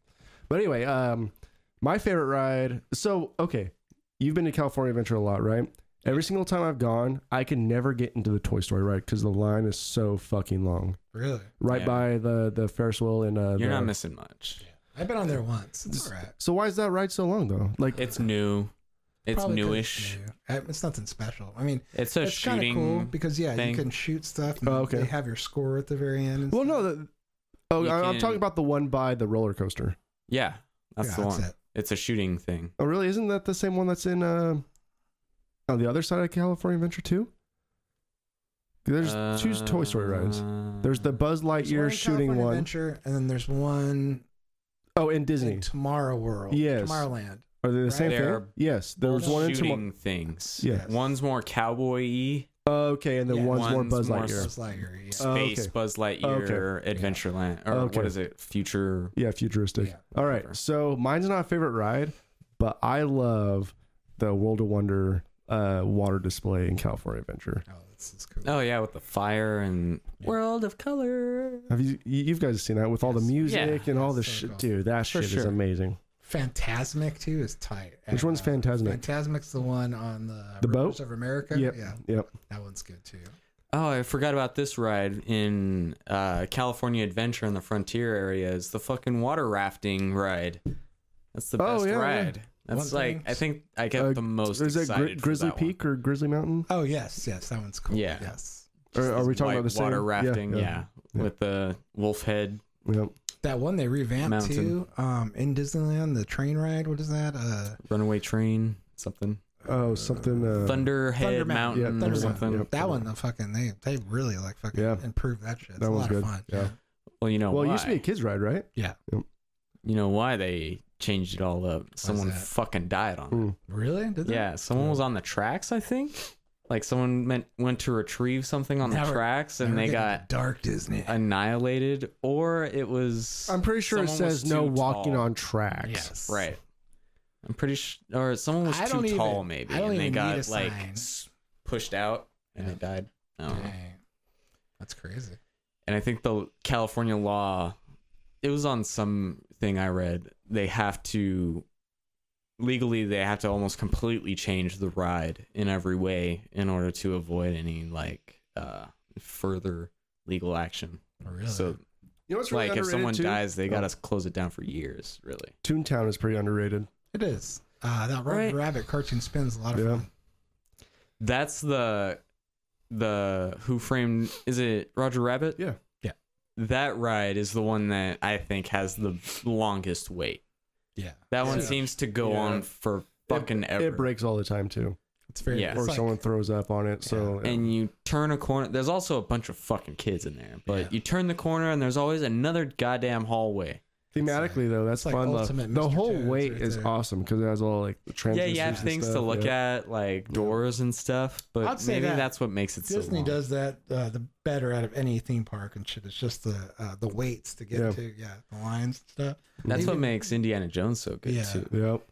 Speaker 5: But anyway, um, my favorite ride. So okay, you've been to California Adventure a lot, right? Every single time I've gone, I can never get into the Toy Story ride because the line is so fucking long.
Speaker 2: really.
Speaker 5: Right
Speaker 1: Yeah.
Speaker 5: by the the Ferris wheel and uh,
Speaker 1: you're
Speaker 5: the-
Speaker 1: not missing much.
Speaker 2: I've been on there once. It's
Speaker 5: This-
Speaker 2: all right.
Speaker 5: So why is that ride so long though? Like
Speaker 1: It's new. It's
Speaker 2: Probably 'cause
Speaker 1: newish.
Speaker 2: new. I- It's nothing special. I mean,
Speaker 1: It's a
Speaker 2: it's kind of
Speaker 1: shooting.
Speaker 2: cool because yeah,
Speaker 1: thing.
Speaker 2: you can shoot stuff. And
Speaker 5: Oh, okay.
Speaker 2: They have your score at the very end. and
Speaker 5: Well, no.
Speaker 2: stuff.
Speaker 5: The, oh,
Speaker 1: You
Speaker 5: I- I'm
Speaker 1: can-
Speaker 5: talking about the one by the roller coaster.
Speaker 1: Yeah, that's
Speaker 2: Yeah,
Speaker 1: the one.
Speaker 2: it.
Speaker 1: It's a shooting thing.
Speaker 5: Oh, really? Isn't that the same one that's in uh, on the other side of California Adventure too? There's two Toy Story rides. There's the Buzz
Speaker 2: There's one
Speaker 5: Lightyear
Speaker 2: in
Speaker 5: shooting
Speaker 2: California
Speaker 5: one.
Speaker 2: Adventure, and then there's one
Speaker 5: Oh, in
Speaker 2: Disney.
Speaker 5: Disney.
Speaker 2: in Tomorrow World.
Speaker 5: Yes.
Speaker 2: Tomorrowland.
Speaker 5: Are they the same
Speaker 1: They're
Speaker 5: thing? Yes. There was
Speaker 1: Both
Speaker 5: one in
Speaker 1: shooting
Speaker 5: tomorrow.
Speaker 1: things.
Speaker 5: Yeah.
Speaker 1: One's more cowboy-y.
Speaker 5: Okay, and then
Speaker 2: Yeah.
Speaker 5: one's, more
Speaker 1: One's
Speaker 5: Buzz
Speaker 1: more
Speaker 5: Lightyear.
Speaker 2: Buzz Lightyear, yeah.
Speaker 1: space
Speaker 5: Oh, okay.
Speaker 1: Buzz Lightyear Adventureland or
Speaker 5: Okay.
Speaker 1: what is it future
Speaker 5: Yeah, futuristic.
Speaker 2: Yeah,
Speaker 5: All right.
Speaker 1: whatever.
Speaker 5: So mine's not a favorite ride, but I love the World of Wonder uh, water display in California Adventure.
Speaker 2: Oh, this is cool.
Speaker 1: oh yeah with the fire and
Speaker 2: Yeah.
Speaker 1: world of color
Speaker 5: Have you? you- You've guys seen that with all the
Speaker 2: Yes.
Speaker 5: music
Speaker 1: Yeah.
Speaker 5: and all the
Speaker 2: So
Speaker 5: shit,
Speaker 2: cool.
Speaker 5: dude. That
Speaker 1: For
Speaker 5: shit is
Speaker 1: sure.
Speaker 5: amazing.
Speaker 2: Phantasmic too is tight.
Speaker 5: Which one's
Speaker 2: And, uh,
Speaker 5: Phantasmic?
Speaker 2: Phantasmic's the one on the
Speaker 5: The
Speaker 2: Rivers
Speaker 5: boat?
Speaker 2: of America.
Speaker 5: Yep.
Speaker 2: Yeah,
Speaker 5: Yep.
Speaker 2: that one's good too.
Speaker 1: Oh, I forgot about this ride in uh, California Adventure in the Frontier area is the fucking water rafting ride. That's the
Speaker 5: Oh,
Speaker 1: best
Speaker 5: yeah, yeah.
Speaker 1: ride. That's
Speaker 2: One
Speaker 1: like
Speaker 2: thing-
Speaker 1: I think I got
Speaker 5: Uh,
Speaker 1: the most
Speaker 5: There's that
Speaker 1: excited
Speaker 5: gri-
Speaker 1: for
Speaker 5: Grizzly
Speaker 1: that one.
Speaker 5: Peak or Grizzly Mountain?
Speaker 2: Oh yes, yes, that one's cool.
Speaker 1: Yeah.
Speaker 2: Yes,
Speaker 5: Or are we talking about the
Speaker 1: White
Speaker 5: same?
Speaker 1: water rafting? Yeah,
Speaker 5: yeah.
Speaker 1: with the wolf head.
Speaker 5: Yep.
Speaker 2: that one they revamped
Speaker 1: Mountain.
Speaker 2: too. Um, in Disneyland, the train ride. What is that? Uh,
Speaker 1: Runaway train, something.
Speaker 5: Oh, something. Uh,
Speaker 1: Thunderhead
Speaker 2: Thunder Mountain.
Speaker 1: Mountain,
Speaker 5: Yeah,
Speaker 1: or
Speaker 2: Thunder
Speaker 1: something.
Speaker 5: Mountain. Yep.
Speaker 2: that one, the fucking they they really like fucking
Speaker 5: Yeah.
Speaker 2: improved that shit. It's
Speaker 5: That
Speaker 2: a
Speaker 5: one's
Speaker 2: lot
Speaker 5: good.
Speaker 2: of fun.
Speaker 5: Yeah.
Speaker 1: Well, you know
Speaker 5: well,
Speaker 1: why.
Speaker 5: it used to be a kids ride, right?
Speaker 1: You know why they changed it all up? Someone
Speaker 2: that?
Speaker 1: fucking died on
Speaker 5: Mm.
Speaker 2: Really? Did they?
Speaker 1: Yeah, someone was on the tracks, I think. Like someone meant, went to retrieve something on the
Speaker 2: Now we're-
Speaker 1: tracks
Speaker 2: Now
Speaker 1: and
Speaker 2: we're
Speaker 1: they
Speaker 2: getting
Speaker 1: got
Speaker 2: dark Disney.
Speaker 1: annihilated, or it was.
Speaker 5: I'm pretty sure it
Speaker 1: someone was
Speaker 5: says no
Speaker 1: too
Speaker 5: walking
Speaker 1: tall.
Speaker 5: on tracks.
Speaker 2: yes.
Speaker 1: Right. I'm pretty sure, or someone was
Speaker 2: I don't
Speaker 1: too
Speaker 2: even-
Speaker 1: tall, maybe,
Speaker 2: I don't
Speaker 1: and they
Speaker 2: even
Speaker 1: got
Speaker 2: need a
Speaker 1: like
Speaker 2: sign.
Speaker 1: s- pushed out and they died. I don't know.
Speaker 2: Dang. That's crazy.
Speaker 1: and I think the California law, it was on something I read. They have to legally, they have to almost completely change the ride in every way in order to avoid any like uh, further legal action.
Speaker 2: Really?
Speaker 1: So,
Speaker 5: You know what's really
Speaker 1: like, if
Speaker 5: underrated
Speaker 1: someone
Speaker 5: too?
Speaker 1: dies, they
Speaker 5: Oh.
Speaker 1: gotta close it down for years. Really,
Speaker 5: Toontown is pretty underrated.
Speaker 2: it is. Uh, that Roger
Speaker 1: Right.
Speaker 2: Rabbit cartoon spins a lot of
Speaker 5: Yeah.
Speaker 2: fun.
Speaker 1: that's the the Who Framed is it Roger Rabbit?
Speaker 5: Yeah.
Speaker 2: Yeah.
Speaker 1: That ride is the one that I think has the longest wait.
Speaker 2: Yeah.
Speaker 1: That one
Speaker 5: Yeah.
Speaker 1: seems to go
Speaker 5: Yeah.
Speaker 1: on for fucking
Speaker 5: it,
Speaker 1: ever.
Speaker 5: It breaks all the time too,
Speaker 2: It's very
Speaker 1: Yeah.
Speaker 2: yeah.
Speaker 5: or someone throws up on it. So
Speaker 1: And you turn a corner. There's also a bunch of fucking kids in there, but
Speaker 2: Yeah.
Speaker 1: you turn the corner and there's always another goddamn hallway.
Speaker 5: thematically though, that's
Speaker 2: it's like
Speaker 5: fun. though.
Speaker 2: ultimate
Speaker 5: the
Speaker 2: Mr.
Speaker 5: whole
Speaker 2: Toad's
Speaker 5: weight
Speaker 2: right
Speaker 5: is
Speaker 2: there.
Speaker 5: awesome because it has all like the
Speaker 1: yeah,
Speaker 5: transistors.
Speaker 1: you have
Speaker 5: and
Speaker 1: things to
Speaker 5: stuff,
Speaker 1: look
Speaker 5: yeah.
Speaker 1: at, like doors and stuff. But
Speaker 2: I'd say
Speaker 1: maybe
Speaker 2: that
Speaker 1: that's what makes it so
Speaker 2: Disney
Speaker 1: long.
Speaker 2: does that uh, the better out of any theme park and shit. It's just the uh, the weights to get
Speaker 5: Yeah.
Speaker 2: to, yeah, the lines and stuff.
Speaker 1: That's what
Speaker 2: Even-
Speaker 1: makes Indiana Jones so good
Speaker 2: Yeah.
Speaker 1: too.
Speaker 5: Yep.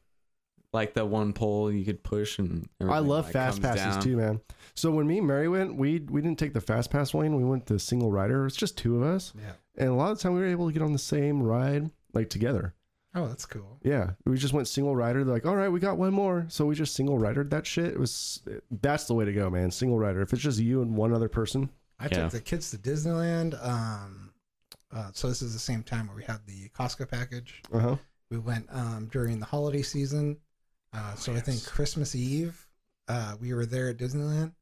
Speaker 1: Like that one pole you could push and
Speaker 5: I
Speaker 1: everything,
Speaker 5: love
Speaker 1: like,
Speaker 5: fast
Speaker 1: comes
Speaker 5: passes
Speaker 1: down.
Speaker 5: too, man. So when me and Mary went, we we didn't take the fast pass lane. We went the single rider. It's just two of us,
Speaker 2: Yeah.
Speaker 5: and a lot of the time we were able to get on the same ride like together.
Speaker 2: Oh, that's cool.
Speaker 5: Yeah, we just went single rider. They're like, all right, we got one more, so we just single ridered that shit. It was that's the way to go, man. Single rider. If it's just you and one other person,
Speaker 2: I
Speaker 1: Yeah.
Speaker 2: took the kids to Disneyland. Um, uh, so this is the same time where we had the Costco package.
Speaker 5: uh huh.
Speaker 2: We went um, during the holiday season. Uh,
Speaker 5: Oh,
Speaker 2: so I think Christmas Eve, uh, we were there at Disneyland.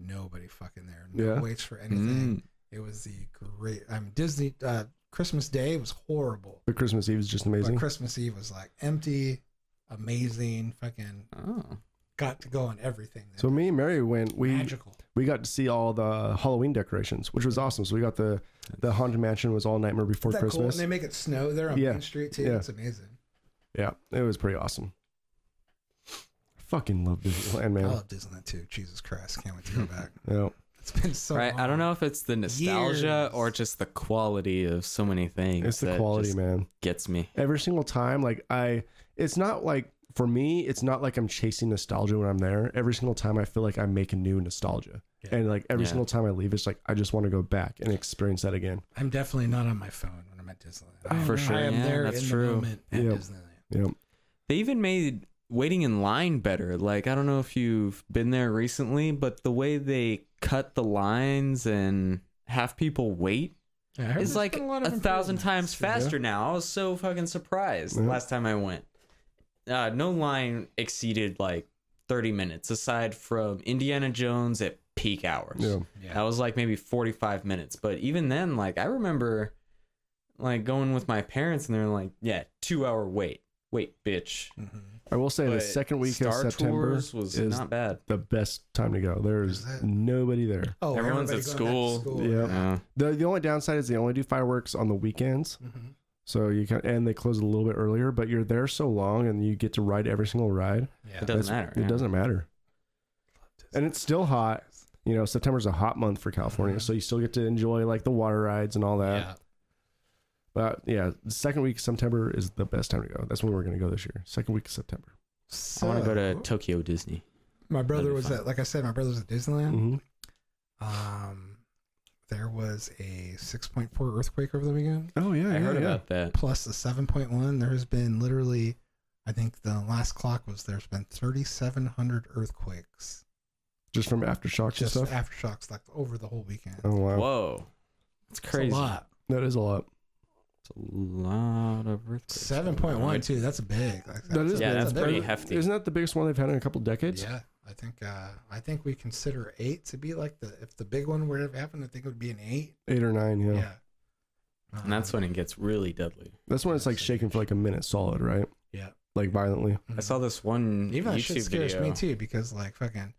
Speaker 2: Nobody fucking there. No
Speaker 5: Yeah.
Speaker 2: waits for anything.
Speaker 1: Mm.
Speaker 2: It was the great. I mean, Disney uh, Christmas Day was horrible,
Speaker 5: But Christmas Eve is just amazing.
Speaker 2: but Christmas Eve was like empty, amazing. Fucking
Speaker 1: Oh.
Speaker 2: got to go on everything.
Speaker 5: So me and Mary went. We
Speaker 2: magical.
Speaker 5: we got to see all the Halloween decorations, which was awesome. So we got the the haunted mansion was all Nightmare Before
Speaker 2: Isn't that cool?
Speaker 5: Christmas.
Speaker 2: And they make it snow there on
Speaker 5: Yeah.
Speaker 2: Main Street too.
Speaker 5: Yeah.
Speaker 2: It's amazing.
Speaker 5: Yeah, it was pretty awesome. Fucking love Disneyland, man.
Speaker 2: I love Disneyland too. Jesus Christ, can't wait to go back.
Speaker 5: Yeah.
Speaker 2: It's been so.
Speaker 1: Right, I don't
Speaker 2: long.
Speaker 1: know if it's the nostalgia or
Speaker 2: Years.
Speaker 1: just the quality of so many things.
Speaker 5: It's the
Speaker 1: that
Speaker 5: quality,
Speaker 1: just
Speaker 5: man.
Speaker 1: Gets me.
Speaker 5: Every single time, like I, it's not like for me, it's not like I'm chasing nostalgia when I'm there. Every single time, I feel like I'm making new nostalgia,
Speaker 2: Yeah.
Speaker 5: and like every
Speaker 1: Yeah.
Speaker 5: single time I leave, it's like I just want to go back and experience that again.
Speaker 2: I'm definitely not on my phone when I'm at Disneyland.
Speaker 5: Oh,
Speaker 2: I-
Speaker 5: For
Speaker 1: sure,
Speaker 2: I am
Speaker 1: yeah,
Speaker 2: there
Speaker 1: that's
Speaker 2: in
Speaker 1: true.
Speaker 2: the moment at
Speaker 5: Yeah.
Speaker 2: Disneyland.
Speaker 5: Yeah,
Speaker 1: They even made waiting in line better. Like I don't know if you've been there recently, but the way they cut the lines and have people wait is like a, thousand times faster now. I was so fucking surprised
Speaker 5: Yeah.
Speaker 1: last time I went. Uh, no line exceeded like thirty minutes, aside from Indiana Jones at peak hours.
Speaker 5: yeah.
Speaker 1: That was like maybe 45 minutes. But even then, like I remember like going with my parents and they're like, yeah, two hour wait. Wait, bitch.
Speaker 2: Mm-hmm.
Speaker 5: I will say the
Speaker 1: But
Speaker 5: second week
Speaker 1: Star
Speaker 5: of September
Speaker 1: Tours was
Speaker 5: is
Speaker 1: not bad.
Speaker 5: the best time to go. There's
Speaker 2: Is it?
Speaker 5: nobody there.
Speaker 2: Oh,
Speaker 1: Everyone's
Speaker 2: everybody's
Speaker 1: at
Speaker 2: going back to
Speaker 1: school.
Speaker 5: Yeah. the The only downside is they only do fireworks on the weekends,
Speaker 2: Mhm.
Speaker 5: so you can and they close a little bit earlier. But you're there so long, and you get to ride every single ride.
Speaker 1: it
Speaker 2: Yeah.
Speaker 1: doesn't
Speaker 5: That's-
Speaker 1: matter.
Speaker 5: It
Speaker 1: yeah.
Speaker 5: doesn't matter. And it's still hot. You know, September's a hot month for California,
Speaker 2: Mhm.
Speaker 5: so you still get to enjoy like the water rides and all that.
Speaker 2: Yeah.
Speaker 5: But yeah, the second week of September is the best time to go. That's when we're going to go this year. Second week of September.
Speaker 1: I want to go to
Speaker 2: So,
Speaker 1: Tokyo Disney.
Speaker 2: My brother
Speaker 1: That'd be
Speaker 2: was
Speaker 1: fun.
Speaker 2: at, like I said, my brother was at Disneyland.
Speaker 1: Mm-hmm.
Speaker 5: hmm
Speaker 2: Um, there was a 6.4 earthquake over the weekend,
Speaker 5: Oh yeah,
Speaker 1: I
Speaker 5: yeah,
Speaker 1: heard
Speaker 5: yeah.
Speaker 1: about that.
Speaker 2: plus a 7.1. There has been literally I think the last clock was there's been 3,700 earthquakes,
Speaker 5: Just from aftershocks
Speaker 2: just
Speaker 5: and stuff.
Speaker 2: aftershocks like over the whole weekend.
Speaker 5: oh wow,
Speaker 1: Whoa, it's crazy.
Speaker 2: It's Uh, a lot.
Speaker 5: that is a lot.
Speaker 1: It's a lot of earthquakes.
Speaker 2: Seven point one too. That's big. Like,
Speaker 5: That is
Speaker 1: Yeah,
Speaker 5: big.
Speaker 1: that's
Speaker 2: a big
Speaker 1: pretty
Speaker 2: one.
Speaker 1: hefty.
Speaker 5: Isn't that the biggest one they've had in a couple decades?
Speaker 2: Yeah, I think uh, I think we consider eight to be like the if the big one were to happen, I think it would be an eight.
Speaker 5: Eight or nine. Yeah.
Speaker 2: Yeah,
Speaker 1: And that's when it gets really deadly.
Speaker 5: That's when it's like shaking for like a minute solid, right?
Speaker 2: Yeah.
Speaker 5: Like violently.
Speaker 1: I saw this one
Speaker 2: Mm-hmm. even that shit
Speaker 1: YouTube
Speaker 2: scares
Speaker 1: video.
Speaker 2: me too because like fucking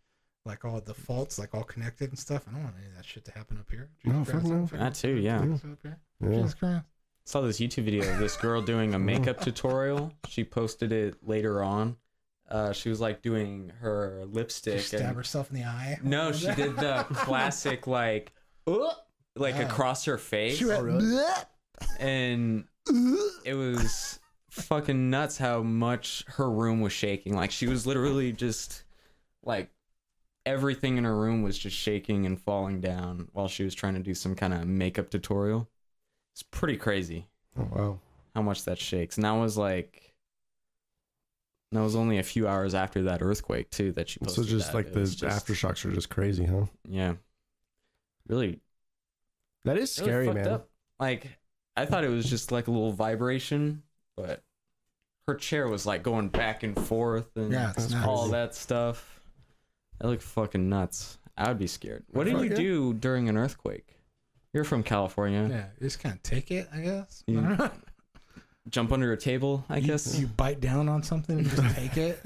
Speaker 2: like all the faults like all connected and stuff. I don't want any of that shit to happen up here.
Speaker 5: No, fuck no.
Speaker 2: I'm fucking-
Speaker 1: That too, yeah.
Speaker 2: Jesus up here.
Speaker 5: Yeah.
Speaker 2: Jesus Christ.
Speaker 1: saw this YouTube video of this girl doing a makeup tutorial. She posted it later on. Uh, she was like doing her lipstick.
Speaker 2: Just stab
Speaker 1: and-
Speaker 2: herself in the eye.
Speaker 1: No, she did the classic like, "Uh," like
Speaker 2: Yeah.
Speaker 1: across her face,
Speaker 2: She
Speaker 5: Oh,
Speaker 2: went, "Bleh."
Speaker 1: and it was fucking nuts how much her room was shaking. Like she was literally just like everything in her room was just shaking and falling down while she was trying to do some kind of makeup tutorial. It's pretty crazy.
Speaker 5: Oh, wow.
Speaker 1: how much that shakes. And that was like, that was only a few hours after that earthquake too that she
Speaker 5: So
Speaker 1: posted.
Speaker 5: just
Speaker 1: that.
Speaker 5: like
Speaker 1: It
Speaker 5: the
Speaker 1: was just-
Speaker 5: aftershocks are just crazy, huh?
Speaker 1: yeah, really
Speaker 5: That is
Speaker 1: really
Speaker 5: scary,
Speaker 1: fucked
Speaker 5: man.
Speaker 1: up. Like I thought it was just like a little vibration, but her chair was like going back and forth and
Speaker 2: Yeah, it's
Speaker 5: That's
Speaker 2: nuts.
Speaker 1: all
Speaker 5: crazy.
Speaker 1: that stuff. That looked fucking nuts. I would be scared. What do you
Speaker 5: Fuck yeah.
Speaker 1: do during an earthquake? You're from California.
Speaker 2: Yeah, you just kind of take it, I guess.
Speaker 1: You- Jump under a table, I
Speaker 2: You-
Speaker 1: guess.
Speaker 2: you bite down on something and just take it.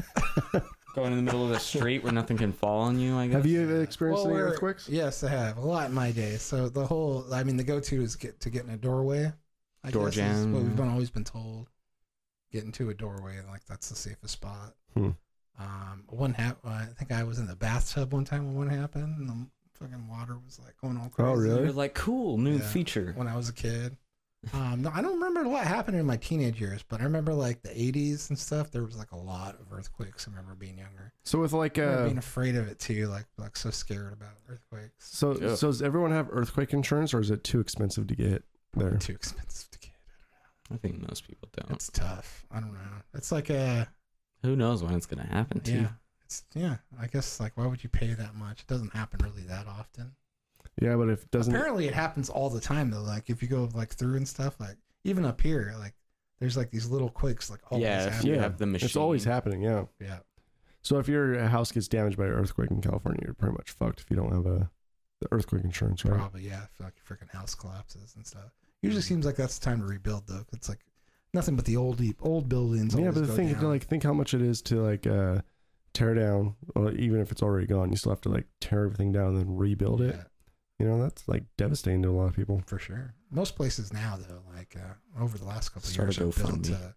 Speaker 1: Going in the middle of the street where nothing can fall on you, I guess.
Speaker 5: Have you ever experienced
Speaker 2: Well,
Speaker 5: any
Speaker 2: we're-
Speaker 5: earthquakes?
Speaker 2: Yes, I have a lot in my day. So the whole, I mean, the go-to is get to get in a doorway. I
Speaker 1: Door
Speaker 2: guess is
Speaker 1: jam,
Speaker 2: what we've
Speaker 1: yeah.
Speaker 2: been always been told. Get into a doorway, and like that's the safest spot.
Speaker 5: Hmm.
Speaker 2: Um, one hap- I think I was in the bathtub one time when one happened, and the fucking water was like going all crazy.
Speaker 5: Oh, really?
Speaker 1: You're like, cool, new
Speaker 2: Yeah.
Speaker 1: feature.
Speaker 2: When I was a kid. Um, no, I don't remember what happened in my teenage years, but I remember like the 80s and stuff. There was like a lot of earthquakes. I remember being younger,
Speaker 5: So with like
Speaker 2: I remember
Speaker 5: uh,
Speaker 2: being afraid of it too, like like so scared about earthquakes.
Speaker 5: so
Speaker 1: Yeah.
Speaker 5: so does everyone have earthquake insurance, or is it too expensive to get there?
Speaker 2: Too expensive to get.
Speaker 1: I think most people don't.
Speaker 2: It's tough. I don't know. It's like a
Speaker 1: Who knows when it's gonna happen to
Speaker 2: yeah.
Speaker 1: you?
Speaker 2: It's yeah. I guess like why would you pay that much? It doesn't happen really that often.
Speaker 5: Yeah, but if it doesn't,
Speaker 2: Apparently, it happens all the time though. Like if you go like through and stuff, like even up here, like there's like these little quakes like always
Speaker 1: yeah, if
Speaker 2: happen.
Speaker 1: you
Speaker 5: Yeah.
Speaker 1: have the machine.
Speaker 5: it's always happening. Yeah.
Speaker 2: Yeah.
Speaker 5: So if your house gets damaged by an earthquake in California, you're pretty much fucked if you don't have a the earthquake insurance, right?
Speaker 2: Probably yeah. If like your freaking house collapses and stuff. Usually seems like that's the time to rebuild though. It's like nothing but the old deep old buildings.
Speaker 5: Yeah,
Speaker 2: always
Speaker 5: but the
Speaker 2: go
Speaker 5: thing,
Speaker 2: down.
Speaker 5: like, think how much it is to like uh, tear down, or even if it's already gone, you still have to like tear everything down and then rebuild it.
Speaker 2: Yeah.
Speaker 5: You know, that's like devastating to a lot of people.
Speaker 2: for sure. Most places now, though, like uh, over the last couple of
Speaker 1: Start
Speaker 2: years,
Speaker 1: a
Speaker 2: are built
Speaker 1: GoFundMe.
Speaker 2: to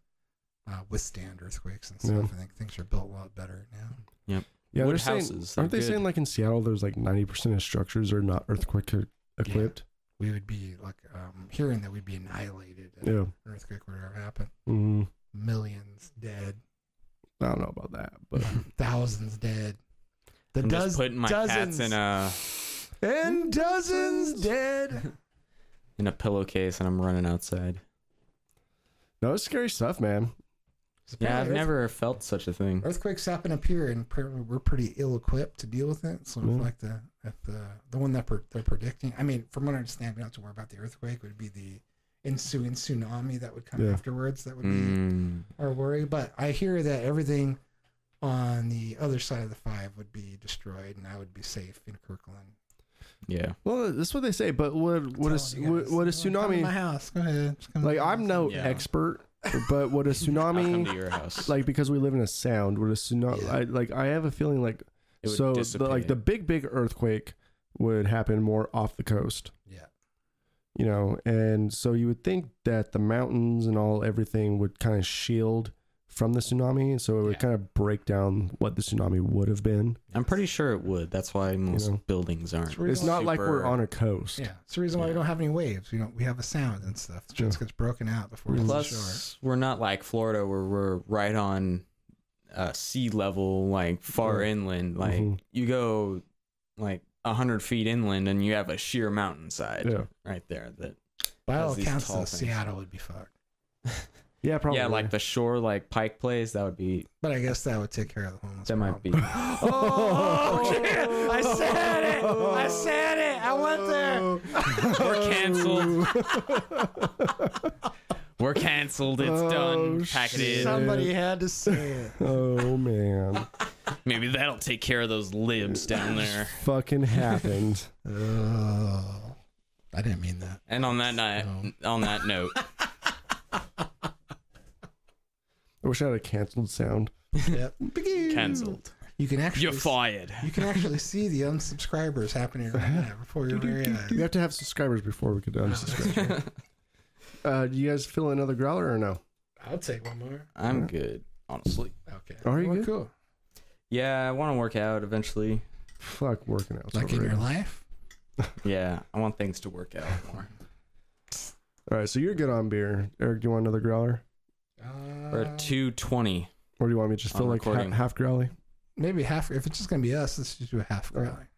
Speaker 2: uh, withstand earthquakes and stuff.
Speaker 5: Yeah.
Speaker 2: I think things are built a lot better now.
Speaker 5: Yeah,
Speaker 1: Wood
Speaker 5: they're saying,
Speaker 1: houses, they're
Speaker 5: aren't they
Speaker 1: good.
Speaker 5: saying like in Seattle, there's like ninety percent of structures are not earthquake e- equipped?
Speaker 2: We would be like um, hearing that we'd be annihilated if
Speaker 5: Yeah.
Speaker 2: an earthquake were to happen.
Speaker 5: Mm,
Speaker 2: Millions dead,
Speaker 5: I don't know about that, but
Speaker 2: thousands dead. The
Speaker 1: I'm
Speaker 2: doz-
Speaker 1: just putting my cats
Speaker 2: dozens
Speaker 1: in a
Speaker 2: and dozens dead.
Speaker 1: in a pillowcase and I'm running outside.
Speaker 5: no, it's scary stuff, man.
Speaker 1: Yeah, I've
Speaker 2: Apparently
Speaker 1: never felt such a thing.
Speaker 2: earthquakes happen up here, and pre- we're pretty ill-equipped to deal with it. So, if
Speaker 5: Yeah.
Speaker 2: like the if the the one that pre- they're predicting, I mean, from what I understand, we don't have to worry about the earthquake. Would be the ensuing tsunami that would come
Speaker 5: Yeah.
Speaker 2: afterwards. That would be
Speaker 1: Mm,
Speaker 2: our worry. But I hear that everything on the other side of the five would be destroyed, and I would be safe in Kirkland.
Speaker 1: yeah,
Speaker 5: Well, that's what they say, but what what
Speaker 2: Telling
Speaker 5: is
Speaker 2: you
Speaker 5: what,
Speaker 2: guys,
Speaker 5: what a
Speaker 2: you know, come to My
Speaker 5: tsunami?
Speaker 2: house. Go ahead. Just come to
Speaker 5: Like,
Speaker 2: my
Speaker 5: I'm
Speaker 2: house.
Speaker 5: no
Speaker 1: Yeah.
Speaker 5: expert, but what a
Speaker 1: I'll come to
Speaker 5: tsunami?
Speaker 1: your house.
Speaker 5: Like because we live in a sound, what a tsunami?
Speaker 2: Yeah.
Speaker 5: I, like I have a feeling like
Speaker 1: It would
Speaker 5: so the,
Speaker 1: dissipate.
Speaker 5: like the big big earthquake would happen more off the coast
Speaker 2: Yeah.
Speaker 5: you know and so you would think that the mountains and all everything would kind of shield from the tsunami and so it would
Speaker 2: Yeah.
Speaker 5: kind of break down what the tsunami would have been
Speaker 1: I'm pretty sure it would. That's why most
Speaker 5: know.
Speaker 1: buildings aren't.
Speaker 2: We're
Speaker 5: it's
Speaker 2: going
Speaker 5: not like we're
Speaker 1: super-
Speaker 5: on a coast
Speaker 2: Yeah, it's the reason why we
Speaker 1: Yeah.
Speaker 2: don't have any waves. We don't. We have a sound and stuff. It just
Speaker 5: Yeah.
Speaker 2: gets broken out before it's shore.
Speaker 1: Plus, we're not like Florida where we're right on uh, sea level, like far
Speaker 5: Yeah.
Speaker 1: inland. Like
Speaker 5: Mhm.
Speaker 1: you go like a hundred feet inland and you have a sheer mountainside
Speaker 5: yeah
Speaker 1: right there. That
Speaker 2: By all
Speaker 1: has these
Speaker 2: accounts,
Speaker 1: tall
Speaker 2: though,
Speaker 1: things.
Speaker 2: Seattle would be fucked.
Speaker 5: Yeah, probably.
Speaker 1: Yeah, like the shore, like Pike plays. That would be.
Speaker 2: But I guess that would take care of the homeless.
Speaker 1: That might
Speaker 2: problem.
Speaker 1: be.
Speaker 5: Oh,
Speaker 1: shit. I said it. I said it. I went there. We're canceled. We're canceled. It's done.
Speaker 5: Oh,
Speaker 1: Pack it in.
Speaker 2: Somebody had to say it.
Speaker 5: Oh man,
Speaker 1: Maybe that'll take care of those libs down there.
Speaker 5: fucking happened.
Speaker 2: Oh, I didn't mean that.
Speaker 1: And on that night, on that note,
Speaker 5: I wish I had a canceled sound.
Speaker 2: Yep.
Speaker 1: canceled.
Speaker 2: You can actually
Speaker 1: You're fired.
Speaker 2: You can actually see the unsubscribers happening right now before your very
Speaker 5: We
Speaker 2: eyes.
Speaker 5: have to have subscribers before we could unsubscribe. Uh, do you guys fill another growler or no?
Speaker 2: I'll take one more.
Speaker 1: I'm good, honestly.
Speaker 2: Okay.
Speaker 5: Are you
Speaker 3: Oh,
Speaker 5: good?
Speaker 3: cool.
Speaker 1: Yeah, I want to work out eventually.
Speaker 5: Fuck working out.
Speaker 2: Like in your life?
Speaker 1: Yeah, I want things to work out more.
Speaker 5: All right, so you're good on beer. Eric, do you want another growler,
Speaker 1: We're
Speaker 2: Uh,
Speaker 1: at 220.
Speaker 5: or do you want me to just
Speaker 1: I'm
Speaker 5: fill like ha-
Speaker 1: recording.
Speaker 5: half growly?
Speaker 2: Maybe half. If it's just going to be us, let's just do a half.
Speaker 5: All right.
Speaker 2: gallon.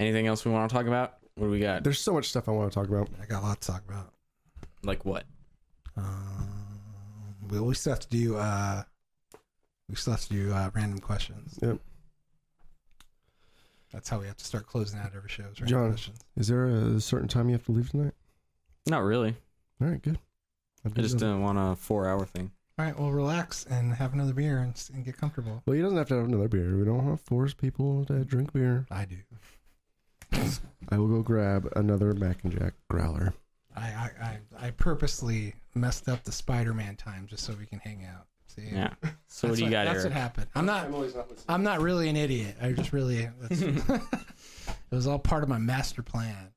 Speaker 1: Anything else we want to talk about? What do we got?
Speaker 5: There's so much stuff I want to talk about.
Speaker 2: I got a lot to talk about.
Speaker 1: Like what?
Speaker 2: Um, we we still have to do. Uh, we still have to do uh, random questions.
Speaker 5: Yep.
Speaker 2: That's how we have to start closing out every show. is random
Speaker 5: John.
Speaker 2: questions.
Speaker 5: Is there a certain time you have to leave tonight?
Speaker 1: Not really.
Speaker 5: All right, good.
Speaker 1: I just um, didn't want a four-hour thing.
Speaker 2: All right. Well, relax and have another beer and, s- and get comfortable.
Speaker 5: Well, he doesn't have to have another beer. We don't want to force people to drink beer.
Speaker 2: I do.
Speaker 5: I will go grab another Mac and Jack growler.
Speaker 2: I I, I, I purposely messed up the Spider-Man time just so we can hang out. See.
Speaker 1: Yeah. So what
Speaker 2: That's
Speaker 1: do you got,
Speaker 2: That's
Speaker 1: Eric?
Speaker 2: what happened. I'm not. I'm, not really an idiot. I just really. That's, it was all part of my master plan.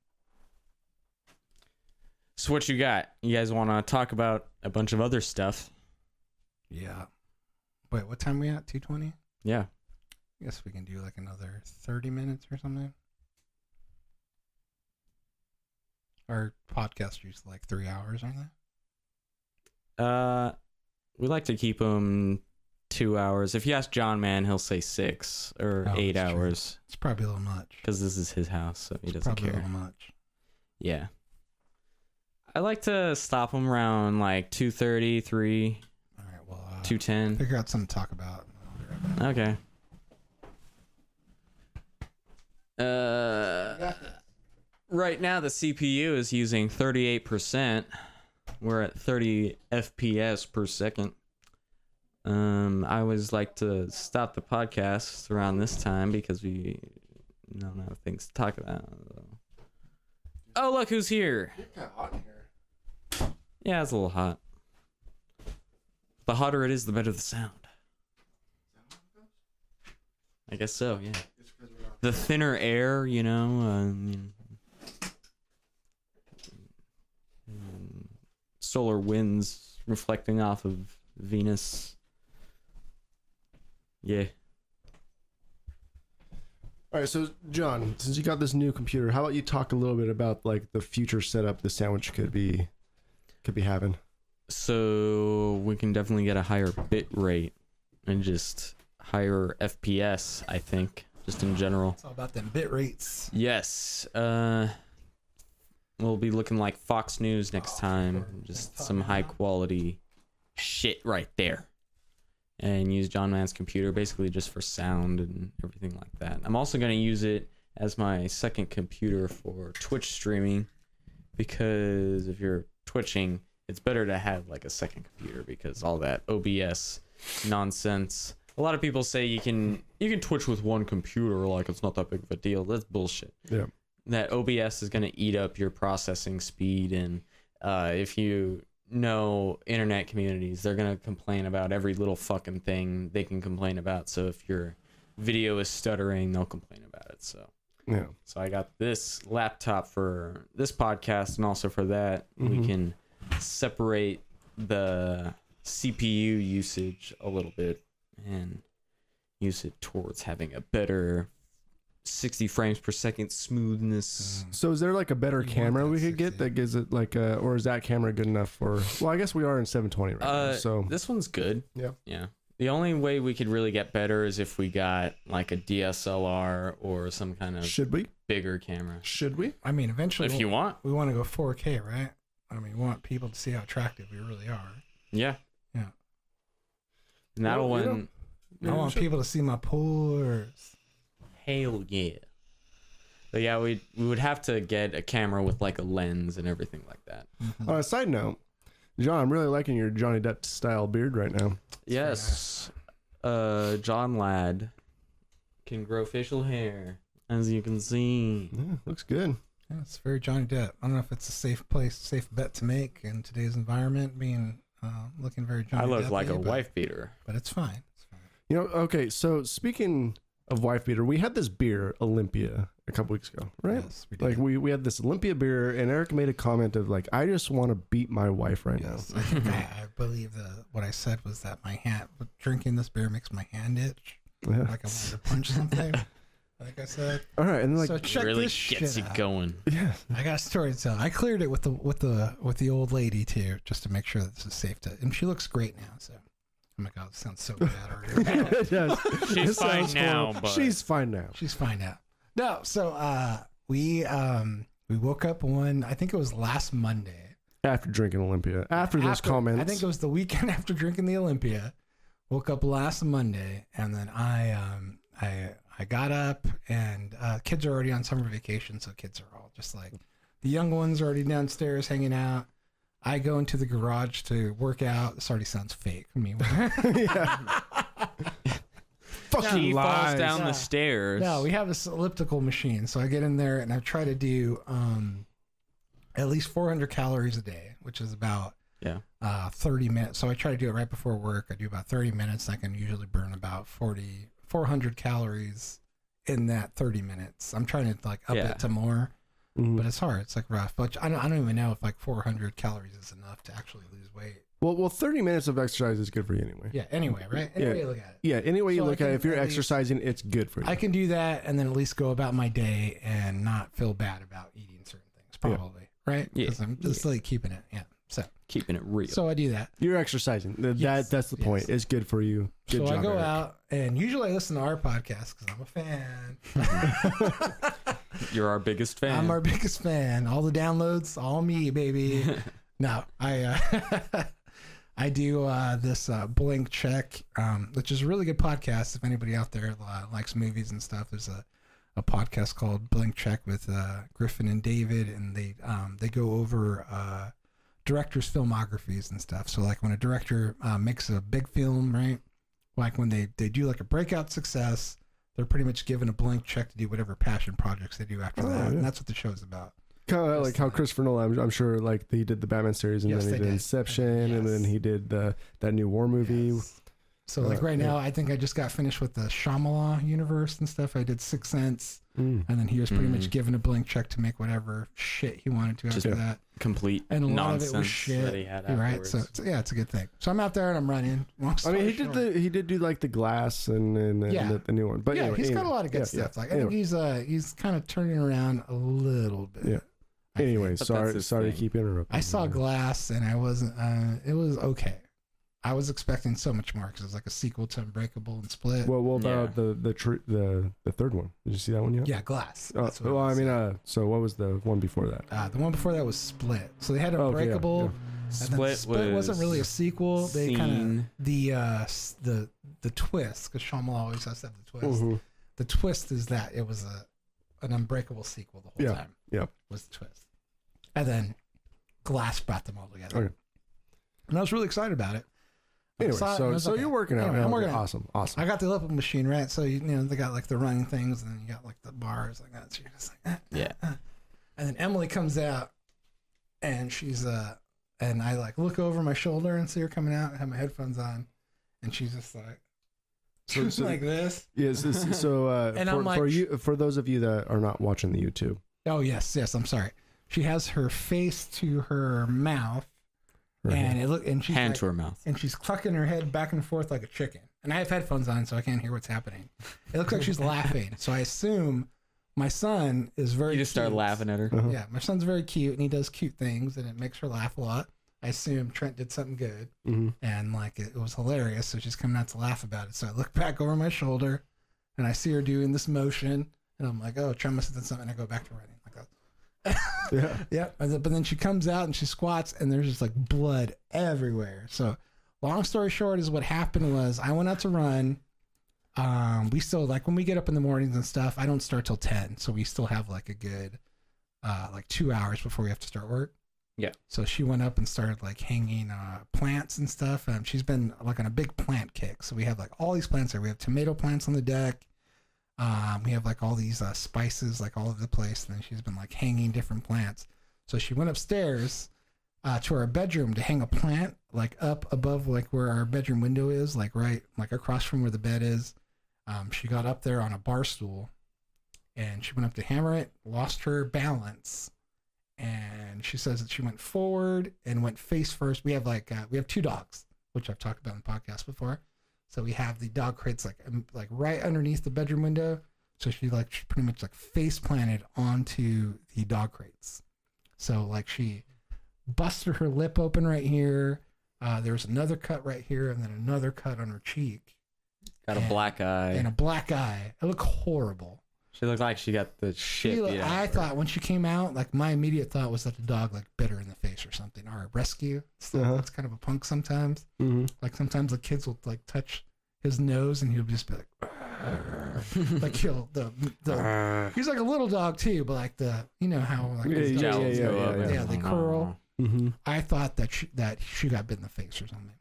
Speaker 1: So what you got? You guys want to talk about a bunch of other stuff?
Speaker 2: Yeah. Wait, what time we at? Two twenty.
Speaker 1: Yeah.
Speaker 2: I guess we can do like another 30 minutes or something. Our podcast is like three hours, aren't they?
Speaker 1: Uh, we like to keep them two hours. If you ask John Man, he'll say six or
Speaker 2: Oh,
Speaker 1: eight
Speaker 2: that's true.
Speaker 1: hours
Speaker 2: It's probably a little much.
Speaker 1: because this is his house, so he
Speaker 2: It's
Speaker 1: doesn't
Speaker 2: probably a
Speaker 1: care.
Speaker 2: little much.
Speaker 1: Yeah. I like to stop them around like 2.30, 3,
Speaker 2: All right, well, uh,
Speaker 1: 2.10.
Speaker 2: figure out something to talk about. I'll be right back.
Speaker 1: Okay. Uh, right now the CPU is using 38%. We're at 30 FPS per second. Um, I always like to stop the podcast around this time because we don't have things to talk about. Oh, look who's here! Yeah, it's a little hot. The hotter it is, the better the sound. I guess so, yeah. The thinner air, you know. Um, and solar winds reflecting off of Venus. Yeah.
Speaker 5: All right, so John, since you got this new computer, how about you talk a little bit about like the future setup the sandwich could be could be having?
Speaker 1: So we can definitely get a higher bit rate and just higher FPS, I think, just in general.
Speaker 2: It's all about them bit rates.
Speaker 1: Yes. Uh we'll be looking like Fox News next time. Just some high quality shit right there. And use John Mann's computer basically just for sound and everything like that. I'm also going to use it as my second computer for Twitch streaming because if you're twitching, it's better to have like a second computer because all that OBS nonsense. A lot of people say you can you can twitch with one computer like it's not that big of a deal. That's bullshit.
Speaker 5: Yeah.
Speaker 1: That OBS is going to eat up your processing speed and uh, if you know internet communities, they're going to complain about every little fucking thing they can complain about. So if your video is stuttering, they'll complain about it. So
Speaker 5: Yeah.
Speaker 1: so I got this laptop for this podcast and also for that. We
Speaker 5: Mhm.
Speaker 1: can separate the CPU usage a little bit and use it towards having a better 60 frames per second smoothness.
Speaker 5: So is there like a better
Speaker 2: You want
Speaker 5: camera
Speaker 2: that
Speaker 5: we could get
Speaker 2: 60.
Speaker 5: that gives it like a, or is that camera good enough for? Well, I guess we are in 720 right now,
Speaker 1: Uh,
Speaker 5: so
Speaker 1: This one's good.
Speaker 5: Yeah.
Speaker 1: Yeah. The only way we could really get better is if we got like a DSLR or some kind of
Speaker 5: should we?
Speaker 1: bigger camera.
Speaker 5: Should we?
Speaker 2: I mean, eventually
Speaker 1: If you want.
Speaker 2: we want to go 4K, right? I mean, we want people to see how attractive we really are.
Speaker 1: Yeah.
Speaker 2: Yeah.
Speaker 1: And that
Speaker 5: Well, you
Speaker 1: one.
Speaker 5: know-
Speaker 2: I want people to see my pores.
Speaker 1: Hell yeah. But yeah, we we would have to get a camera with like a lens and everything like that.
Speaker 5: On a Uh, side note, John, I'm really liking your Johnny Depp style beard right now.
Speaker 1: Yes. Uh John Ladd can grow facial hair, as you can see.
Speaker 5: Yeah, looks good.
Speaker 2: Yeah, it's very Johnny Depp. I don't know if it's a safe place, safe bet to make in today's environment, being uh, looking very Johnny.
Speaker 1: I look
Speaker 2: Depp-y,
Speaker 1: like a
Speaker 2: but,
Speaker 1: wife beater.
Speaker 2: but it's fine. It's fine.
Speaker 5: You know, okay, so speaking of wife beater, we had this beer, Olympia, a couple weeks ago, right?
Speaker 2: Yes, we
Speaker 5: Like
Speaker 2: did.
Speaker 5: we, we had this Olympia beer and Eric made a comment of like, I just want to beat my wife right now.
Speaker 2: I, think that- I believe the what I said was that my hand drinking this beer makes my hand itch,
Speaker 5: Yeah.
Speaker 2: like I wanted to punch something. Like I said,
Speaker 5: All right, and like
Speaker 2: so check
Speaker 1: really
Speaker 2: this
Speaker 1: gets
Speaker 2: shit
Speaker 1: you
Speaker 2: out.
Speaker 1: going.
Speaker 5: yeah.
Speaker 2: I got a story to tell. I cleared it with the with the with the old lady too, just to make sure that this is safe to. And she looks great now. So, oh my god, this sounds so bad already.
Speaker 5: yes. This
Speaker 8: fine
Speaker 5: sounds
Speaker 8: now,
Speaker 5: horrible.
Speaker 8: but-
Speaker 5: she's fine now.
Speaker 2: She's fine now. No, so uh, we um we woke up one. I think it was last Monday.
Speaker 5: After drinking Olympia, after those comments,
Speaker 2: I think it was the weekend after drinking the Olympia. Woke up last Monday, and then I um I I got up, and uh, kids are already on summer vacation, so kids are all just like the young ones are already downstairs hanging out. I go into the garage to work out. This already sounds fake. I mean,
Speaker 5: fucking
Speaker 1: She falls
Speaker 5: lies.
Speaker 1: down
Speaker 2: Yeah.
Speaker 1: the stairs.
Speaker 2: No, we have this elliptical machine. So I get in there and I try to do um, at least 400 calories a day, which is about
Speaker 1: Yeah.
Speaker 2: uh, 30 minutes. So I try to do it right before work. I do about 30 minutes. I can usually burn about 40, 400 calories in that 30 minutes. I'm trying to like up
Speaker 1: Yeah.
Speaker 2: it to more,
Speaker 5: Mhm.
Speaker 2: but it's hard. It's like rough. But I don't, I don't even know if like 400 calories is enough to actually lose weight.
Speaker 5: Well, well, thirty minutes of exercise is good for you anyway.
Speaker 2: Yeah. Anyway, right?
Speaker 5: Yeah.
Speaker 2: Anyway, you look at it.
Speaker 5: Yeah, any way you
Speaker 2: So I
Speaker 5: look at it,
Speaker 2: can
Speaker 5: if you're
Speaker 2: at least-
Speaker 5: exercising, it's good for you.
Speaker 2: I can do that and then at least go about my day and not feel bad about eating certain things,
Speaker 5: Yeah.
Speaker 2: probably. Right?
Speaker 1: Yeah.
Speaker 2: Because I'm just like keeping it. Yeah. So
Speaker 1: Keeping it real.
Speaker 2: so I do that.
Speaker 5: You're exercising. Th-
Speaker 2: Yes,
Speaker 5: that that's the
Speaker 2: yes.
Speaker 5: point. It's good for you. Good
Speaker 2: so
Speaker 5: job.
Speaker 2: I go
Speaker 5: Eric.
Speaker 2: out and usually I listen to our podcast because I'm a fan.
Speaker 1: You're our biggest fan.
Speaker 2: I'm our biggest fan. All the downloads, all me, baby. no, I uh, I do uh, this uh, Blink Check, um, which is a really good podcast. If anybody out there uh, likes movies and stuff, there's a a podcast called Blink Check with uh, Griffin and David, and they um, they go over uh, directors' filmographies and stuff. So like when a director uh, makes a big film, right? Like when they they do like a breakout success, they're pretty much given a blank check to do whatever passion projects they do after
Speaker 5: Oh,
Speaker 2: that,
Speaker 5: yeah.
Speaker 2: and that's what the show's about.
Speaker 5: Kind of like
Speaker 2: Just
Speaker 5: how
Speaker 2: like-
Speaker 5: Christopher Nolan, I'm, I'm sure, like he did the Batman series, and
Speaker 2: Yes,
Speaker 5: then he
Speaker 2: they
Speaker 5: did,
Speaker 2: did.
Speaker 5: Inception, and then
Speaker 2: Yes.
Speaker 5: he did the that new war movie.
Speaker 2: Yes. So like
Speaker 5: Uh,
Speaker 2: right
Speaker 5: yeah.
Speaker 2: now, I think I just got finished with the Shyamalan universe and stuff. I did Six Sense,
Speaker 5: Mm.
Speaker 2: and then he was pretty much
Speaker 1: Mhm.
Speaker 2: given a blank check to make whatever shit he wanted to
Speaker 1: Just-
Speaker 2: after that.
Speaker 1: Complete
Speaker 2: And a lot of it was
Speaker 1: nonsense
Speaker 2: shit,
Speaker 1: that he had
Speaker 2: You're right.
Speaker 1: afterwards.
Speaker 2: So it's, yeah, it's a good thing. So I'm out there and I'm running. Long
Speaker 5: I mean,
Speaker 2: story
Speaker 5: he did
Speaker 2: short.
Speaker 5: the he did do like the glass and and, and
Speaker 2: Yeah.
Speaker 5: the, the new one. But
Speaker 2: yeah,
Speaker 5: anyway,
Speaker 2: he's got a
Speaker 5: anyway.
Speaker 2: lot of good
Speaker 5: Yeah,
Speaker 2: stuff.
Speaker 5: yeah.
Speaker 2: Like I
Speaker 5: anyway,
Speaker 2: think he's uh he's kind of turning around a little bit.
Speaker 5: Yeah. Mm-hmm.
Speaker 2: I think.
Speaker 5: anyway
Speaker 1: But that's
Speaker 5: sorry
Speaker 1: his
Speaker 5: sorry to
Speaker 1: thing.
Speaker 5: keep interrupting.
Speaker 2: I saw Glass and I wasn't. Uh, it was okay. I was expecting so much more because it was like a sequel to Unbreakable and Split.
Speaker 5: Well, what about
Speaker 1: Yeah.
Speaker 5: the the tr- the the third one? Did you see that one yet?
Speaker 2: yeah, Glass.
Speaker 5: Uh,
Speaker 2: That's what it
Speaker 5: well, I
Speaker 2: was.
Speaker 5: mean, uh, so what was the one before that?
Speaker 2: uh, the one before that was Split. So they had
Speaker 5: Oh, okay, yeah,
Speaker 2: Unbreakable.
Speaker 5: yeah.
Speaker 2: And then
Speaker 1: Split,
Speaker 2: Split
Speaker 1: was
Speaker 2: wasn't really a sequel. They kind of
Speaker 1: seen-
Speaker 2: the uh, s- the the twist because Shyamalan always has to have the twist.
Speaker 5: Mhm.
Speaker 2: The twist is that it was a an Unbreakable sequel the whole
Speaker 5: Yeah,
Speaker 2: time.
Speaker 5: yeah.
Speaker 2: was the twist, and then Glass brought them all together.
Speaker 5: Okay.
Speaker 2: And I was really excited about it. I
Speaker 5: Anyway,
Speaker 2: saw it and I
Speaker 5: so
Speaker 2: was
Speaker 5: so
Speaker 2: okay.
Speaker 5: you're working out.
Speaker 2: Anyway, I'm
Speaker 5: Okay,
Speaker 2: working out.
Speaker 5: Awesome, awesome.
Speaker 2: I got the Olympic machine, right? So you, you know they got like the running things, and then you got like the bars like that. So you're just like, eh, eh,
Speaker 1: Yeah.
Speaker 2: eh. And then Emily comes out, and she's uh, and I like look over my shoulder and see her coming out. I have my headphones on, and she's just like,
Speaker 5: So-
Speaker 2: she's
Speaker 5: so-
Speaker 2: like this.
Speaker 5: Yes. this- So uh,
Speaker 2: And
Speaker 5: for,
Speaker 2: I'm like-
Speaker 5: for you, for those of you that are not watching the YouTube,
Speaker 2: Oh yes, yes. I'm sorry. She has her face to her mouth, and it look and she's
Speaker 1: hand
Speaker 2: like,
Speaker 1: to her mouth.
Speaker 2: and she's clucking her head back and forth like a chicken. And I have headphones on, so I can't hear what's happening. It looks like she's laughing. So I assume my son is very.
Speaker 1: You just start
Speaker 2: cute.
Speaker 1: laughing at her.
Speaker 5: Uh-huh.
Speaker 2: Yeah, my son's very cute, and he does cute things, and it makes her laugh a lot. I assume Trent did something good,
Speaker 5: Mhm.
Speaker 2: and like it, it was hilarious. So she's coming out to laugh about it. So I look back over my shoulder, and I see her doing this motion, and I'm like, "Oh, Trent must have done something." And I go back to running. Like,
Speaker 5: Yeah.
Speaker 2: Yep. and then- But then she comes out and she squats, and there's just like blood everywhere. So, long story short, is what happened was I went out to run. Um, we still like when we get up in the mornings and stuff. I don't start till ten, so we still have like a good, uh, like two hours before we have to start work.
Speaker 1: Yeah.
Speaker 2: So she went up and started like hanging uh, plants and stuff. Um, she's been like on a big plant kick. So we have like all these plants there. We have tomato plants on the deck. Um, we have like all these uh, spices like all over the place. And then she's been like hanging different plants. So she went upstairs uh, to our bedroom to hang a plant like up above like where our bedroom window is, like right like across from where the bed is. Um, she got up there on a bar stool and she went up to hammer it, lost her balance. And she says that she went forward and went face first. We have like uh, we have two dogs, which I've talked about in the podcast before. So we have the dog crates like um, like right underneath the bedroom window. So she like she pretty much like face planted onto the dog crates. So like she busted her lip open right here. Uh, there was another cut right here, and then another cut on her cheek,
Speaker 1: Got a black eye.
Speaker 2: and a black eye. It looked horrible.
Speaker 1: She looked like she got the shit.
Speaker 2: She,
Speaker 1: beat out
Speaker 2: I
Speaker 1: of her.
Speaker 2: thought when she came out, like my immediate thought was that the dog like bit her in the face or something, or a rescue. So
Speaker 5: Uh-huh.
Speaker 2: It's kind of a punk sometimes.
Speaker 5: Mm-hmm.
Speaker 2: Like sometimes the kids will like touch his nose, and he'll just be like, "Argh." like he'll
Speaker 1: Ah.
Speaker 2: the the. He's like a little dog too, but like the you know how like
Speaker 5: Yeah,
Speaker 2: those
Speaker 5: yeah,
Speaker 2: dogs
Speaker 5: yeah,
Speaker 1: Jowls
Speaker 5: yeah,
Speaker 1: go
Speaker 5: yeah,
Speaker 1: up
Speaker 5: yeah.
Speaker 1: and-
Speaker 2: Yeah, they curl.
Speaker 5: Mm-hmm.
Speaker 2: I thought that she, that she got bit in the face or something.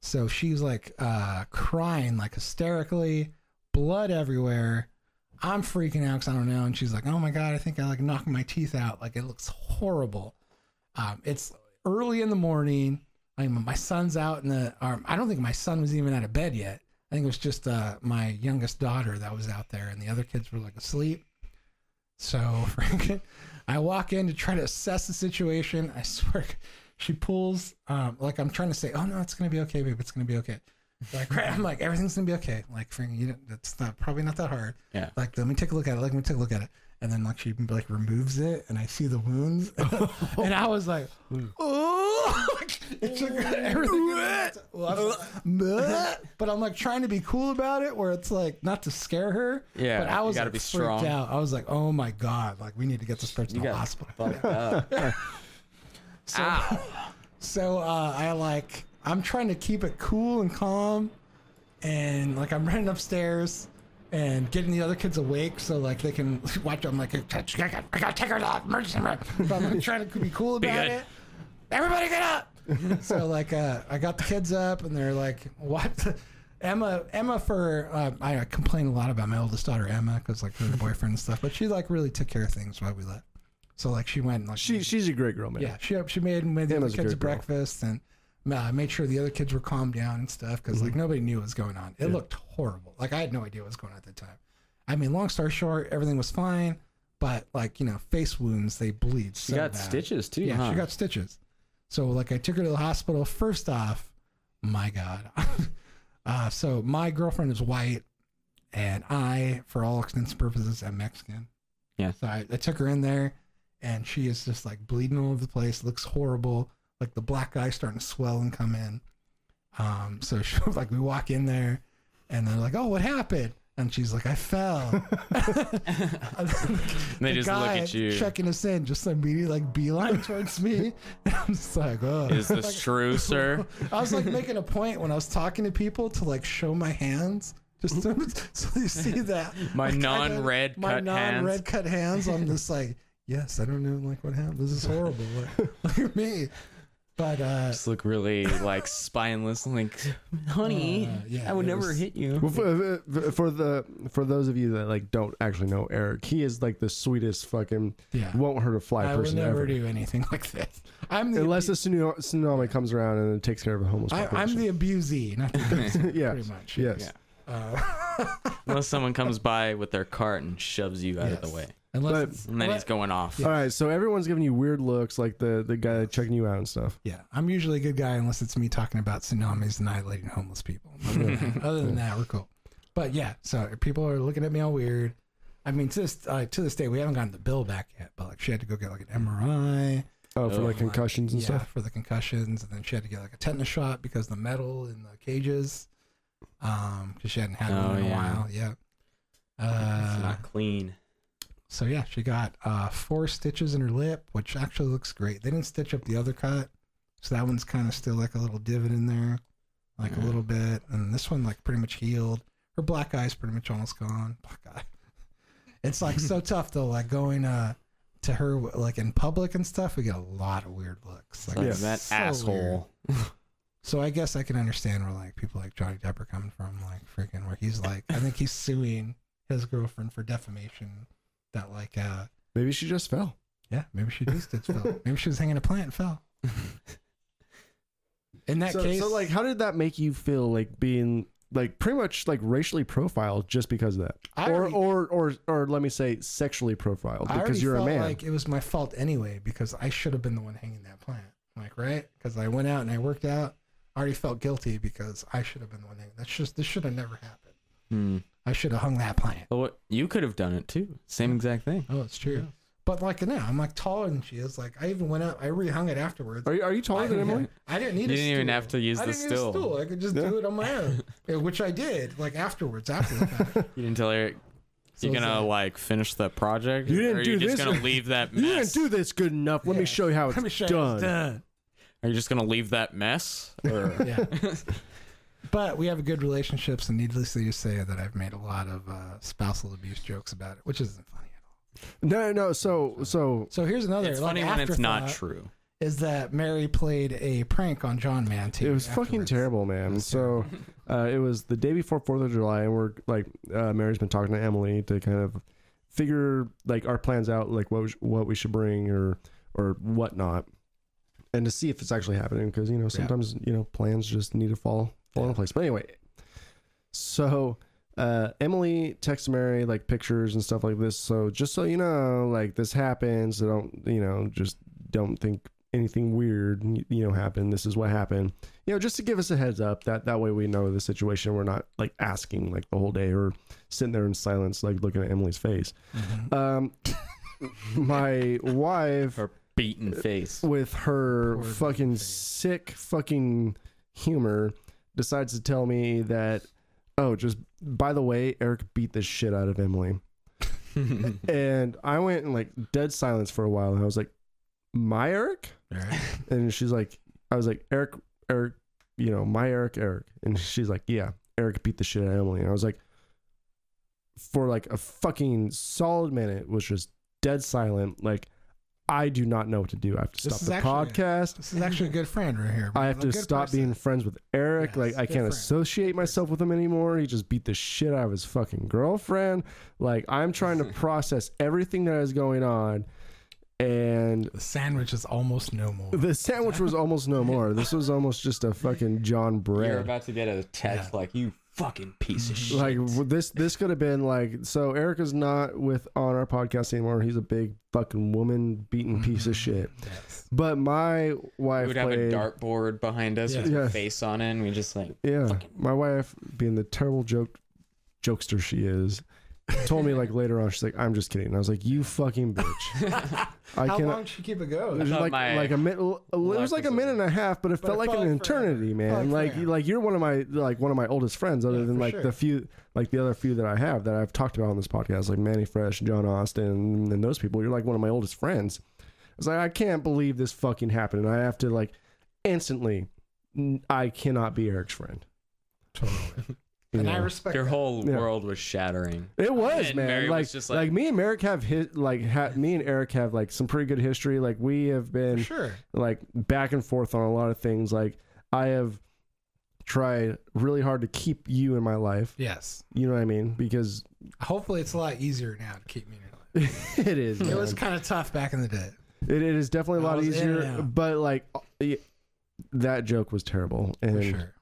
Speaker 2: So she's like uh, crying like hysterically, blood everywhere. I'm freaking out because I don't know. And she's like, "Oh my god, I think I like knocked my teeth out. Like it looks horrible." Um, it's early in the morning. I mean, my son's out in the. Or I don't think my son was even out of bed yet. I think it was just uh, my youngest daughter that was out there, and the other kids were like asleep. So freaking, I walk in to try to assess the situation. I swear, she pulls. Um, like I'm trying to say, "Oh no, it's gonna be okay, babe. It's gonna be okay." Like right, I'm like everything's gonna be okay. Like freaking, you know, that's not probably not that hard.
Speaker 1: Yeah.
Speaker 2: Like let me take a look at it. Like let me take a look at it. And then like she like removes it, and I see the wounds, and I was like,
Speaker 1: Hmm.
Speaker 2: oh, like, it took everything. Well, I was like, but I'm like trying to be cool about it, where it's like not to scare her.
Speaker 1: Yeah,
Speaker 2: but I
Speaker 1: you
Speaker 2: was
Speaker 1: gotta
Speaker 2: like
Speaker 1: be
Speaker 2: freaked
Speaker 1: strong.
Speaker 2: out. I was like, oh my god, like we need to get this person
Speaker 1: You
Speaker 2: to the
Speaker 1: got
Speaker 2: hospital.
Speaker 1: fucked up.
Speaker 2: So, so uh, I like I'm trying to keep it cool and calm, and like I'm running upstairs and getting the other kids awake so like they can watch. I'm like, I gotta, I gotta take her to the emergency room. But I'm like, trying to be cool about it. Everybody get up. so like uh, I got the kids up and they're like, what? the- Emma, Emma for uh, I complain a lot about my oldest daughter Emma because like her boyfriend and stuff, but she like really took care of things while we left. So like she went and like
Speaker 5: She she's a great girl, man.
Speaker 2: yeah, she she made made the other
Speaker 5: Emma's a
Speaker 2: kids
Speaker 5: good girl.
Speaker 2: breakfast and uh, made sure the other kids were calmed down and stuff because
Speaker 5: Mm-hmm.
Speaker 2: like nobody knew what was going on. It looked horrible. Like I had no idea what was going on at the time. I mean, long story short, everything was fine, but like you know, face wounds they bleed.
Speaker 1: She
Speaker 2: So
Speaker 1: got
Speaker 2: bad.
Speaker 1: stitches too.
Speaker 2: Yeah,
Speaker 1: huh?
Speaker 2: she got stitches. So like I took her to the hospital. First off, my God. uh, so my girlfriend is white, and I, for all extents and purposes, am Mexican.
Speaker 1: Yeah.
Speaker 2: So I, I took her in there, and she is just like bleeding all over the place. Looks horrible. Like the black eye starting to swell and come in. Um, so she was like, we walk in there, and they're like, "Oh, what happened?" And she's like, "I fell."
Speaker 1: And they
Speaker 2: the
Speaker 1: just look
Speaker 2: guy
Speaker 1: at you.
Speaker 2: checking us in, just immediately like beeline towards me. And I'm just like, oh.
Speaker 1: Is this true, sir?
Speaker 2: I was like making a point when I was talking to people to like show my hands, just so, so they see that
Speaker 1: My
Speaker 2: Like, I got-
Speaker 1: non-red
Speaker 2: my
Speaker 1: cut
Speaker 2: non-red
Speaker 1: hands.
Speaker 2: cut hands. I'm just like, yes, I don't know, like what happened. This is horrible. Like, look at me. But uh,
Speaker 1: Just look really like spineless. Like, honey,
Speaker 2: Uh, yeah,
Speaker 1: I would
Speaker 2: it
Speaker 1: never
Speaker 2: was-
Speaker 1: hit you.
Speaker 5: Well, for, for- for the for those of you that like don't actually know Eric, he is like the sweetest fucking
Speaker 2: yeah,
Speaker 5: won't hurt a fly
Speaker 2: I would
Speaker 5: person
Speaker 2: never
Speaker 5: ever.
Speaker 2: do anything like this. I'm the
Speaker 5: Unless a tsuno- tsunami comes around and it takes care of a homeless
Speaker 2: I, I'm
Speaker 5: population.
Speaker 2: the abusee, not the abusee,
Speaker 5: Yeah.
Speaker 2: pretty much.
Speaker 5: yes.
Speaker 1: Yeah.
Speaker 2: Uh,
Speaker 1: Unless someone comes by with their cart and shoves you out of the
Speaker 2: Yes.
Speaker 1: way,
Speaker 2: unless
Speaker 5: But-
Speaker 2: it's-
Speaker 1: and then
Speaker 2: Well,
Speaker 1: he's going off.
Speaker 5: All right, so everyone's giving you weird looks, like the the
Speaker 2: Oh,
Speaker 5: guy checking you out and stuff.
Speaker 2: Yeah, I'm usually a good guy unless it's me talking about tsunamis annihilating homeless people. Other than that, other than that, we're cool. But yeah, so people are looking at me all weird. I mean, to this uh, to this day, we haven't gotten the bill back yet. But like, she had to go get like an MRI
Speaker 5: Oh, for
Speaker 1: Oh,
Speaker 5: like
Speaker 2: my-
Speaker 5: concussions and
Speaker 2: yeah,
Speaker 5: stuff.
Speaker 2: for the concussions, and then she had to get like a tetanus shot because the metal in the cages, um, because she hadn't had
Speaker 1: Oh,
Speaker 2: one in a
Speaker 1: yeah.
Speaker 2: while. Yeah. Uh,
Speaker 1: it's not clean.
Speaker 2: So yeah, she got uh, four stitches in her lip, which actually looks great. They didn't stitch up the other cut, so that one's kind of still like a little divot in there, like a
Speaker 1: Yeah.
Speaker 2: little bit. And this one like pretty much healed. Her black eye's pretty much almost gone. Black eye. It's like so tough though. Like going uh, to her like in public and stuff, we get a lot of weird looks. Like
Speaker 1: Like,
Speaker 2: it's
Speaker 1: that
Speaker 2: so weird.
Speaker 1: asshole.
Speaker 2: So I guess I can understand where like people like Johnny Depp are coming from, like freaking where he's like, I think he's suing his girlfriend for defamation. That like, uh,
Speaker 5: Maybe she just fell.
Speaker 2: yeah, maybe she just did fell. Maybe she was hanging a plant and fell. In that
Speaker 5: so,
Speaker 2: case,
Speaker 5: so like, how did that make you feel? Like being like pretty much like racially profiled just because of that,
Speaker 2: I
Speaker 5: or
Speaker 2: already-
Speaker 5: or or or let me say sexually profiled
Speaker 2: I already
Speaker 5: because you're a
Speaker 2: felt
Speaker 5: man.
Speaker 2: like it was my fault anyway because I should have been the one hanging that plant. Like right because I went out and I worked out. I already felt guilty because I should have been the one hanging. That's just this should have never happened.
Speaker 1: Hmm.
Speaker 2: I should have hung that plant.
Speaker 1: Well, what- you could have done it too. Same exact thing.
Speaker 2: Oh, it's true. But like now, I'm like taller than she is. Like I even went up, I rehung it afterwards.
Speaker 5: are you are you taller
Speaker 2: I
Speaker 5: than
Speaker 2: didn't-
Speaker 5: Emily?
Speaker 2: I didn't need.
Speaker 1: You
Speaker 2: a
Speaker 1: didn't even
Speaker 2: stool.
Speaker 1: have to use
Speaker 2: I
Speaker 1: the
Speaker 2: didn't need a
Speaker 1: stool.
Speaker 2: stool. I could just
Speaker 5: Yeah.
Speaker 2: do it on my own, Yeah, which I did. Like afterwards, after the fact.
Speaker 1: You didn't tell Eric
Speaker 2: So
Speaker 1: you're
Speaker 2: it's
Speaker 5: uh,
Speaker 1: gonna
Speaker 2: like,
Speaker 1: like finish the project.
Speaker 5: You didn't
Speaker 1: or
Speaker 5: do
Speaker 1: you're
Speaker 5: this.
Speaker 1: Just gonna leave that
Speaker 5: You didn't
Speaker 1: mess.
Speaker 5: do this good enough. Let
Speaker 2: Yeah.
Speaker 5: me show you how it's
Speaker 2: Let me show you how
Speaker 5: done.
Speaker 2: it's
Speaker 1: Are you just gonna leave that mess? Or
Speaker 2: Yeah. But we have a good relationship, so needlessly to say that I've made a lot of uh, spousal abuse jokes about it, which isn't funny at all.
Speaker 5: No, no. So so
Speaker 2: So here's another.
Speaker 1: it's
Speaker 2: like,
Speaker 1: funny when it's not
Speaker 2: afterthought,
Speaker 1: true.
Speaker 2: Is that Mary played a prank on John Manty?
Speaker 5: it was fucking
Speaker 2: afterwards.
Speaker 5: terrible, man.
Speaker 2: was
Speaker 5: So uh, it was the day before Fourth of July, and we're like, uh, Mary's been talking to Emily to kind of figure like our plans out, like what we sh- what we should bring or or whatnot, and to see if it's actually happening because you know sometimes you know plans just need to fall fall into place. But anyway, so uh, Emily texts Mary like pictures and stuff like this. So just so you know, like this happened. So don't you know, just don't think anything weird you know happened. This is what happened. You know, just to give us a heads up that that way we know the situation. We're not like asking like the whole day or sitting there in silence like looking at Emily's face. Um, my wife
Speaker 1: Her beaten face.
Speaker 5: with her
Speaker 2: Poor
Speaker 5: fucking
Speaker 2: face.
Speaker 5: sick fucking humor decides to tell me that oh just by the way eric beat the shit out of emily and i went in like dead silence for a while and i was like my eric
Speaker 2: Right.
Speaker 5: and she's like i was like eric eric you know my eric eric and she's like yeah eric beat the shit out of emily and i was like for like a fucking solid minute was just dead silent like i do not know what to do i have to
Speaker 2: This
Speaker 5: stop
Speaker 2: is
Speaker 5: the
Speaker 2: actually-
Speaker 5: podcast
Speaker 2: This is actually a good friend right here.
Speaker 5: I
Speaker 2: man.
Speaker 5: have
Speaker 2: A
Speaker 5: to
Speaker 2: good
Speaker 5: stop
Speaker 2: person.
Speaker 5: being friends with Eric.
Speaker 2: Yes,
Speaker 5: like I
Speaker 2: good
Speaker 5: can't
Speaker 2: friend.
Speaker 5: associate myself with him anymore. He just beat the shit out of his fucking girlfriend. Like I'm trying to process everything that is going on, and
Speaker 2: The sandwich is almost no more.
Speaker 5: the sandwich was almost no more. This was almost just a fucking John
Speaker 1: You're
Speaker 5: Bread.
Speaker 1: about to get a text like you fucking piece of shit.
Speaker 5: Like w- this, this could have been like so. Eric is not with on our podcast anymore. He's a big fucking woman beating piece of shit.
Speaker 2: Yes.
Speaker 5: But my wife
Speaker 1: we would have a
Speaker 5: played-
Speaker 1: dartboard behind us
Speaker 2: Yeah.
Speaker 1: with her
Speaker 5: Yes.
Speaker 1: face on it, and we just like
Speaker 5: Yeah,
Speaker 1: Fucking-
Speaker 5: my wife, being the terrible joke jokester she is, told me like later on she's like, "I'm just kidding." And I was like, "You fucking bitch!" I
Speaker 2: How
Speaker 5: cannot.
Speaker 2: long did she keep it going?
Speaker 5: Oh, It was
Speaker 1: I thought
Speaker 5: like
Speaker 1: my
Speaker 5: like a minute. It
Speaker 1: luck
Speaker 5: was like a
Speaker 1: was
Speaker 5: minute and a half, but it
Speaker 2: it
Speaker 5: felt like
Speaker 2: felt
Speaker 5: an
Speaker 2: like forever.
Speaker 5: eternity,
Speaker 2: Felt like
Speaker 5: man. Like
Speaker 2: forever.
Speaker 5: like you're one of my like one of my oldest friends, other
Speaker 2: Yeah,
Speaker 5: than
Speaker 2: for
Speaker 5: like
Speaker 2: sure.
Speaker 5: the few like the other few that I have that I've talked about on this podcast, like Manny Fresh, John Austin, and those people. You're like one of my oldest friends. I was like, I can't believe this fucking happened, and I have to like instantly. n- I cannot be Eric's friend.
Speaker 2: Totally.
Speaker 5: you
Speaker 2: And I
Speaker 5: know?
Speaker 2: respect
Speaker 1: your
Speaker 2: that.
Speaker 1: whole
Speaker 5: Yeah.
Speaker 1: world was shattering.
Speaker 5: It was
Speaker 1: And
Speaker 5: man.
Speaker 1: Mary was
Speaker 5: like,
Speaker 1: just
Speaker 5: like,
Speaker 1: like-
Speaker 5: me and Merrick have hit like ha- me and Eric have like some pretty good history. Like we have been
Speaker 2: sure.
Speaker 5: like back and forth on a lot of things. Like I have tried really hard to keep you in my life.
Speaker 2: Yes.
Speaker 5: You know what I mean? Because
Speaker 2: Hopefully, it's a lot easier now to keep me. in your life.
Speaker 5: it is.
Speaker 2: It
Speaker 5: man.
Speaker 2: was kind of tough back in the day.
Speaker 5: It, it is definitely a
Speaker 2: I
Speaker 5: lot
Speaker 2: was in and
Speaker 5: easier.
Speaker 2: out.
Speaker 5: But like uh, y- that joke was terrible,
Speaker 2: For
Speaker 5: and
Speaker 2: sure.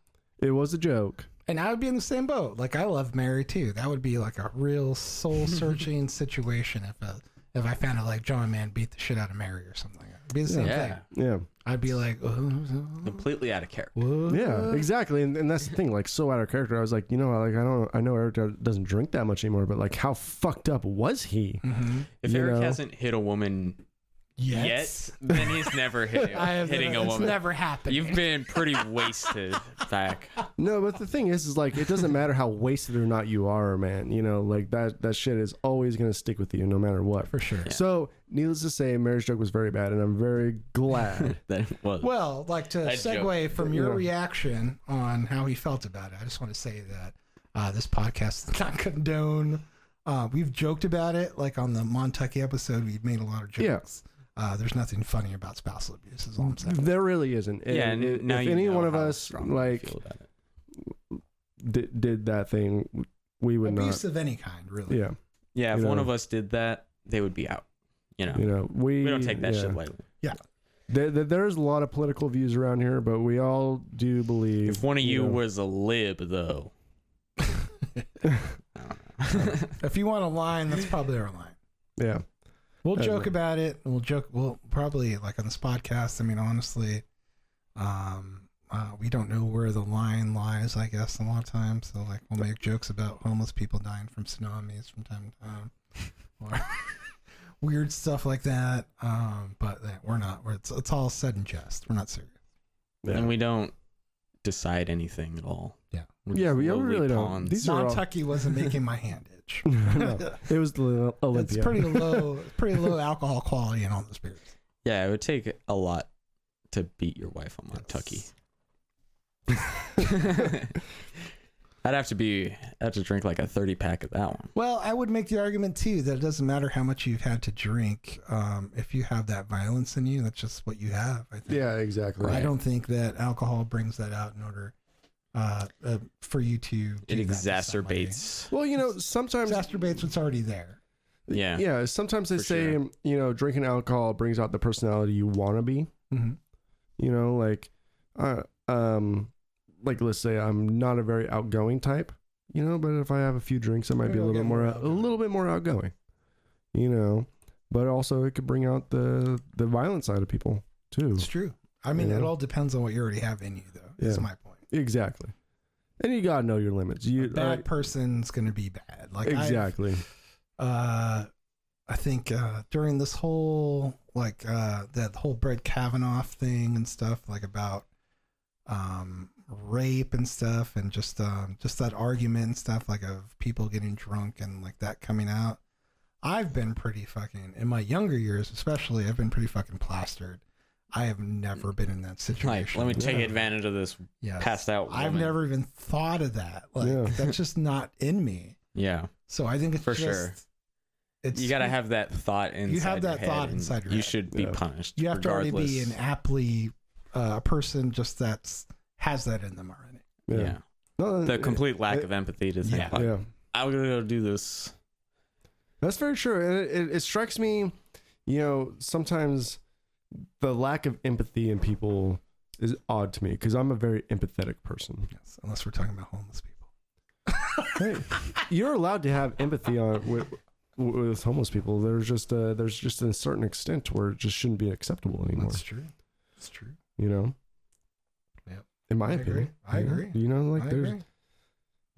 Speaker 5: it was a joke.
Speaker 2: And I would be in the same boat. Like I love Mary too. That would be like a real soul searching situation if a, if I found out like John Man beat the shit out of Mary or something. It'd be the same
Speaker 1: Yeah,
Speaker 2: thing.
Speaker 5: Yeah,
Speaker 2: I'd be like, "What?
Speaker 1: completely out of character.
Speaker 2: Uh-huh.
Speaker 5: yeah, exactly. And, and that's the thing. Like so out of character. I was like, you know, like I don't. I know Eric doesn't drink that much anymore, but like how fucked up was he?
Speaker 2: Mhm.
Speaker 1: If
Speaker 5: You
Speaker 1: Eric
Speaker 5: know?
Speaker 1: hasn't hit a woman
Speaker 2: yet.
Speaker 1: yet, then he's never hitting,
Speaker 2: I have
Speaker 1: hitting a
Speaker 2: it's
Speaker 1: woman.
Speaker 2: never happened.
Speaker 1: You've been pretty wasted, back.
Speaker 5: No, but the thing is, is like it doesn't matter how wasted or not you are, man. You know, like that that shit is always gonna stick with you, no matter what.
Speaker 2: for sure.
Speaker 5: So, needless to say, marriage joke was very bad, and I'm very glad.
Speaker 1: That was
Speaker 2: Well, like to
Speaker 1: That joke.
Speaker 2: segue from your
Speaker 5: Yeah.
Speaker 2: reaction on how he felt about it, I just want to say that uh, this podcast does not condone. Uh, we've joked about it, like on the Montucky episode. We've made a lot of
Speaker 5: Yeah.
Speaker 2: jokes. Uh, there's nothing funny about spousal abuse. Is all I'm saying.
Speaker 5: there really isn't. And
Speaker 1: yeah. And
Speaker 5: if,
Speaker 1: now
Speaker 5: if
Speaker 1: you
Speaker 5: any
Speaker 1: know
Speaker 5: one of
Speaker 1: how
Speaker 5: us
Speaker 1: strongly I
Speaker 5: like
Speaker 1: feel about it.
Speaker 5: did, did that thing, we would
Speaker 2: Abuse of any kind,
Speaker 5: not.
Speaker 2: really.
Speaker 5: Yeah,
Speaker 1: yeah, if
Speaker 5: you
Speaker 1: one
Speaker 5: know.
Speaker 1: of us did that, they would be out. You know,
Speaker 5: you know, we
Speaker 1: we don't take that
Speaker 5: yeah.
Speaker 1: shit lightly.
Speaker 5: There, there- there's a lot of political views around here, but we all do believe.
Speaker 1: If one of you
Speaker 5: know,
Speaker 1: was a lib, though,
Speaker 2: If you want a line, that's probably our line.
Speaker 5: yeah,
Speaker 2: We'll
Speaker 5: Uh,
Speaker 2: joke
Speaker 5: but-
Speaker 2: about it. and We'll joke. We'll probably like on this podcast. I mean, honestly, um, uh, we don't know where the line lies. I guess a lot of times, so like we'll make jokes about homeless people dying from tsunamis from time to time, or weird stuff like that. Um, but uh, we're not. We're, it's it's all said in jest. We're not serious.
Speaker 5: yeah.
Speaker 1: and we don't decide anything at all.
Speaker 2: Yeah.
Speaker 1: We're
Speaker 5: Yeah,
Speaker 1: just
Speaker 5: we all
Speaker 1: lowly
Speaker 5: really don't.
Speaker 1: pawns.
Speaker 5: These are all-
Speaker 2: Montucky wasn't making my hand itch.
Speaker 5: No, it was the
Speaker 2: It's
Speaker 5: Olympia.
Speaker 2: pretty low. Pretty low alcohol quality in all the spirits.
Speaker 1: Yeah, it would take a lot to beat your wife on Montucky. I'd have to be I'd have to drink like a thirty pack of that one.
Speaker 2: Well, I would make the argument too that it doesn't matter how much you've had to drink. Um, if you have that violence in you, that's just what you have. I think.
Speaker 5: yeah, exactly.
Speaker 2: I don't think that alcohol brings that out in order uh, uh, for you to. do
Speaker 1: It
Speaker 2: that to somebody.
Speaker 1: exacerbates.
Speaker 5: Well, you know, sometimes
Speaker 2: exacerbates what's already there.
Speaker 1: Yeah.
Speaker 5: yeah. Sometimes they
Speaker 1: For
Speaker 5: say
Speaker 1: sure.
Speaker 5: you know drinking alcohol brings out the personality you want to be.
Speaker 2: Mm-hmm.
Speaker 5: You know, like, uh, um, like let's say I'm not a very outgoing type. You know, but if I have a few drinks, I might be a
Speaker 2: You'll
Speaker 5: little
Speaker 2: get
Speaker 5: bit more
Speaker 2: more
Speaker 5: out- a
Speaker 2: outgoing.
Speaker 5: little bit more outgoing. You know, but also it could bring out the the violent side of people too.
Speaker 2: It's true. I mean,
Speaker 5: Yeah.
Speaker 2: it all depends on what you already have in you, though. That's
Speaker 5: Yeah.
Speaker 2: my point.
Speaker 5: Exactly. And you gotta know your limits. You
Speaker 2: Bad
Speaker 5: I-
Speaker 2: person's going to be bad. Like I-
Speaker 5: exactly.
Speaker 2: uh, I think uh, during this whole like uh, that whole Brett Kavanaugh thing and stuff like about um, rape and stuff and just um, just that argument and stuff like of people getting drunk and like that coming out. I've been pretty fucking in my younger years, especially. I've been pretty fucking plastered. I have never been in that
Speaker 1: Like,
Speaker 2: situation.
Speaker 1: let me take
Speaker 5: Yeah.
Speaker 1: advantage of this
Speaker 2: Yes.
Speaker 1: passed out.
Speaker 2: I've
Speaker 1: woman.
Speaker 2: never even thought of that. Like
Speaker 5: Yeah.
Speaker 2: that's just not in me.
Speaker 1: Yeah.
Speaker 2: So I think it's
Speaker 1: For
Speaker 2: just,
Speaker 1: sure.
Speaker 2: It's
Speaker 1: You gotta have that thought inside.
Speaker 2: You have
Speaker 1: your
Speaker 2: that
Speaker 1: head,
Speaker 2: thought
Speaker 1: and
Speaker 2: inside your
Speaker 1: You
Speaker 2: head.
Speaker 1: should be
Speaker 5: Yeah.
Speaker 1: punished.
Speaker 2: you have
Speaker 1: regardless.
Speaker 2: to already be an aptly uh, person just that's has that in them already
Speaker 5: Yeah.
Speaker 1: yeah.
Speaker 5: No,
Speaker 1: The
Speaker 5: it-
Speaker 1: complete lack
Speaker 5: it-
Speaker 1: of empathy to think
Speaker 2: Yeah.
Speaker 1: like,
Speaker 5: yeah.
Speaker 1: I'm gonna go do this.
Speaker 5: That's very true. And it, it, it strikes me, you know, sometimes the lack of empathy in people is odd to me because I'm a very empathetic person.
Speaker 2: yes unless we're talking about homeless people
Speaker 5: Hey, you're allowed to have empathy on with, with homeless people. There's just a, there's just a certain extent where it just shouldn't be acceptable anymore.
Speaker 2: that's true that's true
Speaker 5: You know.
Speaker 2: Yep.
Speaker 5: In my
Speaker 2: I agree.
Speaker 5: opinion,
Speaker 2: I
Speaker 5: you know?
Speaker 2: agree.
Speaker 5: You know, like
Speaker 2: I,
Speaker 5: there's
Speaker 2: agree.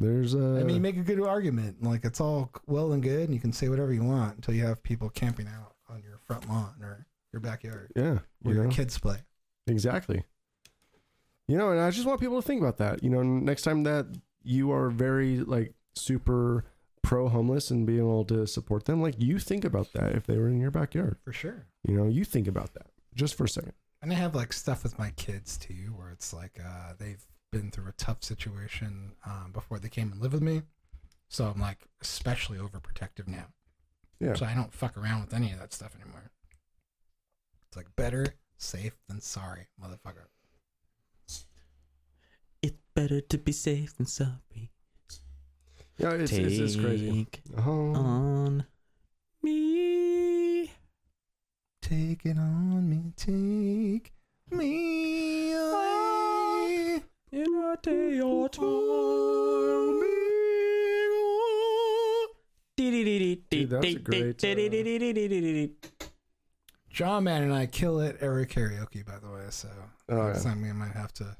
Speaker 5: there's a.
Speaker 2: I mean you make a good argument like it's all well and good and you can say whatever you want until you have people camping out on your front lawn or your backyard
Speaker 5: yeah,
Speaker 2: where
Speaker 5: you
Speaker 2: your
Speaker 5: know?
Speaker 2: kids play
Speaker 5: Exactly. You know, and I just want people to think about that. You know, next time that you are very like super pro homeless and being able to support them, like you think about that if they were in your backyard.
Speaker 2: for sure
Speaker 5: You know, you think about that just for a second.
Speaker 2: and i have like stuff with my kids too where it's like uh, they've been through a tough situation um, before they came and lived with me so i'm like especially overprotective now
Speaker 5: Yeah.
Speaker 2: So I don't fuck around with any of that stuff anymore. It's like better safe than sorry, motherfucker.
Speaker 1: It's better to be safe than sorry.
Speaker 5: Yeah, it's it's, it's crazy.
Speaker 1: Take
Speaker 5: Oh,
Speaker 1: on me.
Speaker 2: Take it on me, take me away.
Speaker 1: In a day or
Speaker 5: Oh,
Speaker 1: two.
Speaker 5: Dude, that's a great,
Speaker 2: John Man and I kill it every karaoke, by the way. So
Speaker 5: Oh,
Speaker 2: next
Speaker 5: yeah.
Speaker 2: time we might have to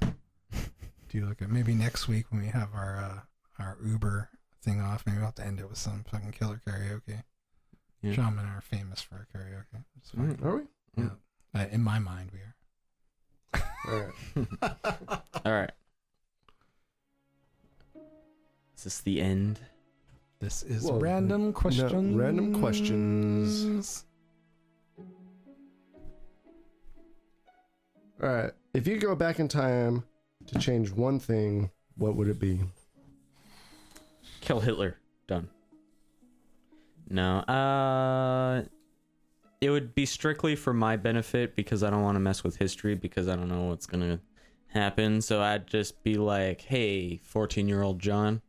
Speaker 2: do like a maybe next week when we have our uh, our Uber thing off. Maybe we'll have to end it with some fucking killer karaoke.
Speaker 1: Yeah.
Speaker 2: John Man and I are famous for karaoke. It's fine.
Speaker 1: Mm.
Speaker 5: are we?
Speaker 1: Mm.
Speaker 2: But in my mind, we are.
Speaker 1: All right. Is this the end?
Speaker 2: This is
Speaker 5: Well,
Speaker 2: random questions.
Speaker 5: random questions. All right. If you could go back in time to change one thing, what would it be?
Speaker 1: Kill Hitler. Done. No. Uh it would be strictly for my benefit because I don't want to mess with history because I don't know what's going to happen. So I'd just be like, "Hey, 14-year-old John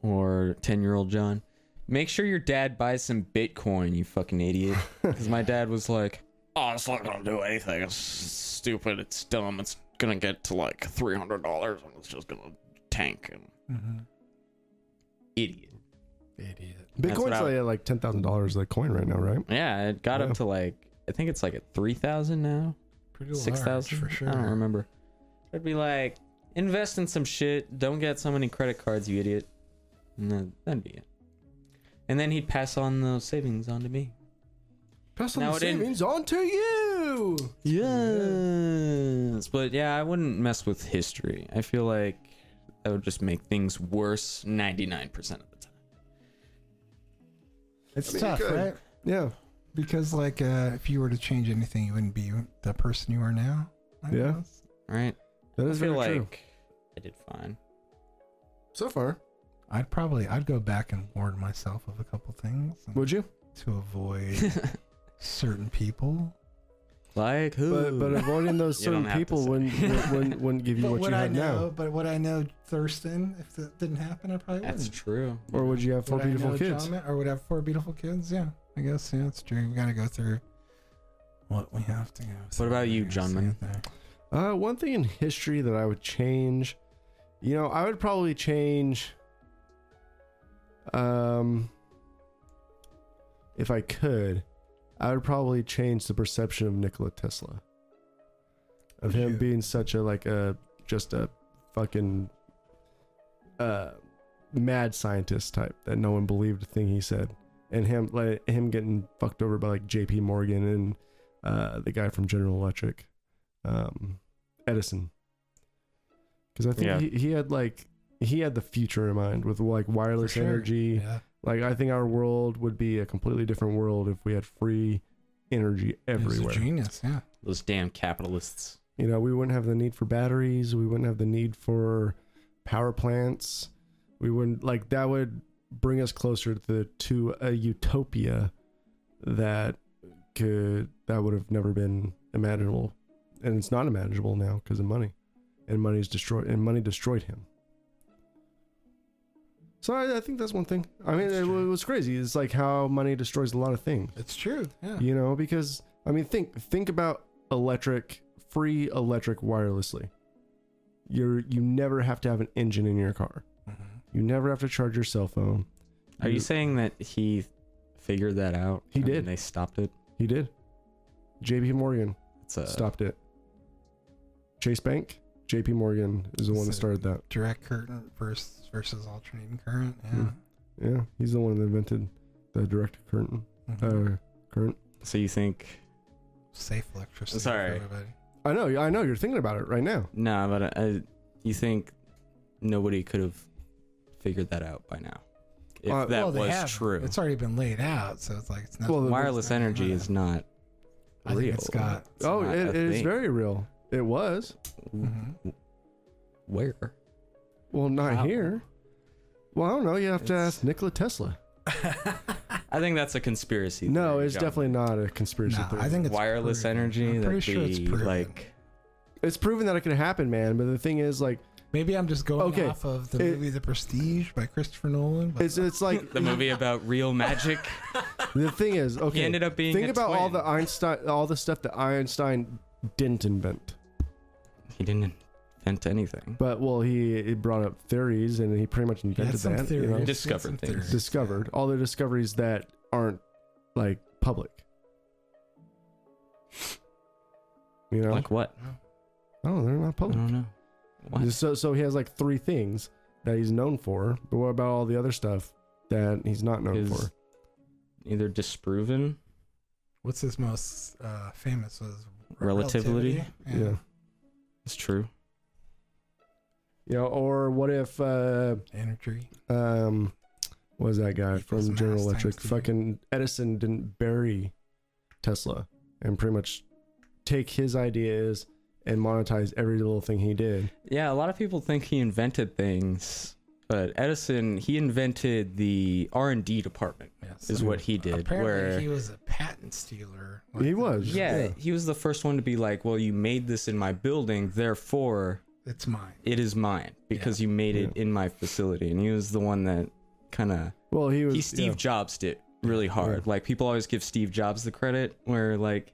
Speaker 1: or 10-year-old John, make sure your dad buys some Bitcoin, you fucking idiot." Cuz my dad was like, "Oh, it's not going to do anything. It's stupid. It's dumb. It's going to get to like $300 and it's just going to tank and
Speaker 2: Mm-hmm.
Speaker 1: idiot."
Speaker 2: Idiot.
Speaker 1: That's what
Speaker 5: Bitcoin's
Speaker 1: I-
Speaker 5: like, at like ten thousand dollars like coin right now, right?
Speaker 1: Yeah, it got
Speaker 5: Yeah.
Speaker 1: up to like I think it's like at three thousand now,
Speaker 2: Pretty large
Speaker 1: six thousand
Speaker 2: for sure.
Speaker 1: I don't remember. I'd be like, invest in some shit. Don't get so many credit cards, you idiot. And then, that'd be it. And then he'd pass on those savings on to me.
Speaker 5: Pass
Speaker 1: on Now the it didn't- savings
Speaker 5: on to you.
Speaker 1: Yes, but yeah, I wouldn't mess with history. I feel like that would just make things worse ninety nine percent of the time.
Speaker 2: It's
Speaker 5: I mean, you
Speaker 2: tough,
Speaker 5: could.
Speaker 2: right?
Speaker 5: Yeah.
Speaker 2: Because like, uh, if you were to change anything, you wouldn't be the person you are now. I
Speaker 5: Yeah.
Speaker 2: guess.
Speaker 1: Right?
Speaker 5: That
Speaker 1: I
Speaker 5: is
Speaker 1: feel
Speaker 5: very
Speaker 1: like
Speaker 5: true.
Speaker 1: I did fine.
Speaker 5: So far,
Speaker 2: I'd probably I'd go back and warn myself of a couple things and
Speaker 5: would you?
Speaker 2: to avoid certain people.
Speaker 1: like who?
Speaker 5: But uh, but avoiding those
Speaker 1: You
Speaker 5: certain
Speaker 1: don't have to
Speaker 5: people
Speaker 1: say.
Speaker 5: wouldn't, wouldn't wouldn't give you
Speaker 2: But
Speaker 5: what
Speaker 2: would
Speaker 5: you
Speaker 2: I
Speaker 5: have
Speaker 2: know?
Speaker 5: now.
Speaker 2: But would I know Thurston if that didn't happen? I probably
Speaker 1: That's
Speaker 2: wouldn't.
Speaker 1: true.
Speaker 5: Or would you have four
Speaker 2: Would I
Speaker 5: beautiful
Speaker 2: know
Speaker 5: kids?
Speaker 2: John Ma- or would I have four beautiful kids? Yeah, I guess. Yeah, it's true. We gotta go through what we have to go. through.
Speaker 1: about you,
Speaker 2: I
Speaker 1: John
Speaker 2: see
Speaker 1: Man?
Speaker 2: it there.
Speaker 5: Uh, one thing in history that I would change, you know, I would probably change. Um, if I could, I would probably change the perception of Nikola Tesla. Of him
Speaker 2: Shoot.
Speaker 5: being such a like a just a fucking uh mad scientist type that no one believed a thing he said, and him like him getting fucked over by like J.P. Morgan and uh the guy from General Electric um, Edison. Because I think
Speaker 1: Yeah.
Speaker 5: he, he had like he had the future in mind with like wireless
Speaker 2: sure.
Speaker 5: energy.
Speaker 2: Yeah.
Speaker 5: Like I think our world would be a completely different world if we had free
Speaker 2: He
Speaker 5: energy
Speaker 2: was a
Speaker 5: everywhere.
Speaker 2: genius. Yeah.
Speaker 1: Those damn capitalists.
Speaker 5: You know, we wouldn't have the need for batteries. We wouldn't have the need for power plants. We wouldn't like that would bring us closer to the, to a utopia that could that would have never been imaginable, and it's not imaginable now because of money, and money's destroyed and money destroyed him. So I, I think that's one thing. I mean,
Speaker 2: That's
Speaker 5: it,
Speaker 2: true.
Speaker 5: was crazy. It's like how money destroys a lot of things
Speaker 2: It's true. Yeah.
Speaker 5: you know because i mean think think about electric free electric wirelessly you're you never have to have an engine in your car
Speaker 2: Mhm.
Speaker 5: you never have to charge your cell phone
Speaker 1: Are you saying that he figured that out?
Speaker 5: He
Speaker 1: and
Speaker 5: did.
Speaker 1: They stopped it.
Speaker 5: he did jp morgan
Speaker 1: It's uh, a
Speaker 5: stopped it chase bank jp morgan is the one that
Speaker 2: So-
Speaker 5: started that
Speaker 2: Direct current versus versus alternating current. Yeah.
Speaker 5: Mm. yeah he's the one that invented the direct current
Speaker 2: Mhm.
Speaker 5: uh current
Speaker 1: So you think?
Speaker 2: Safe electricity.
Speaker 1: sorry.
Speaker 2: For everybody.
Speaker 5: i know i know you're thinking about it right now
Speaker 1: No, but I, you think nobody could have figured that out by now if
Speaker 5: Uh,
Speaker 1: that
Speaker 2: Well, they
Speaker 1: was
Speaker 2: haven't.
Speaker 1: true.
Speaker 2: It's already been laid out, so it's like it's not.
Speaker 5: Well, the-
Speaker 1: Wireless energy is not
Speaker 2: I
Speaker 1: real.
Speaker 2: think it's got.
Speaker 1: It's
Speaker 5: oh
Speaker 1: not
Speaker 5: it,
Speaker 1: a
Speaker 5: it is
Speaker 1: thing.
Speaker 5: very real it was
Speaker 2: Mhm.
Speaker 1: Where?
Speaker 5: well not
Speaker 1: Wow.
Speaker 5: here well i don't know you have to
Speaker 1: It's-
Speaker 5: ask nikola tesla
Speaker 1: I think that's a conspiracy.
Speaker 5: No,
Speaker 1: theory,
Speaker 5: it's
Speaker 1: John.
Speaker 5: definitely not a conspiracy
Speaker 2: Nah,
Speaker 5: theory.
Speaker 2: I think it's
Speaker 1: wireless
Speaker 2: proven.
Speaker 1: energy.
Speaker 2: I'm pretty
Speaker 1: that'd
Speaker 2: sure it's
Speaker 1: be,
Speaker 2: proven.
Speaker 1: like
Speaker 5: it's proven that it could happen, man. But the thing is, like,
Speaker 2: Maybe I'm just going
Speaker 5: Okay.
Speaker 2: off of the
Speaker 5: It-
Speaker 2: movie The Prestige by Christopher Nolan. But
Speaker 5: it's it's like
Speaker 1: the movie about real magic.
Speaker 5: the thing is, okay.
Speaker 1: He ended up being.
Speaker 5: think
Speaker 1: a
Speaker 5: about all
Speaker 1: twin.
Speaker 5: the Einstein, all the stuff that Einstein didn't invent.
Speaker 1: He didn't invent anything.
Speaker 5: But well, he, he brought up theories, and he pretty much
Speaker 2: he had
Speaker 5: invented
Speaker 2: some
Speaker 5: that. you
Speaker 2: theories.
Speaker 5: know?
Speaker 2: he had
Speaker 1: Discovered
Speaker 2: some
Speaker 1: things.
Speaker 2: theories.
Speaker 5: discovered all the discoveries that aren't like public. You know,
Speaker 1: Like what?
Speaker 5: oh, they're not
Speaker 1: I
Speaker 5: public.
Speaker 1: don't know. What?
Speaker 5: So so he has like three things that he's known for. But what about all the other stuff that he's not known
Speaker 1: Is
Speaker 5: for?
Speaker 1: either disproven
Speaker 2: what's his most uh, famous was
Speaker 1: Relativity?
Speaker 5: Yeah. yeah.
Speaker 1: It's true.
Speaker 5: or what if uh
Speaker 2: Energy.
Speaker 5: um what was that guy
Speaker 2: Equals
Speaker 5: from General
Speaker 2: mass
Speaker 5: Electric?
Speaker 2: times the-
Speaker 5: Fucking Edison didn't bury Tesla and pretty much take his ideas and monetize every little thing he did.
Speaker 1: Yeah, a lot of people think he invented things, but Edison he invented the R and D department.
Speaker 2: Yes.
Speaker 1: Is what he did.
Speaker 2: Apparently,
Speaker 1: where
Speaker 2: he was a patent stealer.
Speaker 5: He was.
Speaker 1: yeah,
Speaker 5: Yeah.
Speaker 1: he was the first one to be like, "Well, you made this in my building, therefore
Speaker 2: it's mine.
Speaker 1: it is mine because you made it in my facility." And he was the one that kind of
Speaker 5: Well, he was
Speaker 1: he Steve
Speaker 5: yeah.
Speaker 1: Jobs did really hard. Like people always give Steve Jobs the credit where like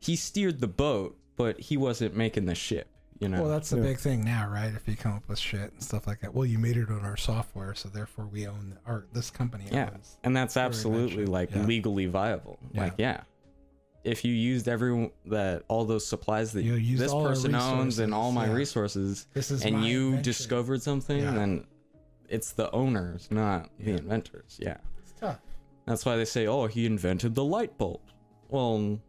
Speaker 1: he steered the boat, but he wasn't making the ship. You know,
Speaker 2: Well, that's the
Speaker 5: Yeah.
Speaker 2: big thing now, right? If you come up with shit and stuff like that. Well, you made it on our software, so therefore we own our this company
Speaker 1: Yeah.
Speaker 2: owns.
Speaker 1: and that's
Speaker 2: Very
Speaker 1: absolutely
Speaker 2: much,
Speaker 1: like
Speaker 2: yeah.
Speaker 1: legally viable.
Speaker 2: Yeah.
Speaker 1: Like yeah, if you used every that all those supplies that
Speaker 2: You used
Speaker 1: this
Speaker 2: all our
Speaker 1: person owns and all my
Speaker 2: resources, yeah.
Speaker 1: resources,
Speaker 2: This is
Speaker 1: and
Speaker 2: my
Speaker 1: you
Speaker 2: invention.
Speaker 1: discovered something,
Speaker 2: Yeah.
Speaker 1: then it's the owners, not the
Speaker 2: Yeah.
Speaker 1: inventors. Yeah.
Speaker 2: It's tough.
Speaker 1: That's why they say, oh, he invented the light bulb. Well,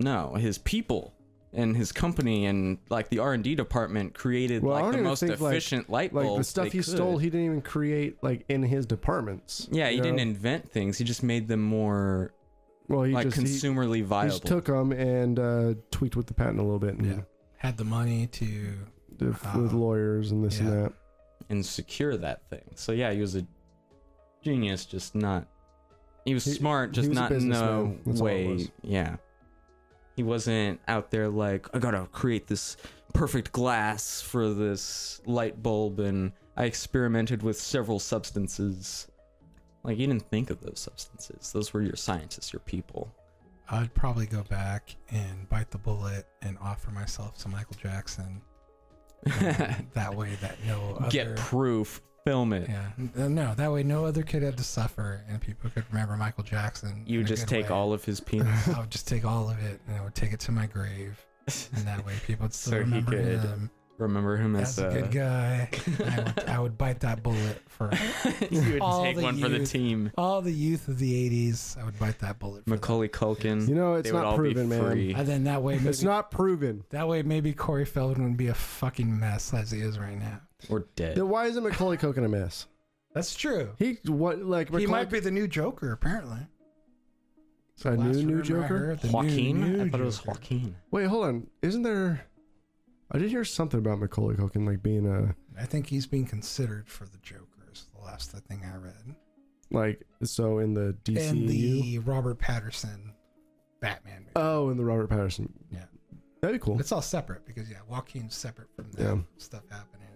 Speaker 1: no, his people and his company and like the R and D department created
Speaker 5: Well, I
Speaker 1: like
Speaker 5: don't
Speaker 1: the
Speaker 5: even
Speaker 1: most
Speaker 5: think, like-
Speaker 1: efficient light bulb.
Speaker 5: like the stuff
Speaker 1: they
Speaker 5: he stole,
Speaker 1: could.
Speaker 5: he didn't even create like in his departments.
Speaker 1: yeah, he
Speaker 5: you
Speaker 1: didn't
Speaker 5: know?
Speaker 1: invent things. He just made them more
Speaker 5: well, he
Speaker 1: like
Speaker 5: just, he-
Speaker 1: consumerly
Speaker 5: he,
Speaker 1: viable.
Speaker 5: just took them and uh, tweaked with the patent a little bit, and
Speaker 2: Yeah. Had the money to
Speaker 5: the- with
Speaker 2: Ah.
Speaker 5: lawyers and this and
Speaker 2: Yeah.
Speaker 5: that.
Speaker 1: and secure that thing. So yeah, he was a genius, just not. He was
Speaker 5: He-
Speaker 1: smart,
Speaker 5: he
Speaker 1: just
Speaker 5: was a
Speaker 1: not in the
Speaker 5: businessman, that's all it
Speaker 1: way.
Speaker 5: was.
Speaker 1: Yeah, he wasn't out there like I gotta create this perfect glass for this light bulb, and I experimented with several substances. Like you didn't think of those substances; those were your scientists, your people.
Speaker 2: I'd probably go back and bite the bullet and offer myself to Michael Jackson. um, that way, that no other
Speaker 1: Get proof, film it.
Speaker 2: yeah, Uh, no, that way no other kid had to suffer, and people could remember Michael Jackson.
Speaker 1: You
Speaker 2: in a
Speaker 1: just
Speaker 2: good
Speaker 1: take
Speaker 2: way.
Speaker 1: all of his penis.
Speaker 2: I would just take all of it, and I would take it to my grave, and that way people would still
Speaker 1: So he
Speaker 2: remember
Speaker 1: could
Speaker 2: him
Speaker 1: Remember him
Speaker 2: as
Speaker 1: as,
Speaker 2: a good guy. And I, would, I would bite that bullet for
Speaker 1: you would
Speaker 2: All
Speaker 1: take
Speaker 2: the
Speaker 1: one for the
Speaker 2: youth.
Speaker 1: team.
Speaker 2: all the youth of the '80s. I would bite that bullet. For them.
Speaker 1: Macaulay Culkin.
Speaker 5: You know, it's
Speaker 1: they would
Speaker 5: not
Speaker 1: all
Speaker 5: proven,
Speaker 1: be
Speaker 5: man.
Speaker 1: free.
Speaker 2: and then that way,
Speaker 5: It's
Speaker 2: maybe,
Speaker 5: not proven.
Speaker 2: that way maybe Corey Feldman would be a fucking mess as he is right now.
Speaker 1: Or dead.
Speaker 5: Then why isn't Macaulay Culkin a mess?
Speaker 2: That's true.
Speaker 5: He what like Macaulay,
Speaker 2: he might be the new Joker, apparently.
Speaker 5: a
Speaker 2: Last
Speaker 5: new new
Speaker 2: rumor I
Speaker 5: Joker.
Speaker 2: heard, the new-
Speaker 1: Joaquin?
Speaker 2: new
Speaker 1: I thought it was
Speaker 2: Joker.
Speaker 1: Joaquin.
Speaker 5: Wait, hold on. Isn't there? I did hear something about Macaulay Culkin like being a
Speaker 2: I think he's being considered for the Joker. Is the last thing I read.
Speaker 5: like so in the DCU.
Speaker 2: And the Robert Patterson Batman movie.
Speaker 5: Oh, in the Robert Patterson.
Speaker 2: Yeah.
Speaker 5: that'd be cool.
Speaker 2: It's all separate because yeah, Joaquin's separate from that
Speaker 5: Yeah.
Speaker 2: stuff happening.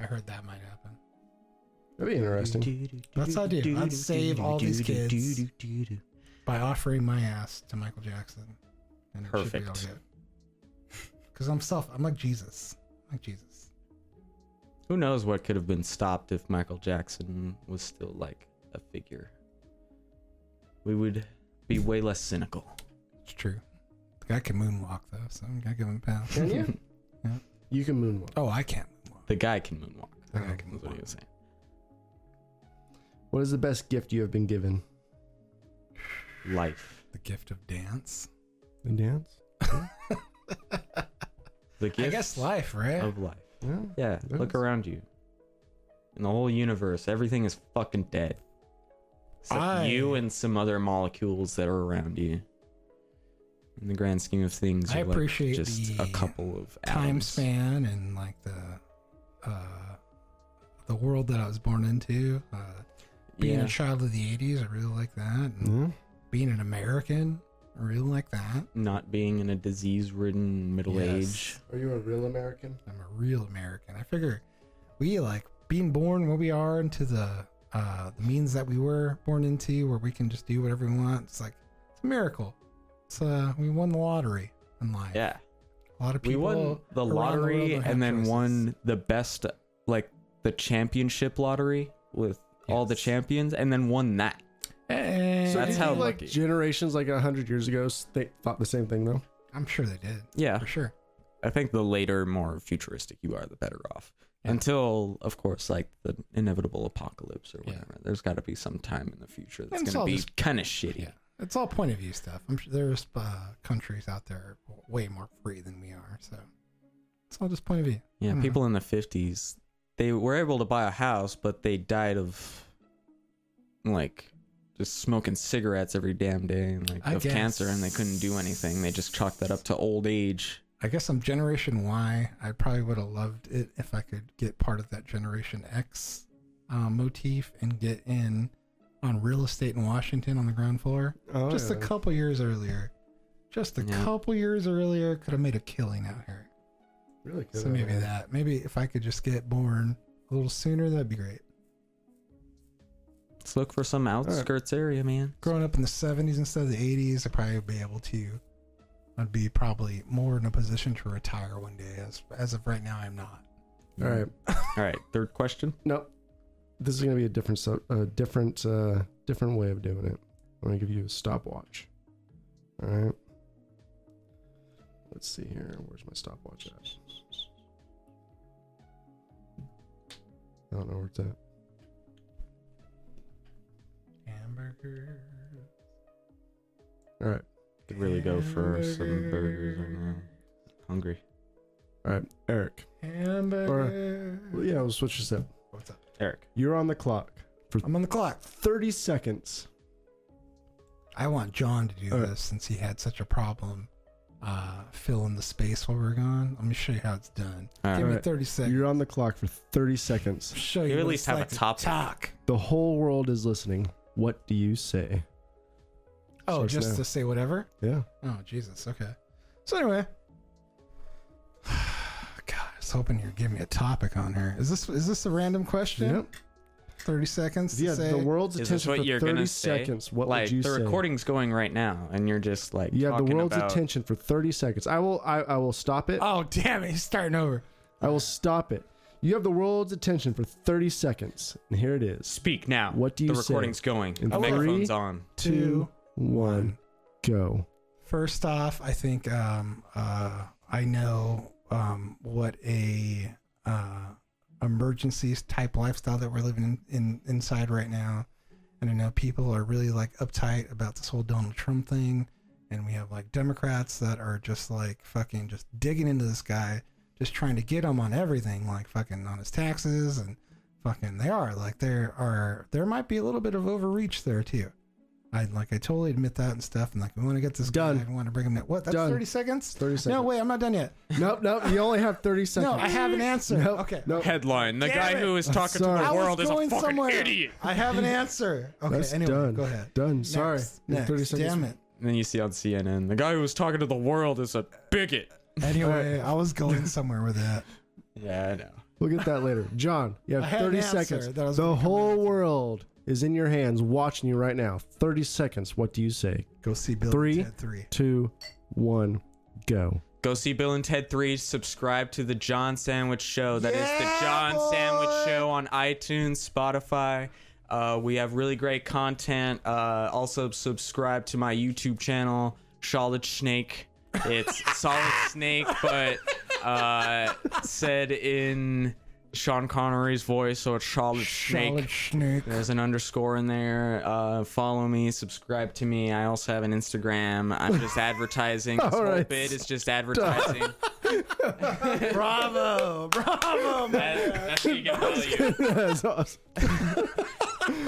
Speaker 2: I heard that might happen.
Speaker 5: That'd be interesting.
Speaker 2: That's how I do. I'd save all these kids by offering my ass to Michael Jackson. And
Speaker 1: Perfect.
Speaker 2: Because I'm self. I'm like Jesus. I'm like Jesus.
Speaker 1: Who knows what could have been stopped if Michael Jackson was still like a figure? We would be way less cynical.
Speaker 2: It's true. The guy can moonwalk though, so I gotta give him a pass.
Speaker 5: Can you?
Speaker 2: Yeah.
Speaker 5: You can moonwalk.
Speaker 2: Oh, I can't moonwalk.
Speaker 1: The guy can moonwalk.
Speaker 2: The guy can
Speaker 1: That's what he
Speaker 2: moonwalk.
Speaker 1: was saying.
Speaker 5: What is the best gift you have been given?
Speaker 1: Life.
Speaker 2: The gift of dance.
Speaker 5: The dance.
Speaker 1: The
Speaker 2: I
Speaker 1: gift
Speaker 2: guess life, right?
Speaker 1: of life.
Speaker 5: Yeah.
Speaker 1: Yeah,
Speaker 5: Yes.
Speaker 1: look around you. In the whole universe, everything is fucking dead. Except
Speaker 2: I-
Speaker 1: you and some other molecules that are around you. In the grand scheme of things,
Speaker 2: I
Speaker 1: you're, like,
Speaker 2: appreciate
Speaker 1: just a
Speaker 2: the
Speaker 1: couple of
Speaker 2: time
Speaker 1: atoms.
Speaker 2: span and like the uh the world that I was born into. Uh being
Speaker 1: Yeah.
Speaker 2: a child of the eighties, I really like that. And
Speaker 5: Yeah.
Speaker 2: being an American, I really like that.
Speaker 1: Not being in a disease-ridden middle age.
Speaker 2: Yes.
Speaker 5: Are you a real American?
Speaker 2: I'm a real American. I figure we like being born where we are into the uh the means that we were born into where we can just do whatever we want. It's like it's a miracle. It's uh we won the lottery in life.
Speaker 1: Yeah,
Speaker 2: A lot of
Speaker 1: we
Speaker 2: people
Speaker 1: won the
Speaker 2: around world
Speaker 1: lottery
Speaker 2: don't have
Speaker 1: and then
Speaker 2: choices.
Speaker 1: won the best, like the championship lottery with all the
Speaker 2: Yes.
Speaker 1: champions, and then won that.
Speaker 2: Eh,
Speaker 5: So
Speaker 1: That's
Speaker 5: do you
Speaker 1: how
Speaker 5: think, like
Speaker 1: lucky.
Speaker 5: generations like hundred years ago s- they thought the same thing though.
Speaker 2: I'm sure they did.
Speaker 1: Yeah,
Speaker 2: For sure.
Speaker 1: I think the later, more futuristic you are, the better off.
Speaker 2: Yeah.
Speaker 1: Until, of course, like the inevitable apocalypse or
Speaker 2: Yeah.
Speaker 1: whatever. There's got to be some time in the future that's
Speaker 2: And
Speaker 1: going
Speaker 2: it's
Speaker 1: to
Speaker 2: all
Speaker 1: be
Speaker 2: just-
Speaker 1: kind of shitty.
Speaker 2: Yeah. It's all point of view stuff. I'm sure there's uh, countries out there way more free than we are, so it's all just point of view.
Speaker 1: Yeah,
Speaker 2: Mhm.
Speaker 1: people in the 50s, they were able to buy a house, but they died of like just smoking cigarettes every damn day and like
Speaker 2: I
Speaker 1: of cancer and they couldn't do anything. They just chalked that up to old age.
Speaker 2: I guess I'm Generation Y. I probably would have loved it if I could get part of that Generation X uh, motif and get in on real estate in Washington on the ground floor.
Speaker 5: Oh,
Speaker 2: just a
Speaker 5: yeah.
Speaker 2: couple years earlier. Just a
Speaker 1: Yeah.
Speaker 2: couple years earlier could have made a killing out here.
Speaker 5: Really
Speaker 2: So maybe
Speaker 5: idea.
Speaker 2: that. Maybe if I could just get born a little sooner, that'd be great.
Speaker 1: Let's look for some outskirts area, man.
Speaker 2: Growing up in the 70s instead of the 80s, I'd probably be able to. I'd be probably more in a position to retire one day. As, as of right now, I'm not.
Speaker 5: All right.
Speaker 1: All right, third question.
Speaker 5: Nope. This is gonna be a different, sub, a different, uh, different way of doing it. I'm gonna give you a stopwatch. All right. Let's see here. Where's my stopwatch at? I don't know where it's at.
Speaker 2: Hamburger.
Speaker 5: All right.
Speaker 1: Could really go for some burgers right now. Hungry.
Speaker 5: All right, Eric.
Speaker 2: Hamburger.
Speaker 5: Well, yeah, we'll switch this up.
Speaker 2: What's up?
Speaker 1: Eric.
Speaker 5: You're on the clock for
Speaker 2: I'm on the clock.
Speaker 5: 30 seconds.
Speaker 2: I want John to do
Speaker 5: All right.
Speaker 2: this since he had such a problem uh, filling the space while we were gone. Let me show you how it's done.
Speaker 1: All
Speaker 2: Give
Speaker 1: right.
Speaker 2: me
Speaker 5: right.
Speaker 2: 30 seconds.
Speaker 5: You're on the clock for 30 seconds.
Speaker 2: show
Speaker 1: You
Speaker 2: you,
Speaker 1: at
Speaker 2: what
Speaker 1: least
Speaker 2: it's
Speaker 1: have a
Speaker 2: like to
Speaker 1: topic.
Speaker 2: talk.
Speaker 5: The whole world is listening. What do you say?
Speaker 2: Oh,
Speaker 5: Starts
Speaker 2: just
Speaker 5: now.
Speaker 2: to say whatever?
Speaker 5: Yeah.
Speaker 2: Oh, Jesus. Okay. So, anyway. God, I was hoping you'd give me a topic on her. Is this is this a random question?
Speaker 5: Yep.
Speaker 2: 30 seconds to
Speaker 5: Yeah,
Speaker 2: say.
Speaker 5: the world's
Speaker 1: Is this
Speaker 5: attention
Speaker 1: what
Speaker 5: for
Speaker 1: you're
Speaker 5: 30
Speaker 1: gonna say?
Speaker 5: seconds. What
Speaker 1: like
Speaker 5: would you
Speaker 1: the
Speaker 5: say?
Speaker 1: recording's going right now, and you're just like
Speaker 5: Yeah, the
Speaker 1: talking
Speaker 5: world's
Speaker 1: about-
Speaker 5: attention for 30 seconds. I will I, I will stop it.
Speaker 2: oh, damn it. He's starting over.
Speaker 5: I will stop it. You have the world's attention for 30 seconds. And here it is.
Speaker 1: Speak now.
Speaker 5: What do you
Speaker 1: The
Speaker 5: say?
Speaker 1: recording's going.
Speaker 5: In
Speaker 1: the
Speaker 5: three-
Speaker 1: microphone's on.
Speaker 5: Two, one, go.
Speaker 2: First off, I think um, uh, I know um, what a uh, emergencies type lifestyle that we're living in, in inside right now, and I know people are really like uptight about this whole Donald Trump thing, and we have like Democrats that are just like fucking just digging into this guy, just trying to get him on everything, like fucking on his taxes and fucking they are like there are there might be a little bit of overreach there too. I like I totally admit that and stuff. And like we want to get this
Speaker 5: Done.
Speaker 2: guy. I want to bring him in. What? That's
Speaker 5: Done.
Speaker 2: thirty seconds.
Speaker 5: 30 seconds.
Speaker 2: No, wait, I'm not done yet.
Speaker 5: Nope, nope. You only have 30 seconds.
Speaker 2: No, I have an answer.
Speaker 5: Nope,
Speaker 2: okay.
Speaker 5: nope.
Speaker 1: Headline: The
Speaker 2: Damn
Speaker 1: guy
Speaker 2: it.
Speaker 1: who is
Speaker 5: I'm
Speaker 1: talking to
Speaker 5: sorry.
Speaker 1: the
Speaker 5: I
Speaker 1: world is a fucking idiot.
Speaker 2: I have an answer. Okay,
Speaker 5: That's
Speaker 2: anyway,
Speaker 5: done.
Speaker 2: go ahead.
Speaker 5: Done. Sorry.
Speaker 2: Next,
Speaker 5: You have
Speaker 2: next.
Speaker 5: 30 seconds.
Speaker 2: Damn it.
Speaker 1: And then you see on CNN, the guy who was talking to the world is a bigot.
Speaker 2: Anyway, I was going somewhere with that.
Speaker 1: Yeah, I know.
Speaker 5: We'll get that later. John, you
Speaker 2: I
Speaker 5: have
Speaker 2: had an
Speaker 5: 30
Speaker 2: answer
Speaker 5: seconds.
Speaker 2: that I was
Speaker 5: The
Speaker 2: gonna come
Speaker 5: whole
Speaker 2: back to.
Speaker 5: world is in your hands watching you right now. 30 seconds. What do you say?
Speaker 2: Go see Bill.
Speaker 5: Three.
Speaker 2: Ted three.
Speaker 5: Two, one, go.
Speaker 1: Go see Bill and Ted 3. Subscribe to The John Sandwich Show. That is
Speaker 2: Yeah,
Speaker 1: The John
Speaker 2: boy!
Speaker 1: Sandwich Show on iTunes, Spotify. Uh, we have really great content. Uh, also, subscribe to my YouTube channel, Solid Snake. It's Solid Snake, but uh, said in Sean Connery's voice, so it's Solid Snake.
Speaker 2: Solid snake.
Speaker 1: There's an underscore in there. Uh, follow me, subscribe to me. I also have an Instagram. I'm just advertising. This
Speaker 5: All
Speaker 1: whole
Speaker 5: right.
Speaker 1: bit is just advertising.
Speaker 2: Bravo, bravo, man.
Speaker 1: That- that's what you get value.
Speaker 5: That's awesome.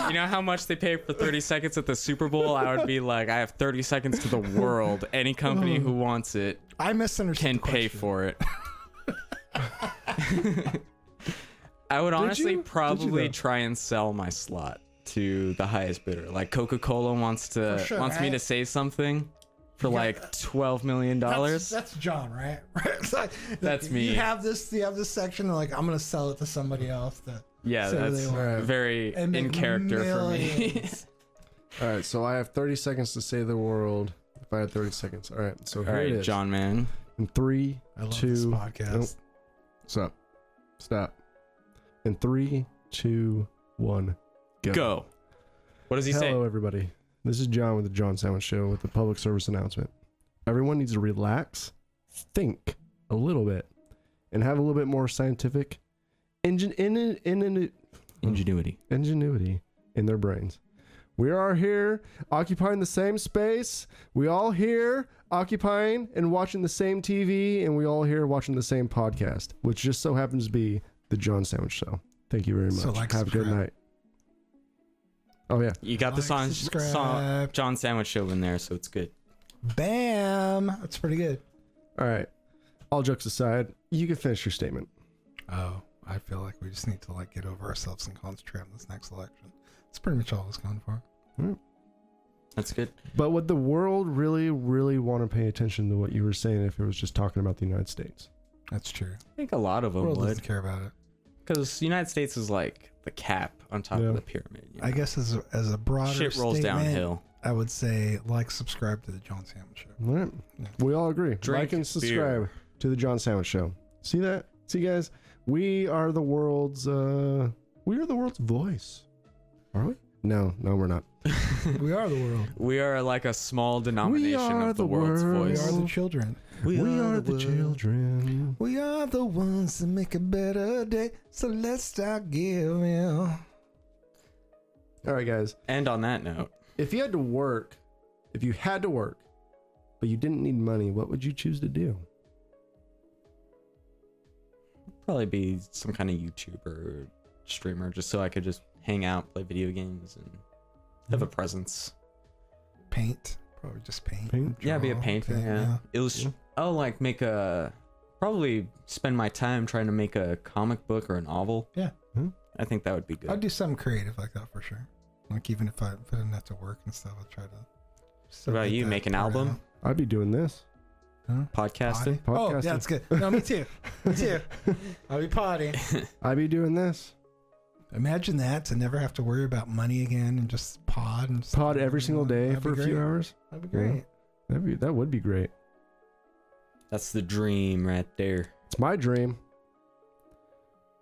Speaker 1: You know how much they pay for 30 seconds at the Super Bowl? I would be like, I have 30 seconds to the world. Any company who wants it
Speaker 2: I misunderstood.
Speaker 1: can
Speaker 2: the
Speaker 1: pay
Speaker 2: question.
Speaker 1: for it. I would honestly
Speaker 5: you? Did you
Speaker 1: probably
Speaker 5: though?
Speaker 1: try and sell my slot to the highest bidder. Like Coca-Cola wants to
Speaker 2: For sure,
Speaker 1: wants me
Speaker 2: right?
Speaker 1: to say something for like 12 million
Speaker 2: That's,
Speaker 1: dollars.
Speaker 2: that's John, right? It's like-
Speaker 1: That's me.
Speaker 2: You have this. You have this section. Like I'm gonna sell it to somebody else. That
Speaker 1: Yeah,
Speaker 2: so
Speaker 1: that's
Speaker 2: they want-
Speaker 1: very
Speaker 2: and
Speaker 1: in
Speaker 2: make
Speaker 1: character for me.
Speaker 2: millions.
Speaker 5: All right, so I have 30 seconds to save the world. If I had 30 seconds. All right, so
Speaker 1: All
Speaker 5: here it
Speaker 1: right,
Speaker 5: is.
Speaker 1: John man.
Speaker 5: In three,
Speaker 2: I love this
Speaker 5: two,
Speaker 2: podcast.
Speaker 5: nope. stop, stop. In three, two, one, go.
Speaker 1: Go. What does he say?
Speaker 5: Hello, everybody. This is John with the John Sandwich Show with the public service announcement. Everyone needs to relax, think a little bit, and have a little bit more scientific engine in in in. in
Speaker 1: Ingenuity.
Speaker 5: ingenuity in their brains. We are here occupying the same space. We all here occupying and watching the same TV, and we all here watching the same podcast, which just so happens to be the John Sandwich Show. Thank you very much.
Speaker 2: So like,
Speaker 5: Have a good
Speaker 2: subscribe.
Speaker 5: night. Oh yeah,
Speaker 1: You got the
Speaker 2: Like,
Speaker 1: song, song
Speaker 2: subscribe.
Speaker 1: John Sandwich Show in there, so it's good.
Speaker 2: Bam! That's pretty good.
Speaker 5: all right. All jokes aside, you can finish your statement.
Speaker 2: Oh, I feel like we just need to like get over ourselves and concentrate on this next election. That's pretty much all I was going for.
Speaker 1: That's good.
Speaker 5: But would the world really, really want to pay attention to what you were saying if it was just talking about the United States?
Speaker 2: That's true.
Speaker 1: I think a lot of
Speaker 2: The
Speaker 1: them
Speaker 2: world
Speaker 1: would,
Speaker 2: doesn't care about it.
Speaker 1: because United States is like the cap on top
Speaker 5: Yeah.
Speaker 1: of the pyramid. you
Speaker 2: I
Speaker 1: know?
Speaker 2: guess as a, as a broader
Speaker 1: shit rolls
Speaker 2: statement,
Speaker 1: downhill.
Speaker 2: I would say like subscribe to the John Salmon Show.
Speaker 5: All right.
Speaker 2: Yeah.
Speaker 5: We all agree.
Speaker 1: Drink
Speaker 5: like and subscribe
Speaker 1: beer.
Speaker 5: to the John Sandwich Show. See that? See guys, we are the world's uh we are the world's voice. Are we? No, no, we're not.
Speaker 2: We are the world.
Speaker 1: we are like a small denomination
Speaker 5: are
Speaker 1: of the,
Speaker 5: the
Speaker 1: world's
Speaker 5: world.
Speaker 2: We
Speaker 1: voice.
Speaker 2: are the children.
Speaker 5: We, are,
Speaker 1: are
Speaker 5: the,
Speaker 1: the world.
Speaker 5: children.
Speaker 2: We are the ones that make a better day. So let's start giving.
Speaker 5: All right, guys.
Speaker 1: And on that note,
Speaker 5: If you had to work, if you had to work, but you didn't need money, what would you choose to do?
Speaker 1: probably be some kind of YouTuber or streamer, just so I could just hang out, play video games, and have a presence.
Speaker 2: Paint. Probably just paint.
Speaker 5: Paint?
Speaker 1: yeah, be a
Speaker 2: Draw,
Speaker 1: painter. yeah. Illust-
Speaker 5: Yeah.
Speaker 1: Oh, like make a. Probably spend my time trying to make a comic book or a novel.
Speaker 2: Yeah.
Speaker 5: Hmm.
Speaker 1: I think that would be good.
Speaker 2: I'd do something creative like that for sure. Like even if I, if I didn't have to work and stuff, I'd try to. still
Speaker 1: What about
Speaker 2: get
Speaker 1: you?
Speaker 2: that
Speaker 1: Make an
Speaker 2: part
Speaker 1: album?
Speaker 2: out.
Speaker 5: I'd be doing this.
Speaker 1: Podcasting.
Speaker 2: Potty? Oh, yeah,
Speaker 5: Podcasting.
Speaker 2: that's good. No, me too. me too. I'll be potty.
Speaker 5: I'd be doing this.
Speaker 2: Imagine that to never have to worry about money again and just pod and stuff.
Speaker 5: Pod every single day
Speaker 2: That'd be
Speaker 5: for a few
Speaker 2: great.
Speaker 5: hours.
Speaker 2: That'd be great.
Speaker 5: That'd be that would be great.
Speaker 1: That's the dream right there.
Speaker 5: It's my dream.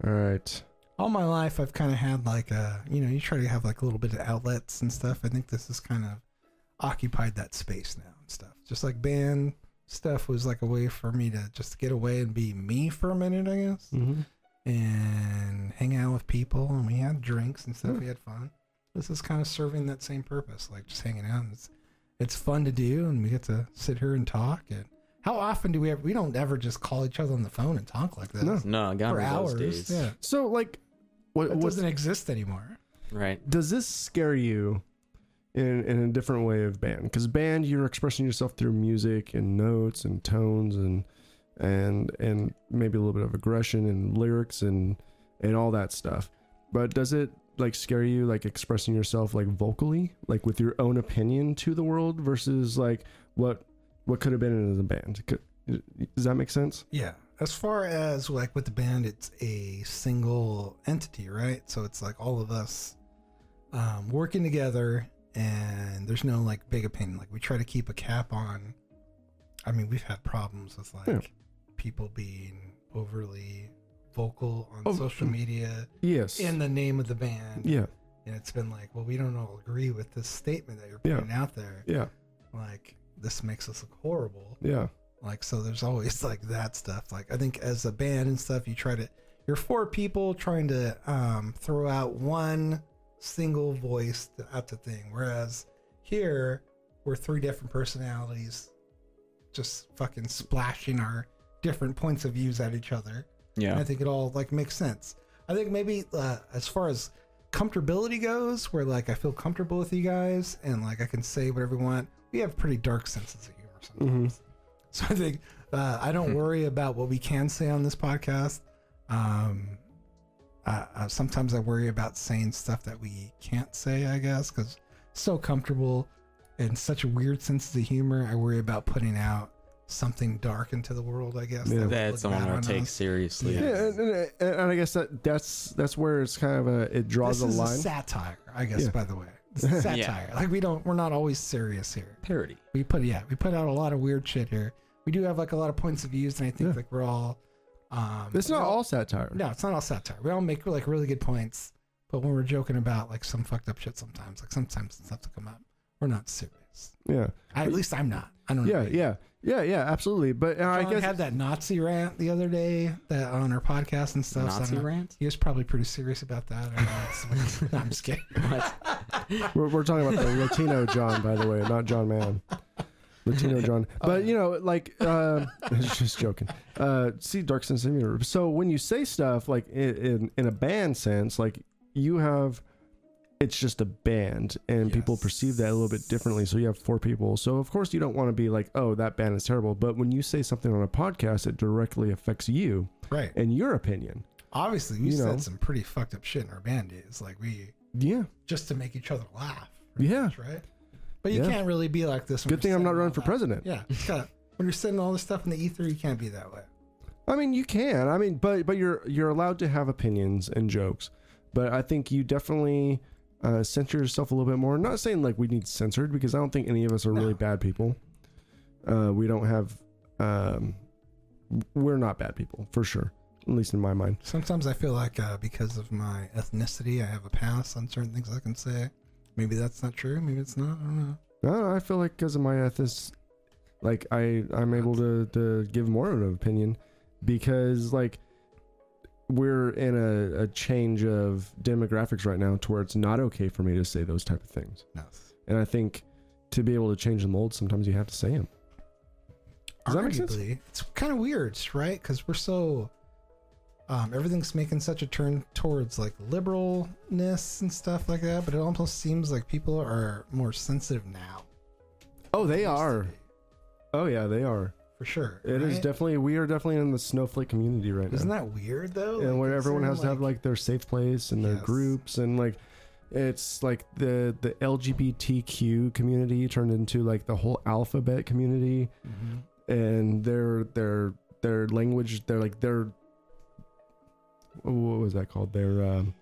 Speaker 5: All right.
Speaker 2: All my life, I've kind of had like a you know you try to have like a little bit of outlets and stuff. I think this has kind of occupied that space now and stuff. Just like band stuff was like a way for me to just get away and be me for a minute, I guess.
Speaker 5: Mm-hmm.
Speaker 2: and hang out with people and we had drinks and stuff we had fun this is kind of serving that same purpose like just hanging out and it's, it's fun to do and we get to sit here and talk and how often do we ever we don't ever just call each other on the phone and talk like this
Speaker 5: No.
Speaker 1: No, God,
Speaker 2: for
Speaker 1: those
Speaker 2: hours
Speaker 1: days.
Speaker 2: yeah
Speaker 5: So like, what
Speaker 2: it
Speaker 5: what
Speaker 2: doesn't exist anymore
Speaker 1: Right.
Speaker 5: does this scare you? In, in a different way of band, because band you're expressing yourself through music and notes and tones and and and maybe a little bit of aggression and lyrics and and all that stuff. But does it like scare you like expressing yourself like vocally, like with your own opinion to the world versus like what what could have been in the band? Could, does that make sense?
Speaker 2: yeah as far as like with the band it's a single entity right so it's like all of us um, working together and there's no like big opinion like we try to keep a cap on i mean we've had problems with like
Speaker 5: Yeah.
Speaker 2: people being overly vocal on
Speaker 5: Oh,
Speaker 2: social
Speaker 5: mm.
Speaker 2: media
Speaker 5: Yes.
Speaker 2: in the name of the band
Speaker 5: yeah.
Speaker 2: and it's been like well we don't all agree with this statement that you're
Speaker 5: Yeah.
Speaker 2: putting out there
Speaker 5: Yeah.
Speaker 2: like this makes us look horrible
Speaker 5: Yeah.
Speaker 2: like so there's always like that stuff like i think as a band and stuff you try to you're four people trying to um throw out one single voice at the thing whereas here we're three different personalities just fucking splashing our different points of views at each other and
Speaker 1: Yeah.
Speaker 2: i think it all like makes sense i think maybe uh, as far as comfortability goes where like i feel comfortable with you guys and like i can say whatever we want we have pretty dark senses of humor sometimes
Speaker 1: Mm-hmm.
Speaker 5: hmm
Speaker 2: so I think uh, I
Speaker 1: Hmm.
Speaker 2: don't worry about what we can say on this podcast. Um, I, I, sometimes I worry about saying stuff that we can't say, I guess, because so comfortable and such a weird sense of humor. I worry about putting out something dark into the world, I guess.
Speaker 5: Yeah.
Speaker 2: would
Speaker 1: That
Speaker 2: look
Speaker 1: someone
Speaker 2: bad
Speaker 1: will
Speaker 2: on
Speaker 1: take
Speaker 2: us.
Speaker 1: seriously.
Speaker 5: Yeah, and, and, and I guess that that's that's where it's kind of a it draws
Speaker 2: This is
Speaker 5: a
Speaker 2: a
Speaker 5: line.
Speaker 2: satire, I guess,
Speaker 5: Yeah.
Speaker 2: by the way. This is satire. Like, we don't, we're not always serious here.
Speaker 1: Parody.
Speaker 2: we put yeah we put out a lot of weird shit here we do have like a lot of points of views and i think
Speaker 5: Yeah.
Speaker 2: like we're all um
Speaker 5: it's not
Speaker 2: we
Speaker 5: all satire.
Speaker 2: no it's not all satire we all make like really good points but when we're joking about like some fucked up shit sometimes like sometimes stuff to come up we're not serious
Speaker 5: Yeah.
Speaker 2: I, at least i'm not i don't know
Speaker 5: Yeah.
Speaker 2: about you.
Speaker 5: Yeah. Yeah. Yeah. Absolutely. But uh, I
Speaker 2: John
Speaker 5: guess
Speaker 2: had that nazi rant the other day that on our podcast and stuff so I don't
Speaker 1: Nazi
Speaker 2: know.
Speaker 1: rant.
Speaker 2: he was probably pretty serious about that I don't know, it's- no, i'm just kidding
Speaker 1: What?
Speaker 5: We're, we're talking about the Latino John, by the way, not John Mann. Latino John. But, you know, like, uh, just joking. Uh, see, Dark Sense Simulator. So when you say stuff, like, i- in, in a band sense, like, you have, it's just a band, and people perceive that a little bit differently. So you have four people. So, of course, you don't want to be like, oh, that band is terrible. But when you say something on a podcast, it directly affects you
Speaker 2: right.
Speaker 5: and your opinion.
Speaker 2: Obviously, we
Speaker 5: You
Speaker 2: said
Speaker 5: know.
Speaker 2: some pretty fucked up shit in our band days. Like we
Speaker 5: Yeah.
Speaker 2: just to make each other laugh.
Speaker 5: Yeah.
Speaker 2: much, right? But you
Speaker 5: Yeah.
Speaker 2: can't really be like this. when
Speaker 5: Good
Speaker 2: you're
Speaker 5: thing
Speaker 2: sending
Speaker 5: I'm not
Speaker 2: all
Speaker 5: running for
Speaker 2: that-
Speaker 5: president.
Speaker 2: Yeah, it's got when you're sending all this stuff in the ether, you can't be that way.
Speaker 5: I mean, you can. I mean, but but you're you're allowed to have opinions and jokes. But I think you definitely uh, censor yourself a little bit more. not saying like we need censored because I don't think any of us are really
Speaker 2: No.
Speaker 5: bad people. Uh, we don't have. Um, we're not bad people for sure. At least in my mind.
Speaker 2: Sometimes I feel like uh, because of my ethnicity, I have a pass on certain things I can say. Maybe that's not true. Maybe it's not. I don't know.
Speaker 5: I don't know, I feel like because of my ethics, like I I'm able to to give more of an opinion because like we're in a, a change of demographics right now to where it's not okay for me to say those type of things.
Speaker 2: Yes.
Speaker 5: And I think to be able to change the mold, sometimes you have to say them. Does that make sense?
Speaker 2: Arguably, it's kind of weird, right? Because we're so um, everything's making such a turn towards like liberalness and stuff like that. But it almost seems like people are more sensitive now.
Speaker 5: Oh, they
Speaker 2: Used to
Speaker 5: are.
Speaker 2: be,
Speaker 5: Oh yeah, they are.
Speaker 2: for sure.
Speaker 5: It is
Speaker 2: right?
Speaker 5: definitely we are definitely in the snowflake community right now.
Speaker 2: Isn't that weird though?
Speaker 5: and
Speaker 2: Like,
Speaker 5: where everyone
Speaker 2: considering,
Speaker 5: has to have like their safe place and their
Speaker 2: Yes.
Speaker 5: groups and like it's like the the LGBTQ community turned into like the whole alphabet community
Speaker 2: Mhm.
Speaker 5: and their their their language their like their what was that called their um,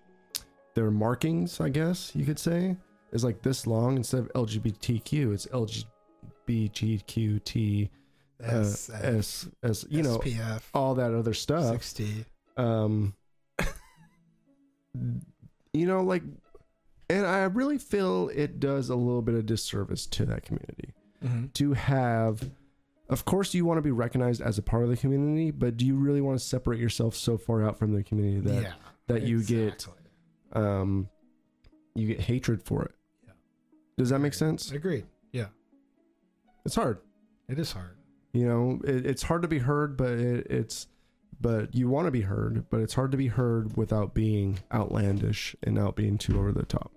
Speaker 5: their markings I guess you could say is like this long instead of LGBTQ it's LGBTQT uh,
Speaker 2: S- S-
Speaker 5: S S you know
Speaker 2: SPF
Speaker 5: all that other stuff
Speaker 2: 60.
Speaker 5: um you know like and i really feel it does a little bit of disservice to that community to have of course you want to be recognized as a part of the community but do you really want to separate yourself so far out from the community that
Speaker 2: yeah.
Speaker 5: that you get
Speaker 2: exactly.
Speaker 5: um you get hatred for it
Speaker 2: Yeah.
Speaker 5: does that make sense
Speaker 2: Agreed.
Speaker 5: it's hard
Speaker 2: It is hard.
Speaker 5: you know it, it's hard to be heard but it, it's but you want to be heard but it's hard to be heard without being outlandish and not being too over the top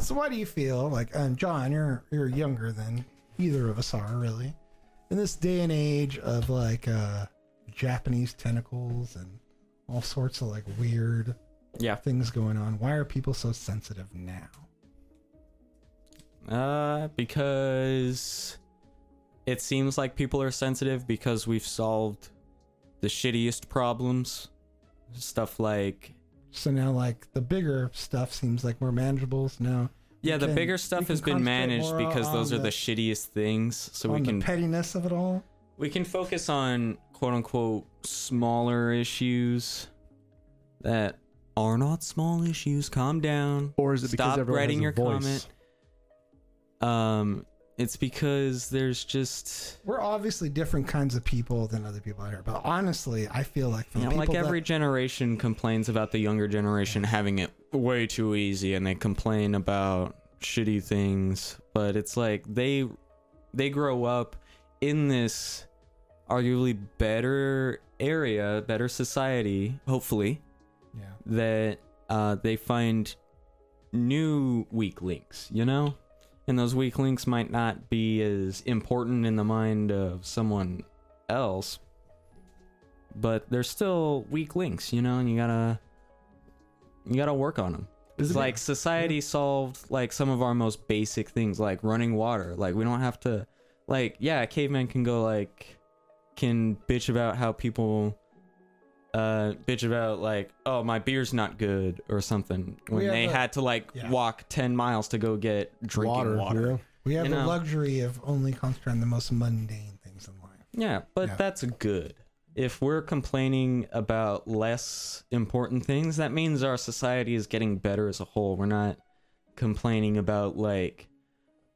Speaker 2: So why do you feel like um, John, you're you're younger than either of us are really. In this day and age of like uh Japanese tentacles and all sorts of like weird
Speaker 1: Yeah.
Speaker 2: things going on, why are people so sensitive now?
Speaker 1: Uh, because it seems like people are sensitive because we've solved the shittiest problems. Stuff like
Speaker 2: So now like the bigger stuff seems like more manageable. So now
Speaker 1: yeah,
Speaker 2: You
Speaker 1: the
Speaker 2: can-
Speaker 1: bigger
Speaker 2: you
Speaker 1: stuff
Speaker 2: can
Speaker 1: has been
Speaker 2: concentrate
Speaker 1: managed
Speaker 2: more
Speaker 1: because those
Speaker 2: on
Speaker 1: are the,
Speaker 2: the-
Speaker 1: shittiest things. So
Speaker 2: on
Speaker 1: we can
Speaker 2: the pettiness of it all.
Speaker 1: we can focus on quote unquote smaller issues that are not small issues. Calm down.
Speaker 5: or is it because
Speaker 1: Stop
Speaker 5: everyone
Speaker 1: writing
Speaker 5: has a
Speaker 1: your
Speaker 5: voice?
Speaker 1: comment. Um, it's because there's just
Speaker 2: we're obviously different kinds of people than other people out here. But honestly, I feel like for the
Speaker 1: Yeah,
Speaker 2: people
Speaker 1: like
Speaker 2: that-
Speaker 1: every generation complains about the younger generation having it way too easy and they complain about shitty things, but it's like they they grow up in this arguably better area, better society, hopefully,
Speaker 2: yeah,
Speaker 1: that uh, they find new weak links, you know? And those weak links might not be as important in the mind of someone else, but they're still weak links, you know, and you gotta you gotta work on them. It's like society solved like some of our most basic things, like running water. Like we don't have to, like yeah, cavemen can go like can bitch about how people uh bitch about like oh my beer's not good or something when
Speaker 2: We have
Speaker 1: they
Speaker 2: a-
Speaker 1: had to like
Speaker 2: yeah.
Speaker 1: walk 10 miles to go get drinking water,
Speaker 5: water, you know?
Speaker 2: we have
Speaker 1: you
Speaker 2: the
Speaker 1: know.
Speaker 2: luxury of only concentrating on the most mundane things in life.
Speaker 1: yeah but
Speaker 2: Yeah.
Speaker 1: that's good if we're complaining about less important things that means our society is getting better as a whole we're not complaining about like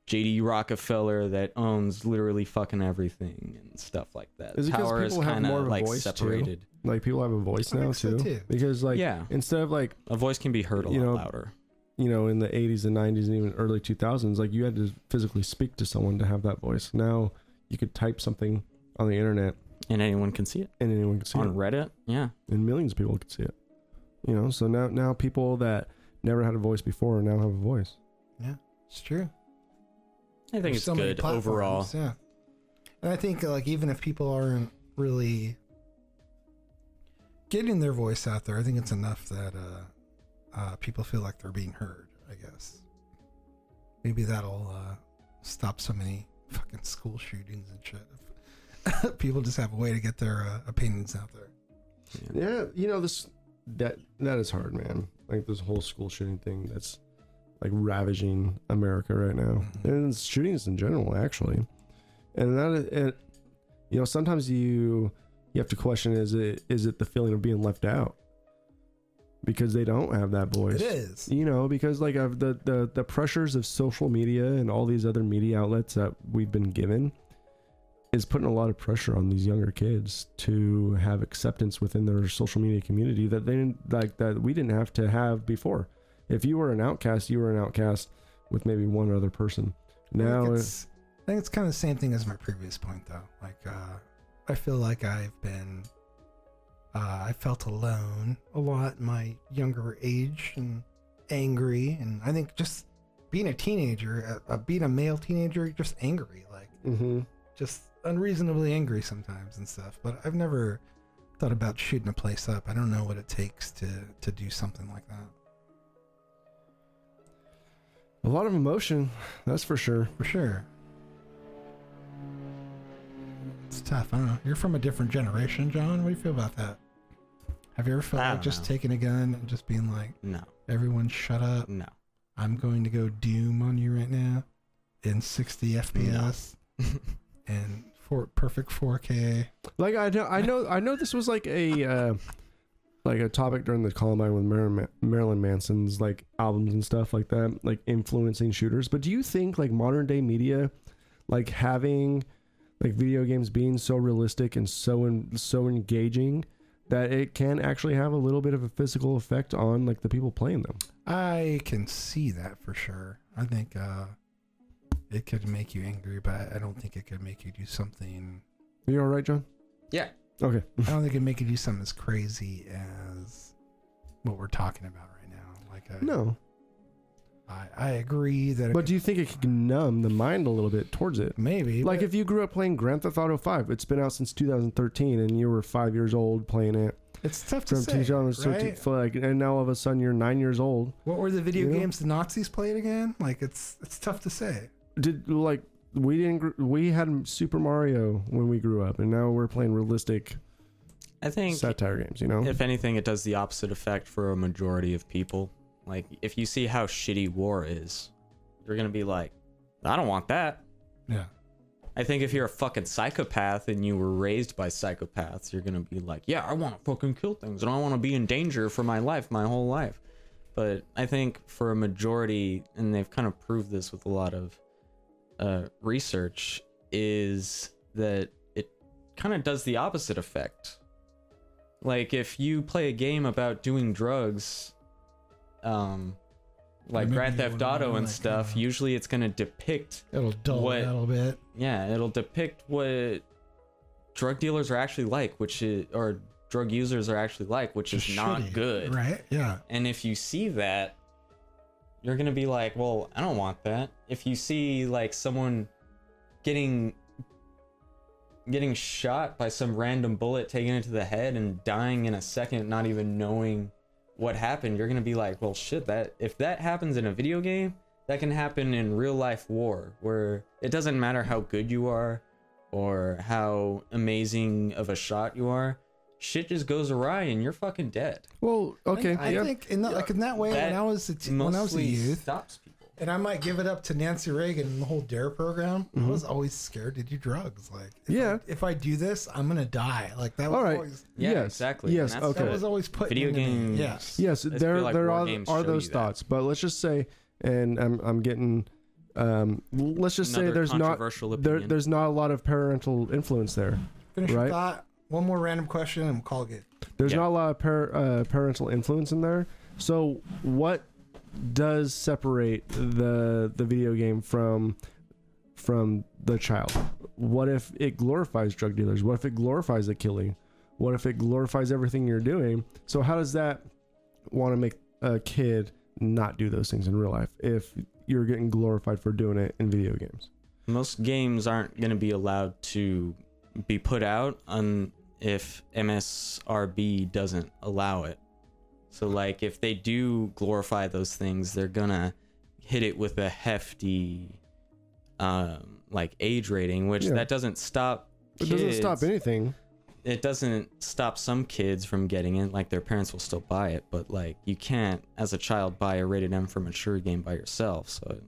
Speaker 1: jd rockefeller that owns literally fucking everything and stuff like that
Speaker 5: Is it 'cause
Speaker 1: power is
Speaker 5: people have
Speaker 1: kind
Speaker 5: more of
Speaker 1: of
Speaker 5: a
Speaker 1: like
Speaker 5: voice, too?
Speaker 1: separated
Speaker 5: like people have a voice
Speaker 2: I
Speaker 5: now
Speaker 2: think so,
Speaker 5: too.
Speaker 2: too.
Speaker 5: because like
Speaker 1: Yeah.
Speaker 5: instead of like
Speaker 1: a voice can be heard a lot
Speaker 5: You know,
Speaker 1: louder
Speaker 5: you know, in the 80s and 90s and even early 2000s, like you had to physically speak to someone to have that voice. Now you could type something on the internet
Speaker 1: and anyone can see it
Speaker 5: and anyone could see
Speaker 1: on
Speaker 5: it,
Speaker 1: Reddit. Yeah,
Speaker 5: and millions of people could see it. You know, so now now people that never had a voice before now have a voice.
Speaker 2: It's true.
Speaker 1: I think
Speaker 2: There's
Speaker 1: it's
Speaker 2: so many
Speaker 1: good overall.
Speaker 2: platforms, Yeah, and I think like even if people aren't really getting their voice out there, I think it's enough that uh, uh, people feel like they're being heard. I guess maybe that'll uh, stop so many fucking school shootings and shit. If people just have a way to get their uh, opinions out there.
Speaker 5: Yeah, you know this that that is hard, man. Like this whole school shooting thing that's like ravaging America right now, and it's shootings in general, actually. And that is- it, you know, sometimes you you have to question: is it is it the feeling of being left out because they don't have that voice?
Speaker 2: It is.
Speaker 5: you know because like of the, the the pressures of social media and all these other media outlets that we've been given is putting a lot of pressure on these younger kids to have acceptance within their social media community that they didn't like that we didn't have to have before if you were an outcast you were an outcast with maybe one other person
Speaker 2: I
Speaker 5: now
Speaker 2: think it's, I think it's kind of the same thing as my previous point, though. Like, uh, I feel like I've been, uh, I felt alone a lot in my younger age and angry. And I think just being a teenager, uh, uh, being a male teenager, you're just angry, like,
Speaker 5: mm-hmm.
Speaker 2: just unreasonably angry sometimes and stuff. But I've never thought about shooting a place up. I don't know what it takes to, to do something like that.
Speaker 5: a lot of emotion that's for sure
Speaker 2: For sure. It's tough. I don't know. You're from a different generation, John. What do you feel about that? Have you ever felt
Speaker 1: I
Speaker 2: like
Speaker 1: don't
Speaker 2: just
Speaker 1: know.
Speaker 2: taking a gun and just being like,
Speaker 1: No,
Speaker 2: everyone shut up.
Speaker 1: no.
Speaker 2: I'm going to go doom on you right now in 60 FPS and for perfect 4K.
Speaker 5: like i know i know i know this was like a uh like a topic during the Columbine with Marilyn, Ma- Marilyn Manson's like albums and stuff like that, like influencing shooters. But do you think like modern day media, like having like video games being so realistic and so in, so engaging that it can actually have a little bit of a physical effect on like the people playing them?
Speaker 2: I can see that for sure. I think uh, it could make you angry, but I don't think it could make you do something
Speaker 5: You all right, John?
Speaker 1: Yeah.
Speaker 5: Okay.
Speaker 2: I don't think it'd make you do something as crazy as what we're talking about right now. Like, I,
Speaker 5: No,
Speaker 2: I, I agree that. It
Speaker 5: but
Speaker 2: but
Speaker 5: do you think it can numb the mind a little bit towards it?
Speaker 2: maybe
Speaker 5: Like
Speaker 2: like
Speaker 5: if you grew up playing Grand Theft Auto 5, it's been out since 2013 and you were 5 years old playing it.
Speaker 2: it's tough to
Speaker 5: From
Speaker 2: say.
Speaker 5: 2013
Speaker 2: right?
Speaker 5: like and now all of a sudden you're 9 years old.
Speaker 2: What were the video
Speaker 5: you know?
Speaker 2: games the Nazis played again? Like, it's it's tough to say.
Speaker 5: Did like we didn't gr- we had Super Mario when we grew up and now we're playing realistic
Speaker 1: I think
Speaker 5: satire games, you know.
Speaker 1: if anything, it does the opposite effect for a majority of people. Like, if you see how shitty war is, you're gonna be like, I don't want that.
Speaker 2: Yeah,
Speaker 1: I think if you're a fucking psychopath and you were raised by psychopaths, you're gonna be like, yeah, I want to fucking kill things and I want to be in danger for my life, my whole life. But I think for a majority, and they've kind of proved this with a lot of uh, research, is that it kind of does the opposite effect. Like if you play a game about doing drugs, um, like
Speaker 2: Maybe
Speaker 1: Grand
Speaker 2: you
Speaker 1: Theft
Speaker 2: wanna uh,
Speaker 1: Auto
Speaker 2: know
Speaker 1: and
Speaker 2: that
Speaker 1: stuff,
Speaker 2: kinda-
Speaker 1: usually it's gonna depict
Speaker 2: it'll dull
Speaker 1: What-
Speaker 2: it a little bit.
Speaker 1: yeah, it'll depict what drug dealers are actually like, which is or drug users are actually like, which is
Speaker 2: Just
Speaker 1: not
Speaker 2: shitty,
Speaker 1: good.
Speaker 2: right? Yeah,
Speaker 1: And if you see that, you're gonna be like, well, I don't want that. If you see like someone getting getting shot by some random bullet taken into the head and dying in a second, not even knowing what happened, you're gonna be like, well, shit. That if that happens in a video game, that can happen in real life war, where it doesn't matter how good you are or how amazing of a shot you are. Shit just goes awry and you're fucking dead
Speaker 5: well, okay.
Speaker 2: I
Speaker 5: yeah.
Speaker 2: think in that, like in that way
Speaker 1: That
Speaker 2: when I was a t- when I was a
Speaker 1: mostly
Speaker 2: youth,
Speaker 1: stops people.
Speaker 2: and I might give it up to Nancy Reagan and the whole Dare program. I was always scared to do drugs. Like, if
Speaker 5: Mm-hmm. Yeah.
Speaker 2: I, if I do this, I'm gonna die. Like that was
Speaker 5: All right.
Speaker 2: always
Speaker 1: Yeah,
Speaker 5: Yes,
Speaker 1: exactly.
Speaker 5: yes,
Speaker 1: and that's
Speaker 5: okay. Mm-hmm.
Speaker 2: that was always put
Speaker 1: Video
Speaker 2: into me.
Speaker 1: games.
Speaker 2: Yes.
Speaker 5: Yes,
Speaker 1: I
Speaker 5: there
Speaker 1: feel like
Speaker 5: there
Speaker 1: war
Speaker 5: are,
Speaker 1: games
Speaker 5: are
Speaker 1: show
Speaker 5: those
Speaker 1: you that.
Speaker 5: thoughts, but let's just say, and I'm I'm getting, um, let's just say
Speaker 1: Another
Speaker 5: there's not
Speaker 1: controversial
Speaker 5: there,
Speaker 1: opinion.
Speaker 5: there's not a lot of parental influence there.
Speaker 2: Finish
Speaker 5: Right.
Speaker 2: your thought. One more random question and call it. good.
Speaker 5: There's
Speaker 1: Yeah.
Speaker 5: not a lot of par- uh, parental influence in there. So what does separate the the video game from from the child. What if it glorifies drug dealers? What if it glorifies the killing? What if it glorifies everything you're doing? So how does that want to make a kid not do those things in real life if you're getting glorified for doing it in video games?
Speaker 1: Most games aren't going to be allowed to be put out un- if MSRB doesn't allow it. So, like, if they do glorify those things, they're going to hit it with a hefty, um, like, age rating, which
Speaker 5: Yeah.
Speaker 1: that doesn't stop.
Speaker 5: It doesn't stop
Speaker 1: kids-
Speaker 5: anything.
Speaker 1: It doesn't stop some kids from getting it. Like, their parents will still buy it, but, like, you can't, as a child, buy a rated M for mature game by yourself. So,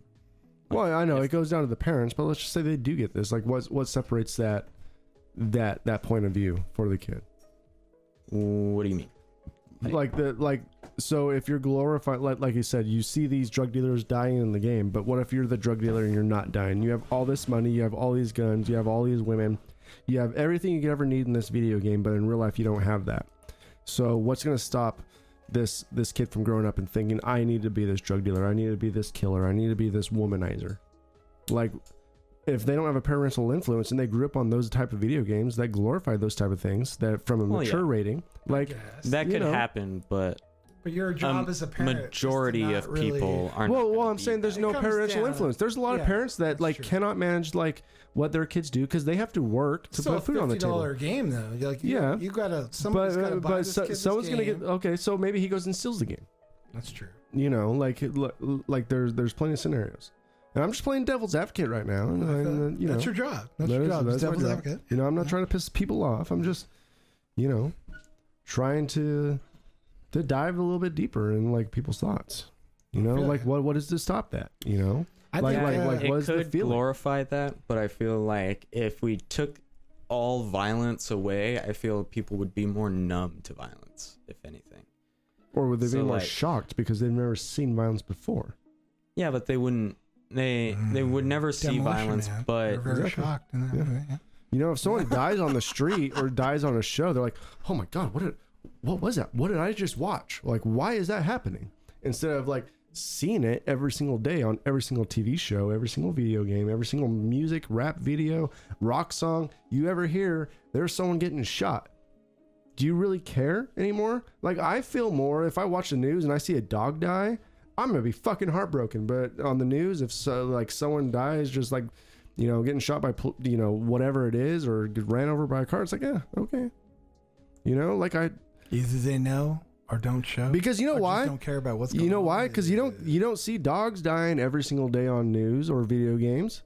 Speaker 5: Well, I know it goes down to the parents, but let's just say they do get this. Like, what what separates that that that point of view for the kid?
Speaker 1: what do you mean? Right.
Speaker 5: Like the like, so if you're glorified, like like you said, you see these drug dealers dying in the game, but what if you're the drug dealer and you're not dying? You have all this money, you have all these guns, you have all these women, you have everything you could ever need in this video game, but in real life you don't have that. So what's gonna stop this this kid from growing up and thinking I need to be this drug dealer, I need to be this killer, I need to be this womanizer? Like if they don't have a parental influence and they grew up on those type of video games that glorify those type of things that from a
Speaker 1: Well, yeah.
Speaker 5: mature rating, like
Speaker 2: Yes.
Speaker 1: That
Speaker 5: you
Speaker 1: could
Speaker 5: know.
Speaker 1: happen, but
Speaker 2: but your job
Speaker 1: um,
Speaker 2: as a parent, is to
Speaker 1: majority
Speaker 2: not
Speaker 1: of
Speaker 2: really-
Speaker 1: people aren't.
Speaker 5: Well, well,
Speaker 1: gonna
Speaker 5: I'm
Speaker 1: be
Speaker 5: saying there's
Speaker 2: It
Speaker 5: no
Speaker 2: comes
Speaker 5: parental
Speaker 2: down-
Speaker 5: influence. There's a lot of
Speaker 2: yeah,
Speaker 5: parents that
Speaker 2: that's
Speaker 5: like
Speaker 2: true.
Speaker 5: cannot manage like what their kids do because they have to work to
Speaker 2: Still
Speaker 5: put food
Speaker 2: a
Speaker 5: on the
Speaker 2: $50
Speaker 5: table.
Speaker 2: game though. You're like,
Speaker 5: Yeah.
Speaker 2: yeah, you, gotta.
Speaker 5: But
Speaker 2: Somebody's
Speaker 5: uh,
Speaker 2: gotta buy
Speaker 5: but
Speaker 2: this
Speaker 5: so,
Speaker 2: kid this
Speaker 5: someone's gonna
Speaker 2: game.
Speaker 5: get okay. So maybe he goes and steals the game.
Speaker 2: That's true.
Speaker 5: You know, like l- l- like there's there's plenty of scenarios. And I'm just playing devil's advocate right now. and, uh, you know,
Speaker 2: that's your job. That's
Speaker 5: that
Speaker 2: your
Speaker 5: is-
Speaker 2: job.
Speaker 5: that's my
Speaker 2: Devil's
Speaker 5: job.
Speaker 2: advocate.
Speaker 5: You know, I'm not
Speaker 2: Yeah.
Speaker 5: trying to piss people off. I'm just, you know, trying to to dive a little bit deeper in like people's thoughts. You know,
Speaker 2: feel
Speaker 5: like
Speaker 2: you.
Speaker 5: what what is to stop that? You know,
Speaker 2: I
Speaker 5: Like-
Speaker 2: think,
Speaker 5: like-
Speaker 2: uh,
Speaker 5: like
Speaker 1: it
Speaker 5: what is the
Speaker 1: could
Speaker 5: feeling?
Speaker 1: glorify that, but I feel like if we took all violence away, I feel people would be more numb to violence, if anything.
Speaker 5: or would they be
Speaker 1: So,
Speaker 5: more
Speaker 1: like-
Speaker 5: shocked because they've never seen violence before?
Speaker 1: Yeah, but they wouldn't. They they would never see
Speaker 2: Demolition
Speaker 1: violence,
Speaker 2: Man.
Speaker 1: but
Speaker 2: They're very
Speaker 5: Exactly.
Speaker 2: shocked in that
Speaker 5: Yeah.
Speaker 2: movie. Yeah.
Speaker 5: You know, if someone dies on the street or dies on a show, they're like, "Oh my god, what did, what was that? What did I just watch? Like, why is that happening?" Instead of like seeing it every single day on every single TV show, every single video game, every single music, rap video, rock song you ever hear, there's someone getting shot. Do you really care anymore? Like, I feel more if I watch the news and I see a dog die, I'm gonna be fucking heartbroken. But on the news, if so, like someone dies, just like you know, getting shot by, pol- you know, whatever it is, or get ran over by a car. It's like, yeah, okay. You know, like I,
Speaker 2: Either they know or don't show.
Speaker 5: because you know
Speaker 2: or just
Speaker 5: why?
Speaker 2: Don't care about what's going
Speaker 5: You know
Speaker 2: on.
Speaker 5: why? Because you don't, you don't see dogs dying every single day on news or video games.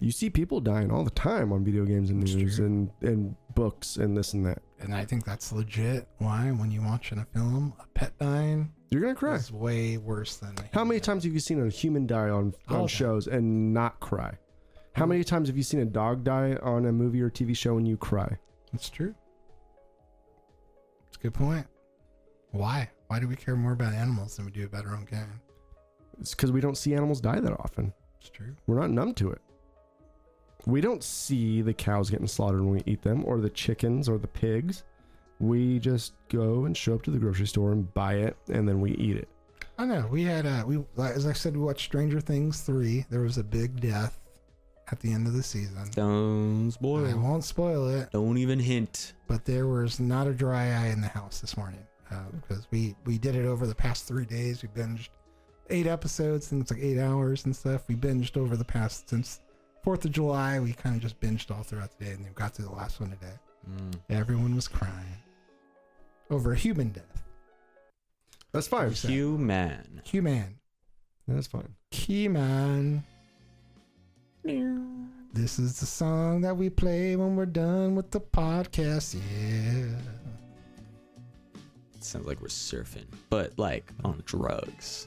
Speaker 5: You see people dying all the time on video games and
Speaker 2: That's
Speaker 5: news
Speaker 2: true.
Speaker 5: and, and books and this and that.
Speaker 2: and I think that's legit. Why, when you watch in a film, a pet dying
Speaker 5: You're gonna cry.
Speaker 2: is way worse than a
Speaker 5: How many
Speaker 2: human.
Speaker 5: times have you seen a human die on, on
Speaker 2: Okay.
Speaker 5: shows and not cry? How many times have you seen a dog die on a movie or TV show and you cry?
Speaker 2: It's true. It's a good point. Why? Why do we care more about animals than we do about our own game?
Speaker 5: It's because we don't see animals die that often.
Speaker 2: It's true.
Speaker 5: We're not numb to it. We don't see the cows getting slaughtered when we eat them, or the chickens, or the pigs. We just go and show up to the grocery store and buy it, and then we eat it.
Speaker 2: I know. We had uh we like, as I said we watched Stranger Things three. There was a big death at the end of the season.
Speaker 1: don't spoil.
Speaker 2: I won't spoil it,
Speaker 1: Don't even hint.
Speaker 2: but there was not a dry eye in the house this morning uh,
Speaker 5: Hmm.
Speaker 2: because we we did it over the past three days. We binged eight episodes. I think it's like eight hours and stuff. We binged over the past since Fourth of July. We kind of just binged all throughout the day, and then got to the last one today.
Speaker 5: Mm.
Speaker 2: Everyone was crying over human death.
Speaker 5: That's fine.
Speaker 2: Yes.
Speaker 1: Human.
Speaker 2: Human,
Speaker 5: That's fine.
Speaker 2: Keyman. This is the song that we play when we're done with the podcast. Yeah.
Speaker 1: Sounds like we're surfing, but like on drugs,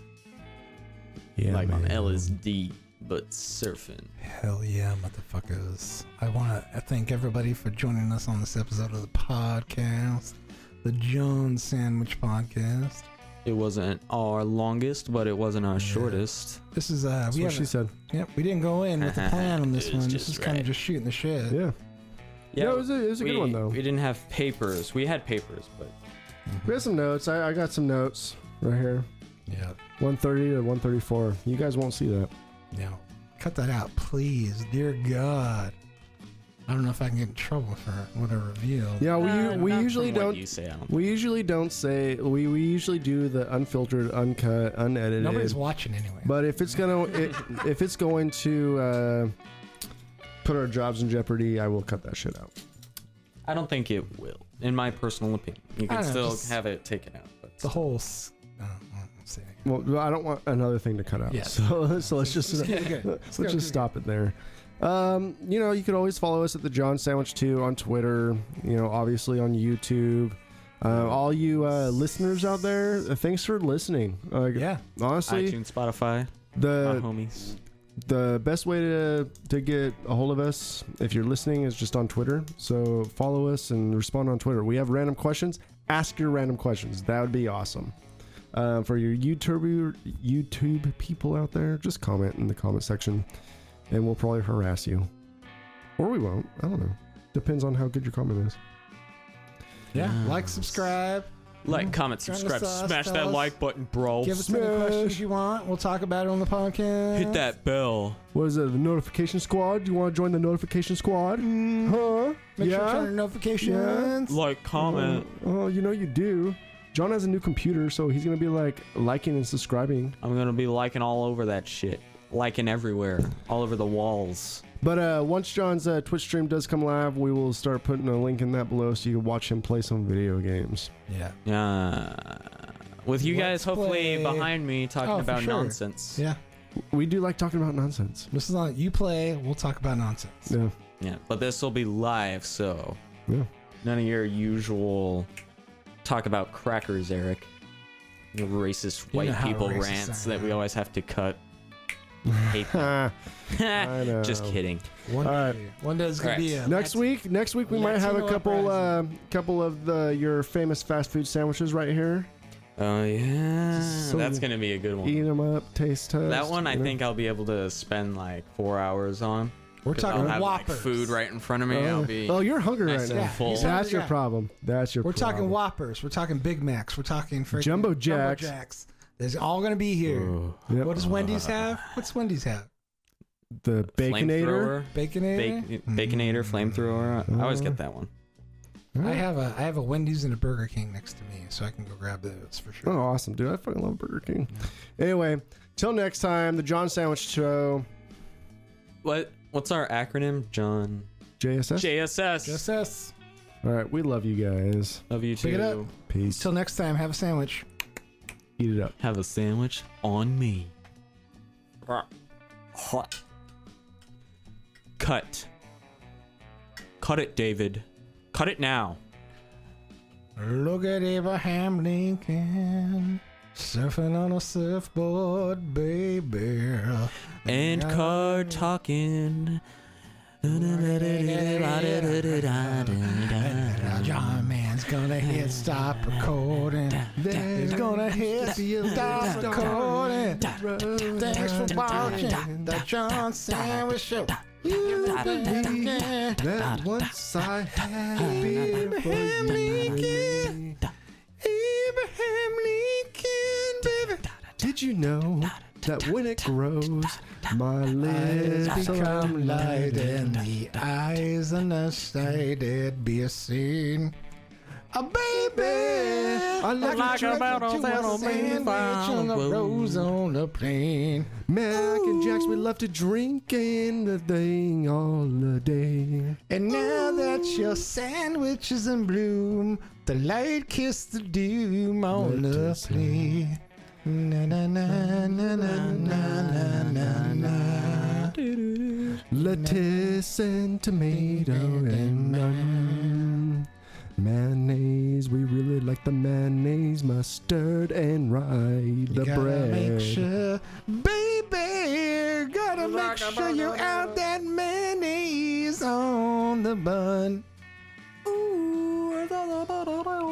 Speaker 2: Yeah,
Speaker 1: like on
Speaker 2: man.
Speaker 1: LSD, but surfing.
Speaker 2: Hell yeah, motherfuckers. I want to thank everybody for joining us on this episode of the podcast, the Jones Sandwich Podcast.
Speaker 1: It wasn't our longest, but it wasn't our
Speaker 2: Yeah.
Speaker 1: shortest.
Speaker 2: This is, uh,
Speaker 5: That's
Speaker 2: we,
Speaker 5: what she
Speaker 2: haven't-
Speaker 5: said.
Speaker 2: yep, we didn't go in with a plan on this
Speaker 1: It was
Speaker 2: one. This
Speaker 1: just
Speaker 2: is kind
Speaker 1: right.
Speaker 2: of just shooting the shit.
Speaker 5: Yeah. Yeah, it was a, it was a good
Speaker 1: we-
Speaker 5: one, though.
Speaker 1: We didn't have papers. We had papers, but
Speaker 2: Mm-hmm.
Speaker 5: We had some notes. I, I got some notes right here.
Speaker 2: Yeah. Yeah.
Speaker 5: 130 to 134. You guys won't see that.
Speaker 2: No. Cut that out, please. Dear God. I don't know if I can get in trouble for what I revealed.
Speaker 5: Yeah, Oh, we
Speaker 1: Uh,
Speaker 5: we
Speaker 1: not
Speaker 5: usually
Speaker 1: from what
Speaker 5: don't
Speaker 1: You say I don't.
Speaker 5: we usually don't say we, we usually do the unfiltered, uncut, unedited.
Speaker 2: Nobody's watching anyway.
Speaker 5: But if it's gonna it, if it's going to uh, put our jobs in jeopardy, I will cut that shit out.
Speaker 1: I don't think it will, in my personal opinion. You
Speaker 2: I
Speaker 1: can
Speaker 2: don't know,
Speaker 1: still
Speaker 2: just-
Speaker 1: have it taken out. But
Speaker 2: the whole. S- oh, well, let's see.
Speaker 5: Well, I don't want another thing to cut out.
Speaker 2: Yes.
Speaker 5: So so let's just
Speaker 2: Okay.
Speaker 5: let's just stop it there. Um, you know, you could always follow us at the John Sandwich Two on Twitter. You know, obviously on YouTube. Uh, all you uh, listeners out there, uh, thanks for listening. Uh,
Speaker 2: Yeah.
Speaker 5: Honestly,
Speaker 1: iTunes, Uh-huh. Spotify, my
Speaker 5: the
Speaker 1: homies.
Speaker 5: the best way to to get a hold of us if you're listening is just on Twitter. So follow us and respond on Twitter. We have random questions. Ask your random questions. That would be awesome. Uh, for your YouTube YouTube people out there, just comment in the comment section, and we'll probably harass you, or we won't. I don't know. Depends on how good your comment is.
Speaker 2: Yeah.
Speaker 1: Yes.
Speaker 2: Like, subscribe.
Speaker 1: Like, comment,
Speaker 2: Join us,
Speaker 1: subscribe,
Speaker 2: uh,
Speaker 1: smash that
Speaker 2: fellas.
Speaker 1: like button, bro.
Speaker 2: Give us any questions you want. We'll talk about it on the podcast.
Speaker 1: Hit that bell.
Speaker 5: What is it? The notification squad? You want to join the notification squad? Huh?
Speaker 2: Mm-hmm. Make sure you
Speaker 5: yeah.
Speaker 2: turn on notifications.
Speaker 1: Like, comment.
Speaker 5: Oh, you know you do. John has a new computer, so he's gonna be like liking and subscribing.
Speaker 2: Mm-hmm.
Speaker 1: I'm gonna be liking all over that shit. Liking everywhere, all over the walls.
Speaker 5: But uh, once John's uh, Twitch stream does come live, we will start putting a link in that below so you can watch him play some video games.
Speaker 2: Yeah.
Speaker 1: Yeah. With you guys
Speaker 2: Let's
Speaker 1: hopefully
Speaker 2: play-
Speaker 1: behind me talking
Speaker 2: Oh, for
Speaker 1: about
Speaker 2: sure.
Speaker 1: nonsense.
Speaker 2: Yeah.
Speaker 5: We do like talking about nonsense.
Speaker 2: This is on. You play. We'll talk about nonsense.
Speaker 5: Yeah,
Speaker 1: Yeah, but this will be live, so
Speaker 5: yeah.
Speaker 1: none of your usual talk about crackers, Eric. Your racist
Speaker 2: You know
Speaker 1: white
Speaker 2: how
Speaker 1: people
Speaker 2: racist
Speaker 1: rants
Speaker 2: I
Speaker 1: that we
Speaker 2: am.
Speaker 1: always have to cut. Hate them.
Speaker 5: Ah, I know.
Speaker 1: Just kidding.
Speaker 2: One
Speaker 5: All
Speaker 2: day. One day it's gonna
Speaker 1: All
Speaker 2: be a.
Speaker 5: Next week, next week we might have a
Speaker 2: Latino
Speaker 5: couple, uh, couple of the your famous fast food sandwiches right here.
Speaker 1: Oh yeah,
Speaker 5: So
Speaker 1: that's
Speaker 5: good.
Speaker 1: gonna be a good one.
Speaker 5: Eat them up, taste test.
Speaker 1: That one I
Speaker 5: you know.
Speaker 1: think I'll be able to spend like four hours on.
Speaker 2: We're talking
Speaker 1: I'll have like,
Speaker 2: whoppers.
Speaker 1: food right in front of me.
Speaker 5: Oh,
Speaker 1: I'll be
Speaker 5: oh, you're hungry
Speaker 1: nice
Speaker 5: right
Speaker 1: and
Speaker 5: now.
Speaker 2: Yeah,
Speaker 1: full.
Speaker 2: he's-
Speaker 5: That's your
Speaker 2: Yeah.
Speaker 5: problem. That's your.
Speaker 2: We're
Speaker 5: problem.
Speaker 2: talking whoppers. We're talking Big Macs. We're talking freaking
Speaker 5: Jumbo Jacks.
Speaker 2: Jumbo Jacks. There's all gonna be here.
Speaker 5: Yep.
Speaker 2: What does Wendy's have? What's Wendy's have?
Speaker 5: the
Speaker 1: Flamethrower.
Speaker 5: baconator.
Speaker 2: Baconator. Mm-hmm. Oh.
Speaker 1: Bacon, baconator, flamethrower. I always get that one.
Speaker 5: All
Speaker 2: I
Speaker 5: right.
Speaker 2: have a I have a Wendy's and a Burger King next to me, so I can go grab those for sure.
Speaker 5: Oh, awesome, dude! I fucking love Burger King. Anyway, till next time, the John Sandwich Show,
Speaker 1: What? What's our acronym? John.
Speaker 5: JSS.
Speaker 1: JSS.
Speaker 2: Just us.
Speaker 5: All right, we love you guys.
Speaker 1: Love you
Speaker 2: Pick it up.
Speaker 1: too.
Speaker 5: Peace.
Speaker 2: Till next time, have a sandwich.
Speaker 5: Eat it up.
Speaker 1: Have a sandwich on me. Hot. Cut. Cut it, David. Cut it now.
Speaker 2: Look at Abraham Lincoln surfing on a surfboard, baby.
Speaker 1: And
Speaker 2: Yeah.
Speaker 1: car talking.
Speaker 2: John Man's gonna hit stop recording. He's gonna hit stop recording. Thanks for watching the John Sandwich Show. You believe
Speaker 5: That once I had a beer for you.
Speaker 2: Abraham Lincoln, baby.
Speaker 5: Did you know that when it grows, my
Speaker 2: Eyes
Speaker 5: lips
Speaker 2: become
Speaker 5: become
Speaker 2: light
Speaker 5: lighted?
Speaker 2: and the eyes unsighted be a seen. A baby,
Speaker 5: I like
Speaker 1: Like
Speaker 2: you
Speaker 1: a battle
Speaker 2: to a
Speaker 1: that'll be
Speaker 2: sandwich
Speaker 1: found.
Speaker 2: on a rose on a plane.
Speaker 5: Mac and Jacks, we love to drink in the thing all the day.
Speaker 2: And now that your sandwich is in bloom, the light kissed the doom on
Speaker 5: Let
Speaker 2: the
Speaker 5: us
Speaker 2: plane. Na na na na na na na na.
Speaker 5: Lettuce and tomato and onion. Mayonnaise, we really like the mayonnaise, mustard and rye, the
Speaker 2: gotta
Speaker 5: bread.
Speaker 2: Make sure, baby, gotta make sure you add that mayonnaise on the bun. Ooh,